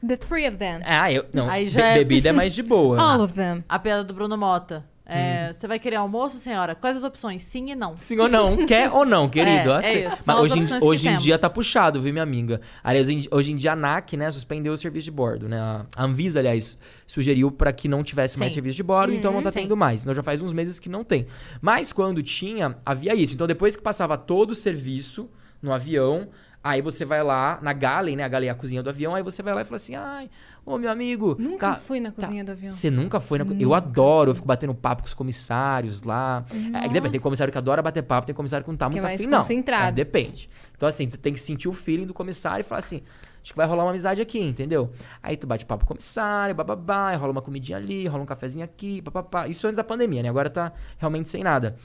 B: the three of them.
C: Ah, eu. Não,
A: Aí já
C: be-
A: é- Ah,
C: bebida é mais
A: [LAUGHS]
C: de boa.
B: All of them.
A: A piada do Bruno Mota.
C: Hum.
A: É, Você vai querer almoço, senhora? Quais as opções? Sim e não.
C: Sim ou não? Quer
A: [LAUGHS]
C: ou não, querido?
A: É, é
C: Assim-
A: isso. São
C: Mas
A: as
C: hoje, em-
A: opções que
C: hoje em
A: temos.
C: dia tá puxado, viu, minha amiga? Aliás, hoje em- hoje em dia a ANAC, né, suspendeu o serviço de bordo, né? A a Anvisa, aliás, sugeriu pra que não tivesse mais
A: Sim. Uhum,
C: serviço de bordo, então não tá
A: sim.
C: tendo mais. Então já faz uns meses que não tem. Mas quando tinha, havia isso. Então depois que passava todo o serviço no avião, aí você vai lá na galley, né? A galley é a cozinha do avião, aí você vai lá e fala assim: "Ai, ô meu amigo,
B: Nunca
C: ca- tá.
B: fui na cozinha do avião.
C: você nunca foi na. co- Eu adoro, eu fico batendo papo com os comissários lá. É, que depende, tem comissário que adora bater papo, tem comissário que não tá muito
B: mais
C: afim, não.
B: concentrado.
C: É, depende. Então, assim, tu tem que sentir o feeling do comissário e falar assim: acho que vai rolar uma amizade aqui, entendeu? Aí tu bate papo com o comissário, bababá, aí rola uma comidinha ali, rola um cafezinho aqui, papapá. Isso antes da pandemia, né? Agora tá realmente sem nada.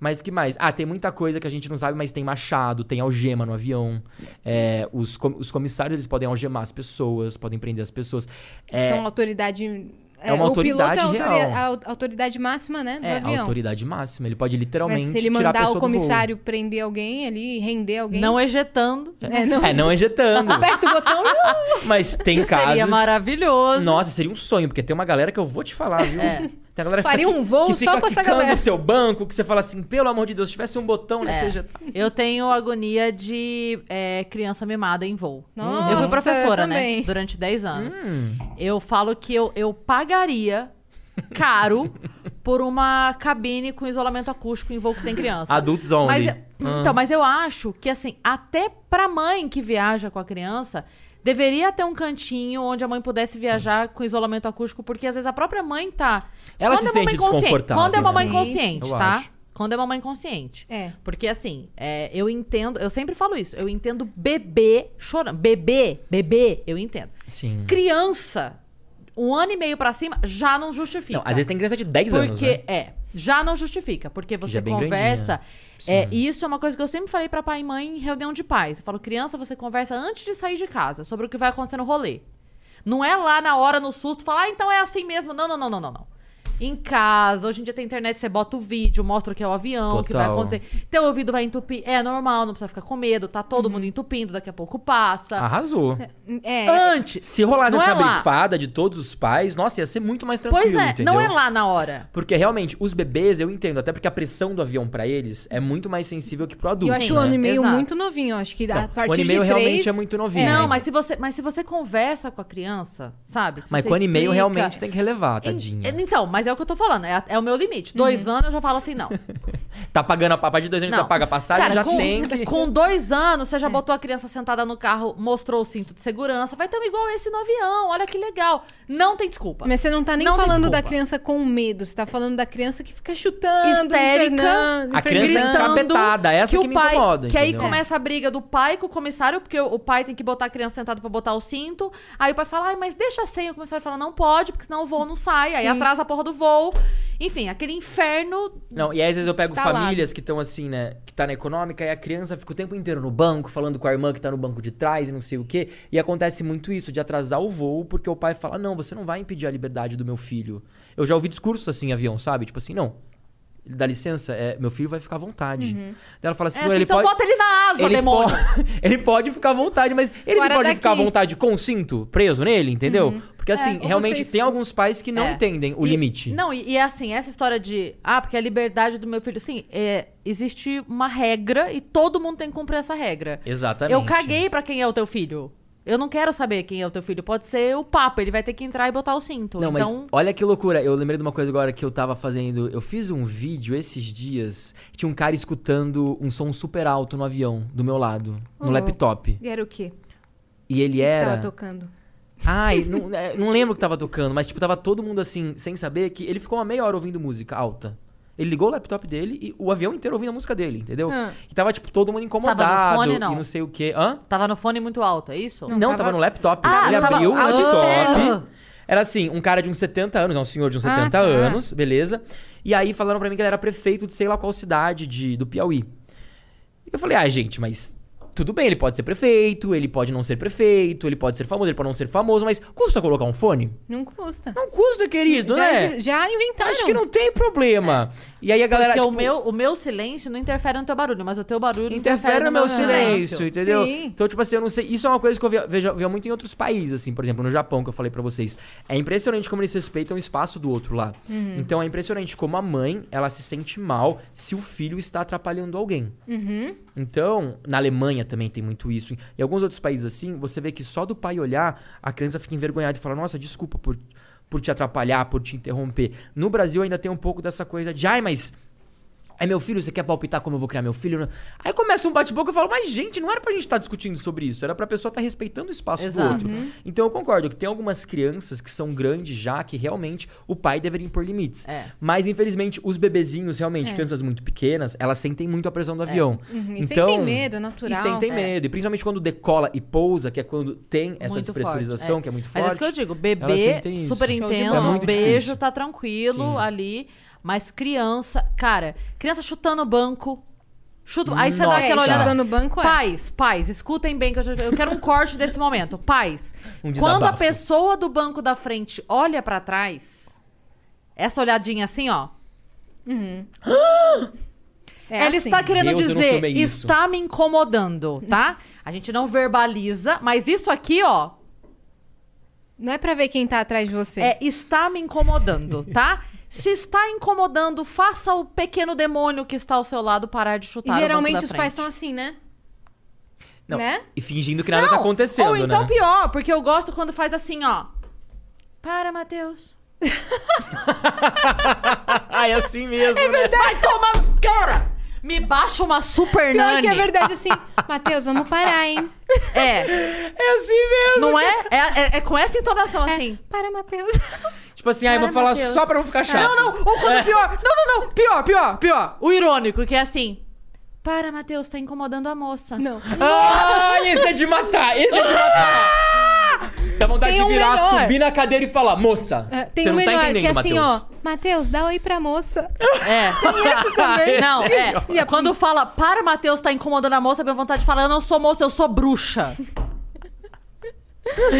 C: Mas que mais? Ah, tem muita coisa que a gente não sabe, mas tem machado, tem algema no avião. É, os, com- os comissários, eles podem algemar as pessoas, podem prender as pessoas. É,
B: São autoridade.
C: É uma autoridade
B: O piloto é a autori-
C: real.
B: a au- autoridade máxima, né? Do
C: É, a
B: avião.
C: autoridade máxima. Ele pode
B: Mas
C: literalmente
B: se ele
C: tirar a
B: mandar
C: pessoa
B: o
C: do voo.
B: comissário prender alguém ali, render alguém.
A: Não ejetando.
B: é, não.
C: [LAUGHS] [LAUGHS] É, não
B: [LAUGHS]
C: injetando.
B: Aperta o botão.
C: Mas tem casos...
A: Seria maravilhoso.
C: Nossa, seria um sonho, porque tem uma galera que eu vou te falar, viu? Tem a galera que
B: É. Faria
C: fica,
B: um voo
C: que fica
B: só com essa
C: quicando
B: galera.
C: no seu banco, que você fala assim, pelo amor de Deus, se tivesse um botão, né?
A: É.
C: Seja...
A: Eu tenho agonia de é, criança mimada em voo.
B: Nossa,
A: eu fui
B: eu
A: professora, né?
B: também.
A: Durante 10 anos. Eu falo que eu, eu pagaria caro por uma cabine com isolamento acústico em voo que tem criança.
C: Adults only.
A: Mas,
B: é
A: eu-
C: Ah.
A: Então, mas eu acho que, assim, até pra mãe que viaja com a criança, deveria ter um cantinho onde a mãe pudesse viajar com isolamento acústico, porque às vezes a própria mãe tá.
C: Ela
A: Quando
C: se
A: é uma
C: sente
A: mãe consciente-
C: desconfortável. assim.
A: Quando é uma mãe
B: Sim.
A: consciente,
C: Eu
A: tá?
C: acho.
A: Quando é uma mãe consciente.
B: É.
A: Porque assim, é, eu entendo, eu sempre falo isso, eu entendo bebê chorando. Bebê, bebê, eu entendo.
C: Sim.
A: Criança, um ano e meio pra cima, já não justifica.
C: Não, às vezes tem criança de 10 anos,
A: Porque,
C: né?
A: é, já não justifica. Porque
C: já
A: você
C: é bem
A: conversa.
C: grandinha.
A: É, e isso é uma coisa que eu sempre falei pra pai e mãe em reunião de pais. Eu falo, criança, você conversa antes de sair de casa sobre o que vai acontecer no rolê. Não é lá na hora, no susto, falar, ah, então é assim mesmo. Não, não, não, não, não, não. Em casa, hoje em dia tem internet, você bota o vídeo, mostra o que é o avião, o que vai
C: Total.
A: acontecer. Teu ouvido vai entupir. É normal, não precisa ficar com medo, tá todo
C: Uhum.
A: mundo entupindo, daqui a pouco
C: Ah,
A: passa.
C: Arrasou.
B: É.
C: Ah,
A: Antes.
C: Se rolasse
A: não
C: essa
A: é lá.
C: brifada de todos os pais, nossa, ia ser muito mais tranquilo,
A: Pois é,
C: entendeu?
A: não é lá na hora.
C: Porque realmente, os bebês, eu entendo, até porque a pressão do avião pra eles é muito mais sensível que pro
B: E
C: adulto.
B: eu acho o
C: né?
B: ano e meio
A: Exato.
B: muito novinho. eu Acho que a
C: Não,
B: partir
C: o ano e meio
B: de três...
C: realmente é muito novinho.
A: não, mas... se você, mas se você conversa com a criança, sabe? Se
C: Mas
A: você
C: com ano e meio
A: explica-
C: realmente tem que relevar, tadinha.
A: En- Então, mas é é o que eu tô falando, é, a- é o meu limite. Dois
B: Uhum.
A: anos eu já falo
C: [LAUGHS]
A: assim, não.
C: Tá pagando a, a partir de dois anos
A: Não.
C: já paga a passagem,
A: Cara,
C: já
A: com,
C: tem
A: [LAUGHS]
C: que.
A: com dois anos,
B: É.
A: você já botou a criança sentada no carro, mostrou o cinto de segurança. Vai ter um igual esse no avião, olha que legal. Não tem desculpa.
B: Mas você não tá nem
A: Não tem
B: falando da
A: desculpa.
B: criança com medo, você tá falando da criança que fica chutando,
A: Histérica,
B: infernando,
C: A criança tá-
B: infernando.
C: encabe- encabetada, essa que
A: o
C: me
A: pai,
C: incomoda,
A: Que aí
C: entendeu?
A: começa a briga do pai com o comissário, porque o o pai tem que botar a criança sentada pra botar o cinto. Aí o pai fala, ai, mas deixa sem. O comissário fala, não pode, porque senão o voo não sai. Aí
B: Sim.
A: atrasa a porra do voo. Enfim, aquele inferno.
C: Não, e aí às vezes eu pego
B: Instalado.
C: famílias que estão assim, né? Que tá na econômica e a criança fica o tempo inteiro no banco, falando com a irmã que tá no banco de trás e não sei o quê. E acontece muito isso, de atrasar o voo, porque o pai fala: Não, você não vai impedir a liberdade do meu filho. Eu já ouvi discursos assim em avião, sabe? Tipo assim, não. Dá licença, é, meu filho vai ficar à vontade. Daí Ela fala assim,
A: É
C: "Ué,
A: assim,
C: ele
A: então
C: pode.
A: bota ele na asa,
C: Ele
A: demônio.
C: pode, [LAUGHS] ele pode ficar à vontade, mas ele não
B: Fora
C: pode ficar à
B: daqui. Uhum. É,
C: vontade com o cinto preso nele, entendeu? Porque assim,
B: ou
C: realmente
B: vocês-
C: tem alguns pais que não
A: É.
C: entendem o
A: E-
C: limite.
A: Não, e, e é assim, essa história de. Ah, porque a liberdade do meu filho. Sim, é, existe uma regra e todo mundo tem que cumprir essa regra.
C: Exatamente.
A: Eu caguei pra quem é o teu filho. Eu não quero saber quem é o teu filho. Pode ser o papa, ele vai ter que entrar e botar o cinto.
C: Não, mas
A: então.
C: olha que loucura. Eu lembrei de uma coisa agora que eu tava fazendo. Eu fiz um vídeo esses dias. Tinha um cara escutando um som super alto no avião, do meu lado,
B: Ô,
C: no laptop.
B: E era o quê?
C: E ele
B: Que
C: era.
B: tava tocando.
C: Ai, não, é, não lembro o que tava tocando, mas tipo, tava todo mundo assim, sem saber que ele ficou uma meia hora ouvindo música alta. Ele ligou o laptop dele e o avião inteiro ouvindo a música dele, entendeu?
B: Ah.
C: E tava, tipo, todo mundo incomodado
A: fone,
C: e
A: não?
C: não sei o quê. Hã?
A: Tava no fone muito alto, é isso?
C: Não, tava...
B: tava
C: no laptop.
A: Ah,
C: ele
A: tava-
C: abriu o
A: Ah,
C: laptop.
A: externo.
C: Era assim, um cara de uns 70 anos, é um senhor de uns
B: Ah,
C: 70
B: tá.
C: anos, beleza? E aí falaram pra mim que ele era prefeito de sei lá qual cidade de, do Piauí. Eu falei, ah, gente, mas tudo bem, ele pode ser prefeito, ele pode não ser prefeito, ele pode ser famoso, ele pode não ser famoso, mas custa colocar um fone?
B: Não custa.
C: Não custa, querido,
B: já,
C: né?
B: exi- já inventaram.
C: Acho que não tem problema. E aí a galera.
A: Porque o,
C: tipo,
A: meu, o meu silêncio não interfere no teu barulho, mas o teu barulho
C: Interfere no meu silêncio, entendeu?
B: Sim.
C: Então, tipo assim, eu não sei. Isso é uma coisa que eu via- vejo, via muito em outros países, assim, por exemplo, no Japão, que eu falei pra vocês. É impressionante como eles respeitam o espaço do outro lá. Então é impressionante como a mãe, ela se sente mal se o filho está atrapalhando alguém.
B: Uhum.
C: Então, na Alemanha também tem muito isso. Em alguns outros países assim, você vê que só do pai olhar, a criança fica envergonhada e fala: Nossa, desculpa por, por te atrapalhar, por te interromper. No Brasil ainda tem um pouco dessa coisa de: Ai, mas. É meu filho, você quer palpitar como eu vou criar meu filho? Aí começa um bate-boca e eu falo, mas gente, não era pra gente estar discutindo sobre isso, era pra pessoa estar respeitando o espaço
A: Exato.
C: do outro. Então eu concordo que tem algumas crianças que são grandes já, que realmente o pai deveria impor limites.
A: É.
C: Mas infelizmente os bebezinhos, realmente, crianças muito pequenas, elas sentem muito a pressão do avião.
B: É. Uhum. E
C: Então-
B: sentem medo, é natural.
C: E sentem medo. E principalmente quando decola e pousa, que é quando tem essa
A: Muito
C: despressurização,
A: forte,
C: que é muito
A: Mas é isso
C: forte.
A: que eu digo,
C: Elas
A: bebê,
C: sentem isso.
A: super
B: Show de
A: entendo,
B: bola. É
A: um
C: muito
A: beijo,
C: difícil.
A: tá tranquilo
C: Sim.
A: ali. Mas criança, cara, criança chutando o banco. Chuta, aí você dá
C: Nossa.
A: aquela
B: É,
A: olhada.
B: chutando o banco é.
A: Pais, pais, escutem bem que eu, já- eu quero um corte desse momento. Pais,
C: [LAUGHS] Um
A: quando a
C: desabafo.
A: pessoa do banco da frente olha pra trás, essa olhadinha assim, ó,
B: É
A: ela
B: assim.
A: está querendo
C: Deus, eu não
A: dizer,
C: filmei isso.
A: está me incomodando, tá? A gente não verbaliza, mas isso aqui, ó,
B: Não é pra ver quem tá atrás de você.
A: é está me incomodando,
B: [LAUGHS]
A: tá? Se está incomodando, faça o pequeno demônio que está ao seu lado parar de
B: E
C: um
A: chutar. o
B: geralmente
A: banco
B: os
A: da
B: pais
A: frente.
B: estão assim, né?
C: Não,
B: né?
C: E fingindo que nada tá
A: Não,
C: acontecendo,
A: Ou então
C: né?
A: pior, porque eu gosto quando faz assim, ó. Para, Matheus.
C: Ah, [LAUGHS] é assim mesmo, é verdade.
A: Vai tomando. Cara! Me baixa uma super
B: Pior
A: nani.
B: que é verdade
C: [LAUGHS]
B: assim. Matheus, vamos parar, hein?
A: É,
C: É assim mesmo.
A: não é? É, é- é com essa entonação
B: É,
A: assim.
B: Para, Matheus.
C: Tipo assim, ah, eu vou
A: Para,
C: falar
A: Matheus.
C: só pra não ficar chato.
A: Não, não, ou quando é pior. Não, não, não. Pior, pior, pior. O irônico, que é assim. Para, Matheus, tá incomodando a moça.
B: [LAUGHS] Não.
C: Ah, esse é de matar, esse é de matar. Dá vontade
B: Tem um
C: de virar,
B: melhor.
C: subir na cadeira e falar, moça,
B: É, Tem
C: você
B: um
C: não
B: melhor,
C: tá entendendo,
B: que é assim,
C: Matheus.
B: ó. Matheus, dá oi pra moça.
A: É.
B: Isso também.
C: [LAUGHS]
A: Não, é.
B: E a-
A: Quando fala, para, Matheus, tá incomodando a moça, minha vontade de falar, eu não sou moça, eu sou bruxa.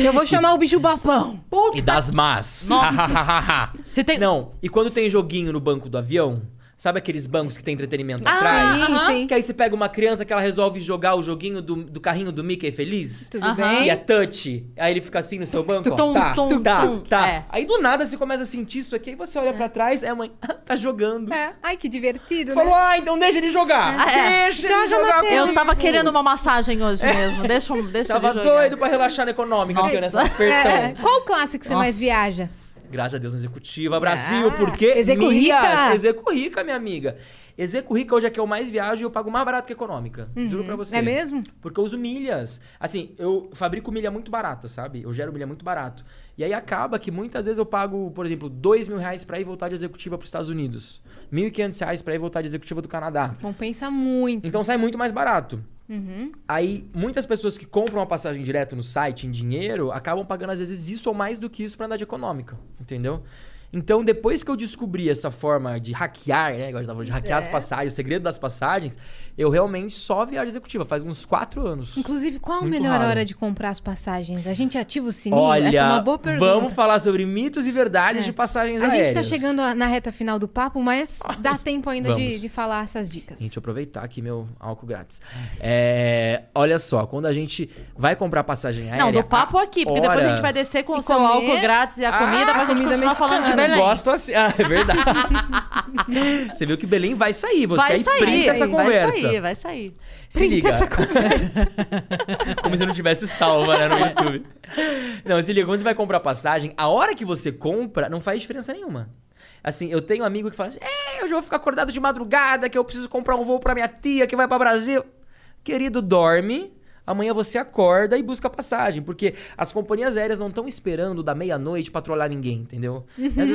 B: Eu vou chamar o bicho babão.
C: E das más. [LAUGHS]
A: Nossa. Você tem.
C: não, e quando tem joguinho no banco do avião, sabe aqueles bancos que tem entretenimento
A: Ah,
C: atrás?
B: sim,
A: aham.
B: sim.
C: Que aí você pega uma criança que ela resolve jogar o joguinho do, do carrinho do Mickey Feliz.
B: Tudo
A: Aham.
B: bem?
C: E é touch. Aí ele fica assim no seu banco, ó.
A: tum,
C: tá,
A: tum,
C: tá,
A: tum.
C: tá.
A: É.
C: Aí do nada você começa a sentir isso aqui, aí você olha pra trás, é a mãe, "Ah, tá jogando.
B: É. Ai, que divertido,
C: Falou,
B: né?
C: ah, então deixa ele jogar.
A: É.
C: Deixa
B: Joga,
C: ele jogar.
B: Matheus.
A: Eu tava
C: comigo."
A: querendo uma massagem hoje mesmo. Deixa, eu- deixa
C: Tava
A: ele jogar.
C: doido pra relaxar na econômica,
A: Nossa.
C: porque nessa
B: É.
C: apertão.
B: Qual o clássico que você mais
A: Nossa.
B: viaja?
C: Graças a Deus na executiva. Brasil,
B: Ah,
C: porque.
B: Execu Rica.
C: Execu Rica, minha amiga. Execu Rica hoje é que eu mais viajo e eu pago mais barato que econômica. Juro pra você.
B: É mesmo?
C: Porque eu uso milhas. Assim, eu fabrico milha muito barata, sabe? Eu gero milha muito barato. E aí acaba que muitas vezes eu pago, por exemplo, dois mil reais pra ir e voltar de executiva pros Estados Unidos. R$ 1.500 reais pra ir e voltar de executiva do Canadá.
B: Compensa muito.
C: Então sai muito mais barato.
B: Uhum.
C: Aí, muitas pessoas que compram uma passagem direto no site em dinheiro acabam pagando às vezes isso ou mais do que isso pra andar de econômica, entendeu? Então, depois que eu descobri essa forma de hackear, né? Agora de hackear
B: É.
C: as passagens, o segredo das passagens, eu realmente só viajo executiva, faz uns quatro anos.
B: Inclusive, qual a
C: Muito
B: melhor
C: raro.
B: hora de comprar as passagens? A gente ativa o sininho? Essa é
C: Olha,
B: uma boa pergunta.
C: vamos falar sobre mitos e
B: É.
C: verdades de passagens
B: A
C: aéreas.
B: gente tá chegando a- na reta final do papo, mas
C: [LAUGHS]
B: dá tempo ainda de,
C: Vamos.
B: de falar essas dicas.
C: Gente, aproveitar aqui meu álcool grátis. É, olha só, quando a gente vai comprar passagem aérea...
A: Não, do papo aqui, porque depois a
C: hora-
A: gente vai descer com
B: E
A: o seu
B: comer.
A: álcool grátis e a
C: Ah,
A: comida pra gente
B: comida
A: continuar
B: mexicana.
A: falando de
B: Eu
C: Eu não
A: Belém.
C: gosto assim. Ah, é verdade. [LAUGHS] você viu que Belém vai sair. Você
A: Vai
C: aí
A: sair,
C: printa essa conversa.
A: vai sair, vai sair.
C: Se
B: Printa
C: liga.
B: essa
C: [LAUGHS]
B: conversa.
C: Como se não tivesse salva né, no YouTube. Não, se liga. Quando você vai comprar passagem, a hora que você compra não faz diferença nenhuma. Assim, eu tenho um amigo que fala assim: É, eu já vou ficar acordado de madrugada, que eu preciso comprar um voo pra minha tia que vai pra Brasil. Querido, dorme. Amanhã você acorda e busca a passagem, porque as companhias aéreas não estão esperando da meia-noite patrulhar ninguém, entendeu?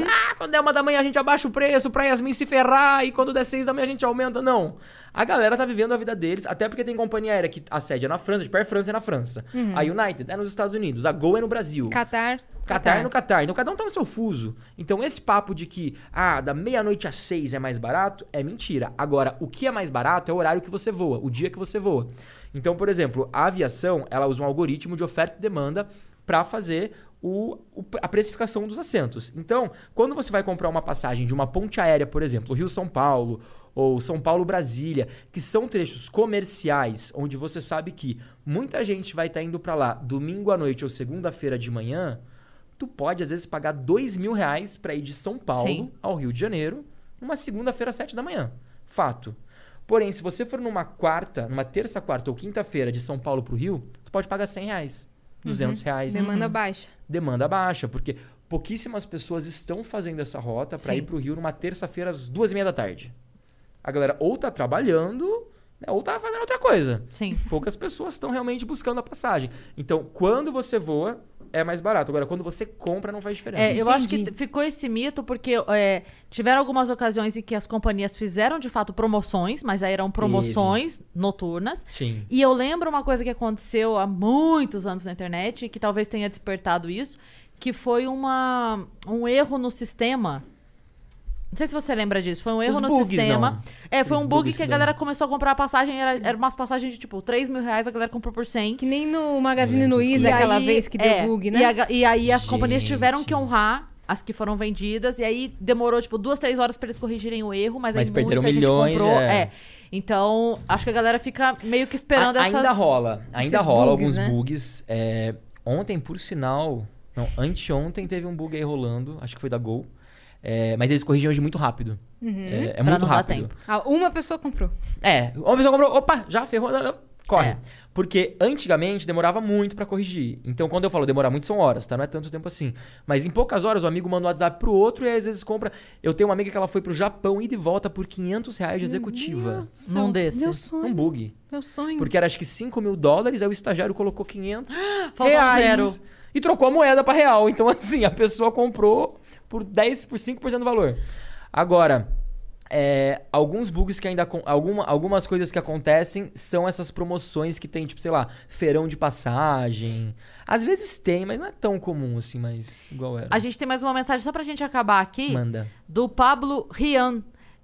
C: Ah, quando é uma da manhã a gente abaixa o preço pra Yasmin se ferrar e quando der seis da manhã a gente aumenta. Não. A galera tá vivendo a vida deles, até porque tem companhia aérea que a sede é na França, tipo, a Air France é na França. A United é nos Estados Unidos, a Gol é no Brasil.
B: Qatar.
C: Catar é no Catar. Então cada um tá no seu fuso. Então esse papo de que, ah, da meia-noite às seis é mais barato, é mentira. Agora, o que é mais barato é o horário que você voa, o dia que você voa. Então, por exemplo, a aviação, ela usa um algoritmo de oferta e demanda para fazer o, o- a precificação dos assentos. Então, quando você vai comprar uma passagem de uma ponte aérea, por exemplo, Rio-São Paulo, ou São Paulo-Brasília, que são trechos comerciais, onde você sabe que muita gente vai estar indo para lá domingo à noite ou segunda-feira de manhã, tu pode às vezes pagar dois mil reais para ir de São Paulo
B: Sim.
C: ao Rio de Janeiro numa segunda-feira às sete da manhã. Fato. Porém, se você for numa quarta, numa terça, quarta ou quinta-feira de São Paulo pro Rio, tu pode pagar 100 reais, 200 reais.
B: Uhum. Demanda baixa.
C: Demanda baixa, porque pouquíssimas pessoas estão fazendo essa rota para
B: Sim.
C: ir pro Rio numa terça-feira às duas e meia da tarde. A galera ou tá trabalhando, né, ou tá fazendo outra coisa.
A: Sim.
C: Poucas pessoas estão realmente buscando a passagem. Então, quando você voa, é mais barato. Agora, quando você compra, não faz diferença.
A: É, eu acho que
B: Entendi.
A: t- ficou esse mito porque é, tiveram algumas ocasiões em que as companhias fizeram de fato promoções, mas aí eram promoções noturnas.
C: Sim.
A: E eu lembro uma coisa que aconteceu há muitos anos na internet, e que talvez tenha despertado isso, que foi uma, um erro no sistema. Não sei se você lembra disso. Foi um erro
C: Os
A: no
C: bugs,
A: sistema.
C: não.
A: É, foi
C: Aqueles
A: um bug
C: bugs
A: que a
C: que
A: galera começou a comprar a passagem. Era, era umas passagens de tipo 3 mil reais, a galera comprou por 100.
B: Que nem no Magazine
C: Não lembro essas
B: Luiza,
C: coisas.
B: aquela
A: aí-
B: vez que deu
A: é,
B: bug, né?
A: E, a ga- e aí as companhias
C: Gente.
A: tiveram que honrar as que foram vendidas. E aí demorou, tipo, duas, três horas pra eles corrigirem o erro. Mas,
C: Mas
A: aí
C: perderam
A: muita
C: milhões,
A: gente comprou.
C: é.
A: Então, acho que a galera fica meio que esperando
C: A-
A: essas...
C: Ainda rola, ainda
B: esses
C: rola
B: bugs,
C: alguns
B: né?
C: bugs. É, ontem, por sinal, não, anteontem teve um bug aí rolando, acho que foi da Gol. É, mas eles corrigiram hoje muito rápido. É, é
A: Uhum. Pra não
C: muito
A: dar
C: rápido.
A: tempo.
B: Ah, uma pessoa comprou.
C: É, uma pessoa comprou, opa, já ferrou, não, não, corre.
A: É.
C: Porque antigamente demorava muito pra corrigir. Então, quando eu falo demorar muito, são horas, tá? Não é tanto tempo assim. Mas em poucas horas, o amigo manda um WhatsApp pro outro e aí, às vezes compra. Eu tenho uma amiga que ela foi pro Japão e de volta por 500 reais de executiva.
B: Meu Deus do céu.
A: Num desses.
B: Meu
C: Um
B: sonho.
C: bug.
B: Meu sonho.
C: Porque era acho que 5 mil dólares, aí o estagiário colocou 500
A: Faltou um
C: reais
A: zero.
C: e trocou a moeda pra real. Então, [LAUGHS] assim, a pessoa comprou por 10, por 5% do valor. Agora, é, alguns bugs que ainda. acon- Alguma, algumas coisas que acontecem são essas promoções que tem, tipo, sei lá, feirão de passagem. Às vezes tem, mas não é tão comum assim, mas igual era.
A: A gente tem mais uma mensagem só pra gente acabar aqui.
C: Manda.
A: Do Pablo Rian.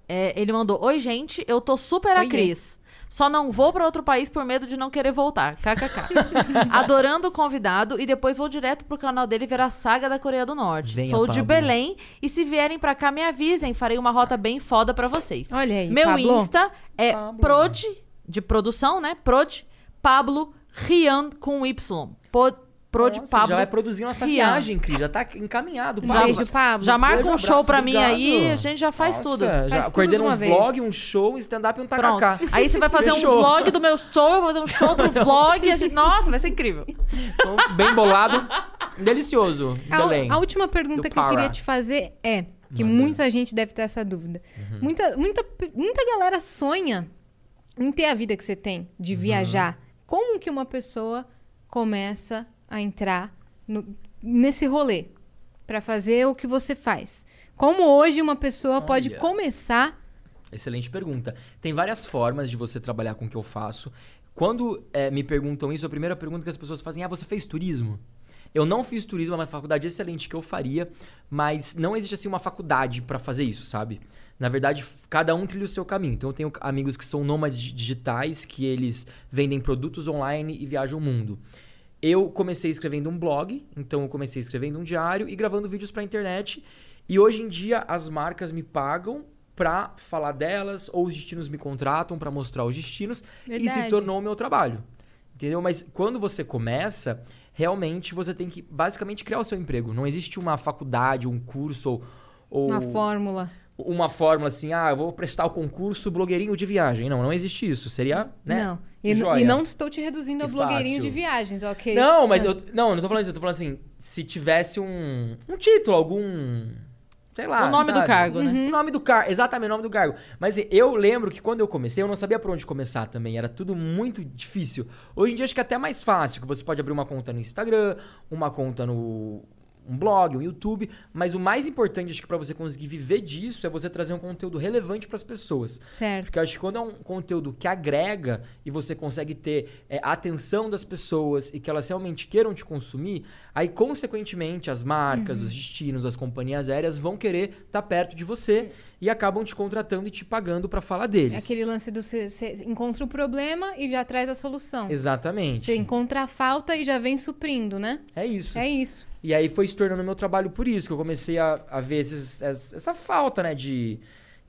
A: É, ele mandou: Oi, gente, eu tô super a
B: Oiê.
A: Cris. Só não vou pra outro país por medo de não querer voltar.
C: [LAUGHS]
A: KKK. Adorando o convidado e depois vou direto pro canal dele ver a saga da Coreia do Norte.
C: Venha,
A: Sou de
C: Pablo.
A: Belém e se vierem pra cá me avisem, farei uma rota bem foda pra vocês.
B: Olha aí,
A: Meu
B: Pablo.
A: Insta é
C: Pablo.
A: prod de produção, né? Prod Pablo Rian com Y. Po- Prod
C: Nossa,
A: Pablo.
C: já vai produzindo essa
A: Rian.
C: viagem, Cris. Já tá encaminhado.
B: Um
C: Pablo.
B: Beijo, Pablo.
A: Já marca
C: Beijo,
A: um
C: abraço,
A: show pra mim
C: obrigado.
A: aí, a gente já faz
C: Nossa,
A: tudo.
C: Já
B: Faz tudo
C: coordenei
B: de uma
C: um
B: vez.
C: vlog, um show, um stand-up e um
A: Pronto.
C: tacacá.
A: Aí você vai fazer um
C: Fechou.
A: vlog do meu show, eu vou fazer um show pro vlog. e a gente- Nossa, vai ser incrível.
C: Então, bem bolado.
E: Delicioso.
A: É
E: em Belém.
B: A, a última pergunta
E: do
B: que eu queria
E: Pará.
B: te fazer é, que
C: Manda. Uhum.
B: muita gente deve ter essa dúvida. Muita, muita, muita galera sonha em ter a vida que você tem,
C: Uhum.
B: de viajar. Como que uma pessoa começa a entrar no- nesse rolê pra fazer o que você faz? Como hoje uma pessoa pode
C: Olha.
B: começar
C: Excelente pergunta. Tem várias formas de você trabalhar com o que eu faço. Quando eh, me perguntam isso, a primeira pergunta que as pessoas fazem é: ah, você fez turismo? Eu não fiz turismo, é uma faculdade excelente que eu faria, mas não existe assim uma faculdade pra fazer isso, sabe? Na verdade, f- cada um trilha o seu caminho. Então eu tenho amigos que são nômades di- digitais, que eles vendem produtos online e viajam o mundo. Eu comecei escrevendo um blog, então eu comecei escrevendo um diário e gravando vídeos pra internet. E hoje em dia as marcas me pagam pra falar delas, ou os destinos me contratam pra mostrar os destinos, e
B: Verdade.
C: se tornou o meu trabalho. Entendeu? Mas quando você começa, realmente você tem que basicamente criar o seu emprego. Não existe uma faculdade, um curso ou, ou
B: uma fórmula?
C: uma fórmula assim, ah, eu vou prestar o concurso blogueirinho de viagem. Não, não existe isso. Seria, né?
B: Não. E, n-
C: Joia.
B: e não estou te reduzindo ao
C: E
B: blogueirinho
C: fácil.
B: de viagens, ok?
C: Não,
A: É.
C: mas eu. Não, eu não tô falando isso, eu tô falando assim, se tivesse um. um título, algum. Sei lá.
A: o nome do
C: sabe? Uhum.
A: cargo, né?
C: O nome do cargo, exatamente o nome do cargo. Mas assim, eu lembro que quando eu comecei, eu não sabia por onde começar também. Era tudo muito difícil. Hoje em dia acho que é até mais fácil, que você pode abrir uma conta no Instagram, uma conta no um blog, um YouTube, mas o mais importante acho que pra você conseguir viver disso é você trazer um conteúdo relevante pras pessoas.
B: Certo.
C: Porque eu acho que quando é um conteúdo que agrega e você consegue ter é, a atenção das pessoas e que elas realmente queiram te consumir, aí, consequentemente, as marcas,
B: Uhum.
C: os destinos, as companhias aéreas vão querer estar perto de você e acabam te contratando e te pagando para falar
B: É
C: deles.
B: aquele lance do você você encontra o problema e já traz a solução.
C: Exatamente.
B: Você encontra a falta e já vem suprindo, né?
C: É isso.
B: É isso.
C: E aí foi se tornando meu trabalho por isso, que eu comecei a, a ver esses- es- essa falta, né, de...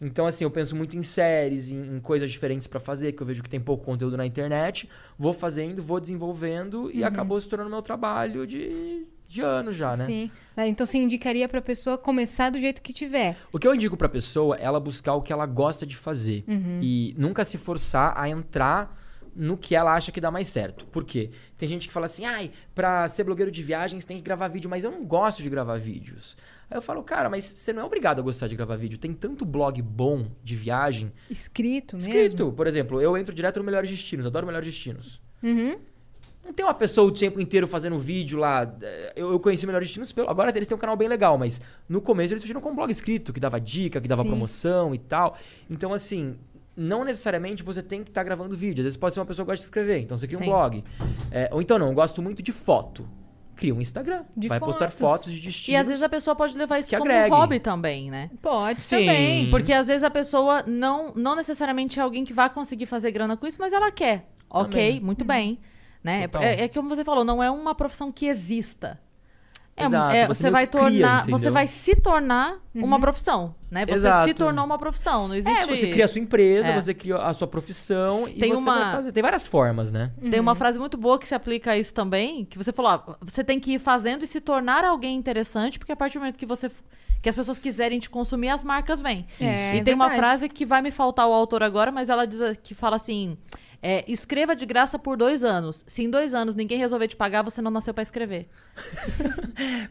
C: Então, assim, eu penso muito em séries, em, em coisas diferentes pra fazer, que eu vejo que tem pouco conteúdo na internet. Vou fazendo, vou desenvolvendo e acabou se tornando meu trabalho de, de ano já, né?
B: Sim. É, Então você indicaria pra pessoa começar do jeito que tiver.
C: O que eu indico pra pessoa é ela buscar o que ela gosta de fazer. E nunca se forçar a entrar no que ela acha que dá mais certo. Por quê? Tem gente que fala assim, ai, pra ser blogueiro de viagens tem que gravar vídeo, mas eu não gosto de gravar vídeos. Aí eu falo, cara, mas você não é obrigado a gostar de gravar vídeo. Tem tanto blog bom de viagem.
B: Escrito mesmo.
C: Escrito, por exemplo, eu entro direto no Melhores Destinos, adoro Melhores Destinos.
B: Uhum.
C: Não tem uma pessoa o tempo inteiro fazendo vídeo lá. eh, Eu, eu conheci o Melhores Destinos pelo. Agora eles têm um canal bem legal, mas no começo eles surgiram com um blog escrito, que dava dica, que dava
B: Sim.
C: promoção e tal. Então, assim, não necessariamente você tem que estar gravando vídeo. Às vezes pode ser uma pessoa que gosta de escrever, então você cria
B: Sim.
C: um blog. Eh, ou então não, eu gosto muito de foto. Cria um Instagram.
B: De
C: vai postar
B: fotos.
C: fotos de destinos.
A: E às vezes a pessoa pode levar isso
C: Que
A: como um
C: agregue.
A: hobby também, né?
B: Pode
C: Sim.
B: também.
A: Porque às vezes a pessoa não, não necessariamente é alguém que vai conseguir fazer grana com isso, mas ela quer. Ok,
C: Também.
A: muito bem. Né?
C: Total.
A: É, é como você falou, não é uma profissão que exista. É,
C: Exato,
A: é-
C: você
A: você
C: meio
A: vai
C: que cria,
A: tornar,
C: entendeu?
A: você vai se tornar uma profissão, né? Você se
C: Exato.
A: tornou uma profissão, não existe.
C: É, você cria a sua empresa,
A: É.
C: você cria a sua profissão e
A: Tem
C: você
A: uma-
C: vai fazer. Tem várias formas, né?
A: Tem
B: Uhum.
A: uma frase muito boa que se aplica a isso também, que você falou, ó, você tem que ir fazendo e se tornar alguém interessante, porque a partir do momento que você f- que as pessoas quiserem te consumir, as marcas vêm.
B: É,
A: e tem uma
B: verdade.
A: frase que vai me faltar o autor agora, mas ela diz a- que fala assim: é, escreva de graça por dois anos. Se em dois anos ninguém resolver te pagar, você não nasceu pra escrever.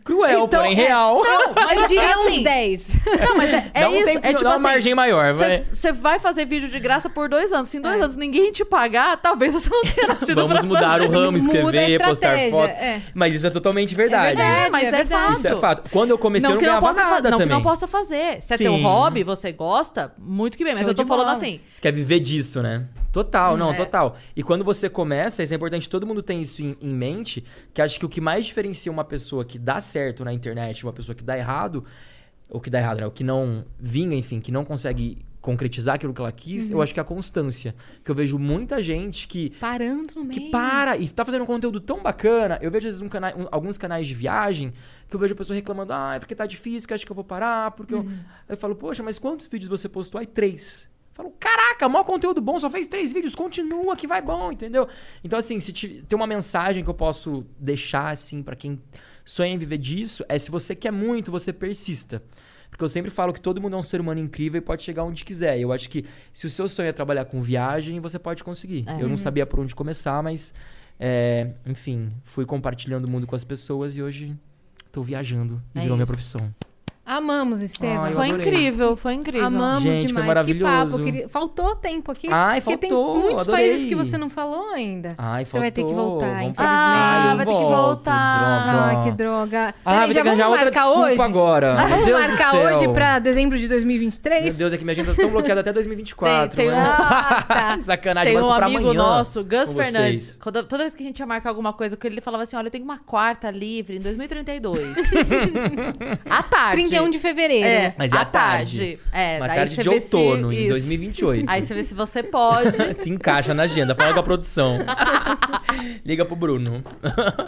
C: Cruel,
A: Então, [LAUGHS]
C: porém
A: é-
C: real.
A: Mas
B: Eu diria
A: assim,
B: uns 10.
A: Não, mas é, é
C: dá um
A: isso.
C: tempo-
A: é tipo
C: dá uma
A: assim,
C: margem maior, vai.
A: Você vai fazer vídeo de graça por dois anos. Se em dois
B: É.
A: anos ninguém te pagar, talvez você não tenha nascido pra
C: Vamos mudar o ramo,
B: Muda a
C: escrever, postar
B: estratégia,
C: fotos.
B: é.
C: Mas isso é totalmente verdade.
A: É, mas
B: É
A: é,
B: verdade.
A: fato.
C: Isso é fato. Quando eu comecei,
A: Não
C: eu
A: que
C: não
A: não
C: ganhava
A: possa
C: nada
A: fazer, não que
C: também.
A: não possa fazer. Se é teu
C: Sim.
A: hobby, você gosta, muito que bem. Mas
B: Show
A: eu tô
B: de
A: falando
B: bola.
A: assim.
C: Você quer viver disso, né? Total, não,
A: é.
C: total. E quando você começa, isso é importante, todo mundo tem isso em, em mente, que acho que o que mais diferencia uma pessoa que dá certo na internet de uma pessoa que dá errado, ou que dá errado, né? O que não vinga, enfim, que não consegue concretizar aquilo que ela quis,
A: Uhum.
C: eu acho que é a constância. Que eu vejo muita gente que
B: Parando no meio.
C: que para e tá fazendo um conteúdo tão bacana. Eu vejo às vezes um cana- um- alguns canais de viagem que eu vejo a pessoa reclamando: ah, é porque tá difícil, que acho que eu vou parar. Porque eu, eu falo, poxa, mas quantos vídeos você postou? Aí três. Eu Falo, caraca, maior conteúdo bom, só fez três vídeos, continua que vai bom, entendeu? Então, assim, se te- tem uma mensagem que eu posso deixar, assim, pra quem sonha em viver disso, é se você quer muito, você persista. Porque eu sempre falo que todo mundo é um ser humano incrível e pode chegar onde quiser. E Eu
B: É. Uhum.
C: acho que se o seu sonho é trabalhar com viagem, você pode conseguir. Eu não sabia por onde começar, mas É, enfim, fui compartilhando o mundo com as pessoas e hoje tô viajando e
A: É
C: virou minha
A: isso.
C: profissão.
B: Amamos, Estevam.
C: Ah, eu
A: Foi
C: adorei.
A: incrível, foi incrível.
B: Amamos
C: Gente, foi
B: demais. Que
C: maravilhoso.
B: papo. queria- Faltou tempo aqui.
C: Ai,
B: porque
C: faltou,
B: tem muitos
C: adorei. Ah.
B: países que você não falou ainda.
C: Ai,
B: Você vai ter que
C: faltou.
B: voltar,
C: Vamos
B: infelizmente.
C: pra-
B: Ah, vai ter que
A: voltar.
C: droga.
B: Ah, que droga.
C: Ah,
B: Peraí,
C: vou ter
B: já
C: que
B: vamos
C: arranjar outra
B: marcar
C: desculpa
B: hoje?
C: agora.
B: Já
C: Meu
B: vamos
C: Deus do
B: marcar
C: céu.
B: hoje pra dezembro de 2023?
C: Meu Deus, é que minha agenda tá tão bloqueada até 2024.
A: Tem- tem
C: mano.
B: Ah, tá.
C: né? [LAUGHS] Sacanagem,
A: Tem um
C: marco pra
A: amigo
C: amanhã
A: nosso, Gus
C: com
A: Fernandes.
C: vocês.
A: Quando- toda vez que a gente ia marcar alguma coisa com ele, ele falava assim: Olha, eu tenho uma quarta livre em
C: [LAUGHS]
A: 2032. à tarde.
B: 31 de fevereiro.
A: É,
C: Mas é
A: à
C: à tarde.
A: tarde. É,
C: Uma
A: daí
C: tarde
A: você
C: de
A: vê se-
C: outono, em
A: isso. [LAUGHS]
C: 2028.
A: Aí você vê se você pode.
C: [LAUGHS] Se encaixa na agenda, fala com
A: [LAUGHS]
C: a produção. Liga pro Bruno.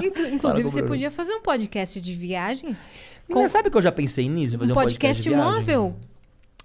B: Inclu-
C: Fala
B: Inclusive,
C: com o
B: você
C: Bruno.
B: podia fazer um podcast de viagens?
C: Menina, sabe que eu já pensei nisso? Fazer um,
B: um podcast,
C: de viagem?
B: móvel?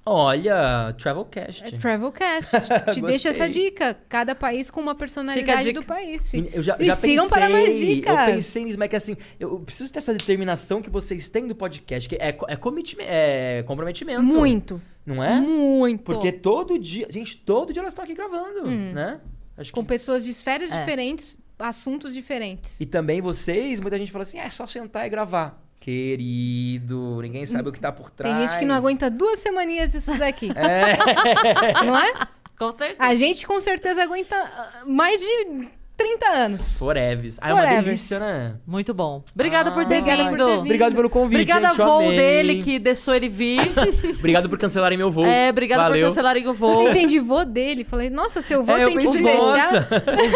C: Olha,
B: É
C: Travelcast.
B: Travelcast.
C: [LAUGHS]
B: Te deixa essa dica. Cada país com uma
A: Fica a
B: personalidade
A: dica.
B: do país. Fi-
C: Menina, Eu já,
B: Me
C: já
B: sigam
C: pensei,
B: para mais dicas.
C: Eu pensei nisso, mas que assim, eu preciso ter essa determinação que vocês têm do podcast, que é, co- é, comitime- é comprometimento.
B: Muito.
C: Não é?
B: Muito.
C: Porque todo dia, gente, todo dia elas estão aqui gravando, né? Acho
B: Hum. Com
C: que...
B: pessoas de esferas diferentes, assuntos diferentes.
C: É. E também vocês, muita gente fala assim, "Ah, é só sentar e gravar. Querido, ninguém sabe o que tá por
B: Hum. Tem
C: trás.
B: gente que não aguenta duas semaninhas disso
C: [LAUGHS]
B: daqui. Não é?
A: Com certeza.
B: A gente com certeza aguenta ah, mais de 30 anos.
C: Foreves. Ah, é uma
B: Forevers.
C: delícia, né?
A: Muito bom. Obrigada por ter
B: Obrigada por
A: vindo.
B: ter vindo.
C: Obrigado pelo convite,
A: Obrigada,
C: gente, eu
A: voo
C: amei.
A: dele que deixou ele vir.
C: [LAUGHS] Obrigado por cancelarem meu voo.
A: é, obrigada por
C: Valeu.
A: cancelarem o
B: Eu
A: voo.
B: entendi vô dele. Falei, nossa, seu vô
C: É, eu
B: tem que
C: pensei,
B: te deixar.
C: nossa.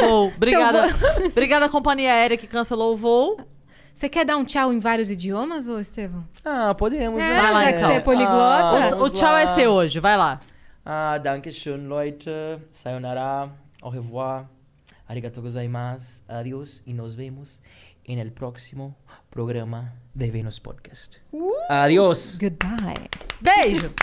A: O voo. Obrigada. Obrigada, companhia aérea que cancelou o voo.
B: Você quer dar um tchau em vários idiomas, ô Estevão?
C: Ah, podemos.
B: É,
C: né?
A: vai lá,
B: já que
A: então.
B: você é poliglota.
C: Ah,
A: O- o
C: vamos
A: tchau
C: lá.
A: é seu hoje, vai lá.
C: Ah, danke schön, Leute. Sayonara. Au revoir. Arigato gozaimasu. Adiós. E nos vemos en el próximo programa de Venus Podcast. Adiós.
B: Goodbye.
A: Beijo!